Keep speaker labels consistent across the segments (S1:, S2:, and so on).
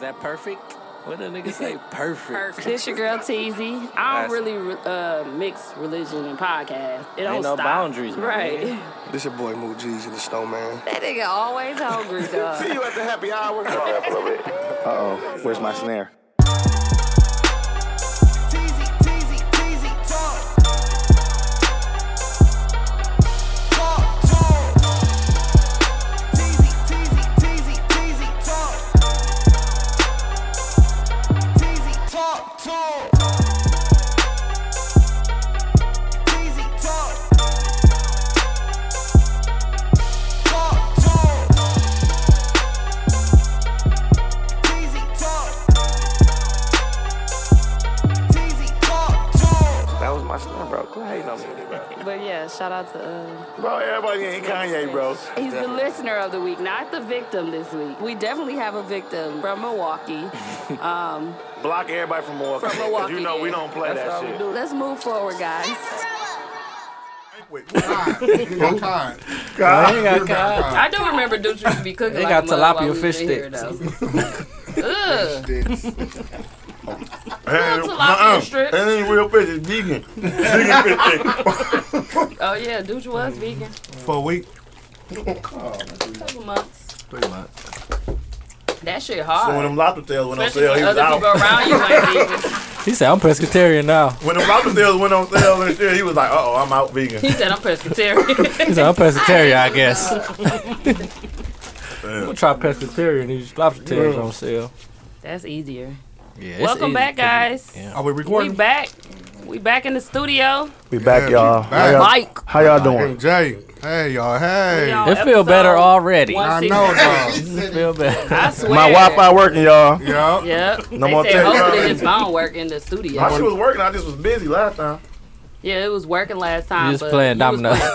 S1: that perfect? What the nigga say? Perfect.
S2: Perfect.
S3: This your girl Teasy. I
S1: Nice.
S3: don't really uh, mix religion and podcast. It don't
S1: Ain't no
S3: stop.
S1: boundaries, my
S3: right?
S4: This your boy Moot G's and the Snowman.
S2: That nigga always hungry, dog.
S5: See you at the happy hour.
S6: Uh-oh, where's my snare?
S5: Teasy, teasy, teasy, talk. Talk, talk. Teasy, teasy, teasy, teasy, talk. Teasy, talk, talk. Teasy, talk. Talk, talk. Teasy, talk. Teasy, talk, talk.
S1: That was my son, bro. Quit hating on me, bro.
S3: But yeah, shout out to. Uh,
S6: Bro, everybody ain't Kanye, bro.
S3: he's the listener of the week, not the victim this week. We definitely have a victim from Milwaukee.
S6: Block everybody from Milwaukee.
S3: From
S6: 'cause
S3: Milwaukee,
S6: you know we
S3: yeah.
S6: don't play
S1: That's
S6: that
S1: all we
S6: shit.
S1: do.
S3: Let's move forward, guys.
S7: Wait, what kind? You got kind.
S1: I ain't got
S7: You got
S1: caught.
S7: kind.
S3: I do remember Duke used to be cooking.
S1: They
S3: like
S1: got
S3: a mug while
S1: tilapia
S3: we was
S1: fish
S3: in here,
S1: sticks.
S3: though. Ugh.
S6: Hey,
S3: Tilapia
S6: uh-uh.
S3: strips.
S6: That ain't real fish, it's vegan. Vegan fish stick.
S3: Oh yeah, Duke was vegan.
S7: For a week.
S3: Couple months.
S7: Pretty much.
S3: That shit
S6: When
S3: hard.
S6: them lobster tails went on sale,
S3: Especially
S6: he
S3: when
S6: was
S3: other people
S6: out.
S3: around you ain't vegan.
S1: He said, I'm Presbyterian now.
S6: When them lobster tails went on sale and shit, he was like, uh-oh, I'm out vegan.
S3: He said I'm Presbyterian.
S1: He said, I'm Presbyterian, I guess. I'm gonna try Presbyterian. These lobster tails on sale.
S3: That's easier.
S1: Yeah, it's
S3: Welcome
S1: easy.
S3: back, guys.
S7: Are we
S3: We
S7: recording?
S3: back. We back in the studio.
S6: We back,
S7: y'all. How y'all-
S3: Mike.
S6: How y'all
S7: MJ. Hey, y'all. Hey.
S3: y'all.
S1: It feel
S3: Episode
S1: better already.
S3: one-
S7: I know, dog.
S1: It feel better.
S3: I swear.
S6: working, y'all.
S3: Uh,
S7: Yeah.
S3: Yep.
S6: No
S3: they
S6: more
S3: said
S6: tech.
S3: hopefully his phone work in the
S6: My shit
S3: studio.
S6: was working, I just was busy last time.
S3: Yeah, it was working last time.
S1: just
S3: but
S1: playing
S3: you was
S1: dominoes.
S3: playing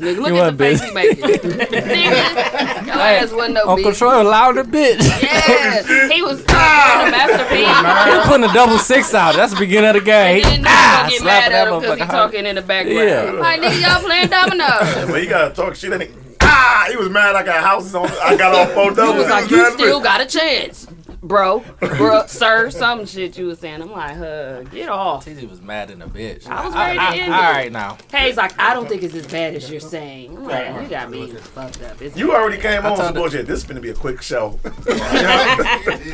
S3: nigga. Look
S1: You wasn't
S3: at the face
S1: busy.
S3: he making. nigga, your ass wasn't no
S1: Uncle
S3: bitch.
S1: Troy loud a bitch.
S3: Yeah, he was ah! masterpiece.
S1: He was putting a double six out. That's the beginning of the game.
S3: Didn't know
S1: Ah,
S3: ah, get
S1: slapping
S3: mad
S1: that
S3: at him because he
S1: motherfucker.
S3: talking in the background.
S1: Yeah.
S3: Like nigga, y'all playing dominoes.
S6: But you gotta talk shit. That nigga, ah, he was mad. I got houses on. I got off four
S3: It
S6: doubles.
S3: was like,
S6: He
S3: you
S6: mad
S3: still
S6: at
S3: got a chance, bro, bro, sir, some shit you was saying. I'm like, huh, get off.
S1: TZ was mad in a bitch.
S3: I was ready to end it.
S1: All right, now.
S3: Hayes like, I don't think it's as bad as you're saying. I'm like, you got me fucked up. It's
S6: me. You already came on
S1: told
S6: some
S1: her-
S6: bullshit. This is gonna be a quick show.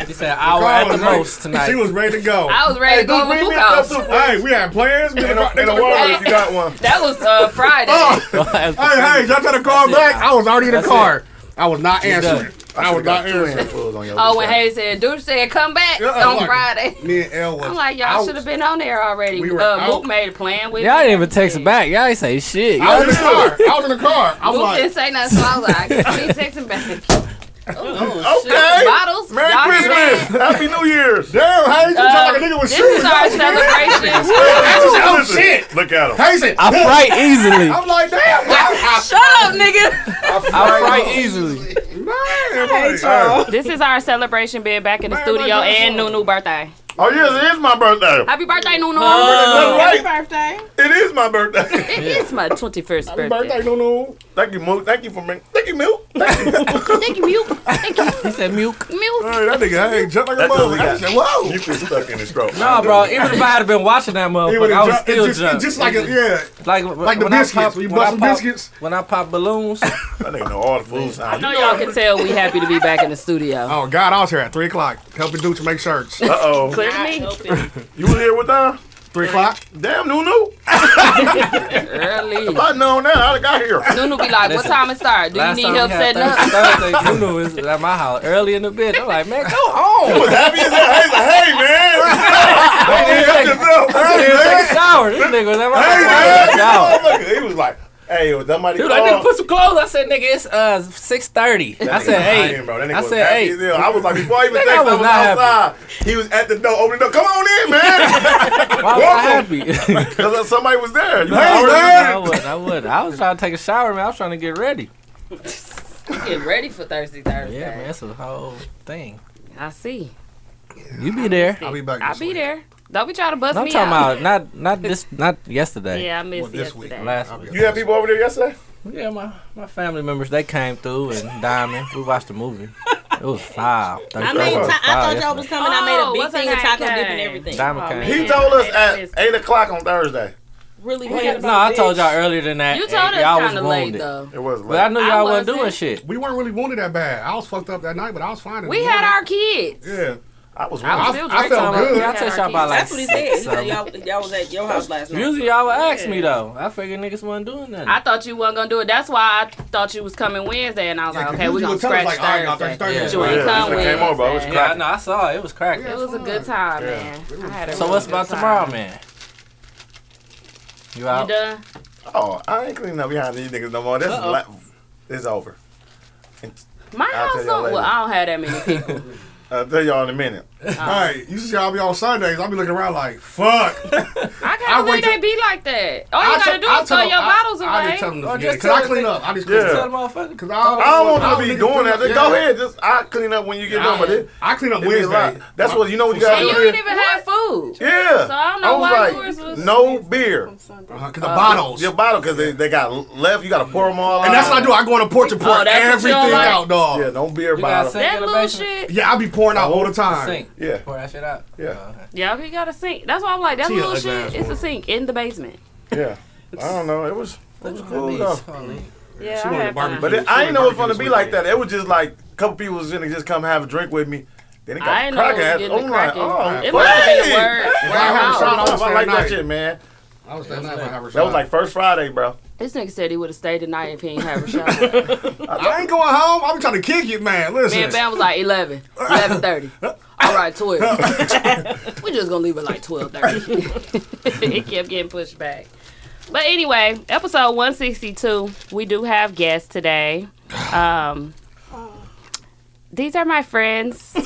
S1: He said hour Oh, at the most tonight.
S7: She was ready to go.
S3: I was ready to go over Book House.
S7: Hey, we had plans. We had
S6: In
S7: a-
S6: a, in a Walmart if you got one.
S3: That was uh, Friday.
S7: Oh.
S1: That's the
S7: Hey, hey, y'all try to call
S1: That's it.
S7: back? I was already in the
S1: That's
S7: car. I was not
S1: done.
S7: answering. I was not answering.
S3: oh, when Hayes said, dude said, come back
S7: Yeah,
S3: on
S7: like-
S3: Friday.
S7: Me and Elle was.
S3: I'm like, y'all
S7: out.
S3: should have been on there already.
S7: We were
S3: uh, Book
S7: out.
S3: made a plan with
S1: Y'all
S3: me.
S1: didn't even text it back. Y'all ain't say shit.
S7: I
S1: Y'all
S7: was in the car. I was in the car. I was
S3: Book
S7: like,
S3: didn't say nothing, so I was like, he texting back. Oh, shit.
S6: Okay.
S3: Bottles.
S6: Merry
S3: y'all hear that?
S6: Christmas. Happy New Year's.
S7: damn, how you talking? Nigga was
S3: this
S7: shooting.
S3: is our celebration.
S7: oh,
S6: Listen,
S7: shit.
S6: Look at him.
S7: Hey, said,
S1: I fright easily.
S7: I'm like, damn, I,
S3: Shut up, nigga.
S1: I
S7: oh.
S1: fright easily.
S7: I, man, like, hey,
S3: This is our celebration being back in the
S7: Man,
S3: studio
S7: my God.
S3: and Nunu birthday.
S6: Oh yes, it is my birthday.
S3: Happy birthday, Nunu.
S6: That's right.
S2: birthday.
S6: It is my birthday.
S3: It is my 21st birthday.
S7: birthday, no, no.
S6: Thank you, Mook. Thank you for me. Thank you, Milk. Thank you.
S3: Thank you, Milk. Thank you,
S1: He said milk.
S3: Milk.
S7: Hey, that nigga, hey, jump like a
S6: That's all we
S7: motherfucker. I
S6: got.
S7: said, whoa.
S6: You been stuck in this throat.
S1: No, bro. Even if I had been watching that
S7: It
S1: motherfucker,
S7: would've
S1: I was
S7: jumped- it
S1: still
S7: just, it
S1: drunk.
S7: just like a, yeah.
S1: Like,
S7: Like the
S1: when I
S7: biscuits,
S1: pop-
S7: when you
S1: when
S7: bust
S1: I
S7: some
S1: pop-
S7: biscuits.
S1: When I pop balloons,
S6: That nigga know all the food signs.
S3: I know y'all can tell we happy to be back in the studio.
S7: Oh God, I was here at three o'clock helping Duke to make shirts.
S6: Uh oh.
S3: Clear to me.
S6: You was here with them?
S7: Three o'clock.
S6: Damn, Nunu.
S3: Early.
S6: If I'd known that, I'd have got here.
S3: Nunu be like, what
S1: Listen,
S3: time it start? Do you
S1: last
S3: need
S1: time
S3: help
S1: we had
S3: setting up?
S1: Thursday, Thursday, Nunu was at my house early in the bed. I'm like, man, go
S6: I
S1: home.
S6: was happy as hell. Hey, like, hey man. Hey,
S1: Hey,
S6: man. Hey,
S1: He was
S6: man.
S1: taking a shower. This nigga was at my
S6: Hey,
S1: house. taking a shower.
S6: Motherfucker, He was like, hey, was somebody
S1: Dude, I
S6: called?
S1: need
S7: Oh.
S1: to put some clothes. I said, nigga, it's uh six thirty. I
S6: Nigga
S1: said,
S6: lying,
S1: hey,
S6: bro. That nigga
S1: I
S6: was
S1: said,
S6: happy
S1: hey.
S6: as hell. I was like, before I even
S1: Nigga,
S6: text,
S1: I
S6: I
S1: was
S6: was,
S1: not happy.
S6: outside. He was at the door, opening the door. Come on in, man.
S1: Why was I happy?
S6: Because somebody was there. You
S1: No, I
S6: already-
S1: wouldn't. I wouldn't. I wouldn't. I was trying to take a shower, man. I was trying to get ready.
S3: Getting ready for Thursday, Thursday.
S1: Yeah, man, that's a whole thing.
S3: I see.
S1: You be there.
S7: I'll be back.
S3: I'll
S7: this
S3: be
S7: week.
S3: there. Don't be trying to bust
S1: I'm
S3: me
S1: talking
S3: out.
S1: about not not this not yesterday.
S3: Yeah, I missed
S7: Well, this week.
S3: yesterday.
S1: Last week.
S6: You had people over there yesterday?
S1: Yeah, my, my family members they came through and Diamond. We watched the movie. It was five.
S8: I mean,
S1: was
S8: ta- I
S1: five
S8: thought y'all was
S1: yesterday.
S8: coming. I
S3: Oh,
S8: made a big
S3: what's her
S8: thing of
S3: name
S8: taco dip
S3: came?
S8: and everything.
S1: Diamond came.
S6: He told us
S3: Oh, Hey,
S6: at
S3: listen.
S6: eight o'clock on Thursday.
S8: Really
S3: Yeah,
S8: bad.
S1: No, I told y'all earlier than that.
S3: You
S1: and
S3: told us
S1: y'all was
S3: kind of late
S1: wounded.
S3: though.
S6: It was late.
S1: But I knew
S3: I
S1: y'all wasn't
S3: wasn't.
S1: doing shit.
S7: We weren't really wanted that bad. I was fucked up that night, but I was fine. in
S3: We
S7: the
S3: had
S7: morning.
S3: our kids.
S7: Yeah.
S6: I was
S3: I was
S6: wondering.
S3: still
S7: I
S3: drinking.
S7: felt
S3: when we
S7: good.
S3: had
S1: I text
S3: our
S1: y'all about
S3: kids.
S1: like
S8: That's what he said. He
S1: six.
S8: said
S1: something.
S8: y'all, y'all was at your house last night.
S1: Usually y'all would ask me though. I figured niggas wasn't doing nothing.
S3: I thought you wasn't gonna do it. That's why I thought you was coming Wednesday, and I was
S7: Yeah,
S3: like,
S7: 'cause
S3: okay, we're
S7: usually
S3: gonna
S7: you tell us,
S3: scratch
S7: like, all right, y'all
S3: Thursday.
S7: Thursday.
S1: Yeah.
S3: But you ain't
S6: Yeah,
S3: come
S6: that's what came on, bro. It was
S3: Wednesday.
S1: yeah, I know. I saw it. It was cracking.
S7: Yeah.
S3: It was a good time,
S7: Yeah.
S3: man. I had a
S1: So what's
S3: really
S1: about
S3: good time.
S1: tomorrow, man? You
S3: You
S1: out?
S3: done?
S6: Oh, I ain't cleaning up behind these niggas no more. This is
S1: Uh-oh.
S6: la- it's over.
S3: My
S6: I'll
S3: house
S6: tell
S3: don't.
S6: y'all
S3: Well,
S6: later.
S3: I don't have that many people.
S6: I'll uh, tell y'all in a minute.
S7: All right. You see, I'll be on Sundays. I'll be looking around like, fuck.
S3: I
S7: I
S3: can't believe
S7: wait till-
S3: they be like that. All you
S7: I
S3: gotta
S7: tell-
S3: do
S7: I
S3: is throw
S7: tell
S3: your
S7: them- I-
S3: bottles away.
S7: I just tell them to
S1: Or
S7: forget
S1: just
S7: because I
S1: tell
S7: clean
S1: them-
S7: up. I just clean
S6: Yeah.
S1: Tell the
S7: up.
S1: motherfucker.
S7: Because
S6: I don't
S7: I
S6: want
S7: don't
S6: you to
S7: niggas
S6: be doing
S7: oh, do
S6: that.
S7: nothing.
S6: Just Go
S7: Yeah.
S6: ahead. Just I clean up when you get done with it.
S7: I clean up
S6: It be a lot.
S7: Wednesday.
S6: That's what you know. What you
S3: and
S6: gotta
S3: you
S6: do.
S3: didn't even have food.
S6: yeah.
S3: So I don't know
S6: was
S3: why
S6: like,
S3: yours was-
S6: no beer.
S7: Uh-huh, 'cause the bottles.
S6: Your bottle because they, they got left. You gotta pour them all out.
S7: And that's what I do. I go on a porch and pour
S3: Oh, that's what
S7: everything
S3: y'all like?
S7: out, dog.
S6: Yeah,
S7: Yeah,
S6: no beer
S1: You got a
S6: bottle.
S1: sink
S3: That
S1: in the
S3: little
S1: basement?
S3: shit.
S7: I be pouring out all the time.
S1: Sink.
S6: Yeah.
S1: Pour that shit out.
S6: Yeah.
S1: Oh, okay.
S3: Yeah, okay, got a sink. That's why I'm like, that
S7: She a
S3: little
S7: ugly ass
S3: shit. It's a
S7: woman.
S3: sink in the basement.
S6: Yeah. I don't know. It was it was
S1: Look at
S6: cool
S1: these.
S6: though.
S1: Holy.
S3: Yeah,
S7: she
S3: I
S7: wanted
S3: had
S7: barbecue.
S3: fun.
S6: But it, I ain't know it was gonna be like that. It was just like a couple people was gonna just come have a drink with me. Then it got
S3: I ain't know it was
S6: cracking.
S3: getting
S6: I'm like,
S3: cracking.
S6: oh,
S3: It must have been a
S6: hey,
S3: word-
S6: hey.
S3: word
S6: I
S7: of mouth.
S6: was I like that
S7: Night.
S6: shit, man.
S7: I was that night. I have her
S6: That was
S7: shot.
S6: like first Friday, bro.
S3: This nigga said he would have stayed the night if he ain't have a shower.
S7: I ain't going home. I'm trying to kick it, man.
S3: Man,
S7: Listen.
S3: Bam was like 11, 11.30. All right, 12. we just going to leave it like 12.30. it kept getting pushed back. But anyway, episode 162, we do have guests today. Um, these are my friends,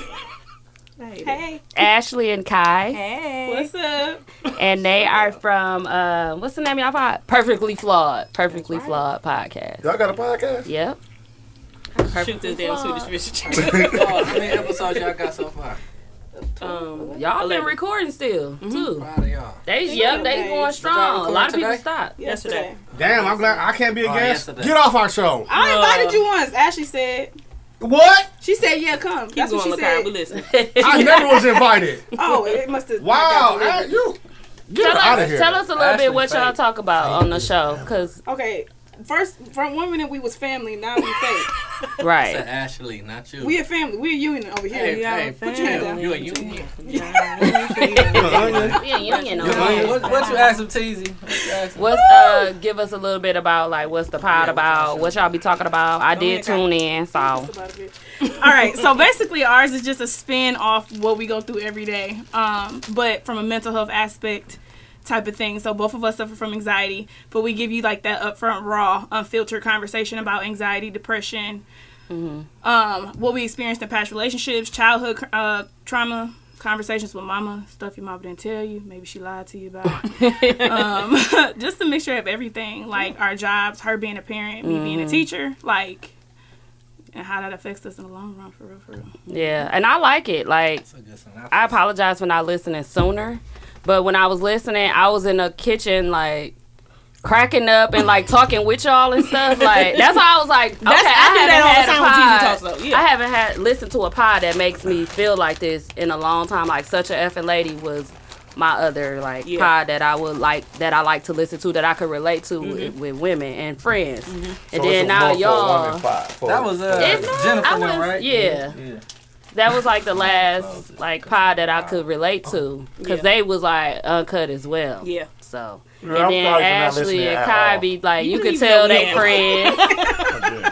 S8: Hey,
S3: Ashley and Kai,
S8: hey, what's up?
S3: and they are from, uh, what's the name of y'all pod? Perfectly Flawed, Perfectly Flawed podcast.
S6: Y'all got a podcast?
S3: Yep.
S8: Shoot this damn Swedish fish.
S1: Oh, how many episodes y'all got so far?
S8: um,
S3: Y'all been
S8: Eleven. Mm-hmm.
S3: recording still, too.
S1: Proud of y'all.
S3: They, yep, they going strong. A lot of people
S1: Today?
S3: stopped.
S8: yesterday.
S7: Damn, I'm glad I can't be a
S1: Oh,
S7: guest.
S1: yesterday.
S7: Get off our show.
S9: I invited you once. Ashley said.
S7: What?
S9: She said, "Yeah, come."
S8: Keep
S9: That's what
S8: going,
S9: she
S8: Lakai. We
S9: said.
S8: listen.
S7: I never was invited.
S9: Oh, it must have.
S7: Wow. Hey, you. Get
S3: Tell
S7: out of
S3: us,
S7: here.
S3: tell us a little
S1: Ashley
S3: bit what y'all
S1: fake.
S3: talk about on the show, cause
S9: Okay. First, from one minute we was family, now we fake.
S1: It's an
S3: right,
S1: Ashley, not you.
S9: we a family. We a union over here.
S1: hey, hey,
S9: Put your hand down.
S1: you a union.
S3: we a union. over here.
S1: What, what you ask him, Teasy? What you ask him?
S3: What's uh? Give us a little bit about like what's the pod about? What y'all be talking about? I did tune in, so
S9: All right, so basically ours is just a spin off what we go through every day, um, but from a mental health aspect type of thing. So both of us suffer from anxiety, but we give you like that upfront, raw, unfiltered conversation about anxiety, depression, um, what we experienced in past relationships, childhood uh, trauma, conversations with mama, stuff your mama didn't tell you, maybe she lied to you about. um, just a mixture of everything, like our jobs, her being a parent, me being a teacher, like and how that affects us in the long run, for real, for real.
S3: yeah, and I like it. Like
S1: It's a good synopsis.
S3: I apologize for not listening sooner, but when I was listening, I was in the kitchen like. Cracking up and like talking with y'all and stuff like that's how I was like okay
S8: I
S3: I,
S8: do that all the time when TZ
S3: haven't had a pod
S8: talks, though. Yeah.
S3: I haven't had listened to a pod that makes me feel like this in a long time like such a effing lady was my other like
S8: Yeah.
S3: pod that I would like that I like to listen to that I could relate to
S8: Mm-hmm.
S3: with, with women and friends and
S6: So it's
S3: then
S6: a
S3: now
S6: more for a woman
S3: y'all
S6: pod, for-
S1: That was uh,
S3: It's not-
S1: Jennifer,
S3: I
S1: then,
S3: was-
S1: right?
S3: yeah.
S1: yeah.
S3: that was like the last like pod that I could relate to because
S8: Yeah.
S3: they was like uncut as well
S8: Yeah.
S3: so
S6: Yeah,
S3: and
S6: I'm
S3: then
S6: sorry for not listening
S3: Ashley and
S6: at
S3: Kai
S6: all.
S3: be like, you,
S8: You
S3: could
S8: leave
S3: tell
S8: your
S3: they
S8: man.
S3: friends,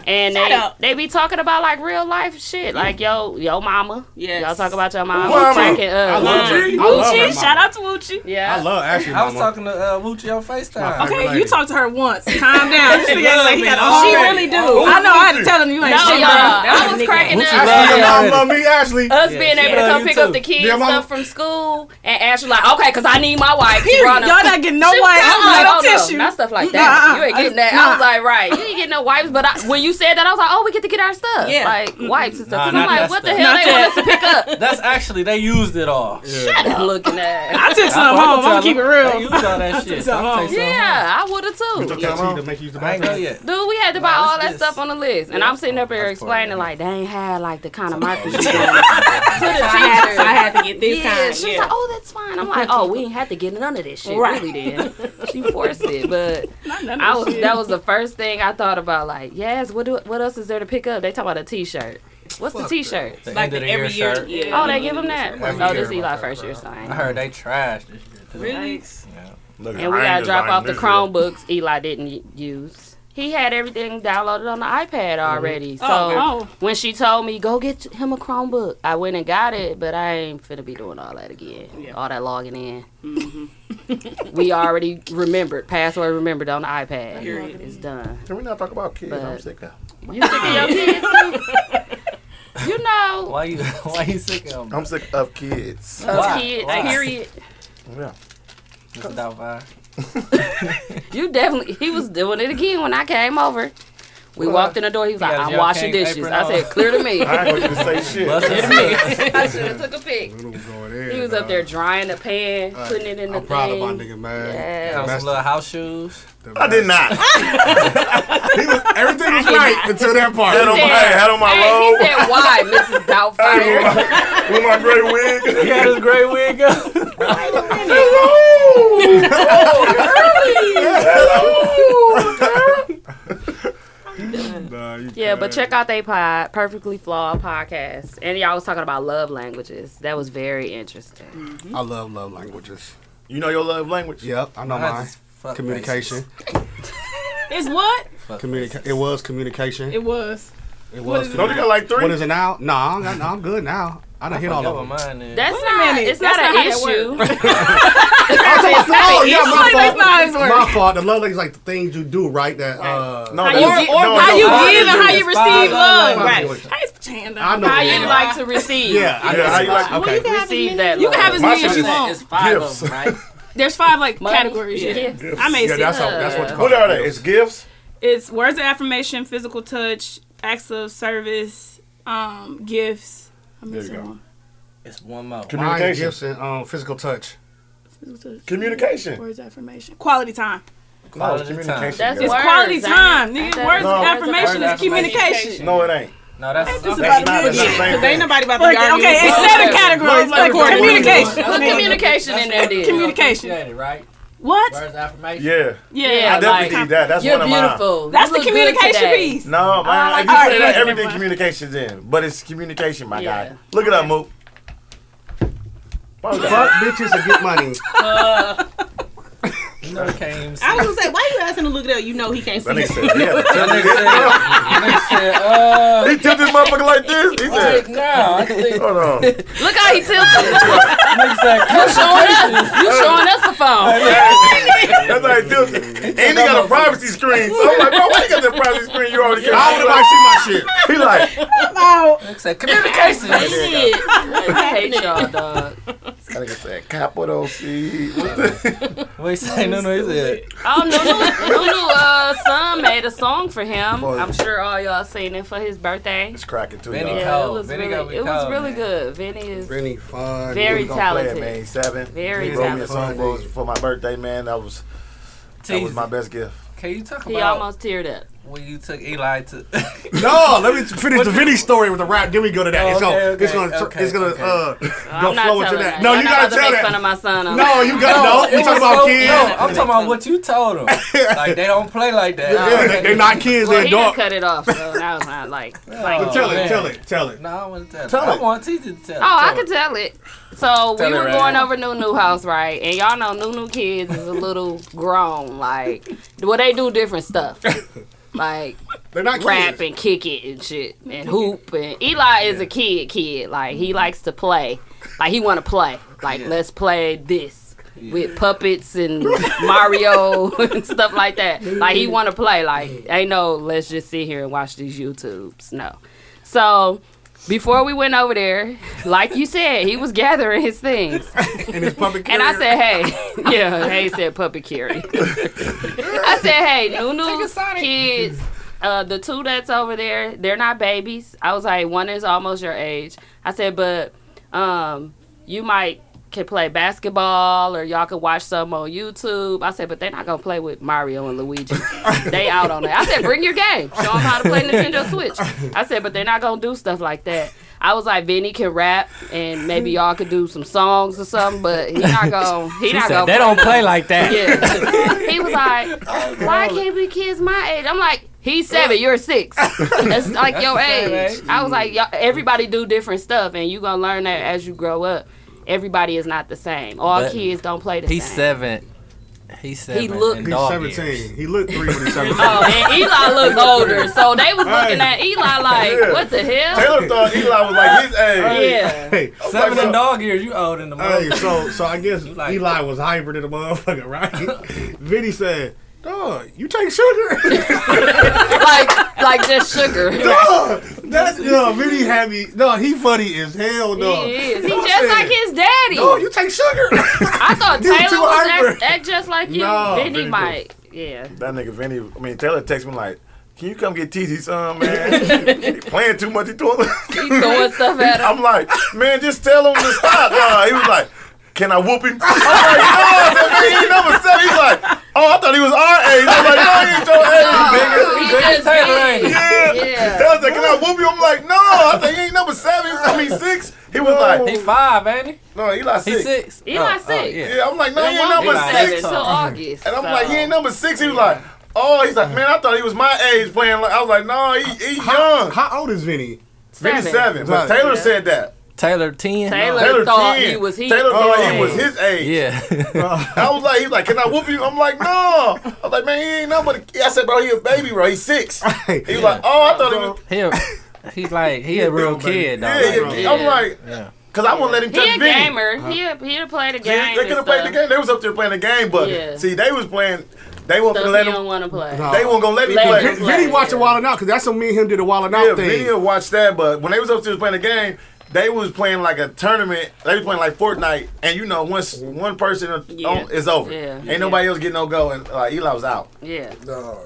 S3: and
S8: Shut
S3: they,
S8: up.
S3: they be talking about like real life shit, like yo yo mama,
S8: Yes.
S3: y'all talk about your mama,
S6: Mama.
S3: cracking
S7: I
S3: up,
S7: love her. I love her
S9: Woochie,
S7: mama.
S9: shout out to Woochie.
S3: yeah,
S7: I love Ashley,
S1: I was
S7: mama.
S1: talking to uh, Woochie on FaceTime.
S7: My
S9: Okay,
S7: Lady.
S9: you talked to her once. Calm down. This nigga act like he had a
S1: Love
S9: whole-
S8: She really do.
S9: I know. I had to tell him you ain't
S3: no
S9: shit,
S3: y'all,
S9: bro.
S8: That
S3: I
S8: was
S3: was
S8: nigga.
S3: cracking up.
S7: Ashley, your
S1: Yeah.
S7: mom love me, Ashley.
S3: Us being able to
S1: Yeah,
S3: come
S1: you
S3: pick
S1: too.
S3: up the kids
S7: Yeah, mama.
S3: stuff from school and Ashley like, okay, cause I need my wife. to
S9: Period.
S3: run
S9: Y'all
S3: up-
S9: not getting no
S3: She
S9: wife.
S3: I was like,
S9: no
S3: oh,
S9: tissue.
S3: no, not stuff like that.
S9: Nuh-uh.
S3: You ain't getting that. I was like, right, you ain't getting no wipes. But I, when you said that, I was like, oh, we get to get our stuff,
S8: Yeah.
S3: like wipes
S1: Nah,
S3: and stuff. 'Cause
S1: not
S3: I'm
S1: that
S3: like, what the
S1: stuff.
S3: hell
S9: Not
S3: they
S9: that.
S3: want us to pick up?
S1: That's actually they used it all.
S3: Shut up, looking at.
S9: I took some home. I'm gonna keep it
S1: They
S9: real.
S1: used all that shit.
S9: some
S1: I'll take some home.
S3: Yeah, I would have
S7: You
S3: too.
S7: took that tea to make you use the
S1: I ain't know
S7: bathroom.
S1: yet.
S3: Dude, we had to buy
S1: Nah,
S3: all
S1: it's
S3: that
S1: this.
S3: stuff on the list, and I'm sitting up here
S1: That's part of
S3: explaining
S1: it.
S3: like they ain't had like the kind of markers you got.
S8: I had, so I had to get this
S3: Yeah,
S8: kind.
S3: she was
S8: Yeah.
S3: like, "Oh, that's fine." I'm like, "Oh, we ain't had to get none of this shit.
S8: Right.
S3: Really, did she forced it?" But
S9: none of
S3: I
S9: this
S3: was
S9: shit.
S3: that was the first thing I thought about. Like, yes, what do what else is there to pick up? They talk about a T-shirt. What's the T-shirt?
S1: The
S8: like
S1: end
S8: the
S1: of the year
S8: every year.
S1: shirt.
S8: Yeah.
S3: Oh, they give them that.
S7: Every
S3: Oh,
S7: year
S3: this is Eli
S7: about
S3: first
S7: that,
S3: year
S7: bro.
S3: sign.
S1: I heard they trashed this year. too.
S8: Really?
S6: Look,
S3: And we
S6: I
S3: gotta
S6: ain't
S3: drop
S6: designing
S3: off the
S6: this shit.
S3: Chromebooks Eli didn't y- use. He had everything downloaded on the iPad
S1: Mm-hmm.
S3: already. So
S9: Oh,
S3: when she told me go get him a Chromebook, I went and got it, but I ain't finna be doing all that again. All that logging in. we already remembered password remembered on the iPad.
S8: Period.
S3: It's done.
S6: Can we not talk about kids? I'm
S3: But-
S6: sick of.
S3: You sick of your kids? too? you know,
S1: Why you why you sick of them?
S6: I'm sick of kids.
S3: those
S1: Why?
S3: kids.
S1: Why?
S3: Period.
S6: Yeah.
S1: Mr. Doubtfire.
S3: You definitely. He was doing it again when I came over. We walked in the door. He was
S1: He
S3: like,
S1: got his
S3: "I'm
S1: yellow
S3: washing
S1: cane
S3: dishes."
S1: apron
S3: I said,
S1: on.
S3: "Clear to me."
S6: I ain't gonna say shit.
S1: Bust it up.
S3: I should have took a pic.
S7: I don't go there,
S3: He was up there
S7: dog.
S3: drying the pan,
S7: All Mm-hmm. right.
S3: putting it in the
S7: I'm proud of
S3: thing.
S7: my nigga, man.
S3: Yeah.
S1: Got
S7: That's-
S1: some little house shoes.
S7: the
S6: I did not.
S7: Everything was right until that part.
S6: Had on my,
S3: said-
S6: hey, had on my
S3: Hey, he
S6: robe
S3: said, "Why, Mrs. Doubtfire?"
S6: with my gray wig.
S1: He had his gray wig up.
S7: Nah, you
S3: yeah, but
S7: good.
S3: check out they pod, perfectly flawed podcast, and y'all was talking about love languages. That was very interesting.
S7: I love love languages.
S6: You know your love language?
S7: Yep, I know
S1: Mine's
S7: mine.
S1: is fuck
S7: Communication.
S9: it's what
S1: racist.
S7: Communica- it was communication.
S9: it was.
S7: It was.
S6: Don't you
S7: communication.
S6: got like three?
S7: What is it now? Nah, I'm, not- nah, I'm good now. I done hit all
S1: Yo,
S7: of them.
S1: mine is.
S3: That's
S9: Wait a
S3: not.
S9: minute,
S3: It's not
S9: that's
S3: an
S9: not how that
S3: issue.
S7: Oh, yeah, my
S9: That's
S7: fault.
S9: not how it's
S7: My fault. The love language is like the things you do, right? That uh,
S6: No,
S9: How
S6: that's-
S9: you,
S6: no,
S9: gi- or
S6: no,
S9: how you
S6: no.
S9: give and how you
S1: It's five
S9: receive love.
S1: love
S9: Right.
S7: languages.
S9: Hey, put your hand
S7: I
S9: up.
S7: know.
S3: How
S7: that.
S3: you like to receive?
S7: Yeah, I
S6: Yeah, how you like-
S7: okay.
S9: You can have as
S3: Receive
S9: many-
S3: that
S9: You can
S3: love.
S9: have as
S6: My
S9: many as you
S6: shit is-
S9: want.
S1: It's five
S6: Gifts.
S1: of them, right?
S9: There's five like
S3: Money,
S9: categories. Yeah.
S3: gifts.
S9: I may
S7: Yeah,
S9: see
S7: that's
S9: it.
S7: how, that's what you call
S6: What are
S7: it.
S6: they? It's gifts.
S9: It's words of affirmation, physical touch, acts of service, um, gifts. I'm
S6: There you
S9: missing
S6: go.
S9: one.
S1: It's one more.
S7: Mine
S6: Communication.
S7: gifts and um, physical touch.
S9: Physical touch,
S6: Communication.
S9: Words of affirmation. Quality time.
S6: No,
S1: Quality
S6: it's
S1: time.
S6: communication.
S3: That's
S9: It's
S3: Words,
S9: quality
S3: ain't it?
S9: time. Nigga,
S3: That's-
S9: words
S6: No.
S9: of affirmation
S1: Words of
S9: is communication.
S6: No, it ain't.
S1: No, that's
S9: This is
S1: okay.
S9: about
S6: not-
S9: to
S6: that's not the same
S9: because
S6: thing.
S9: ain't nobody about to
S8: Like,
S9: be arguing.
S8: okay,
S9: with
S8: it's
S9: us.
S8: seven
S9: categories. Like communication.
S3: Put communication in there. Then.
S9: Communication.
S1: Communicated, right?
S9: What?
S1: Words of affirmation.
S6: Yeah,
S3: Yeah,
S6: I definitely
S3: like,
S6: need that. That's
S3: You're
S6: one of mine.
S3: beautiful.
S9: That's
S3: You
S9: the
S3: look good
S9: communication
S3: today.
S9: piece.
S6: No, man. If you
S9: Alright,
S6: say
S9: never
S6: that, everything
S9: mind.
S6: communication's in, but it's communication, my
S3: Yeah.
S6: guy. Look it up, Mook. Why was that?
S7: Fuck bitches and get money.
S1: You know, came.
S8: I was gonna say, why you asking to look it up? You know he can't see.
S6: That
S8: it.
S6: nigga said, yeah. tell me that.
S1: Nigga said, uh,
S6: He tipped this motherfucker like this. He
S1: like,
S6: said,
S1: no, I think
S6: hold on.
S3: Look how he tilted.
S1: nigga said, communication.
S3: You showing us the phone.
S6: That's how he tilted. And he got a privacy screen. So I'm like, bro, why you got that privacy screen? You already got
S7: I would have liked to see my shit.
S6: He like,
S1: Nigga said, communication.
S3: Shit. I hate y'all, dog.
S6: that nigga said, capital C. What the-
S1: What he say? No, no, he said,
S3: Oh, Nunu, Nunu, uh, son made a song for him. I'm sure all y'all seen it for his birthday.
S6: It's cracking too,
S1: Benny.
S6: y'all.
S3: Yeah,
S1: Cold.
S3: it was
S1: Vinny gotta
S3: really,
S1: be
S3: it was
S1: cold,
S3: really
S1: man.
S3: good. Vinny is
S7: Really fun.
S3: very
S6: gonna play it,
S3: talented.
S6: man. Seven.
S3: Very
S6: He wrote me a
S3: talented.
S6: song for, for my birthday, man. That was that was
S1: "Teaser."
S6: my best gift.
S1: Can you talk
S3: He
S1: about
S3: almost teared up.
S1: when you took Eli to?
S7: No, let me finish the Vinny story with the rap. Then we go to that.
S1: Oh,
S7: it's gonna,
S1: okay,
S7: it's gonna,
S1: okay,
S7: it's gonna
S1: okay.
S7: uh,
S3: I'm
S7: go
S3: not
S7: flow into
S3: telling
S7: that. No,
S3: Y'all
S7: you
S3: not
S7: gotta
S3: about to
S7: tell
S3: make fun
S7: that.
S3: of my son. on
S7: No, you gotta. No,
S1: It
S7: we talking
S1: was
S7: about
S1: so-
S7: kids.
S1: No, I'm talking about what you told him. Like they don't play like that.
S7: Yeah, they, they not kids.
S3: Well,
S7: they
S3: he done
S7: adults.
S3: cut it off, so that was not like. like
S1: Oh,
S7: Tell
S1: man.
S7: it, tell it, tell it.
S1: No, I want to tell.
S6: Tell
S1: Tell I
S6: it.
S1: want T to tell. it.
S3: Oh, I
S1: Tell
S3: could tell it. So
S1: Tell
S3: we
S1: it
S3: were
S1: right
S3: going
S1: now.
S3: over new new house, right? And y'all know new new kids is a little grown, like well they do different stuff, like
S7: They're not kids.
S3: rap and kick it and shit and hoop and Eli is a kid kid, like he likes to play, like he want to play, like let's play this with puppets and Mario and stuff like that. Like he want to play, like ain't no let's just sit here and watch these YouTubes, no. So Before we went over there, like you said, he was gathering his things.
S6: And it's public
S3: And I said, hey, yeah, Hey said puppet carry. I said, hey, Nunu's kids, uh, the two that's over there, they're not babies. I was like, one is almost your age. I said, but um, you might can play basketball or y'all could watch some on YouTube. I said, but they're not gonna play with Mario and Luigi. they out on that. I said, bring your game. Show them how to play Nintendo Switch. I said, but they're not gonna do stuff like that. I was like, Vinny can rap and maybe y'all could do some songs or something, but he not gonna he
S1: She
S3: not
S1: said,
S3: gonna
S1: they don't play like that.
S3: yeah. he was like, why can't we kids my age? I'm like, he's seven, you're six. That's like your age. I was like, Y'all, everybody do different stuff, and you gonna learn that as you grow up. Everybody is not the same. All
S1: But
S3: kids don't play the
S1: He's
S3: same.
S1: seven. He's seven.
S3: He look-
S1: in
S6: He's
S1: dog
S6: 17.
S1: years.
S6: He looked three when he's 17.
S3: Oh, and Eli looked older, so they was looking
S6: Hey.
S3: at Eli like,
S6: Yeah.
S3: what the hell?
S6: Taylor thought Eli was like his age.
S3: Yeah.
S7: Hey,
S1: Seven
S6: Like,
S1: in dog years. You old in the
S7: hey,
S1: mother.
S7: so so I guess
S1: Like-
S7: Eli was hyper than a motherfucker, right? Vinny said, "Dog, you take sugar."
S3: like, like just sugar.
S7: Dog, that's no. Vinny had me. No, he funny as hell. No,
S3: He is. He
S7: I
S3: just
S7: said,
S3: like his daddy.
S6: "Oh,
S7: Dog, you take sugar.
S3: I thought
S7: You
S3: Taylor
S7: too
S3: was
S7: hyper.
S3: act, act just like you.
S6: No,
S3: Vinny
S6: Vinny
S3: might. Yeah.
S6: That nigga Vinny, I mean Taylor texted me like, "Can you come get TZ some man? he playing too much. He throwing.
S3: He throwing stuff at him.
S6: I'm like, man, just tell him to stop. Uh, he was like, can I whoop him? I'm like, no, that's Vinny number seven. He's like, oh, I thought he was our age. I'm like, no, he ain't your age, nigga.
S3: He
S1: Taylor
S3: just big.
S1: ain't he?
S6: Yeah.
S3: Yeah.
S6: Taylor said, can I whoop you? I'm like, no, I think he ain't number seven. I mean six. He was
S1: He
S6: like,
S1: five, ain't he?
S6: no, Eli
S1: He
S6: six.
S1: six.
S3: Eli
S1: six.
S3: six.
S6: Yeah, I'm like, no, he ain't
S3: One
S6: number
S3: was
S1: Eli.
S6: six.
S3: seven till August.
S6: And I'm
S3: so-
S6: like, he ain't number six. He was like, oh, he's like, man, I thought he was my age playing. Like, I was like, no, he, he young.
S7: How old is Vinny?
S6: Vinny
S3: Seven.
S6: seven. But
S7: Right.
S6: Taylor
S3: Yeah.
S6: said that.
S1: Taylor ten.
S3: Taylor,
S6: Taylor
S3: thought
S6: 10.
S3: he was he.
S6: Taylor thought he
S7: Oh.
S6: was his age.
S1: Yeah.
S6: I was like, he was like, can I whoop you? I'm like, no. I was like, man, he ain't nothing but a kid. I said, bro, he a baby, bro. He's six. He
S7: Hey,
S6: was like, oh, I thought he was.
S1: he, a- he's like he a real kid though.
S6: Yeah,
S1: Like,
S6: yeah. I'm like,
S1: Yeah.
S6: because I wouldn't let him
S3: he
S6: touch
S3: a
S6: Vinny.
S3: gamer. He a, he done played the
S6: See,
S3: game.
S6: they could have played the game. They was up there playing the game, but
S3: Yeah.
S6: see, they was playing. They weren't
S3: So
S6: gonna
S3: he
S6: let
S3: don't
S6: him.
S3: want to play.
S7: No.
S6: They weren't gonna let him
S3: Let
S6: play.
S3: him play.
S7: Vinny watching Wild 'N Out because that's when me and him did a Wild 'N Out
S6: Yeah,
S7: thing.
S6: Vinny will watch that, but when they was up to playing the game, they was playing like a tournament. They was playing like Fortnite, and you know, once one person is
S3: Yeah.
S6: on, is over,
S3: Yeah.
S6: ain't nobody else getting no go, and like Eli was out.
S3: Yeah.
S7: Dog.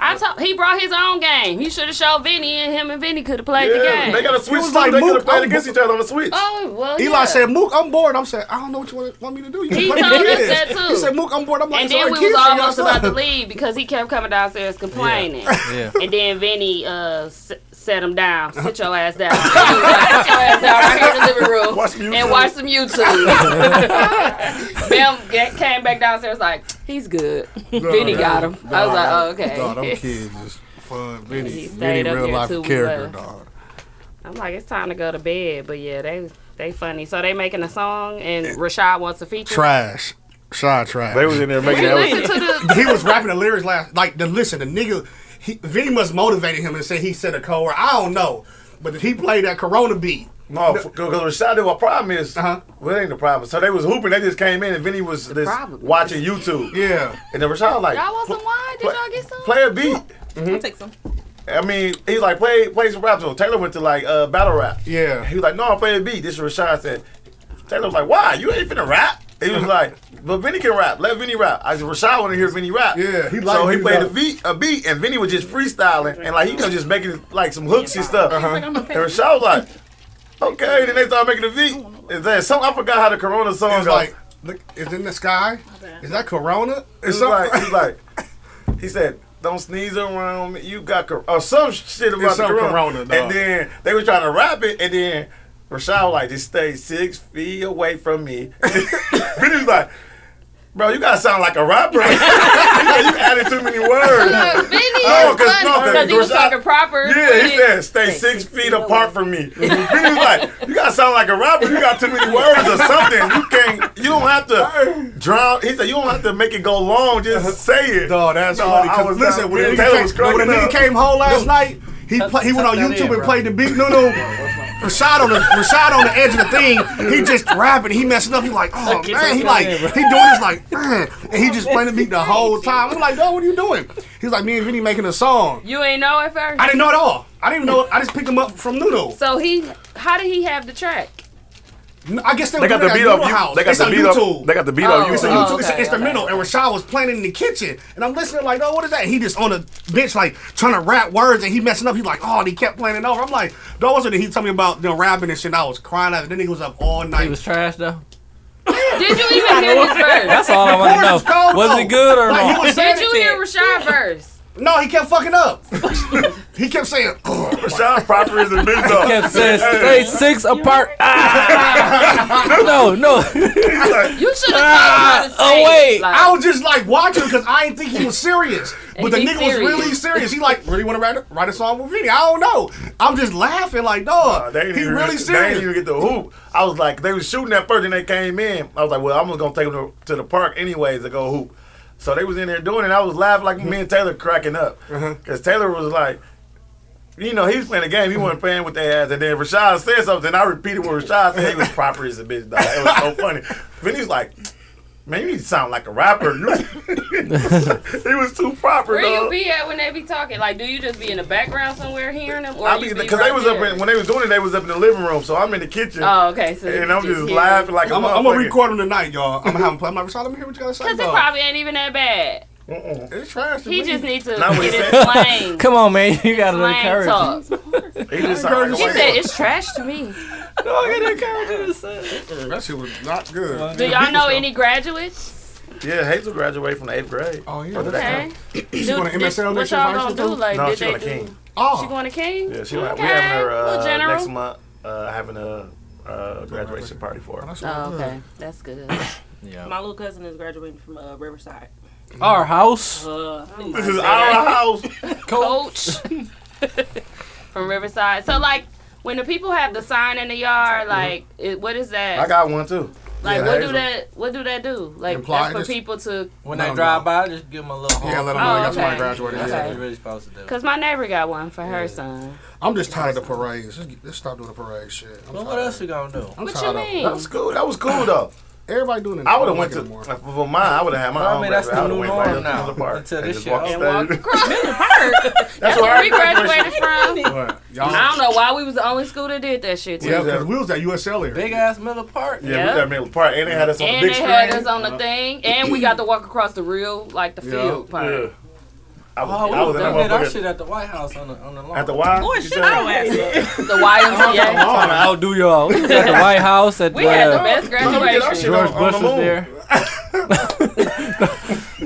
S3: I told he brought his own game. He should have showed Vinny, and him and Vinny could have played the game.
S6: they got a switch.
S7: was
S6: too.
S7: like,
S6: they could
S7: "Mook,
S6: have played
S7: I'm-
S6: against each other on the switch.
S3: oh well.
S7: Eli
S3: yeah.
S7: said, Mook, I'm bored. I'm saying, I don't know what you want, want me to do. You
S3: He
S7: play with
S3: told us
S7: kids."
S3: that too.
S7: He said, Mook, I'm bored. I'm like,
S3: And
S7: "It's
S3: then
S7: all
S3: we was
S7: kids in your
S3: almost about to
S7: stuff."
S3: leave because he kept coming downstairs complaining.
S1: yeah.
S3: And then Vinny uh, s- set him down. Sit your ass down. He was like, Sit your ass down right here in the living room
S6: Watch YouTube.
S3: and watch some YouTube. Bam ga- E. came back downstairs like, he's good. Vinny got him. I was like, oh, okay.
S7: Dog, them kids is fun. Vinny,
S3: He
S7: Vinny
S3: stayed up
S7: real
S3: here
S7: life
S3: too
S7: character,
S3: well.
S7: dog.
S3: I'm like, it's time to go to bed. But yeah, they they funny. So they making a song and Rashad wants a feature.
S7: Trash. Shy trash.
S6: They was in there making
S3: We
S6: that.
S3: listen to the.
S7: he was rapping the lyrics last. Like the listen, the nigga, he, Vinny must motivated him and say he said a code word. I don't know, but he played that Corona beat.
S6: No, because Rashad, what problem is?
S7: Uh-huh.
S6: Well, it ain't the problem. So they was hooping. They just came in, and Vinny was just
S3: problem is-
S6: watching YouTube.
S7: Yeah,
S6: And then Rashad like,
S3: Y'all want some wine? Did
S6: play,
S3: y'all get some?
S6: play a beat.
S8: I'll take some.
S6: I mean, he's like, play play some rap. So Taylor went to like uh, battle rap.
S7: Yeah.
S6: He was like, no, I'm playing beat. This is Rashad said. Taylor was like, why? You ain't finna rap. He was like, but Vinny can rap. Let Vinny rap. I said, Rashad want to hear Vinny rap.
S7: Yeah, he
S6: He
S7: liked
S6: so he
S7: Vinny
S6: played a
S7: rap.
S6: beat, a beat, and Vinny was just freestyling and like he was just making like some hooks and stuff.
S7: Uh-huh.
S6: And Rashad was like, okay. Then they started making a beat. Is that some? I forgot how the Corona song
S7: it's
S6: goes.
S7: like, look, it's in the sky. Is that Corona?
S6: It's like he's like he said, "Don't sneeze around me. You got cor- or some shit about
S7: It's
S6: the
S7: some
S6: corona."
S7: corona, dog.
S6: and then they were trying to rap it, and then Rashad was like, "Just stay six feet away from me." Vinny's like, "Bro, you gotta sound like a rapper. you added too many words."
S3: Look, Vinny
S6: No,
S3: is
S6: 'cause-
S3: funny
S6: no, 'cause
S3: because he was
S6: Rashad-
S3: talking proper.
S6: Yeah,
S3: but
S6: he said, "Stay six feet apart from me." Vinny's like, "You gotta sound like a rapper. You got too many words or something. You can't. You don't have to drown." He said, "You don't have to make it go long. Just say it."
S7: Dog, that's
S6: Uh-huh. No,
S7: funny.
S6: I
S7: 'cause
S6: was
S7: listen,
S6: not-
S7: when,
S6: Vinny
S7: the nigga
S6: Taylor
S7: came,
S6: was cracking
S7: when the nigga
S6: up.
S7: came home last night, He play, he went on
S1: tuck that
S7: YouTube
S1: in,
S7: and
S1: bro.
S7: played the big no no. Rashad on the Rashad on the edge of the thing. He just rapping. He messing up. He like oh
S1: Tuck it,
S7: man.
S1: tuck
S7: He
S1: it
S7: like
S1: in, bro.
S7: he doing this like man. and he just playing the beat the whole time. I'm like, dog, what are you doing? He's like me and Vinny making a song.
S3: You ain't know at first.
S7: I didn't know at all. I didn't even know. I just picked him up from Nuno.
S3: so he, how did he have the track?
S7: I guess they,
S6: They got the beat
S7: Nuno
S6: up.
S7: house.
S6: You, they got
S7: it's
S6: the
S7: on
S6: beat
S7: YouTube.
S6: up. They got the beat
S3: Oh,
S6: up. You
S7: It's a
S3: oh.
S7: YouTube, it's an
S3: okay,
S7: instrumental, and Rashad was playing it in the kitchen, and I'm listening like, oh, what is that? And he just on the bench like trying to rap words, and he messing up. He like, oh, and he kept playing it over. I'm like, that wasn't. it. He told me about the rapping and shit. and I was crying. Out. Then he was up all
S1: He
S7: night.
S1: was trash though.
S3: Did you even hear his verse?
S1: That's all I want to
S7: Recording's
S1: know.
S7: cold,
S1: Was
S7: though.
S1: it good or
S7: Like, he
S1: not?
S7: was saying
S3: Did you hear Rashad verse?
S7: it- No, he kept fucking up. he kept saying, oh,
S6: Rashad proper is a big dog.
S1: Kept saying stay six apart. Ah! no, no.
S3: You should have told him how
S6: Ah,
S3: to say
S1: oh, wait.
S3: It. Like,
S7: I was just like watching because I didn't think he was serious, but
S3: And
S7: the
S3: he's
S7: nigga was really
S3: serious.
S7: serious. He like really want to write a, write a song with Vinny. I don't know. I'm just laughing like,
S6: Uh,
S7: dog,
S6: They
S7: he
S6: didn't even,
S7: really
S6: They didn't
S7: serious.
S6: even get the hoop. I was like, they was shooting at first, and they came in. I was like, well, I'm just gonna take them to, to the park anyways to go hoop. So they was in there doing it. and I was laughing like me and Taylor cracking up
S7: Uh-huh.
S6: because Taylor was like. You know, he was playing a game. He wasn't playing with their ass. And then Rashad said something. I repeated what Rashad said. He was proper as a bitch, dog. It was so funny. Vinny's like, man, you need to sound like a rapper. he was too proper,
S3: where you
S6: dog.
S3: be at when they be talking? Like, do you just be in the background somewhere hearing them, or
S6: I
S3: you
S6: mean,
S3: be
S6: because they
S3: right
S6: was up
S3: there?
S6: in, when they was doing it, they was up in the living room. So I'm in the kitchen.
S3: Oh, okay. So
S6: And I'm
S3: you
S6: just
S3: hear-
S6: laughing like a
S7: I'm,
S6: motherfucker.
S7: I'm gonna record him tonight, y'all. I'm gonna have him play. I'm like, Rashad, let me hear what you gotta say.
S3: Cause it
S7: dog."
S3: probably ain't even that bad.
S6: It's trash. to
S3: He
S6: me.
S3: just needs to
S6: Not what
S3: get
S6: he
S3: his
S6: said.
S3: slang.
S1: Come on, man. You gotta
S3: Slang
S1: encourage. him.
S3: talk.
S6: He just sound like
S3: He
S6: a white
S3: said it's trash to me.
S1: Dog, it encouraging his son.
S7: That shit was not good.
S3: Do y'all know any graduates?
S6: boy. Yeah, Hazel graduated from the eighth grade.
S7: Oh, yeah.
S6: Or did that
S3: Okay.
S6: count?
S3: She's
S7: going to MSL
S3: What
S7: next year,
S3: y'all
S7: high
S3: gonna
S7: school?
S3: do? Like,
S6: No,
S3: did
S6: she
S3: they
S6: on a
S3: do?
S6: king.
S7: Oh,
S3: She going to King?
S6: Yeah, she like,
S3: okay.
S6: we having her
S3: Little
S6: uh,
S3: general.
S6: next month. Uh, having a uh, graduation party for her.
S3: Oh, okay. That's good.
S1: Yeah.
S8: My little cousin is graduating from uh, Riverside.
S1: Our house.
S3: Oh
S8: Uh,
S6: This is our house.
S3: Coach from Riverside. So, like, when the people have the sign in the yard, like, it, what is that?
S6: Mm-hmm. I got one too.
S3: like,
S6: yeah,
S3: what
S6: Hazel.
S3: do that? What do that do? Like,
S7: Imply
S3: that's for
S7: this-
S3: people to.
S1: When
S7: No,
S1: they drive
S7: no.
S1: by, just give them a little.
S7: yeah,
S1: honk.
S7: let him know.
S3: Oh,
S7: That's why I
S3: okay.
S7: graduated.
S1: That's
S7: Yeah.
S1: what you really supposed to do.
S3: Cause my neighbor got one for her son.
S7: I'm just tired of the parades. Just, just stop doing the parade shit. I'm
S1: Well,
S7: tired
S1: what else
S7: Of,
S1: you gonna do?
S7: I'm
S3: What
S7: tired
S3: you
S7: of-
S3: mean?
S6: That was cool. That was cool though.
S7: Everybody doing it.
S6: I would have went to
S7: More.
S6: like, for mine. I would have had my
S1: Well, I
S6: own.
S1: mean, that's
S6: graduate.
S1: the
S6: I
S1: new
S6: would've went
S1: norm
S6: right up to
S1: now,
S6: the park
S1: until
S6: and
S1: this
S6: just
S1: shit
S6: walked
S1: over.
S6: the stage. That's
S3: That's where we
S6: where
S3: graduated from.
S7: But y'all,
S3: I don't know why we was the only school that did that shit. Too.
S7: Yeah, because we was at USL here.
S1: Big ass Miller Park.
S6: Yeah, we got Miller Park, and they had us on the
S3: And
S6: big
S3: they had us
S6: screen.
S3: on the thing, and we got to walk across the real, like the
S7: Yeah.
S3: field part.
S6: Yeah. I
S1: Oh,
S6: was,
S1: we
S6: I was in
S1: done did
S6: that
S1: our shit
S6: motherfucker
S1: at the White House on the on the lawn.
S6: at the Y.
S9: Boy,
S6: You
S9: shut
S6: said-
S9: your ass up.
S3: The YMCA.
S1: Trying to outdo y'all. We was at the White House at
S3: We had the
S1: uh,
S3: best
S6: Get our
S3: graduation.
S6: shit
S1: George
S6: on, on
S1: Bush
S6: the
S1: was
S6: moon.
S1: there.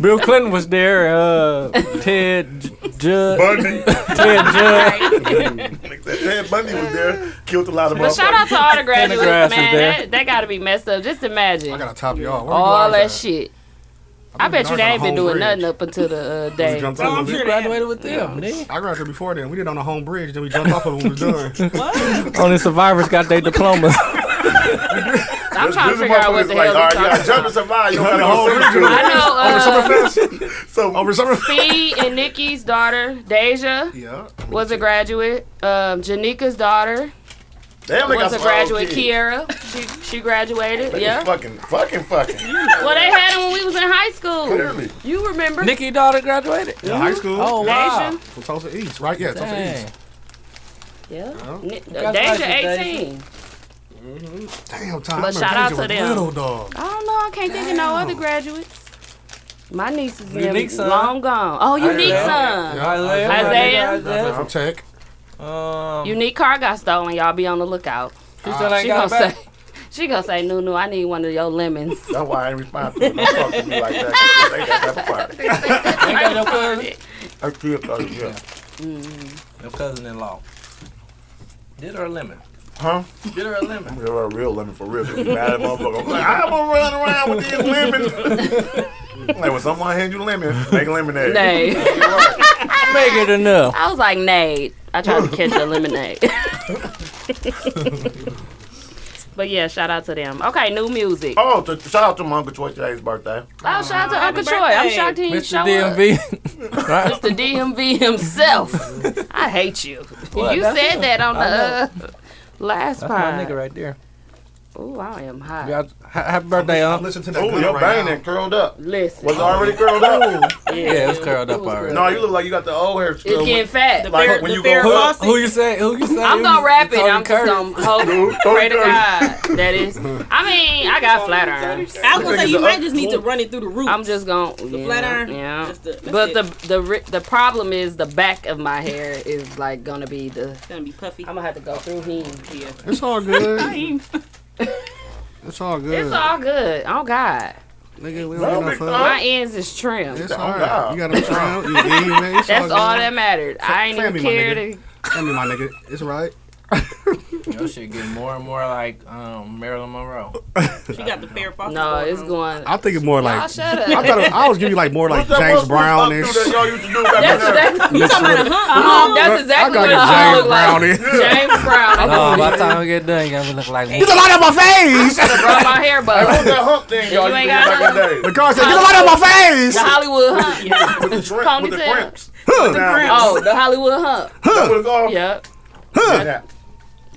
S1: Bill Clinton was there. Uh, Ted J- Judd.
S6: Bundy.
S1: Ted Judd.
S6: Ted Bundy was there, killed a lot of
S3: But shout out
S6: motherfuckers.
S3: to all the graduates,
S1: grass
S3: man.
S1: is there.
S3: That, that got to be messed up. Just imagine
S7: I gotta top y'all. Where you
S3: all
S7: guys
S3: that
S7: at?
S3: shit.
S7: I
S3: I bet you
S7: think
S3: they
S7: ours
S3: ain't
S7: on
S3: been
S7: the
S3: doing
S7: home
S3: nothing up until the uh,
S7: We
S3: day.
S7: jumped
S9: Oh,
S7: off
S9: I'm
S7: of it.
S9: sure
S1: You
S9: they have.
S1: graduated with them, nigga.
S7: I graduated before then. We did it on the home bridge. Then we jumped off of it when we was done.
S9: What?
S1: Only survivors got their diplomas.
S3: I'm trying to
S6: This
S3: figure out what
S6: motherfucker's
S3: the
S6: like,
S3: hell
S6: all
S3: I'm
S6: right,
S3: talking
S6: y'all jump and
S3: about.
S6: survive. You
S7: the whole
S6: want to
S3: I
S6: go
S3: know uh,
S6: So
S7: Over summer.
S3: Fee and Nikki's daughter, Deja,
S7: Yeah.
S3: was a graduate. Um, Janika's daughter
S6: damn, they got
S3: was a
S6: some
S3: graduate.
S6: old kids.
S3: Kiara, she, she graduated.
S6: They
S3: Yeah.
S6: Fucking, fucking, fucking.
S3: Well, they had them when we was in high school.
S6: Clearly.
S3: You remember?
S1: Nikki daughter graduated.
S7: Yeah, high school.
S1: Oh wow.
S3: Deja.
S7: From Tulsa East, right? Yeah, Tulsa
S1: Dang.
S7: East.
S3: Yeah. Ni- uh,
S1: Congratulations,
S3: Deja, 18.
S7: Damn, time.
S3: But shout out to them.
S7: Little dog.
S3: I don't know. I can't think of no other graduates. My niece is
S1: Unique
S3: never-
S1: son.
S3: long gone. Oh, unique son.
S1: Isaiah.
S3: Isaiah.
S7: From Tech.
S1: Um,
S3: Unique car got stolen. Y'all be on the lookout.
S1: she still ain't
S3: She
S1: got
S3: gonna
S1: it back.
S3: say, she gonna say, Nunu, I need one of your lemons.
S6: That's why I ain't respond to them. Don't talk to me like that. 'cause They got that party.
S1: Ain't got your cousin.
S6: I feel for you, yeah.
S1: Your cousin-in-law. Did her a lemon.
S6: Huh?
S1: Did her a lemon.
S6: You're a real lemon for real. 'cause you mad at motherfucker. I'm like, I'm gonna run around with these lemons. like when someone hand you lemon, make lemonade.
S3: Nay.
S1: Make it enough.
S3: I was like, Nate. I tried to catch a lemonade. But yeah, shout out to them. Okay, new music. Oh,
S6: Oh, to, shout out to my Uncle Troy today's birthday.
S3: shout out to Uncle Troy.
S9: birthday.
S3: I'm shocked he didn't show
S1: Mr.
S3: up.
S1: DMV. right?
S3: Mr. DMV himself. I hate you.
S1: What?
S3: You
S1: That's
S3: said
S1: him.
S3: that on the
S1: I
S3: uh, last
S1: That's
S3: pod.
S1: my nigga right there.
S3: Ooh, I am hot.
S1: Y'all, ha- happy birthday,
S7: I'm
S1: um.
S7: listening to that.
S6: Oh,
S7: gun
S6: your
S7: right
S6: bang
S7: now.
S6: then curled up.
S3: Listen,
S6: Was it already curled up?
S1: Yeah, it's curled up
S3: It was
S1: already.
S3: good.
S6: no, you look like you got the old hair.
S3: it's
S6: still.
S3: getting fat.
S6: Like
S8: Fair-
S6: when
S8: the
S6: you
S8: fair
S6: go
S1: Who,
S6: up.
S8: boss.
S1: who you say? Who you say?
S3: I'm gonna rap it.
S1: Tony
S3: I'm just
S1: Curtis.
S3: gonna hope,
S6: Tony
S3: pray to
S6: Curtis.
S3: God. That is. I mean, I got flat iron.
S8: I was gonna
S6: Niggas
S8: say you
S6: are
S8: might
S6: up-
S8: just need to run it through the roof.
S3: I'm just gonna the yeah,
S8: flat iron?
S3: Yeah.
S8: That's the- that's
S3: but
S8: it.
S3: the the ri- the problem is the back of my hair is like gonna be the.
S8: gonna be puffy.
S3: I'm gonna have to go through him.
S8: yeah.
S10: It's all good.
S9: Dang.
S10: It's all good.
S3: It's all good. Oh God,
S10: Nigga, we
S6: Bro,
S10: don't
S6: big
S10: get no
S6: dog.
S10: fuck.
S3: my ends is trimmed.
S10: It's
S6: Oh,
S10: all right.
S6: God.
S10: You got them trimmed. You eating, man. It's
S3: That's all
S10: good.
S3: that mattered. I ain't
S7: Fan
S3: even
S7: me, my
S3: care
S7: nigga.
S3: to.
S10: I mean, my nigga, it's right.
S1: Your shit getting more and more like um, Marilyn Monroe.
S8: She got the fair boss.
S3: No, it's going.
S7: I'm thinking more like.
S3: Y'all shut up.
S7: I thought I was giving you like more like
S6: What's that
S7: James
S6: one
S7: Brown
S6: fuck
S7: and
S6: dude that
S7: shit.
S6: y'all used to do back
S3: That's
S6: in there?
S3: exactly, that's
S7: I
S3: exactly
S7: got
S3: what
S7: a
S3: I
S7: James
S3: look
S7: Brown
S3: like.
S7: in.
S3: James Brown.
S1: No, Oh, by the time we get done, you're gonna be looking like me.
S7: Get the light out my face!
S3: Brought my hair
S6: What's
S3: back.
S6: that hump thing y'all
S3: You ain't
S6: used to do
S3: got
S6: back in the day?
S7: The car said, "Get the light out my
S3: The
S7: face!"
S3: Hollywood hump.
S6: With the shrimp, with the
S3: Ponytail.
S6: crimps.
S3: Oh, the Hollywood hump.
S6: That's what it's called.
S3: Yep.
S6: Yeah.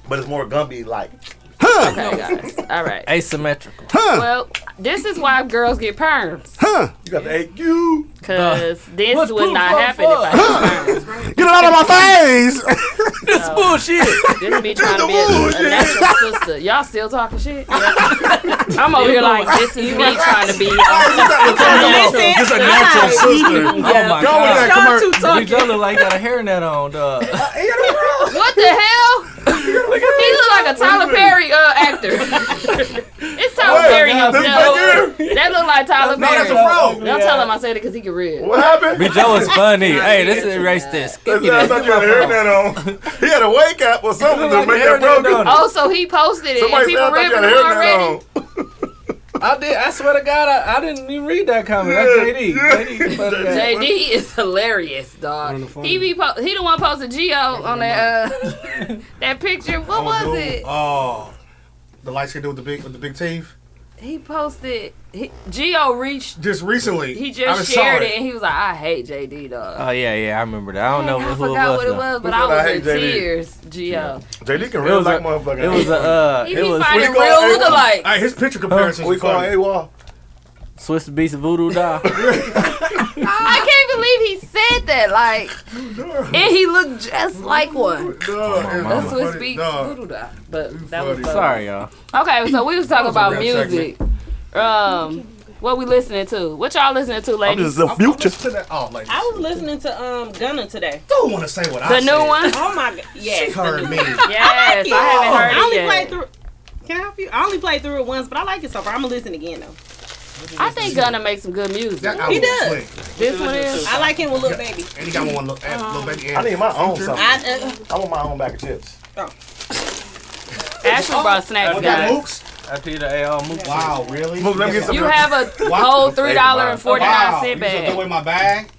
S6: But it's more Gumby like.
S3: Okay, guys. All right.
S1: Asymmetrical.
S3: Well, this is why girls get perms.
S6: You got the AQ.
S3: Cause this
S1: What
S3: would
S1: the
S3: not
S1: fuck,
S3: happen if I had perms.
S7: Get the light out my face!
S1: This bullshit.
S3: This be trying to be a, a natural sister. Y'all still talking shit? I'm over here like, this is me trying to be.
S1: Oh,
S6: It's a natural sister.
S1: Oh my
S7: Go with
S1: god.
S7: that
S9: Y'all too
S7: commercial.
S1: We
S9: talking.
S1: just look like got a hairnet on, dog.
S3: What the hell? he look like a Tyler Perry uh, actor. it's Tyler
S6: Wait,
S3: Perry
S6: now, this
S3: himself. That look like Tyler
S7: No,
S3: Perry.
S7: that's a fro.
S3: Don't tell him I said it because he can read.
S6: What happened?
S1: B. Joe is funny. hey, this is erase this. Give me
S6: I
S1: that.
S6: thought you had a hairnet on. He had a wake up or something to
S1: Like
S6: make that
S1: hairnet on.
S6: broken.
S3: Oh, so he posted it and
S6: Somebody said
S3: people
S6: I thought you
S3: ripping
S6: had
S3: him
S6: a hairnet
S3: already.
S6: on.
S1: I did. I swear to God, I, I didn't even read that comment. That's JD. JD. fuck that.
S3: JD is hilarious, dog. He be po- he the one posted Geo on that uh, that picture. What was it?
S7: Oh, the light skinned dude with the big with the big teeth.
S3: He posted he, Geo reached.
S7: Just recently,
S3: He
S7: I
S3: just
S7: saw
S3: shared it and he was like, "I hate JD, dog."
S1: Oh yeah, yeah, I remember that. I don't know
S3: I
S1: who it
S3: forgot
S1: was.
S3: what it
S1: though.
S3: was, but
S6: Who
S3: I
S6: said I
S3: was
S6: hate
S3: in
S6: JD?
S3: tears. Geo.
S6: JD can really
S1: was a-
S6: like motherfucker.
S1: It was a uh,
S3: He
S1: it
S3: be
S1: was
S3: finding
S6: we call
S3: real
S6: it-
S3: lookalikes.
S7: Hey, his picture comparisons.
S6: We
S7: We
S6: call
S7: funny.
S6: it AWOL.
S1: Swiss Beats Voodoo Doll.
S3: I can't believe he said that. Like, and he looked just like one.
S1: mama.
S3: That's what speaks. voodoo doll. But that was funny.
S7: funny.
S1: Sorry, y'all.
S3: Okay, so we was talking
S7: That
S3: about
S7: was a rap
S3: music. Um, what we listening to? What y'all listening to, ladies?
S6: the
S7: Future. Oh, like
S8: I was listening to um Gunna today.
S7: don't want to say what I
S3: The
S7: said.
S3: new one?
S8: Oh my god. Yes.
S7: She heard me.
S3: Yes, I haven't heard
S8: I only
S3: it
S8: played
S3: yet.
S8: through. Can I help you? I only played through it once, but I like it so far. I'm gonna listen again though.
S3: I think Gunna makes some good music.
S7: That
S8: He
S7: album was
S8: does.
S7: slick.
S3: This one is.
S8: I like him with Lil Baby.
S7: And he got one little, uh, little baby.
S6: I need my own something.
S8: I, uh,
S6: I want my own bag of chips.
S3: Ashley
S7: Oh,
S3: brought snacks,
S7: You got
S3: guys.
S7: Mooks?
S1: I see the AL movie.
S7: Wow, really?
S6: Mook, let me get some-
S3: You have a whole three dollar and forty nine
S7: Wow,
S3: cent
S7: you just throw
S3: bag.
S7: away my bag?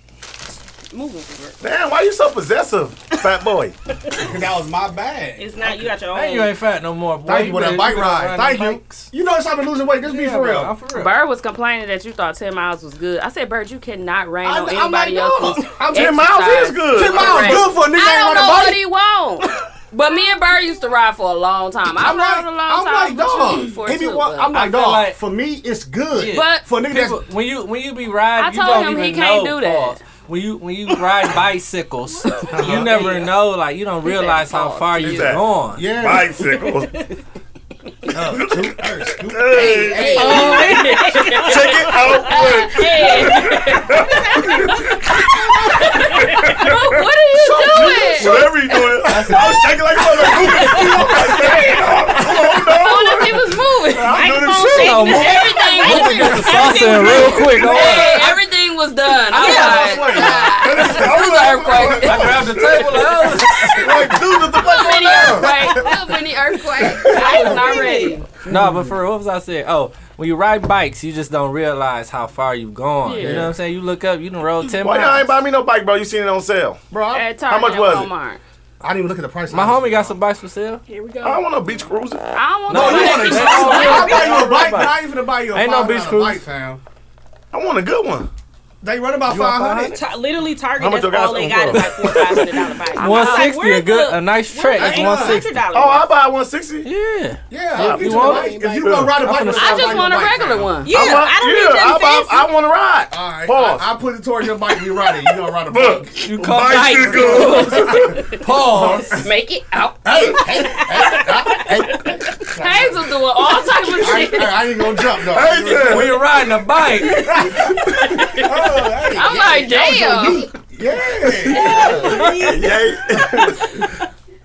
S8: moving forward.
S6: Damn, why you so possessive, fat boy?
S7: Cause that was my bag.
S8: It's not you got your own.
S1: Hey, you ain't fat no more, boy.
S7: Thank you for that bike ride. Thank you. You notice I've been losing weight. This be for
S1: I'm
S7: real.
S1: for real.
S3: Bird was complaining that you thought ten miles was good. I said, Bird, you cannot rain
S7: I-
S3: on
S7: I'm
S3: anybody
S7: like, no.
S3: else's. exercise.
S7: I'm ten
S6: Miles is good.
S7: Ten miles
S3: Correct.
S7: good for a nigga
S3: I don't
S7: ain't running
S3: know what
S7: bike.
S3: he want. But me and Bird used to ride for a long time. I
S7: I'm
S3: rode
S7: like,
S3: a long
S7: I'm like,
S3: time. but you
S7: dog.
S3: before
S7: If
S3: too,
S7: you want,
S3: but-
S7: I'm like,
S1: feel
S7: dog.
S1: like-
S7: for me, it's good.
S1: Yeah.
S3: But
S7: for a nigga
S1: People,
S7: that's
S1: when you when you be riding,
S3: I
S1: you
S3: told
S1: don't
S3: him
S1: even
S3: he can't
S1: know,
S3: do that.
S1: Pause. When you when you ride bicycles, you never know. Like you don't realize how
S3: pause.
S1: far you're
S6: said-
S1: going.
S7: yeah.
S6: Bicycle.
S7: Hey,
S6: Hey, check it out. quick.
S3: Hey. Bro, what are you doing?
S6: Whatever you doing, I was shaking like a motherfucker.
S3: Soon as he was moving.
S6: I'm doing this shit.
S1: No more.
S3: Everything,
S1: We get the sauce in real quick. Don't worry.
S3: hey, everything was done. I was like,
S6: I was like,
S3: earthquake.
S1: I grabbed the table. Like, oh.
S6: like, dude, what the fuck going
S3: Mini
S6: on?
S3: earthquake. Little mini earthquake. I was not ready.
S1: No, but for real, what was I saying? Oh, when you ride bikes, you just don't realize how far you've gone. You
S3: Yeah.
S1: know what I'm saying? You look up, you done rode ten
S6: Why y'all ain't
S1: miles.
S6: buy me no bike, bro? You seen it on sale.
S7: bro. I-
S3: At Target
S6: much
S3: and
S6: was it?
S3: Walmart.
S7: I didn't even look at the price.
S1: My homie got some bikes for sale. Oh,
S9: Here we go.
S6: I don't want no beach cruiser.
S9: I don't want
S1: No,
S9: no,
S1: you
S9: no,
S1: wanna-
S7: I buy you
S1: Ain't
S7: a bike.
S1: no
S7: I ain't finna buy you a
S1: Ain't
S7: ain't
S1: no
S7: no
S1: beach
S7: beach
S1: cruise.
S7: bike, fam.
S6: I want a good one.
S7: They run
S1: want
S7: about five hundred.
S8: T- literally, Target,
S6: How much
S8: that's
S6: y'all got
S8: all they
S6: so
S8: got is
S6: far?
S8: like four five hundred dollar bike. I'm
S1: One
S8: like,
S1: sixty,
S8: where's
S1: a good,
S8: the-
S1: a nice
S8: where's
S1: track is
S8: the
S1: one
S8: $100
S1: sixty.
S8: dollar
S6: Oh,
S8: one?
S6: I buy 160.
S1: Yeah,
S7: Yeah, I'll
S1: you
S7: get you
S1: want
S7: a bike.
S1: it?
S7: If you gonna ride a bike,
S1: finna
S7: with
S1: I
S7: us,
S3: I
S7: I'll buy
S3: just
S7: you
S3: want a
S7: bike,
S3: regular
S7: fam.
S3: one.
S8: Yeah,
S6: I, want,
S8: I don't need
S6: yeah, I,
S8: nothing
S6: buy,
S8: fancy.
S6: I want to ride.
S7: All right,
S6: Pause.
S7: I, I put it towards your bike. You ride it. You gonna ride a bike?
S1: you come
S6: Bicycle.
S1: pause.
S3: Make it out. Hazel doing all type of
S7: I,
S3: shit.
S7: ain't- I ain't gonna jump though.
S6: Hey, man.
S1: when you're riding a bike,
S3: I'm like, damn.
S7: Yeah.
S6: Yay.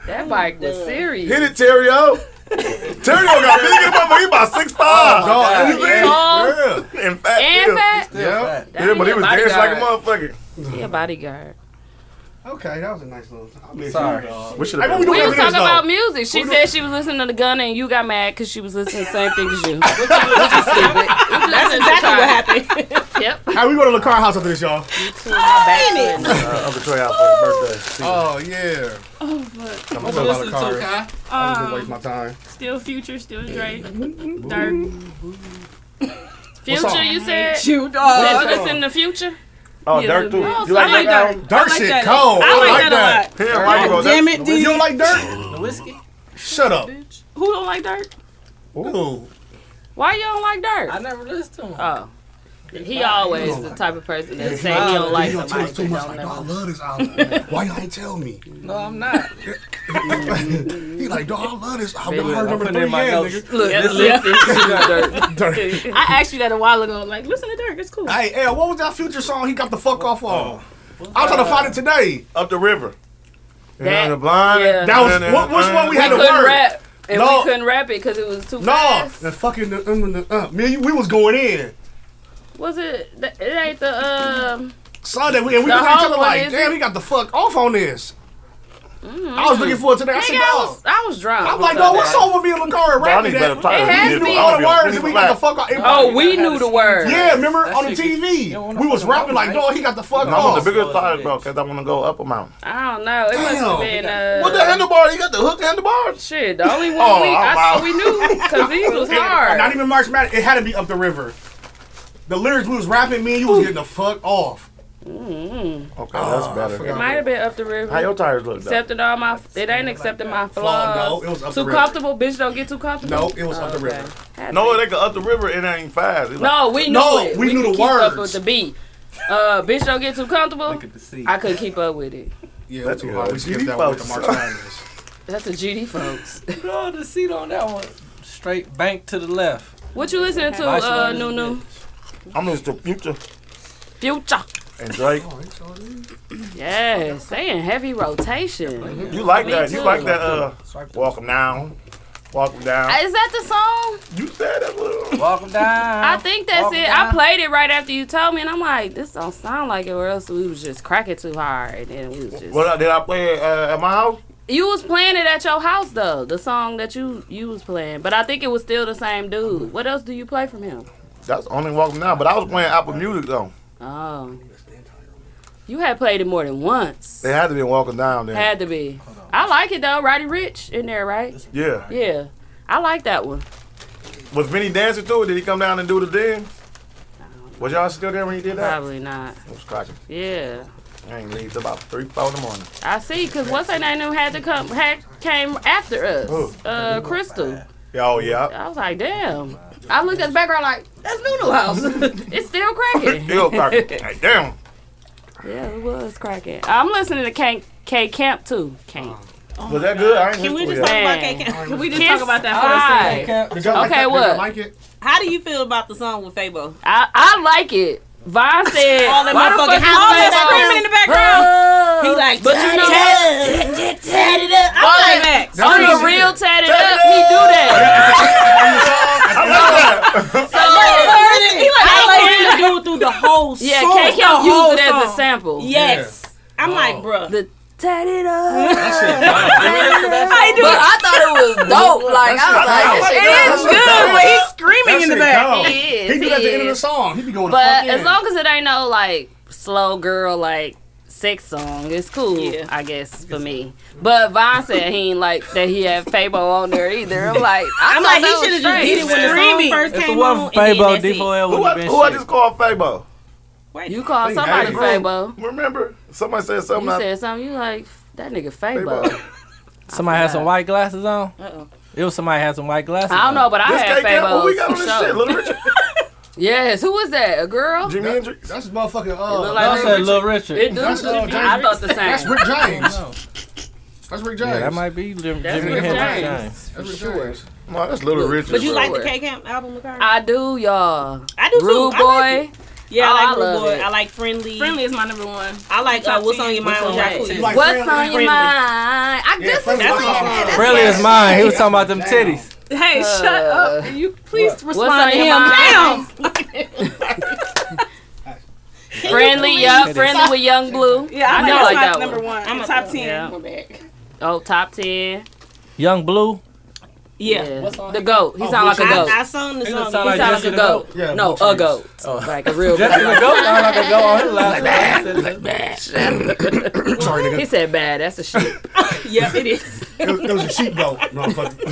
S3: That bike was serious.
S6: Hit it, Terrio. Terrio got big as a motherfucker. He about 6'5".
S7: God.
S6: You see?
S3: Tall
S7: Yeah.
S6: And fat.
S3: and
S6: too.
S3: fat.
S7: Yeah.
S6: Yeah, but he was
S3: Bodyguard.
S6: dancing like a motherfucker.
S3: He a bodyguard.
S7: Okay, that was a nice little. I miss
S1: Sorry.
S7: you, dog.
S6: We should
S7: Hey,
S6: have
S7: what we
S6: been.
S3: We
S7: doing
S3: was
S7: after this,
S3: talking
S7: though?
S3: about music. She said she was listening to the gun and you got mad because she was listening to the same thing as you. What you, what you stupid. That's exactly what happened. Yep.
S7: Hey, we go to the car house after this, y'all.
S6: Uh, Uncle Troy out for his birthday.
S7: Oh
S1: Uh,
S7: yeah.
S6: I'm
S7: I'm
S6: gonna go
S7: about
S6: by
S7: the
S6: the
S7: car.
S6: car.
S7: I was gonna waste my time.
S9: Still future, still Drake. Dark.
S3: Future, you said?
S9: You
S3: Did
S9: dog.
S3: you listen to Future?
S6: Oh,
S9: Yeah,
S6: Dirk
S9: the-
S6: too.
S9: I
S6: You like that?
S9: like that.
S6: album?
S7: Dirt
S9: like
S7: shit
S9: that.
S7: cold.
S9: I like that
S6: Him, Michael goes,
S8: Damn it,
S7: You
S8: dude.
S7: don't like dirt?
S1: the whiskey.
S7: Shut up.
S9: a lot. Who don't like Dark?
S7: Ooh.
S3: Why you don't like
S1: I
S3: Dirk?
S1: never listened to him.
S3: Oh. He always the type of person that say he don't like
S7: You don't tell
S3: somebody
S7: us too
S3: that
S7: much.
S3: don't
S7: Like,
S3: know.
S7: dog, I love this album. Why y'all ain't tell me?
S1: No, I'm not.
S7: He like, dog, I love this album. I
S1: I'm
S7: remember
S1: putting
S7: three
S1: it in
S7: years,
S1: my
S7: nigga.
S1: notes.
S3: Look,
S1: This
S3: listen.
S1: is-
S7: Dirt.
S9: I asked you that a while ago. Like, listen to Dirk. It's cool.
S7: Hey, L, what was that future song he got the fuck off on?
S1: Oh.
S7: I was trying to find it
S1: Uh,
S7: today.
S6: up the river.
S3: That-
S6: You're the blind.
S3: yeah.
S7: That was what, which one we had to
S3: couldn't
S7: word?
S3: rap. And
S7: No.
S3: we couldn't rap it because it was too
S7: No,
S3: fast.
S7: the fucking the, um, the, uh, me and you, we was going in
S3: Was it? th- It ain't the um.
S7: Sunday, we, and we
S3: The
S7: looked at each
S3: whole
S7: other
S3: one
S7: like,
S3: is- Mm-hmm.
S7: damn, he got the fuck off on this. I was looking forward to that. I
S3: Nigga,
S7: said,
S3: I
S7: no.
S3: was I was drunk. Oh,
S7: I'm
S3: on
S7: like, no,
S3: Sunday.
S7: what's wrong with me and LaCar
S6: Bro, I
S7: rapping
S6: need better
S7: that?
S6: titles.
S3: It has to be-
S7: We all the words and we got the fuck off.
S3: Oh, we knew the word.
S7: Yeah, remember
S1: That
S7: on the
S1: shit get- Yeah,
S7: TV,
S1: on the
S7: we was
S1: fucking
S7: rapping like,
S1: mountain,
S7: no, he got the fuck
S6: I want
S7: off.
S6: the bigger thigh, bro, because I want to go up a mountain.
S3: I don't know. It must have
S7: Damn.
S3: been uh.
S6: What the handlebar? You got the hook handlebars?
S3: Shit, the only one
S6: Oh,
S3: we I
S6: I'm
S3: thought
S6: out.
S3: we knew because these was hard.
S7: Not even March Madness. It had to be up the river. The lyrics we was rapping, me and you was getting the fuck off.
S6: Okay,
S7: Oh,
S6: that's better.
S3: it might have been up the river.
S6: How your tires look, though?
S3: accepted all my. It ain't accepting my flaws.
S7: no, it was up
S3: too
S7: the river.
S3: comfortable, bitch. Don't get too comfortable.
S7: No, it was
S3: Oh,
S7: up the river.
S3: Had
S6: No,
S3: to
S6: they go up the river. It ain't fast. It's
S3: be. no, we knew
S7: No,
S3: it.
S7: we knew
S3: could
S7: the
S3: keep Up
S7: words.
S3: with the beat. Uh, bitch, don't get too comfortable.
S1: Look at the sea.
S3: I couldn't keep up with it.
S7: Yeah,
S6: That's
S7: that's too hard.
S6: good.
S7: We
S6: You
S7: skipped that one with the
S6: folks.
S7: March Madness.
S3: That's a GD, folks.
S1: No, the seat on that one. Straight bank to the left.
S3: What you listening to,
S1: Vice
S3: uh,
S1: versa.
S3: new new
S6: I'm just the future
S3: future?
S6: and Drake.
S7: Oh,
S3: Yes, they in heavy rotation.
S6: You like
S3: Me
S6: that?
S3: too.
S6: You like that? Uh, walk 'em down, walk 'em down.
S3: Is that the song?
S6: You said that little.
S1: Welcome down.
S3: I think that's
S1: Walk
S3: it. I
S1: down.
S3: played it right after you told me, and I'm like, this don't sound like it, or else we was just cracking too hard, and then we was just.
S6: What I- did I play uh, at my house?
S3: You was playing it at your house though, the song that you you was playing, but I think it was still the same dude. What else do you play from him?
S6: That's only walk 'em down. But I was playing Apple Music though.
S3: Oh, you had played it more than once.
S6: They had to be walking down there.
S3: Had to be. I like it though. Roddy Rich in there, right?
S6: Yeah.
S3: Yeah, I like that one.
S6: Was Vinny dancing too? Did he come down and do the dance? Was y'all still there when he did that?
S3: Probably not.
S6: I was cracking.
S3: Yeah,
S6: I ain't leave till about three, four in the morning.
S3: I see. Cause what's her name had to come had came after
S6: Who?
S3: us. Uh, Crystal.
S6: Yeah, Oh yeah.
S3: I was like, damn. I looked at the background like, that's Nunu House. it's still cracking.
S6: Still cracking. Hey, damn.
S3: Yeah, it was cracking. I'm listening to K, K Camp too.
S8: Oh.
S3: Camp.
S6: Was that good? I ain't
S8: Can we
S6: listened
S8: just
S6: to
S8: talk
S6: it yet.
S8: about
S3: Man.
S8: KK? Can we just
S3: Kiss
S8: talk about that for a second?
S3: Hi.
S7: Did y'all
S3: Okay,
S7: that? Did
S3: what?
S7: y'all like it?
S8: How do you feel about the song with Fabo?
S3: I, I like it. Von said,
S8: All that
S3: why the
S8: motherfucking
S3: fuck you
S8: all
S3: play
S8: that screaming in the background.
S3: Oh.
S8: He like,
S3: but you know
S8: "Tat
S3: what?
S8: it up. I'm like,
S7: Y'all
S3: On
S7: niggas-
S3: the real tatted up, he do that.
S8: He like, I like the dude through the whole song.
S3: Yeah,
S8: the
S3: K Camp
S8: whole
S3: used it as a
S8: song.
S3: sample.
S8: Yes. I'm like, bruh.
S3: The tatted up.
S8: I do.
S2: But I thought it was dope. Like I was like,
S9: It is good, but he's
S7: That
S9: screaming in the
S7: shit
S9: back.
S7: go.
S3: He is,
S7: He do that at
S3: he
S7: the end of the
S3: is.
S7: song. He be going.
S3: But
S7: to fuck
S3: as
S7: in.
S3: long as it ain't no like slow girl like sex song. It's cool, I guess, for me. But Vine said he ain't like that he had Fabo on there either. I'm like, I
S8: I'm
S3: thought
S8: like,
S3: that
S8: he
S3: was
S8: should have just
S3: straight.
S8: did it when the song first
S1: If it
S8: came
S1: wasn't
S8: on.
S1: for Fabo,
S3: and then that's
S1: D4L
S6: Who,
S1: would
S6: I,
S1: have been
S6: who I
S1: shit.
S6: just called Fabo?
S3: You called somebody Fabo.
S6: Remember? Somebody said something.
S3: You
S6: I-
S3: said something. You like that nigga Fabo.
S1: Somebody had some white glasses on.
S3: Uh-oh.
S1: It was somebody had some white glasses.
S3: I don't
S1: on.
S3: know, but I
S6: This
S3: had
S6: guy got what we got on this shit.
S3: Fabo.
S6: Little Richard,
S3: Yes, who was that? A girl?
S6: Jimi Hendrix.
S10: That's motherfucking.
S3: It
S10: Uh,
S3: looked
S1: I
S3: like
S1: said
S3: Little
S1: Little
S3: Richard. It
S1: Richard.
S3: do.
S10: That's, uh,
S3: I thought the
S10: that's
S3: same.
S10: Rick James.
S1: No.
S10: That's Rick James.
S1: Yeah, that might be Jim,
S3: That's
S1: Jimi
S3: Rick
S1: Hendrix.
S3: James.
S1: James.
S10: That's Rick James.
S6: No, that's Little Richard.
S3: But
S8: You
S3: you
S6: bro.
S8: like the
S3: Sure.
S8: K-Camp album, Lucar?
S3: I do, y'all.
S8: I do too.
S3: Rude
S8: I like
S3: boy.
S8: Yeah,
S3: Oh,
S8: I
S3: I
S8: like Rude
S3: love
S8: Boy.
S3: it.
S8: I like Friendly.
S9: Friendly is my number one.
S8: I like uh, What's on Your Mind
S3: What's
S8: with
S3: on your
S8: Jacqueline.
S3: mind?
S7: You like
S3: What's
S7: Friendly?
S3: on your
S8: Friendly.
S3: mind? I
S10: Yeah,
S3: just
S10: Friendly.
S8: That's my
S10: Yeah,
S8: song.
S10: that's
S1: Really, is mine. He was talking about them titties.
S9: Hey,
S3: Uh,
S9: shut up. Can you please respond
S3: What's on
S9: to
S3: your
S9: him?
S3: mind?
S9: Damn.
S3: Friendly, yeah, friendly with Young Blue.
S9: Yeah, I,
S3: I
S9: know
S3: know
S9: that's
S3: like
S9: my
S3: that
S9: number
S3: one.
S9: one.
S8: I'm a-
S9: top ten.
S3: yeah.
S9: We're back.
S3: Oh, top ten.
S1: Young Blue.
S3: Yeah, the goat. He sound like a goat.
S8: I, I sung the
S1: It
S8: song.
S1: sound
S3: He
S1: like
S3: sound like
S1: Jesse
S3: a
S1: the
S3: goat.
S10: Yeah,
S3: No,
S10: Blue
S3: a goat. Like a real
S1: Jesse
S3: goat.
S1: the goat sound like a goat on his last one. He said that.
S10: Sorry,
S3: He
S10: nigga.
S3: said bad. That's a shit.
S8: yeah, it is.
S7: It was, it was a sheep goat. No, I'm fucking.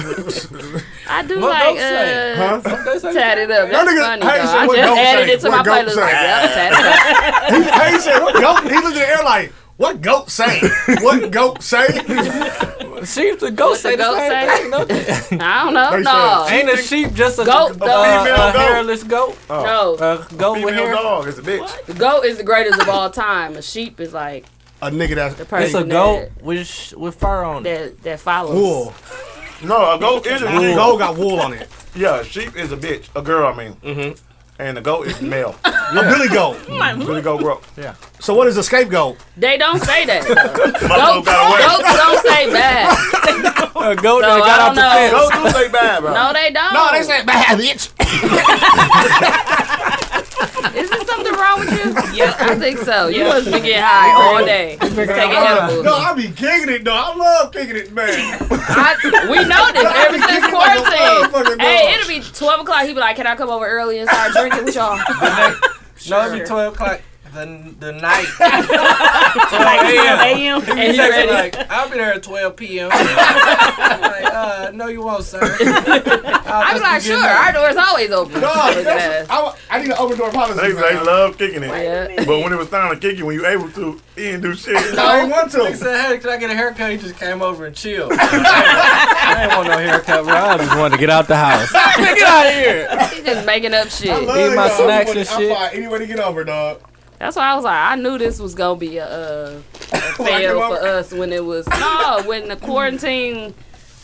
S3: I do
S1: What
S3: like
S1: goat say?
S3: uh,
S7: Huh?
S1: They say-
S3: tat it up.
S7: That
S3: That's
S7: nigga-
S3: funny.
S7: how you
S3: dog.
S7: say
S3: I
S7: what
S3: just
S7: goat
S3: added
S7: say?
S3: it to my
S7: What goat
S3: playlist.
S7: say?
S3: Like, yeah, tat it up.
S7: He, he said, what goat? He looked in the air like, what goat say? What goat say?
S1: Sheep the goat say
S3: the
S1: the
S3: goat
S1: same
S3: say?
S1: thing. don't they?
S3: I don't know.
S7: They
S3: No,
S1: Ain't a sheep just a
S3: Goat,
S1: a-
S3: though.
S1: a-
S6: Female
S1: a
S6: goat.
S1: hairless goat?
S3: no.
S1: A goat with
S6: Female
S1: hair?
S6: dog is a bitch.
S3: The goat is the greatest of all time. A sheep is like
S7: A nigga that's
S3: the
S1: It's a
S3: person that-
S1: goat with sh- with fur on it.
S3: that that follows.
S7: wool.
S6: No, a goat is a
S7: The
S6: bitch.
S7: goat got wool on it.
S6: Yeah, sheep is a bitch. A girl, I mean. And the goat is male.
S7: A billy goat.
S6: Billy goat grow.
S7: So what is a scapegoat?
S3: They don't say that. though.
S6: My goat
S3: Goats,
S6: got away.
S3: goats don't say bad.
S1: A goat
S3: So,
S1: that got
S3: I
S1: out the
S3: don't know.
S1: fence.
S6: Goat do say bad, bro.
S3: No, they don't.
S7: No, they said bad bitch.
S3: Is there something wrong with you? yeah, I think so. You must be getting high all day, taking edibles.
S7: No, I be kicking it though. I love kicking it, man.
S3: I, we know this ever since quarantine.
S7: motherfucking
S3: Hey,
S7: dog.
S3: it'll be twelve o'clock. He be like, "Can I come over early and start drinking with y'all?"
S1: No, it'd be 12 o'clock the, the night. 12 a.m.
S8: A.M.
S1: And
S3: he ready.
S1: like, I'll be there at 12 p.m. like, uh, no, you won't, sir.
S3: I be like, "Sure, our door's always open."
S7: God,
S3: Look at
S7: that's,
S3: that.
S7: I, I need an open door policy.
S6: They, they
S7: man.
S6: love kicking it.
S3: Yeah.
S6: But when it was time to kick you, when you able to, he didn't do shit.
S7: I ain't want
S1: He
S7: to.
S1: said, hey, can I get a haircut? He just came over and chilled. I didn't want no haircut, bro. I just wanted to get out the house. get out of here.
S3: He just making up shit.
S7: Love
S1: Eat my
S7: y'all.
S1: snacks and
S7: I'm fine.
S1: shit.
S7: Any way to get over, dog.
S3: That's why I was like, I knew this was gonna be a, uh, a fail for us when it was no when the quarantine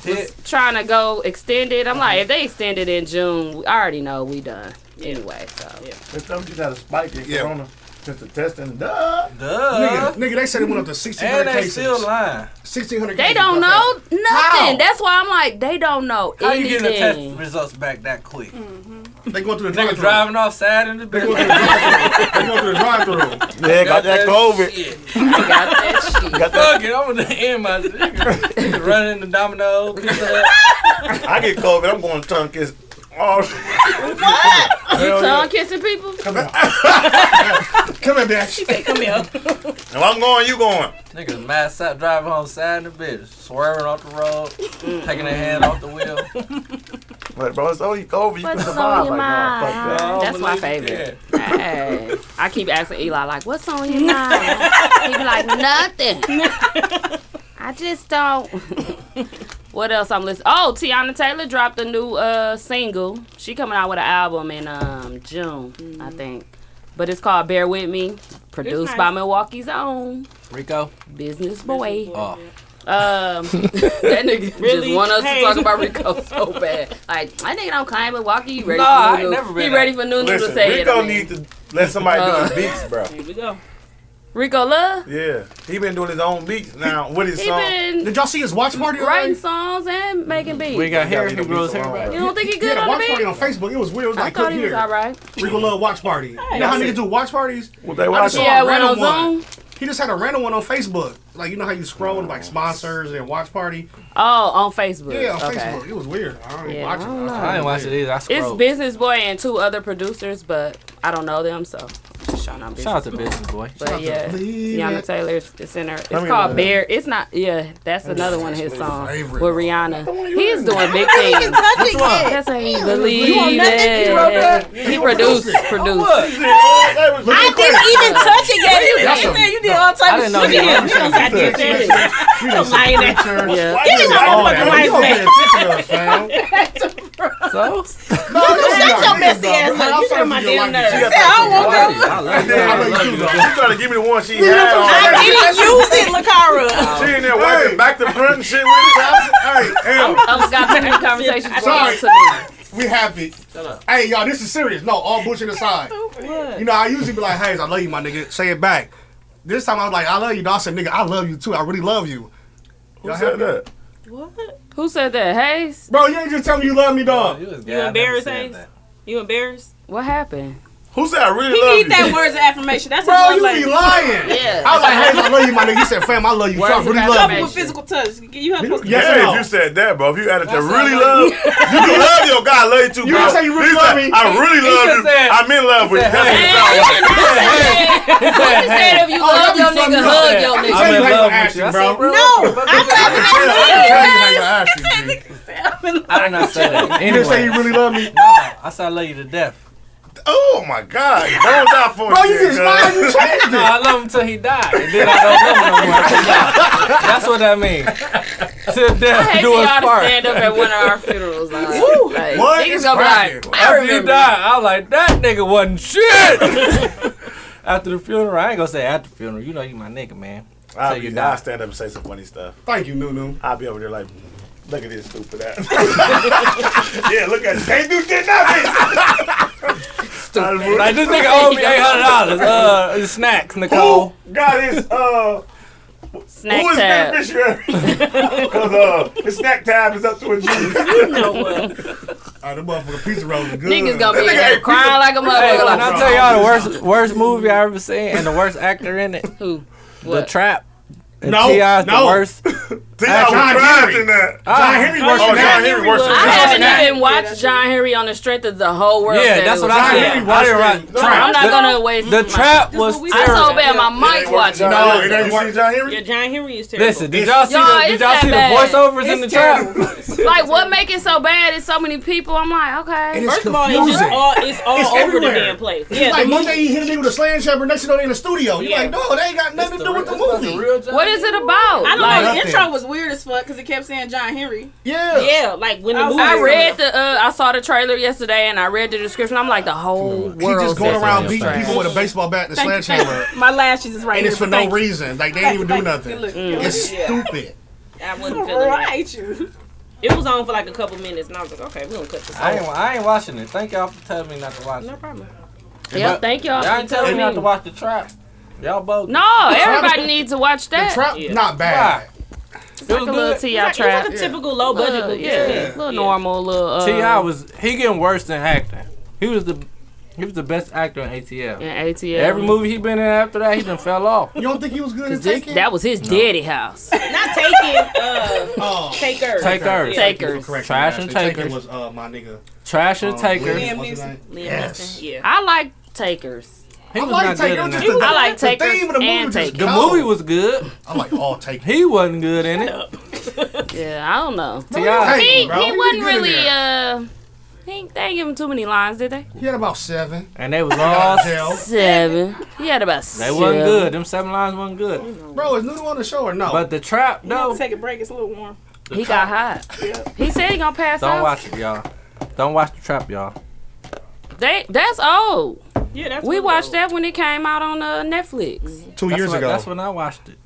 S3: was trying to go extended. I'm
S1: Uh-huh.
S3: like, if they extended in June, I already know we done anyway. So
S6: They told you got a spike in
S7: Yeah.
S6: corona since the testing. Duh.
S1: Duh.
S7: Nigga, nigga, they said it went up to 1,600
S1: And they
S7: cases.
S1: still lying.
S7: 1,600
S3: they
S7: cases.
S3: don't know nothing.
S7: How?
S3: That's why I'm like, they don't know
S1: How you getting the test
S3: anything. Mm.
S1: results back that quick?
S7: They going through the
S1: Nigga
S7: drive-thru.
S1: driving off side in the
S7: They going
S1: building.
S7: through the drive-thru. They going through the drive-through.
S6: Yeah, got that COVID.
S1: shit.
S3: I got that shit.
S6: Got that.
S1: Fuck it, I'm gonna end my nigga. running the domino. Pizza Hut.
S6: I get COVID. I'm going to tongue kiss. all
S3: You tongue kissing people?
S7: Come here, bitch.
S8: Come here.
S6: if I'm going, you going.
S1: Niggas mad side driving home side in the bitch, swerving off the
S3: Mm.
S1: road, taking their hand off the wheel.
S6: But bro, it's only COVID. You
S3: What's
S6: can
S3: on
S6: survive
S3: your
S6: like that. Fuck that.
S3: mind? That's my favorite. Hey, I keep asking Eli, like, what's on your mind? he be like, nothing. I just don't. what else I'm listening? Oh, Tiana Taylor dropped a new uh, single. She coming out with an album in um, June, I think. But it's called Bear With Me, produced
S8: nice.
S3: by Milwaukee's own
S1: Rico.
S3: business boy.
S1: Oh.
S3: Um, that nigga
S8: Really?
S3: just want us
S8: Hey.
S3: to talk about Rico so bad. Like that nigga don't claim Milwaukee. You ready
S1: Nah, I
S3: for
S1: ain't
S3: Nunu?
S1: never been
S3: he
S1: out.
S3: ready for Nunu to
S6: Listen,
S3: say it.
S6: Rico
S3: I mean.
S6: needs to let somebody
S3: Uh.
S6: do his beats, bro.
S8: Here we go.
S3: Rico love.
S6: Yeah, he been doing his own beats now with his
S3: He
S6: song.
S3: been
S7: Did y'all see his watch party? the other
S3: writing
S7: day?
S3: songs and making beats.
S1: We got hair,
S6: Yeah, we
S1: he
S6: don't
S1: grows
S6: be so
S1: hair
S6: long.
S1: back.
S3: you don't think he
S7: He
S3: good
S7: had a
S3: on
S7: watch
S3: the
S7: party
S3: beat?
S7: on Facebook. It was weird. It was
S3: I
S7: like
S3: thought
S7: cook
S3: he was
S7: here.
S3: alright.
S7: Rico Love watch party. You know how niggas do watch parties?
S6: What they
S7: I just
S1: Oh,
S6: watching?
S7: saw
S3: Yeah,
S7: a
S3: went on
S7: random one.
S3: Zoom.
S7: He just had a random one on Facebook. Like you know how you scroll like sponsors and watch party.
S3: Oh, on Facebook.
S7: Yeah, on
S3: okay.
S7: Facebook. It was weird. I don't
S3: Yeah,
S7: watch it.
S3: I don't
S7: was
S3: know.
S7: like,
S1: I ain't watch it either. I
S3: It's
S1: scrolled.
S3: Business Boy and two other producers, but I don't know them, so showing out business.
S1: Shout out to Business Boy. Shout out
S3: But
S1: to
S3: yeah,
S1: Leave
S3: Yana
S1: It.
S3: Taylor is it's in her. It's
S1: Let me
S3: called
S1: look.
S3: Bear. It's not. Yeah, that's
S1: That's
S3: another one of his
S1: my
S3: songs with
S1: favorite.
S3: Rihanna. He's doing big
S1: I
S3: things.
S1: didn't touch it Which one? yet.
S3: That's how he
S1: You
S3: believe
S1: want nothing?
S3: it.
S1: You wrote that?
S3: He
S1: You wrote
S3: produced,
S1: it?
S3: produced.
S6: I
S3: didn't even touch it yet.
S8: You
S3: That's
S8: did,
S3: a-
S8: man, you did all
S3: I
S8: type
S3: didn't
S8: of
S3: know
S8: shit.
S3: you
S8: You
S3: wrote
S8: don't got
S3: that.
S8: this shit. Lying
S3: Yeah.
S8: Give me my
S1: Oh,
S8: motherfucking
S1: man, you
S8: rights
S1: don't
S8: back.
S1: So?
S8: No, you shut your messy ass
S6: man.
S8: up.
S6: I'm
S8: You
S6: sorry
S8: on my
S6: for your
S8: damn
S6: life.
S8: nerves.
S6: You got
S8: Say, I don't want
S6: that.
S8: that.
S6: You try to give me the one she
S8: Yeah,
S6: had on.
S8: I didn't use it, Lakara.
S6: She in there wiping back to front and shit with it. Hey, hell.
S3: I'm got too many conversations going on
S7: Sorry.
S3: tonight.
S7: We happy. Hey, y'all, this is serious. No, all bullshit aside. You know, I usually be like, Hayes, I love you, my nigga. Say it back. This time I was like, I love you. dawg. I said, nigga, I love you too. I really love you.
S6: Who said that?
S3: Who said that? Hayes?
S7: Bro, you ain't just tell me you love me,
S1: Oh,
S7: dog.
S8: You embarrassed, Ace? You embarrassed?
S3: What happened?
S6: Who said I really
S8: He
S6: love
S8: need
S6: you?
S8: that words of affirmation. That's
S7: Bro,
S8: his
S7: you
S8: love
S7: be
S8: language.
S7: lying. I was like, Hayes, I love you, my nigga. You said, fam, I love you. too. I
S8: Words of
S7: really love
S8: affirmation.
S7: you.
S8: with physical touch. You have supposed to
S7: Yes or
S6: yeah,
S7: no?
S6: if you said that, bro. If you added that
S8: That's
S6: really
S8: not
S6: love, you can love your guy, I love you too,
S7: You
S6: bro.
S7: didn't say you really
S6: He
S7: love
S6: said, I
S7: me.
S6: really
S7: He
S6: love
S7: just
S6: you.
S7: said-
S6: I'm in love with you. That's what it sounds like.
S3: Who said if you love your
S7: fucked
S3: nigga,
S7: up.
S3: hug your
S7: I'm
S3: nigga?
S7: telling you how you
S1: with
S7: ask
S1: you. I
S7: you, bro.
S1: said, bro,
S7: I'm telling you how you ask you.
S1: I did not say that.
S7: You didn't say you
S1: Anyway,
S7: really love me.
S1: I said I love you to death.
S6: Oh my God! Don't die for
S7: Bro,
S6: me,
S7: you
S6: cuz.
S7: just lied. You changed
S1: No,
S7: it.
S1: I love him till he died. And then I don't love him no more. until he died. That's what that means. Till
S3: I
S1: death
S3: hate
S1: do
S3: y'all
S1: us
S3: to
S1: part.
S3: stand up at one of our funerals. Like, like,
S7: What
S3: niggas
S7: is
S3: gonna be
S7: cracking?
S3: like, I
S1: After you
S3: remember.
S1: died, I was like, that nigga wasn't shit. after the funeral, I ain't gonna say after the funeral. You know you my nigga, man.
S6: I'll,
S1: Say you
S6: be,
S1: die.
S6: I'll stand up and say some funny stuff.
S7: Thank you, Nunu.
S6: I'll be over there like, look at this stupid ass. yeah, look at Can't do shit now, Stupid.
S1: Like this nigga owed me eight hundred dollars. Uh, it's snacks, Nicole.
S6: got his uh, who
S3: Snack
S6: is
S3: tab.
S6: beneficiary? Because uh, his snack tab is up to a G.
S8: You know what?
S7: All right, the motherfucker pizza rolls good.
S3: Niggas gonna be
S6: That nigga
S3: in there
S6: ate
S3: crying like a
S1: Hey,
S3: motherfucker.
S1: when
S3: Like,
S1: I tell y'all the worst worst movie I ever seen and the worst actor in it,
S3: who?
S1: The
S3: What?
S1: Trap. And
S7: No,
S1: T.I.'s the
S7: no.
S1: worst.
S6: See, I was
S7: John
S6: trapped
S7: Henry.
S6: in that.
S7: John Henry worse
S6: oh,
S7: than
S6: John
S7: that.
S6: Henry worse than
S3: I
S6: that.
S3: haven't
S7: John
S3: even watched John Henry on the strength of the whole world.
S1: Yeah,
S3: said
S1: that's
S3: it
S1: what I
S3: was Trap.
S1: said. I didn't write
S6: No,
S1: Trap.
S3: I'm not
S1: The-
S3: gonna waste.
S1: The
S3: my-
S1: Trap was
S8: what we
S3: I
S8: said.
S1: terrible.
S3: told bad my
S6: It ain't
S3: mic
S6: worse
S3: watching.
S6: than
S7: No,
S6: John
S7: it
S6: Henry.
S7: ain't
S6: You seen John
S8: Yeah,
S6: Henry?
S8: John Henry is terrible.
S1: Listen, did y'all see the
S3: Y'all,
S1: did
S3: it's
S1: y'all
S3: that
S1: see the
S3: bad.
S1: voiceovers in the
S8: It's
S1: Trap?
S3: Like what make it so bad is so many people. I'm like, okay.
S7: It's
S8: First of all, it's just
S7: confusing.
S8: all it's all
S7: It's
S8: over
S7: everywhere.
S8: the damn place.
S7: It's
S8: Yeah,
S7: like
S8: the
S7: one
S8: movie,
S7: day you hit a nigga with a slam shot, but next you know they in the studio. You're
S8: Yeah.
S7: like, no, they ain't got nothing to do with the movie.
S3: What is it about?
S8: I don't
S3: Like,
S8: know. The
S7: Nothing.
S8: intro was weird as fuck because it kept saying John Henry.
S7: Yeah.
S8: Yeah, like when the
S9: I was
S8: movie.
S3: I
S9: like,
S3: read the uh, I saw the trailer yesterday and I read the description. I'm like the whole world.
S7: He just going
S3: says
S7: around
S3: it's
S7: beating
S3: trash.
S7: people with a baseball bat and a
S9: Thank you,
S7: sledgehammer.
S9: thank you. My lashes is right
S7: And
S9: here.
S7: it's for
S9: but
S7: no
S9: thank you.
S7: reason. Like, they ain't even do
S9: Thank you.
S7: nothing.
S9: Look, look.
S7: It's stupid.
S8: I wasn't feeling it.
S9: Right, you.
S8: It was on for like a couple minutes, and I was like, okay, we gonna cut this
S1: I ain't,
S8: off.
S1: I ain't watching it. Thank y'all for telling me not to watch it.
S8: No problem.
S3: Yeah, thank y'all
S1: Y'all
S3: for
S1: ain't telling me not
S3: telling
S1: to
S3: me.
S1: watch the trap. Y'all both.
S3: No, everybody needs to watch that.
S7: Trap,
S8: Yeah.
S7: not
S1: Why?
S7: bad.
S1: It
S3: Like a little
S1: was good.
S3: T.I.
S8: It's like
S3: trap.
S8: a typical low budget
S3: Uh,
S8: movie.
S3: yeah, little normal, little. Uh,
S1: Ti was he getting worse than acting. He was the he was the best actor in ATL.
S3: and ATL.
S1: Every movie he been in after that, he done fell off.
S7: You don't think he was good in
S3: This-
S7: taking?
S3: that was his daddy house.
S8: Not taking uh
S7: Oh.
S8: Taker.
S1: Takers.
S8: Yeah.
S3: Takers.
S7: Correct.
S1: Trash and
S7: Taken
S1: Takers.
S7: was uh, my nigga.
S1: Trash and
S7: um,
S1: Taker.
S7: Liam-
S1: He
S8: Liam
S7: what's his
S8: Neeson.
S7: name?
S8: Liam
S7: Yes.
S8: Neeson. Yeah.
S3: I like Takers.
S1: was
S7: like
S1: not
S7: Taker,
S1: good in
S7: just
S1: that.
S7: the-
S3: I like
S7: the theme
S3: Takers
S7: of the movie
S3: and
S7: just
S3: Takers.
S1: The
S7: cold.
S1: movie was good.
S7: I'm like, all Taker.
S1: He wasn't good in it.
S3: Yeah, I don't know.
S1: T.I.
S7: Hey,
S3: He,
S7: bro,
S3: he
S7: you
S3: wasn't
S7: good in
S3: really.
S7: there.
S3: Uh, he, ain't- they ain't give him too many lines, did they?
S7: He had about seven.
S1: And they was all
S7: Hell.
S3: Seven. He had about.
S1: they
S3: seven.
S1: wasn't good. Them seven lines wasn't good.
S7: Bro, is Nuno on the show or no?
S1: But the trap
S9: No.
S1: though,
S9: Take a break. It's a little warm.
S3: He got hot. He said he gonna pass
S1: don't
S3: out.
S1: watch it, y'all. Don't watch the trap, y'all.
S3: They that's old.
S8: Yeah, that's
S3: We
S8: what
S3: watched
S8: was.
S3: that when it came out on uh, Netflix.
S7: Two
S1: That's
S7: years
S1: when-
S7: ago.
S1: That's when I watched it.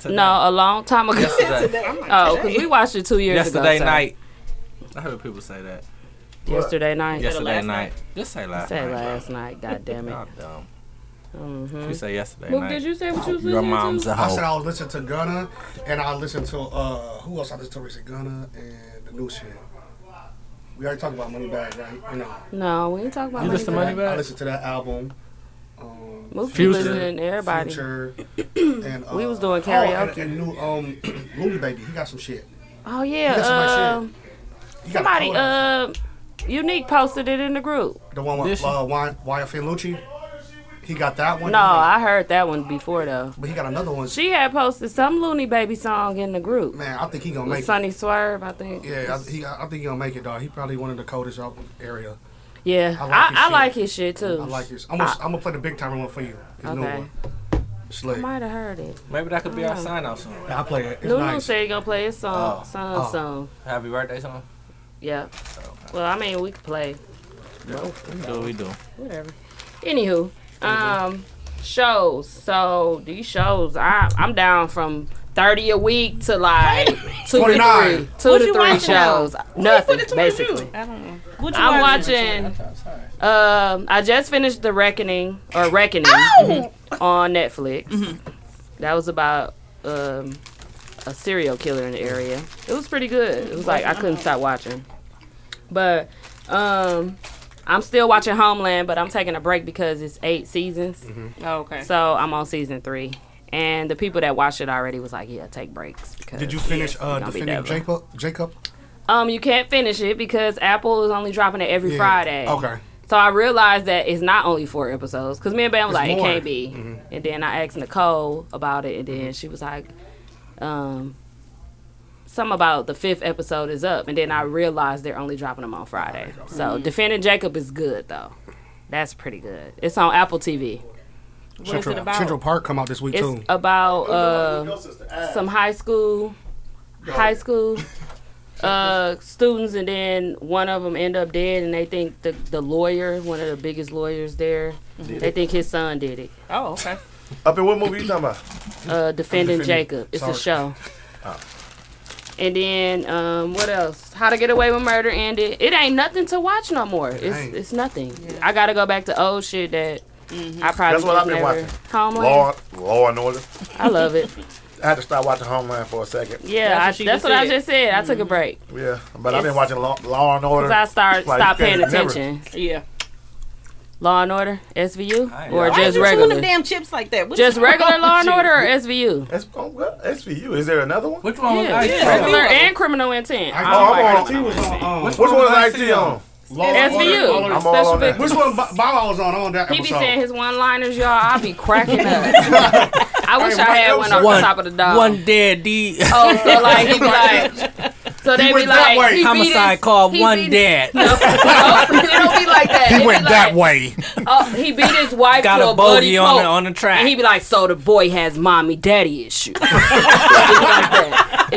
S1: Today.
S3: No, a long time ago.
S1: Yesterday,
S3: Oh, because we watched it two years
S1: yesterday
S3: ago. so-
S1: night. I heard people say that.
S3: Yesterday night.
S1: Yesterday
S8: last
S1: night. Just say last
S3: Say
S1: night.
S3: last night. God damn
S1: Y'all
S3: it.
S1: dumb.
S3: Mm-hmm.
S1: We say yesterday
S3: Well,
S1: night.
S3: did you say what you was
S1: Your
S3: listening
S1: mom's
S3: to?
S1: a
S7: I said
S1: hoe.
S7: I was listening to Gunna, and I listened to uh, who else I listened to? Was it Gunna and the new shit? We already talked about Moneybag, right? You know,
S3: No, we ain't talking about
S1: You listen to
S3: Moneybagg.
S1: Moneybagg?
S7: I listened to that album. Um,
S3: Mook was
S1: Future.
S3: listening to everybody.
S7: Future, and uh,
S3: We was doing
S7: oh, and-
S3: karaoke.
S7: and, new um, Louis Baby, he got some shit.
S3: Oh yeah,
S7: You got some nice
S3: uh,
S7: He got a
S3: somebody
S7: cold album.
S3: uh, Unique posted it in the group.
S7: the one with
S1: This-
S7: uh, Wyatt Wyatt Finlucci. He got that one.
S3: No, I heard that one before though.
S7: But he got another one.
S3: She had posted some Looney Baby song in the group.
S7: Man, I think he gonna
S3: With
S7: make it.
S3: Sonny Swerve, I think.
S7: Yeah, I, he, I think he gonna make it, dog. He probably one of the coldest out area.
S3: yeah.
S7: I
S3: I,
S7: like his
S3: I,
S7: shit.
S3: like his shit too.
S7: I like this. I'm gonna, I'm gonna play the big timer one for you. His new
S3: Ah. Okay.
S7: one.
S3: I
S7: Slick.
S3: might have heard it.
S1: Maybe that could be our
S3: Oh.
S1: sign off song.
S7: I play it. It's
S3: Lulu
S7: nice.
S3: said he gonna play his song,
S1: Oh.
S3: son's
S1: Oh.
S3: song.
S1: Happy birthday song.
S3: Yeah.
S7: Oh.
S3: Well, I mean, we could play. Well,
S1: do what we do.
S3: whatever. Anywho, um, shows. So these shows, I I'm down from thirty a week to like two to
S8: 29.
S3: three, two
S8: What
S3: to
S8: you
S3: three
S8: watching now?
S3: shows. Nothing basically.
S8: I don't know.
S3: I'm watching. Um, I just finished The Reckoning or Reckoning on Netflix. That was about um, a serial killer in the area. It was pretty good. It was like I couldn't stop watching. But um, I'm still watching Homeland, but I'm taking a break because it's eight seasons.
S7: Mm-hmm.
S8: Oh, okay.
S3: So I'm on season three. And the people that watched it already was like, "Yeah, take breaks." Because
S7: Did you finish
S3: yeah, we
S7: uh,
S3: gonna be
S7: defending
S3: dabbling.
S7: Jacob? Jacob.
S3: Um, you can't finish it because Apple is only dropping it every
S7: Yeah.
S3: Friday.
S7: Okay.
S3: So I realized that it's not only four episodes because me and Bam
S8: It's
S3: was like,
S8: more.
S3: it can't be. And then I asked Nicole about it, and then she was like, um, something about the fifth episode is up. And then I realized they're only dropping them on Friday. So
S8: Mhm.
S3: Defending Jacob is good though. That's pretty good. It's on Apple TV. What is
S7: Central,
S3: it about?
S7: Central Park come out this week
S3: it's
S7: too.
S3: about
S7: Who
S3: uh,
S7: else is the ass?
S3: some high school, high school uh, students, and then one of them end up dead, and they think the the lawyer, one of the biggest lawyers there,
S6: Did
S3: they
S6: it.
S3: think his son did it.
S8: Oh, okay.
S6: Up in what movie you talking about?
S3: Uh, defending
S6: Defending-
S3: Jacob. It's a show.
S6: sorry. Oh.
S3: And then um, what else? How to Get Away with Murder ended. It ain't nothing to watch no more. It's
S6: ain't.
S3: it's nothing. I gotta go back to old shit that I probably
S6: That's what I've
S3: just
S6: been
S3: never-
S6: watching.
S3: Homeland.
S6: Law, Law and Order.
S3: I love it.
S6: I had to stop watching Homeland for a second.
S3: Yeah, that's, I, what, that's what I just said. Mm-hmm. I took a break.
S6: Yeah, but I've been
S3: It's-
S6: watching Law, Law and Order.
S3: Cause I start
S6: Like,
S3: stop
S6: you can't
S3: paying
S6: never-
S3: attention.
S8: Yeah.
S3: Law and Order, SVU, or
S8: Why
S3: just
S8: is you chewing
S3: regular?
S8: them damn chips like that? What
S3: Just
S8: is wrong
S3: regular Law
S8: with
S3: and
S8: you?
S3: Order or SVU?
S6: That's oh, well, that's for you. Is there another one? Which
S3: Yeah, regular and criminal intent.
S6: Oh,
S3: I don't
S6: I'm
S3: like
S6: on IT. Which
S7: Uh,
S6: which one is IT on?
S3: SVU,
S6: I'm
S3: special
S6: all on that.
S7: Which one? Bob Bob was on on that
S3: He be
S7: episode.
S3: saying his one-liners, y'all. I be cracking up. I wish I had one on the
S1: One-
S3: top of the dog.
S1: One dead D.
S3: Oh, so like he be like, so they
S1: He
S3: be
S1: went that
S3: like,
S1: way.
S3: he beat
S1: Homicide
S3: his-
S1: called
S3: he
S1: one
S3: beat-
S1: dead.
S3: No, no, it don't be like that. It be like,
S1: way.
S3: Oh, he beat his wife
S1: Got
S3: to a,
S1: a
S3: bloody
S1: bogey on
S3: pulp.
S1: the, on the track.
S3: And he be like, so the boy has mommy daddy issues.
S7: and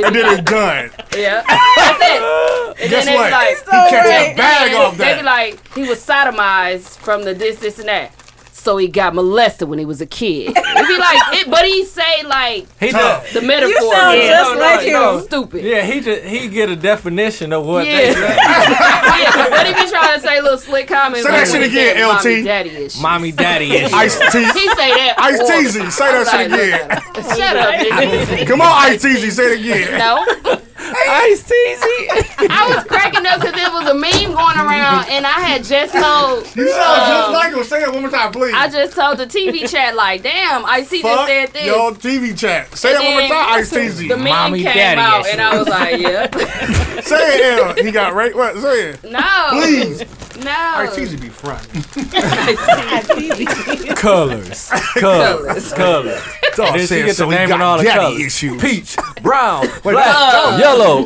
S7: then a gun.
S3: yeah. That's it. And
S7: Guess
S3: then they
S7: what?
S3: be like,
S7: He catch a
S3: and
S7: bag
S3: then
S7: off
S3: They
S7: that.
S3: be like, he was sodomized from the this, this, and that. So he got molested when he was a kid. It be like, it, but he say like
S1: He does.
S3: the metaphor.
S1: sound
S3: Yeah,
S1: just
S3: no,
S1: like
S3: no,
S1: him.
S3: Stupid.
S1: Yeah, he just he get a definition of what
S3: Yeah.
S1: they
S3: yeah, but he be trying to say little slick comments.
S1: Say that
S3: like
S1: shit
S3: when he
S1: again, LT.
S3: said mommy Daddy is
S1: mommy daddy is.
S7: Ice T.
S3: He say that. all
S7: Ice
S3: the
S7: Teasy,
S3: time.
S7: say that
S3: I'm
S7: shit
S3: like,
S7: again.
S3: Shut up, nigga.
S7: Come on, Ice Teasy, say it again.
S3: No.
S1: Ice Teasy.
S3: I was cracking up because it was a meme going around, and I had just told.
S7: You sound just
S3: um,
S7: like him. Say it one more time, please.
S3: I just told the TV chat like, "Damn, I see just
S7: Fuck
S3: said this."
S7: Yo, TV chat. Say
S3: And
S7: it one more
S3: then
S7: time, Ice Teasy.
S3: The meme came out, and I was like, "Yeah,
S7: Say it, L. He got right. What? Say it.
S3: no,
S7: Please.
S3: no."
S7: Ice Teasy be front.
S1: colors, colors, colors.
S7: Dog
S1: And then she
S7: said
S1: get
S7: so
S1: to
S7: he
S1: naming
S7: got
S1: all the
S7: daddy
S1: colors:
S7: issues.
S1: peach, brown,
S7: Wait,
S1: black,
S7: that was-
S1: yellow.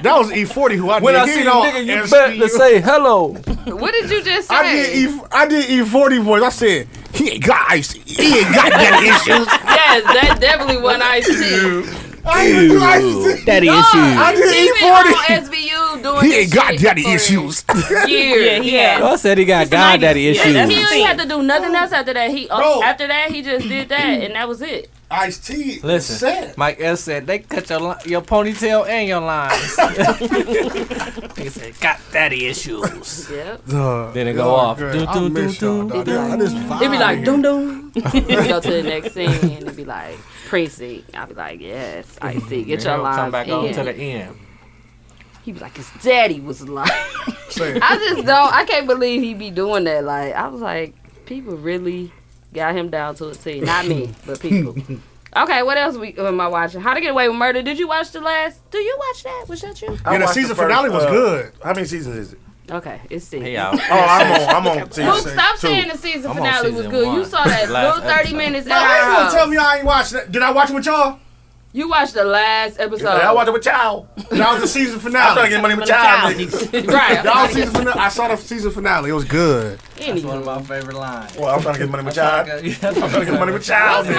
S7: That was E40 who I
S1: when
S7: did.
S1: I
S7: He
S1: see
S7: ain't
S1: the
S7: on
S1: nigga, you
S7: SVU.
S1: better say hello.
S3: What did you just say?
S7: I did E. I did E40 voice. I said he ain't got ice. He ain't got daddy issues.
S3: yes, that definitely won Ice T.
S1: Daddy
S3: Dog,
S7: I did
S3: he been
S7: E40.
S3: on SVU doing
S7: He
S3: this
S7: ain't got
S3: shit
S7: daddy
S3: for
S7: issues.
S3: Years.
S8: Yeah, he had-
S1: I said he got goddaddy
S3: Yeah,
S1: issues.
S3: that's he only had to do nothing else after that. He uh,
S7: Bro.
S3: after that he just did that, and that was it.
S7: Ice T.
S1: Listen,
S7: Sad.
S1: Mike S said they cut your li- your ponytail and your lines. he said, "Got daddy issues."
S3: Yep.
S1: Then it go off. Do,
S7: Oh, I
S1: do, do,
S7: miss y'all,
S1: do,
S7: dog. I just vibe
S3: It'd be like
S7: here.
S3: dum dum. Oh, go to the next scene and it'd be like precinct. I'd be like, yes, I see. Get
S1: He'll Mm-hmm.
S3: your
S1: Come
S3: lines
S1: back on to
S3: in.
S1: the end.
S3: He'd be like, his daddy was lying.
S7: Say it.
S3: I just don't. I can't believe he be doing that. Like I was like, people really got him down to a T. Not me, but people. Okay, what else we am I watching? How to Get Away with Murder? Did you watch the last? Do you watch that? Was that you?
S6: I
S7: Yeah, the
S6: watched
S7: season
S6: first,
S7: finale was
S6: uh,
S7: good.
S6: How many seasons is it?
S3: Okay, it's six.
S1: He out. Oh, I'm on- I'm on season
S3: Luke, stop
S1: two.
S3: saying the season
S1: I'm on
S3: finale was
S1: season
S3: good. You
S1: one.
S3: saw that
S1: Last
S3: little thirty
S1: episode.
S3: minutes.
S7: Bro,
S3: at
S7: how you
S3: our
S7: gonna
S3: house.
S7: tell me I ain't watched that? Did I watch it with y'all?
S3: You watched the last episode.
S7: Yeah, I watched it
S6: with y'all.
S7: That was the season finale.
S6: I'm trying to get money with y'all, niggas.
S3: Right.
S7: That was season finale. I saw the season finale. It was good.
S1: That's one of my favorite lines.
S6: Well, I'm trying to get money with y'all. I'm trying to get money with y'all.
S3: What's
S6: niggas.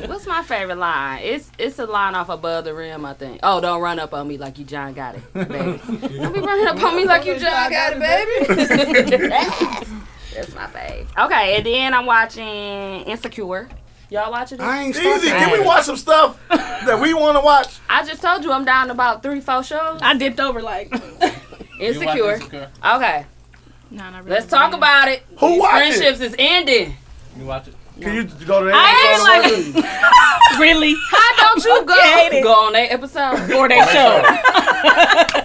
S3: mine? What's my favorite line? It's it's a line off above the rim, I think. Oh, don't run up on me like you John got it, baby. don't be running up on me like you John got it, baby. That's my fave. Okay, and then I'm watching Insecure. Y'all watching? it?
S6: Easy, can we watch some stuff that we want to watch?
S3: I just told you I'm down to about three, four shows.
S9: I dipped over like
S3: Insecure. Okay.
S9: No, not
S3: Let's talk about it.
S6: Who
S3: These
S6: watch it?
S3: friendships is ending.
S1: You watch it.
S6: Can you go to
S3: I
S6: that?
S3: ain't like really. How don't you go
S9: Hated.
S3: go on their episode or
S9: their
S3: show?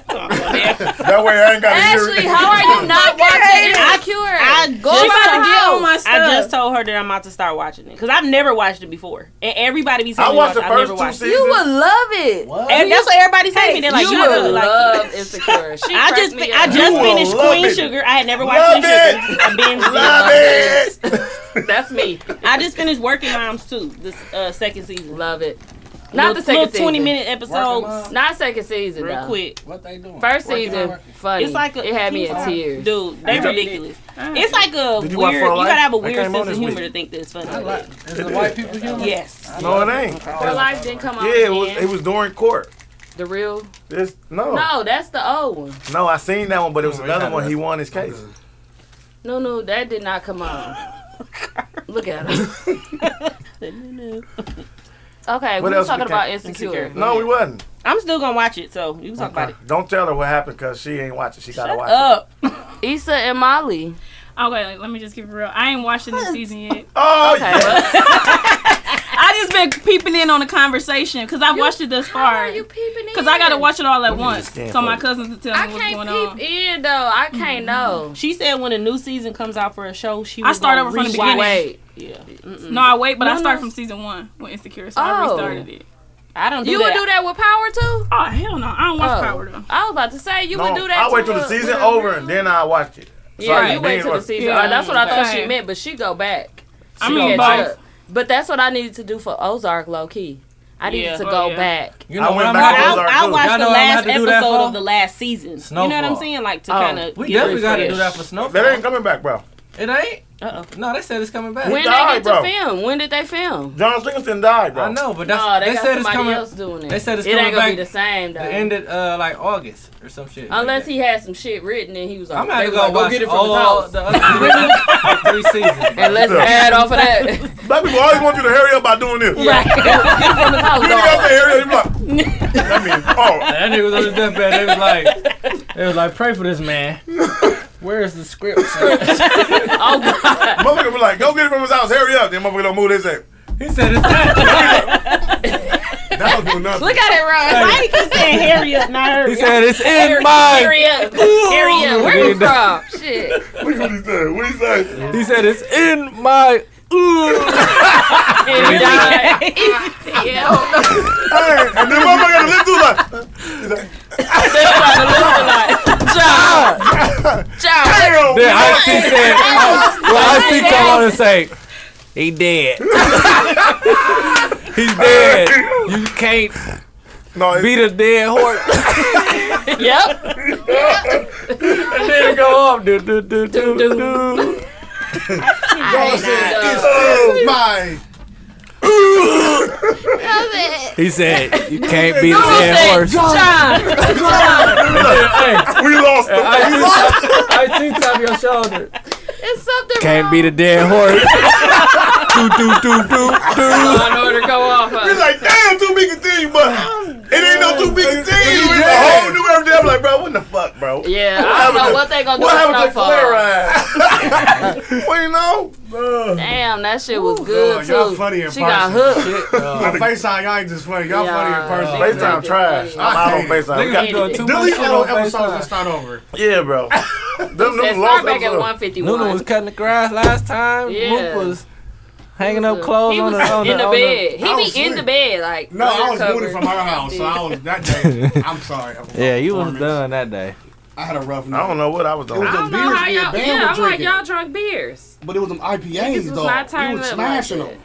S6: That way I ain't got
S3: Ashley, how are you not watching Insecure?
S11: I
S3: Go
S8: Oh
S11: just
S3: about to
S11: told-
S3: get on my stuff.
S11: I just told her that I'm about to start watching it because I've never watched it before, and everybody be
S6: I
S11: telling me
S6: watched the
S11: about it.
S6: first
S11: I've never
S6: two
S11: watched it.
S3: You would love it.
S11: And that's what everybody said to me. They're like,
S3: you
S11: "You
S3: would
S11: really like
S3: love Insecure. She
S11: I
S3: cracked
S11: just
S3: me
S11: fi- I
S3: up.
S11: just
S6: You
S11: finished
S6: will love
S11: Queen
S6: it.
S11: Sugar. I had never
S6: Love
S11: watched Queen Sugar. I binged
S6: Love it.
S11: it.
S3: That's me.
S11: I just finished Working Moms too. This uh, second season.
S3: Love it.
S11: Not
S3: Not
S11: the
S3: the second
S11: little twenty
S3: season.
S11: minute
S3: Working
S11: episodes.
S3: Moms? Not second season
S11: Real
S3: though.
S11: quick.
S1: What they doing?
S3: First season, funny.
S11: It's like a,
S3: it had me in tears.
S11: dude. They
S1: Did you-
S11: ridiculous. It's like a
S6: Did you
S11: weird. You
S6: watch For Life?
S11: gotta have a
S6: That
S11: weird
S6: came on
S11: sense of
S6: this
S11: humor
S6: week.
S11: to think this funny.
S1: Is it white people humor?
S11: Yes.
S6: No, it ain't.
S3: Her life didn't come on.
S6: Yeah, it was,
S3: again.
S6: it was Oh. during court.
S3: the real.
S6: This no, no,
S3: No, that's the old one.
S6: I seen that one, but it was
S1: Oh,
S6: another
S1: yeah,
S6: one. He won his case.
S3: No, no, that did not come on. Look at her.
S11: Okay,
S3: we was talking
S6: can't-
S3: about Insecure.
S6: No, we wasn't.
S11: I'm still gonna watch it, so you can talk about Uh, it.
S6: Don't tell her what happened because she ain't watching. She gotta watch it.
S11: Up.
S3: Issa and Molly.
S9: Okay, like, let me just keep it real. I ain't watching this season yet.
S6: Oh
S3: Okay,
S6: yeah.
S3: well,
S9: I just been peeping in on the conversation because I've watched it thus
S3: how are
S9: far.
S3: you peeping in?
S9: Because I gotta watch it all at once,
S6: stand
S9: so
S6: for
S9: my
S6: it.
S9: cousins can tell me
S3: I
S9: what's going
S3: can't
S9: on.
S3: peep in though. I can't know.
S11: She said when a new season comes out for a show, she.
S9: I
S11: was
S9: start
S11: gonna
S9: over from the
S11: rewatch
S9: beginning.
S3: Wait,
S11: Yeah.
S9: No, I wait, but I
S11: No,
S9: start
S11: no.
S9: from season one with Insecure, so
S3: Oh.
S9: I restarted it.
S11: I don't do
S3: you
S11: that.
S3: would do that with Power too?
S9: Oh hell no, I don't watch
S3: Oh.
S9: Power though.
S3: I was about to say you
S6: no,
S3: would do that.
S6: I wait
S3: to
S6: till the
S3: a-
S6: season
S3: with a-
S6: over and then I watched it. So I
S3: Yeah, you
S6: didn't
S3: wait till the
S6: watch-
S3: season.
S9: Yeah.
S3: Oh, that's what I thought
S9: Okay.
S3: she meant, but she go back. She
S9: I mean,
S3: catch
S9: both.
S3: up. But that's what I needed to do for Ozark, low key. I needed
S11: Yeah.
S3: to
S11: Oh,
S3: go
S9: yeah.
S3: back.
S1: You
S6: I
S1: know
S6: went
S1: what I'm
S6: back
S11: But
S6: Those
S1: about?
S6: over-
S11: I'll,
S6: are
S11: I'll
S6: good.
S11: watch
S1: Y'all
S11: the
S1: know what I'm gonna
S11: last
S1: have to do that
S11: episode
S1: for?
S11: of the last season. You know what I'm
S1: Snowfall.
S11: saying? Like to
S3: Oh,
S11: kind of
S1: We
S11: get
S1: definitely got
S11: refreshed.
S1: to do that for Snowfall.
S6: That ain't coming back, bro.
S1: It ain't.
S11: Uh-oh.
S1: No, they said it's coming back.
S3: Uh-uh. When they get
S6: died,
S3: to
S6: bro.
S3: film? When did they film?
S6: John Singleton died, bro.
S1: I know, but that's,
S3: No, they,
S1: they,
S3: got
S1: said it's
S3: somebody
S1: coming.
S3: else doing it.
S1: They said it's
S3: it ain't
S1: coming
S3: gonna be
S1: back.
S3: the same though.
S1: It ended uh, like August or some shit. like
S3: Unless
S1: that.
S3: he had some shit written and he was like,
S1: I'm gonna have to
S3: they was
S1: go
S3: like,
S1: watch
S3: get it from
S1: all
S3: his
S1: the other three, three seasons.
S3: And let's add off of that. right.
S6: Black people always want you to hurry up by doing this. You
S3: Get it from his house,
S6: ain't
S3: dog.
S6: got to hurry up. You be like, that means, oh,
S1: That nigga was on his deathbed. They was like, they was like, pray for this man. Where's the script?
S3: Oh, God.
S6: motherfucker be like, go get it from his house, hurry up. Then motherfucker don't move his head.
S1: he said it's not.
S6: That don't do nothing.
S3: Look at it, Ron.
S11: Why you keep saying hurry up, not hurry
S1: He
S11: up?
S1: said it's in my.
S3: Area. Area. Where you
S1: Dude.
S3: from? Shit.
S6: Look what he said. What he said.
S1: He said it's in my.
S3: And he died. Yeah.
S6: Hey, and then motherfucker got to live through like,
S3: That's what I'm looking like. John. John.
S6: damn.
S1: Then I see said, I, well, I see come on and say, he dead. He's dead. You can't
S6: No, it's,
S1: beat a dead horse.
S3: Yep.
S1: And then it go off. Do, do, do, do,
S3: do.
S1: do.
S7: Y'all
S3: ain't
S7: said
S3: know.
S7: it's in my.
S1: He said, you can't beat a dead
S3: Said,
S1: horse.
S3: John.
S1: Hey,
S6: we lost him.
S1: I see tap your shoulder.
S3: It's something
S1: Can't
S3: wrong.
S1: beat a dead horse. do do do do do.
S3: Law and order go off. huh?
S6: It's like, damn, too big a thing, but it ain't no too big a thing. It's a whole new everything. I'm like, bro, what the fuck, bro?
S3: Yeah, I don't know what they gonna do
S6: What happened
S3: with
S6: to
S3: Snowfall.
S6: Clara? well, you know,
S3: Damn, that shit was good
S7: Lord, y'all
S3: too.
S7: funny in
S3: she got
S7: person.
S3: hooked.
S7: My FaceTime, y'all ain't just funny. Y'all
S3: Yeah.
S7: funny in person.
S6: FaceTime trash. I'm out on FaceTime. We got-
S1: doing too
S7: Delete all the
S1: FaceTime.
S7: episodes and start over.
S6: Yeah, bro. Them,
S3: Said
S6: them
S3: start
S6: lost
S3: back at
S6: episodes.
S3: 151.
S1: Nunu was cutting the grass last time.
S3: Yeah.
S1: Luke was hanging up clothes
S3: he
S1: on
S3: was
S1: the on
S3: in the,
S1: the, on
S3: bed.
S7: I
S3: he
S7: was
S3: be in the
S7: asleep.
S3: bed like
S7: No, I was
S3: undercover.
S7: booted from her house, so I was that day. I'm sorry. I was
S1: Yeah, you was
S7: performance.
S1: done that day.
S7: I had a rough night.
S6: I don't know what I was doing.
S7: It was
S3: I
S7: them
S3: don't know
S7: beers
S3: how
S7: me and
S3: y'all.
S7: Bam
S3: Yeah,
S7: were
S3: I'm like
S7: drinking.
S3: y'all drunk beers.
S7: But it was them
S3: Niggas
S7: IPAs,
S3: was
S7: though.
S3: not
S7: We
S3: turning
S7: was
S3: up like
S7: smashing them.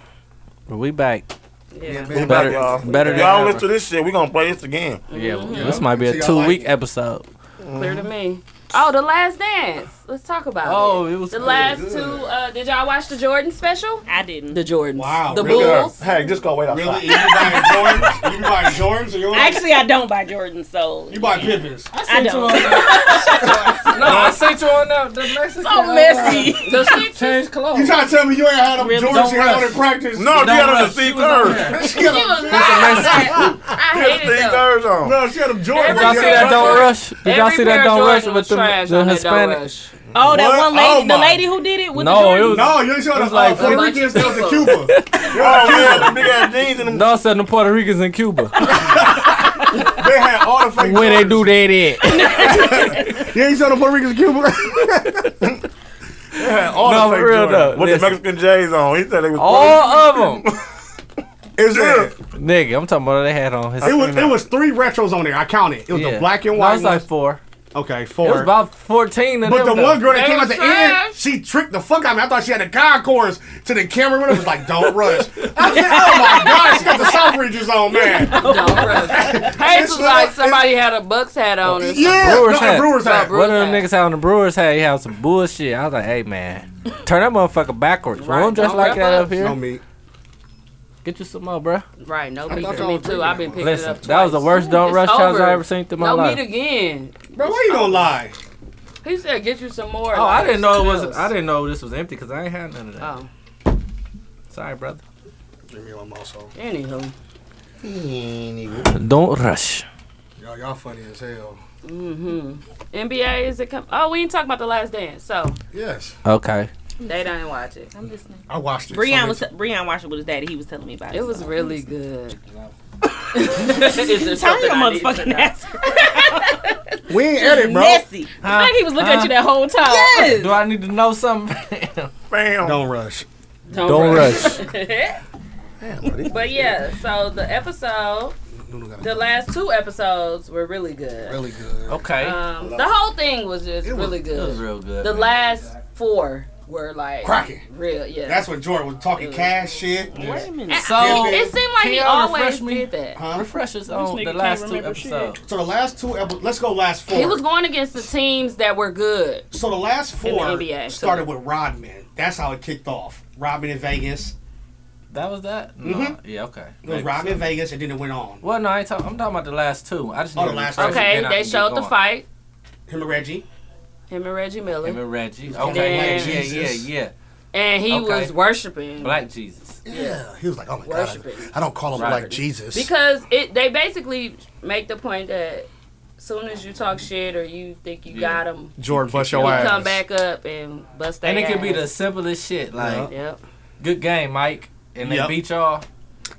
S1: But we back.
S3: Yeah.
S6: We
S1: Better-
S6: back, y'all.
S1: better than
S6: y'all
S1: ever.
S6: listen to this shit. We gonna play this again.
S1: Yeah, this might be a two week episode.
S3: Clear to me. Oh, the last dance. Let's talk about
S1: Oh,
S3: it.
S1: it was
S3: the
S1: good,
S3: last
S1: good.
S3: two. Uh, did y'all watch the Jordan special? I didn't. The Jordans.
S7: Wow,
S3: The
S7: really?
S3: Bulls.
S6: Hey, just go wait outside.
S7: Really? You buying Jordans? You buying Jordans? Or you
S11: Actually, I don't buy Jordans, so
S7: you buy Pippins.
S11: I don't.
S1: No, I sent you on up. The Mexican.
S11: So messy.
S3: The shit
S1: changed clothes.
S7: You trying to tell me you ain't had them
S1: Really?
S7: Jordans
S1: Don't
S7: you had on
S1: rush.
S7: in practice?
S6: No, she had on the thick curves.
S7: She had
S3: was
S7: them-
S3: not. I
S6: She had
S3: hated
S6: the thick
S3: them.
S6: curves on.
S7: No, she had them
S1: Did
S7: Jordans.
S1: y'all see that Don't Rush? Did y'all
S3: Every
S1: see
S3: pair
S1: that
S3: of
S1: Don't
S3: Jordan
S1: Rush
S3: was
S1: with the,
S3: trash
S1: the
S3: on that Don't
S1: Hispanic?
S3: Rush.
S11: Oh, that
S6: What?
S11: one lady,
S6: Oh,
S11: the
S6: my.
S11: lady who did it with the
S1: No, it
S11: Jordans.
S1: was-
S7: No, you ain't saw
S1: It
S7: the
S1: was like-
S7: uh, Puerto
S3: Bunch of
S7: Ricans stuff in
S3: people.
S7: Cuba.
S6: Oh man, them big ass jeans and them.
S1: No, I said the Puerto Ricans in Cuba.
S7: They had all the fake
S1: when they do that, it.
S7: You ain't saw the Puerto Ricans in Cuba.
S6: They had all
S1: No,
S6: the
S1: for
S6: fake
S1: real
S6: Jordans
S1: though.
S6: With
S1: Listen.
S6: the Mexican J's on. He said they was.
S1: All of them,
S7: Is it?
S1: nigga. I'm talking about they had on. His
S7: It was it was three retros on there. I counted. It was the black and
S1: No,
S7: white.
S1: it was like
S7: ones.
S1: four.
S7: okay,
S1: It was
S7: four.
S1: about fourteen of
S7: But
S1: them.
S7: the
S1: though.
S7: one girl that
S3: They
S7: came
S3: was
S7: at the
S3: trash.
S7: end, she tricked the fuck out of me. I thought she had a concourse to the cameraman. It was like, don't rush. I said, oh my God, she got the suffrages on, man.
S3: Hayes was
S7: It's
S3: like
S7: not-
S3: somebody had a Bucks hat on. Or something.
S7: Yeah,
S1: Brewers
S7: no, the
S1: hat.
S7: Brewers hat.
S3: Brewers
S1: One of them
S3: hat.
S1: niggas had on the Brewers hat. He had some bullshit. I was like, hey man, turn that motherfucker backwards. Bro.
S3: Right,
S1: don't dress
S3: don't
S1: like
S3: wrap
S1: that
S3: up.
S1: up here.
S7: No meat.
S1: Get you some more, bro.
S3: Right, no meat
S7: thought
S3: for
S7: y'all
S3: me
S7: was
S3: too.
S7: drinking
S3: I've been picking it
S1: Listen,
S3: up twice.
S1: that was the worst don't
S3: It's
S1: rush times
S3: over.
S1: I ever seen in my
S3: No
S1: life.
S3: meat again.
S7: Bro, why you gonna lie?
S3: He said, "Get you some more."
S1: Oh, I didn't know it was. I
S3: I
S1: didn't know this was empty because I ain't had none of that.
S3: Oh,
S1: Sorry, brother.
S7: Jimmy Lum also.
S3: anywho,
S1: Don't rush.
S7: Y'all, y'all funny as hell.
S3: mm-hmm. NBA is it come? Oh, we ain't talking about the Last Dance, so
S7: Yes,
S1: Okay.
S3: they didn't watch it.
S11: I'm listening.
S7: I watched it.
S11: Breon
S7: Somebody-
S11: was Breon watched it with his daddy. He was telling me about it.
S3: It was
S11: so.
S3: really good. Is there
S11: Turn
S3: something I
S11: your
S3: need to
S11: motherfucking
S3: know?
S11: ass.
S7: we ain't edit, bro.
S11: Messy.
S1: Huh?
S11: I think he was looking at you
S1: Huh?
S11: that whole time.
S1: Do I need to know something?
S6: Bam.
S7: Don't rush.
S3: Don't,
S1: Don't
S3: but yeah, so the episode,
S7: Noodle got a-
S3: the last two episodes were really good.
S7: Really good.
S1: okay.
S3: Um, the whole thing was just really
S1: it was
S3: good.
S1: real good.
S3: The last four were like
S7: Cracking.
S3: real, yeah.
S7: That's when Jordan was talking cash shit.
S11: Wait a minute.
S3: And-
S1: So,
S3: it seemed like
S1: can
S3: he
S1: y'all
S3: always
S1: refresh me?
S3: did that.
S7: Huh?
S1: refreshers
S11: nigga
S1: on the
S11: can't
S1: last two
S11: remember shit.
S1: episodes.
S7: So the last two episodes, let's go last four.
S3: He was going against the teams that were good.
S7: So the last
S3: In the
S7: four
S3: NBA, so-
S7: started with Rodman. That's how it kicked off. Rodman in Vegas.
S1: That was that. No.
S7: Mhm.
S1: Yeah. Okay.
S7: It was
S1: Maybe
S7: Rodman
S1: so.
S7: in Vegas, and then it went on.
S1: Well, no, I ain't talking. I'm talking about the last two. I just
S7: Oh,
S1: need
S7: the
S1: to
S7: last
S1: refresh
S7: two.
S1: it,
S3: Okay,
S1: then I
S3: they
S1: can get
S3: showed the
S1: going.
S3: fight.
S7: Him and Reggie.
S3: Him and Reggie Miller,
S1: Him and Reggie.
S7: talking
S1: Okay.
S3: about
S1: Yeah. Yeah. Yeah.
S7: Jesus.
S1: Yeah.
S3: and he
S1: Okay.
S3: was worshiping.
S1: Black Jesus.
S7: Yeah, he was like, "Oh my
S3: Worship
S7: god,
S3: it.
S7: I, I don't call him
S1: Right.
S7: like Jesus."
S3: Because it, they basically make the point that soon as you talk shit or you think you
S1: Yeah.
S3: got 'em,
S7: Jordan bust
S3: got them, you come back up and bust their
S1: And it
S3: ass.
S1: could be the simplest shit. Like,
S3: Yep.
S1: good game, Mike. And they
S7: Yep.
S1: beat y'all.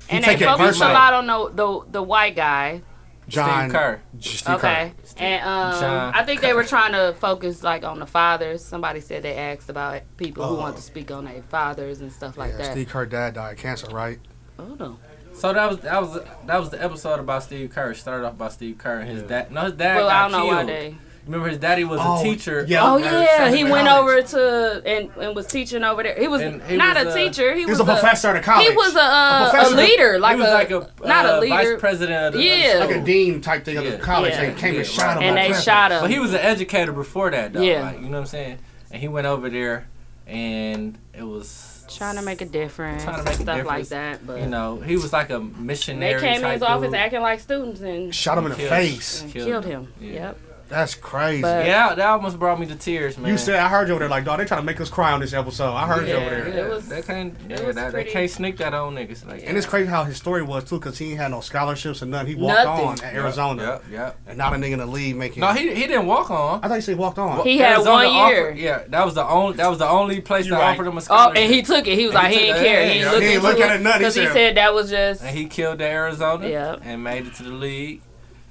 S3: And
S7: take
S3: they
S7: it
S3: focused a
S7: personal.
S3: lot on the, the the white guy.
S7: John
S1: Steve Kerr.
S7: J- Steve
S3: Okay. And um,
S1: John
S3: I think they were trying to focus like on the fathers. Somebody said they asked about people who want to
S1: Oh.
S3: speak on their fathers and stuff
S7: Kerr.
S3: like
S7: yeah,
S3: that.
S7: Steve Kerr dad died of cancer, right?
S3: Hold on.
S1: So that was that was that was the episode about Steve Kerr. It Started off by Steve Kerr and his dad. No, his dad
S3: Well,
S1: got
S3: I don't know
S1: killed.
S3: why they.
S1: Remember, his daddy was
S7: Oh,
S1: a teacher.
S7: yeah.
S3: Oh
S7: Oh,
S3: yeah,
S7: yeah,
S3: he
S7: from
S3: went over
S7: college.
S3: to and, and was teaching over there. He was
S1: And he
S3: not
S1: was,
S3: a
S1: uh,
S3: teacher. He
S7: He
S3: was
S7: was a professor at a college.
S3: He was a, uh, a,
S7: professor.
S3: leader, like
S1: he was
S3: a,
S1: like a
S3: not a
S1: uh,
S3: leader.
S1: vice president. Of the,
S3: Yeah.
S1: of
S7: like
S1: the
S7: a dean type thing of
S1: Yeah.
S7: the college.
S3: Yeah.
S7: They came
S1: Yeah.
S7: and shot him.
S3: and
S7: on
S3: they
S7: campus.
S3: shot him.
S1: But he was an educator before that, though.
S3: Yeah.
S1: Like, you know what I'm saying? And he went over there, and it was
S3: trying to make a difference
S1: Trying to
S3: and
S1: make a
S3: stuff
S1: difference.
S3: like that. But
S1: You know, he was like a
S3: they
S1: missionary.
S3: came in
S1: type
S3: his office
S1: dude.
S3: acting like students and
S7: Shot him in the
S1: Killed.
S7: face.
S3: and
S1: Killed
S3: killed, him.
S1: him. Yeah.
S3: Yep.
S7: That's crazy.
S3: But-
S1: Yeah, that almost brought me to tears, man.
S7: you said I heard you over there. Like, dog, they trying to make us cry on this episode. I heard you over there.
S3: It was-
S1: that can't, yeah,
S3: was
S1: that, they
S3: pretty-
S1: can't sneak that on niggas. Like,
S7: And it's crazy how his story was too, because he ain't had no scholarships and nothing. He walked
S3: Nothing.
S7: on at Arizona,
S1: Yep, yep.
S7: and not a nigga in the league making.
S1: No, he, he didn't walk on.
S7: I thought you said he walked on.
S3: He had
S1: Arizona
S3: one year.
S1: Offered, yeah, that was the only that was the only place
S7: You
S1: that
S7: right.
S1: offered him a
S3: Oh,
S1: scholarship.
S3: and he took it. He was
S1: And
S3: like,
S1: he
S3: he
S1: took
S3: didn't
S1: it.
S3: care.
S1: Yeah,
S3: He
S1: yeah.
S3: looked
S7: He ain't
S3: into
S7: look at it, nothing. He
S3: because he
S7: said-
S3: said that was just.
S1: and he killed the Arizona
S3: Yep.
S1: and made it to the league.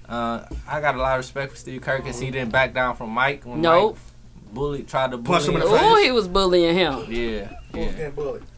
S1: Uh, I got a lot of respect for Steve Kirk because he didn't back down from Mike when
S3: Nope.
S1: Mike bullied, tried to bully
S7: Punched him in the
S1: him.
S3: Ooh, he was bullying him.
S1: Yeah, yeah.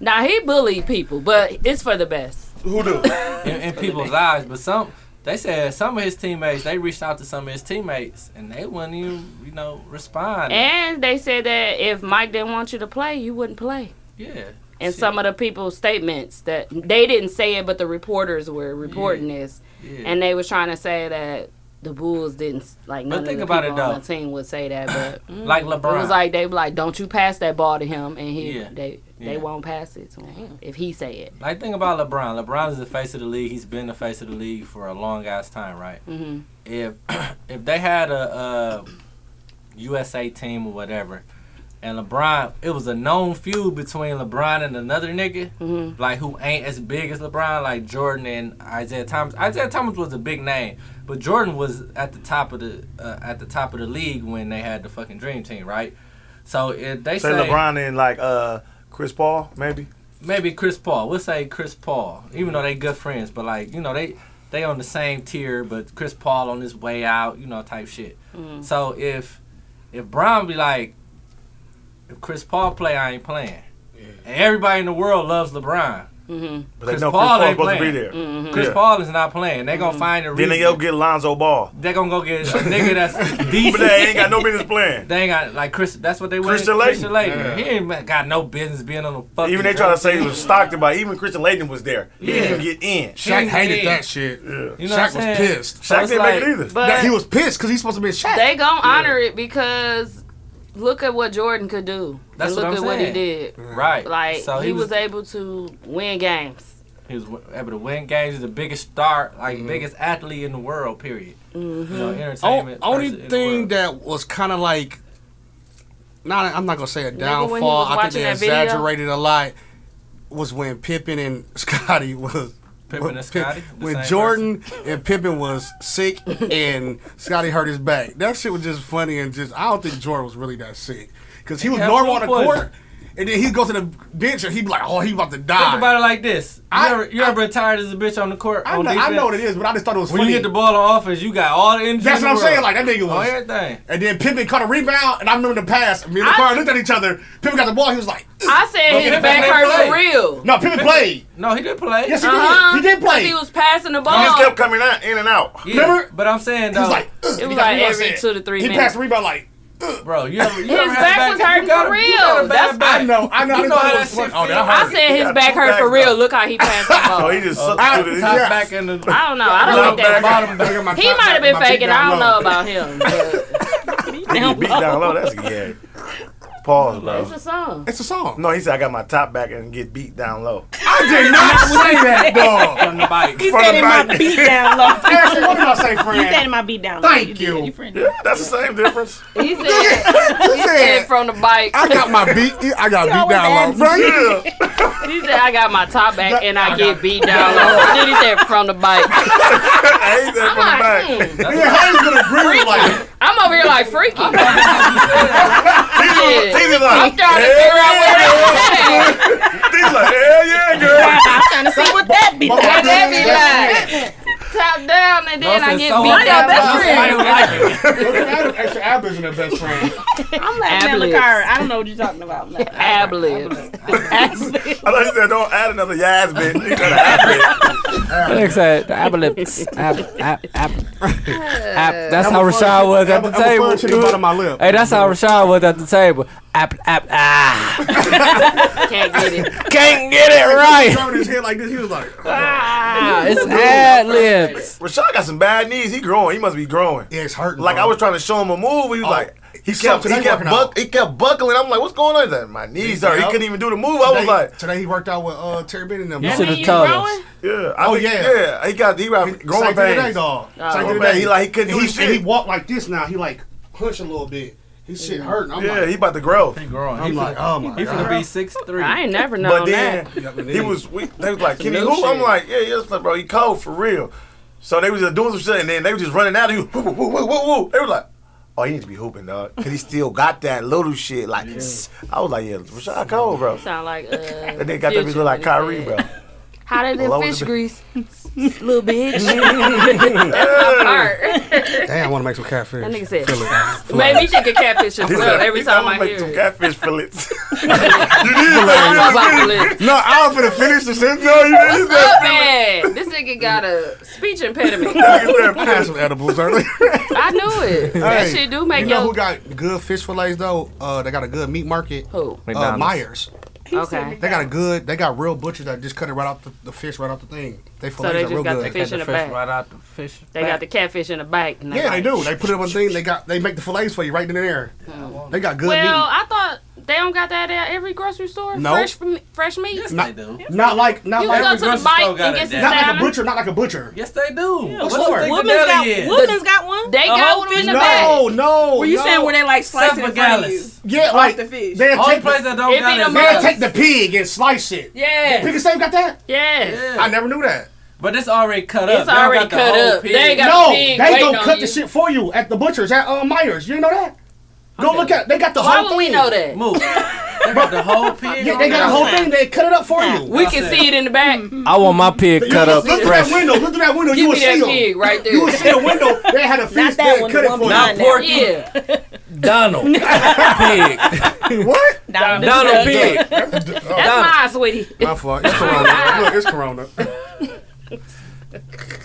S3: Now he bullied people, but it's for the best.
S7: Who do?
S1: In, in people's eyes, but some They said some of his teammates, they reached out to some of his teammates, and they wouldn't even, you know, respond.
S3: And they said that if Mike didn't want you to play, you wouldn't play.
S1: yeah.
S3: And some of the people's statements that they didn't say it, but the reporters were reporting this,
S1: Yeah.
S3: and they was trying to say that the Bulls didn't like.
S1: But
S3: None
S1: think
S3: of the
S1: about it,
S3: people on
S1: though.
S3: the team would say that, but mm.
S1: Like LeBron.
S3: it was like they were like, "Don't you pass that ball to him?" And he
S1: Yeah.
S3: they they
S1: Yeah.
S3: won't pass it to him if he say it.
S1: Like think about LeBron. LeBron is the face of the league. He's been the face of the league for a long ass time, right?
S3: Mhm.
S1: If if they had a, uh USA team or whatever, and LeBron, it was a known feud between LeBron and another nigga, like who ain't as big as LeBron, like Jordan and Isaiah Thomas. Isaiah Thomas was a big name, but Jordan was at the top of the uh, at the top of the league when they had the fucking Dream Team, right? So if they
S6: Say
S1: say
S6: LeBron and like uh Chris Paul, maybe.
S1: maybe Chris Paul. We'll say Chris Paul, even though they good friends, but like you know they they on the same tier. But Chris Paul on his way out, you know, type shit.
S3: Mm-hmm.
S12: Mhm.
S1: So if if Brown be like, if Chris Paul play, I ain't playing. And everybody in the world loves LeBron.
S3: Mm-hmm.
S6: But they know Chris Paul's supposed to be there. Mhm.
S1: Mm-hmm. Chris
S6: Yeah.
S1: Paul is not playing. They
S3: Mm-hmm.
S1: gonna find a
S6: Then
S1: reason.
S6: they go get Lonzo Ball.
S1: They gonna go get a nigga that's decent.
S6: But they ain't got no business playing.
S1: They ain't got like Chris. That's what they want.
S6: Christian Leighton.
S1: Christian Leighton.
S6: Yeah.
S1: He ain't got no business being on the fucking.
S6: Even they try to
S1: first
S6: say he
S1: team.
S6: was Stockton, but even Christian Layden was there. He
S1: Yeah.
S6: didn't get in.
S1: Shaq He hated didn't. that
S7: shit. Yeah.
S1: You know
S7: Shaq
S1: what I'm saying?
S7: was pissed.
S1: So Shaq it's didn't make it like- either. but-
S7: That he was pissed because he's supposed to be Shaq.
S3: They gonna honor it because look at what Jordan could do.
S1: That's
S3: and look
S1: what
S3: at
S1: I'm
S3: what he
S1: saying.
S3: did.
S1: Right.
S3: Like
S1: So
S3: he,
S1: he
S3: was,
S1: was-
S3: able to win games.
S1: He was wi- able to win games. He's the biggest star, like biggest athlete in the world. Period. You know, entertainment.
S7: O- only
S1: person in the
S7: thing that was kind of like, not I'm not gonna say a
S1: Remember when he
S7: downfall.
S1: was
S7: I think
S1: watching
S7: they
S1: that video?
S7: exaggerated a lot. Was when Pippen and Scotty was.
S1: Pippen and
S7: Pip-
S1: Scotty, the
S7: when
S1: same
S7: Jordan and Pippen was sick and Scotty hurt his back, that shit was just funny and just. I don't think Jordan was really that sick because he was
S1: had
S7: normal on
S1: food
S7: the
S1: poisoning.
S7: court, and then he goes to the bench and he'd be like, "Oh, he about to die."
S1: Think about it like this. You ever, you ever tired as a bitch on the court?
S7: I
S1: on
S7: know, I
S1: defense?
S7: know what it is, but I just thought it was
S1: When
S7: funny.
S1: you get the ball on offense, you got all the energy.
S7: That's
S1: in the
S7: what I'm
S1: world.
S7: saying. Like that nigga
S1: Oh,
S7: was
S1: everything.
S7: And then Pippen caught a rebound, and I remember the pass. Me and Carl looked at each other. Pippen got the ball. He was like,
S3: I said
S7: But
S3: his
S7: Pippen
S3: back
S7: didn't
S3: hurt for
S7: play.
S3: real.
S7: No, Pippen played.
S1: No, he did play. Uh,
S7: Yes, he
S3: Uh-huh,
S7: did. He did
S3: 'cause
S7: play.
S3: He was passing the ball.
S6: He just kept coming out, in and out.
S1: Yeah, But I'm saying though,
S3: it was like every two to three
S7: He
S3: minutes.
S7: passed the rebound like.
S1: bro, you ever, you
S3: His
S1: ever had
S3: back
S1: a
S3: was hurting
S1: you got
S3: for
S1: a- you got a
S3: real.
S1: bad
S3: That's-
S1: back.
S7: I know. I know.
S1: You
S7: I
S1: know how
S7: thought
S1: that
S7: it
S1: shit
S7: was- Oh, that
S3: I
S7: hurt.
S3: said his back hurt for real. Look how he passed the ball.
S7: No, he
S6: Oh, just
S7: substituted
S1: top
S7: his-
S1: back and the.
S3: I don't know. I don't
S1: Bottom
S3: think that.
S1: bottom
S7: back of my
S3: He
S7: top
S3: might have
S7: back
S3: been
S7: of my big
S3: faking. I
S7: down
S3: don't
S7: low.
S3: know about him.
S6: He beat down low. That's yeah. Pause, bro.
S3: It's a song.
S7: It's a song.
S6: No, he said I got my top back and get beat down low.
S7: I did not say that, dog.
S1: From the bike.
S11: He said in my beat down low.
S7: Ashley, what did I say, friend?
S11: You said in my beat down low.
S7: Thank you.
S6: Yeah, that's the same difference.
S3: He said, he said from the bike.
S7: I got my beat. I got beat down low, bro. Yeah.
S3: He said, I got my top back and I get beat down low. And then he said, from the bike.
S6: I ain't that from the back.
S7: Yeah, how you gonna agree with like?
S3: I'm over here like freaky. Shit.
S6: He's
S3: I'm
S6: like,
S3: trying to figure out where that at.
S6: he's like, hell yeah, girl.
S11: I'm trying to see what that be.
S3: What that be like? Top down and then I get beat down. low.
S7: extra apples in their best friend.
S11: I'm laughing at
S3: Ad-libs.
S11: Lakara. I don't know what you're talking about.
S3: Ab libs.
S6: I thought he said don't add another yes, bitch. He said, "Add it."
S1: Alex said, "Apocalypse." Ap- ap- ap- ap- That's
S7: That
S1: how
S7: was
S1: Rashad
S7: fun.
S1: was at
S7: That
S1: the
S7: was- that was
S1: table.
S7: fun to the
S1: dude.
S7: bottom of my lip.
S1: Hey, that's how Rashad was at the table. App, app, ah.
S3: Can't get it.
S1: Can't get it
S7: He
S1: right.
S7: was rubbing his head like this. He was like,
S1: Ah, it's ad libs.
S6: Rashad got some bad knees. He growing. He must be growing.
S7: yeah, it's hurting.
S6: Like
S7: bro.
S6: I was trying to show him a move.
S7: Oh,
S6: He was like, he kept,
S7: something
S6: he
S7: ain't
S6: kept,
S7: working out.
S6: buck, he kept buckling. I'm like, what's going on? He's like, my knees hurt. He couldn't even do the move. I was
S7: Today-
S6: like,
S7: today he worked out with uh, Terry Bennett and them.
S1: You shoulda told us.
S6: yeah. I
S7: Oh,
S6: think-
S7: yeah.
S6: yeah. He got, he got growing
S7: Same thing today,
S6: pains.
S7: dog.
S6: Oh.
S7: Same thing
S6: Growing pains.
S7: today.
S6: He like, he couldn't
S7: And
S6: do
S7: he, and he
S6: shit.
S7: walked like this now. He like hunched a little bit. His shit hurting. I'm
S6: Yeah,
S7: like,
S6: he about to grow.
S1: He growing.
S7: I'm
S1: He
S7: like,
S1: finna-
S7: oh my
S1: He finna
S7: god.
S1: be six three.
S3: I ain't never known
S6: But then
S3: that.
S6: he was, we, they was like,
S3: That's
S6: Kenny
S3: new
S6: who? I'm
S3: shit.
S6: like, yeah, yes, bro. He cold for real. So they was just doing some shit, and then they was just running out. He was, woo, woo, woo, woo, woo, woo. They were like, oh, he needs to be hooping, dog, because he still got that little shit. Like, I was like, yeah, Rashad cold, bro.
S3: Sound like uh.
S6: And they got that bitch look like Kyrie, bro.
S3: Hotter than
S7: Lower
S3: fish
S7: the-
S3: grease, little bitch. That's my part.
S7: Damn, I want to make some catfish.
S3: That nigga said,
S7: Fillets.
S3: made me think of catfish as
S7: He
S3: well
S7: said-
S3: every
S7: he said,
S3: time
S7: "I'ma
S3: I
S7: make
S3: hear
S7: some
S3: it.
S6: catfish fillets.
S7: you did
S3: I'm about to
S7: like No, I was gonna finish the sentence. No, you
S3: What's
S7: didn't.
S3: up, man? This nigga got a speech impediment.
S7: I had some edibles earlier.
S3: I knew it. That shit do make
S7: you know
S3: your
S7: who got good fish fillets though? Uh, they got a good meat market.
S3: Who?
S7: Uh,
S1: McDonald's.
S7: Myers.
S3: Okay.
S7: They got a good. They got real butchers that just cut it right off the, the fish right off the thing. They
S3: So
S7: fillets
S3: they
S7: are real
S3: just got
S7: good.
S3: the fish in the bag. They got the catfish in the bag. and
S7: yeah,
S3: like,
S7: they do. They put it on a thing. They got. They make the fillets for you right in there. They got good
S3: Oh. well,
S7: meat.
S3: I thought they don't got that at every grocery store.
S7: No.
S3: Fresh, from- fresh meat.
S7: not, Not like. Not
S3: You
S7: like.
S3: can go to the bike and get some
S7: not like a
S3: salmon.
S7: butcher. Not like a butcher.
S1: Yes, they do.
S7: What's the thing
S11: Women's
S7: that
S11: got,
S7: deli is?
S11: Women's got one.
S3: They
S11: A
S3: got
S11: whole
S3: one
S11: fish
S3: in the
S11: bag?
S7: No, no.
S11: Were you
S7: no.
S11: saying where they like slicing it in front of you?
S7: Yeah,
S11: Off
S7: like
S11: the fish.
S7: They'll
S11: Only
S7: take the,
S11: place that don't It got be it the is-
S7: they'll
S11: most.
S7: take the pig and slice it.
S3: Yeah.
S7: Pick and save got that?
S3: Yes.
S7: I never knew that.
S1: But it's already cut
S3: It's
S1: up. They don't got
S3: already
S1: the
S3: cut
S1: whole
S3: up.
S1: pig.
S3: They ain't got
S7: no,
S3: the pig
S7: they
S3: waiting
S7: gonna
S3: on
S7: cut
S3: you.
S7: the shit for you at the butchers at uh, Myers. You didn't know that? Go look at. They got the
S3: Why
S7: whole
S3: would we
S7: thing.
S3: know that?
S1: Move. They got the whole pig.
S7: Yeah, they got a whole thing. They cut it up for you.
S3: We can see it in the back.
S1: I want my pig cut up
S7: Look through that
S1: fresh.
S7: window. Look through that window.
S3: Give
S7: you will
S3: me that
S7: see 'em.
S3: pig right there.
S7: You will see a window. They had a fish. They cut it for you.
S1: Not porky.
S3: Yeah.
S1: Donald. pig.
S7: What?
S1: Donald pig.
S3: That's mine, sweetie.
S7: My fault. It's Corona. Look, it's Corona.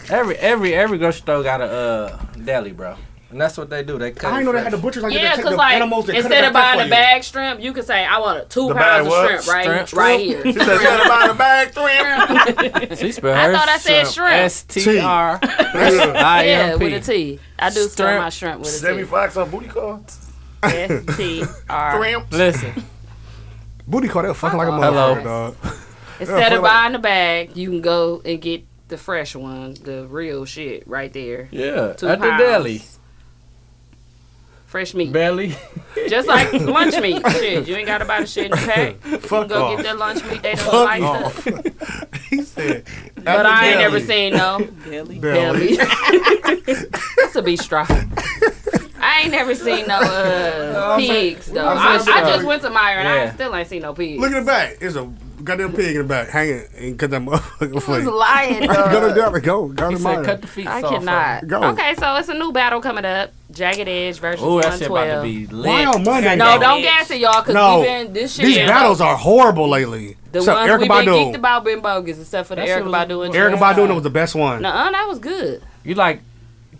S1: Every every every grocery store got a uh, deli, bro, and that's what they do. They cut.
S7: I
S1: it
S7: didn't know they
S1: fresh.
S7: had the butchers like that.
S3: Yeah,
S7: They take
S3: because
S7: the
S3: like
S7: animals that cut it
S3: instead of
S7: back up
S3: buying
S7: for
S3: a
S7: you.
S3: bag shrimp, you can say I want a two
S7: The bag
S3: pounds of
S7: what?
S3: shrimp right,
S1: Shrimp?
S3: right here.
S6: She said, "Shut up out of the bag, three.
S1: She spelled
S3: I
S1: her
S3: thought I said shrimp.
S1: S T R I
S3: yeah,
S1: M
S3: with a
S1: P.
S3: T. I do spell
S1: Shrimp.
S3: my shrimp with
S6: Sammy
S3: a
S6: Fox on booty call.
S3: T. T R.
S6: Tramp.
S1: Listen,
S7: Booty caught that fucking like a
S1: Hello.
S7: motherfucker, dog.
S3: Instead
S7: Yeah,
S3: of
S7: like-
S3: buying the bag, you can go and get the fresh one, the real shit right there.
S1: yeah,
S3: Two
S1: at the
S3: pounds.
S1: deli,
S3: Fresh meat.
S1: belly.
S3: Just like lunch meat. Shit, you ain't got to buy the shit in the pack. You can
S7: Fuck
S3: go
S7: off.
S3: get that lunch meat. They don't
S7: Fuck
S3: like
S7: off.
S3: that.
S7: He said,
S3: But I ain't never
S7: Belly.
S3: seen no
S7: Belly.
S3: belly. That's a beef straw. I ain't never seen no uh,
S7: I'm saying-
S3: pigs though.
S7: I'm
S3: I,
S7: saying-
S3: I just went to Meyer and I
S1: Yeah.
S3: still ain't seen no pigs.
S7: Look at the back. It's a goddamn pig in the back hanging and cut that motherfucker for
S3: Who's
S7: you.
S3: lying?
S7: Go to
S3: dog?
S7: Dallas. Go. Go
S1: He
S7: to
S1: said,
S7: mine.
S1: "Cut the feet
S3: I
S1: off."
S3: cannot.
S7: Go.
S3: Okay, so it's a new battle coming up. Jagged Edge versus
S1: Oh, that shit about to
S3: 112.
S1: be lit.
S7: Why on Monday?
S3: No,
S7: though?
S3: don't gas it, y'all, because
S7: No.
S3: we've been this shit.
S7: These battles are horrible lately.
S3: the
S7: Except
S3: ones
S7: Erica
S3: we've been geeked
S7: Badu.
S3: about been bogus, except for the
S1: That shit
S3: Erica
S1: was-
S3: Badu and
S7: Erica Badu was the best one.
S3: Nuh-uh, that was good.
S1: You like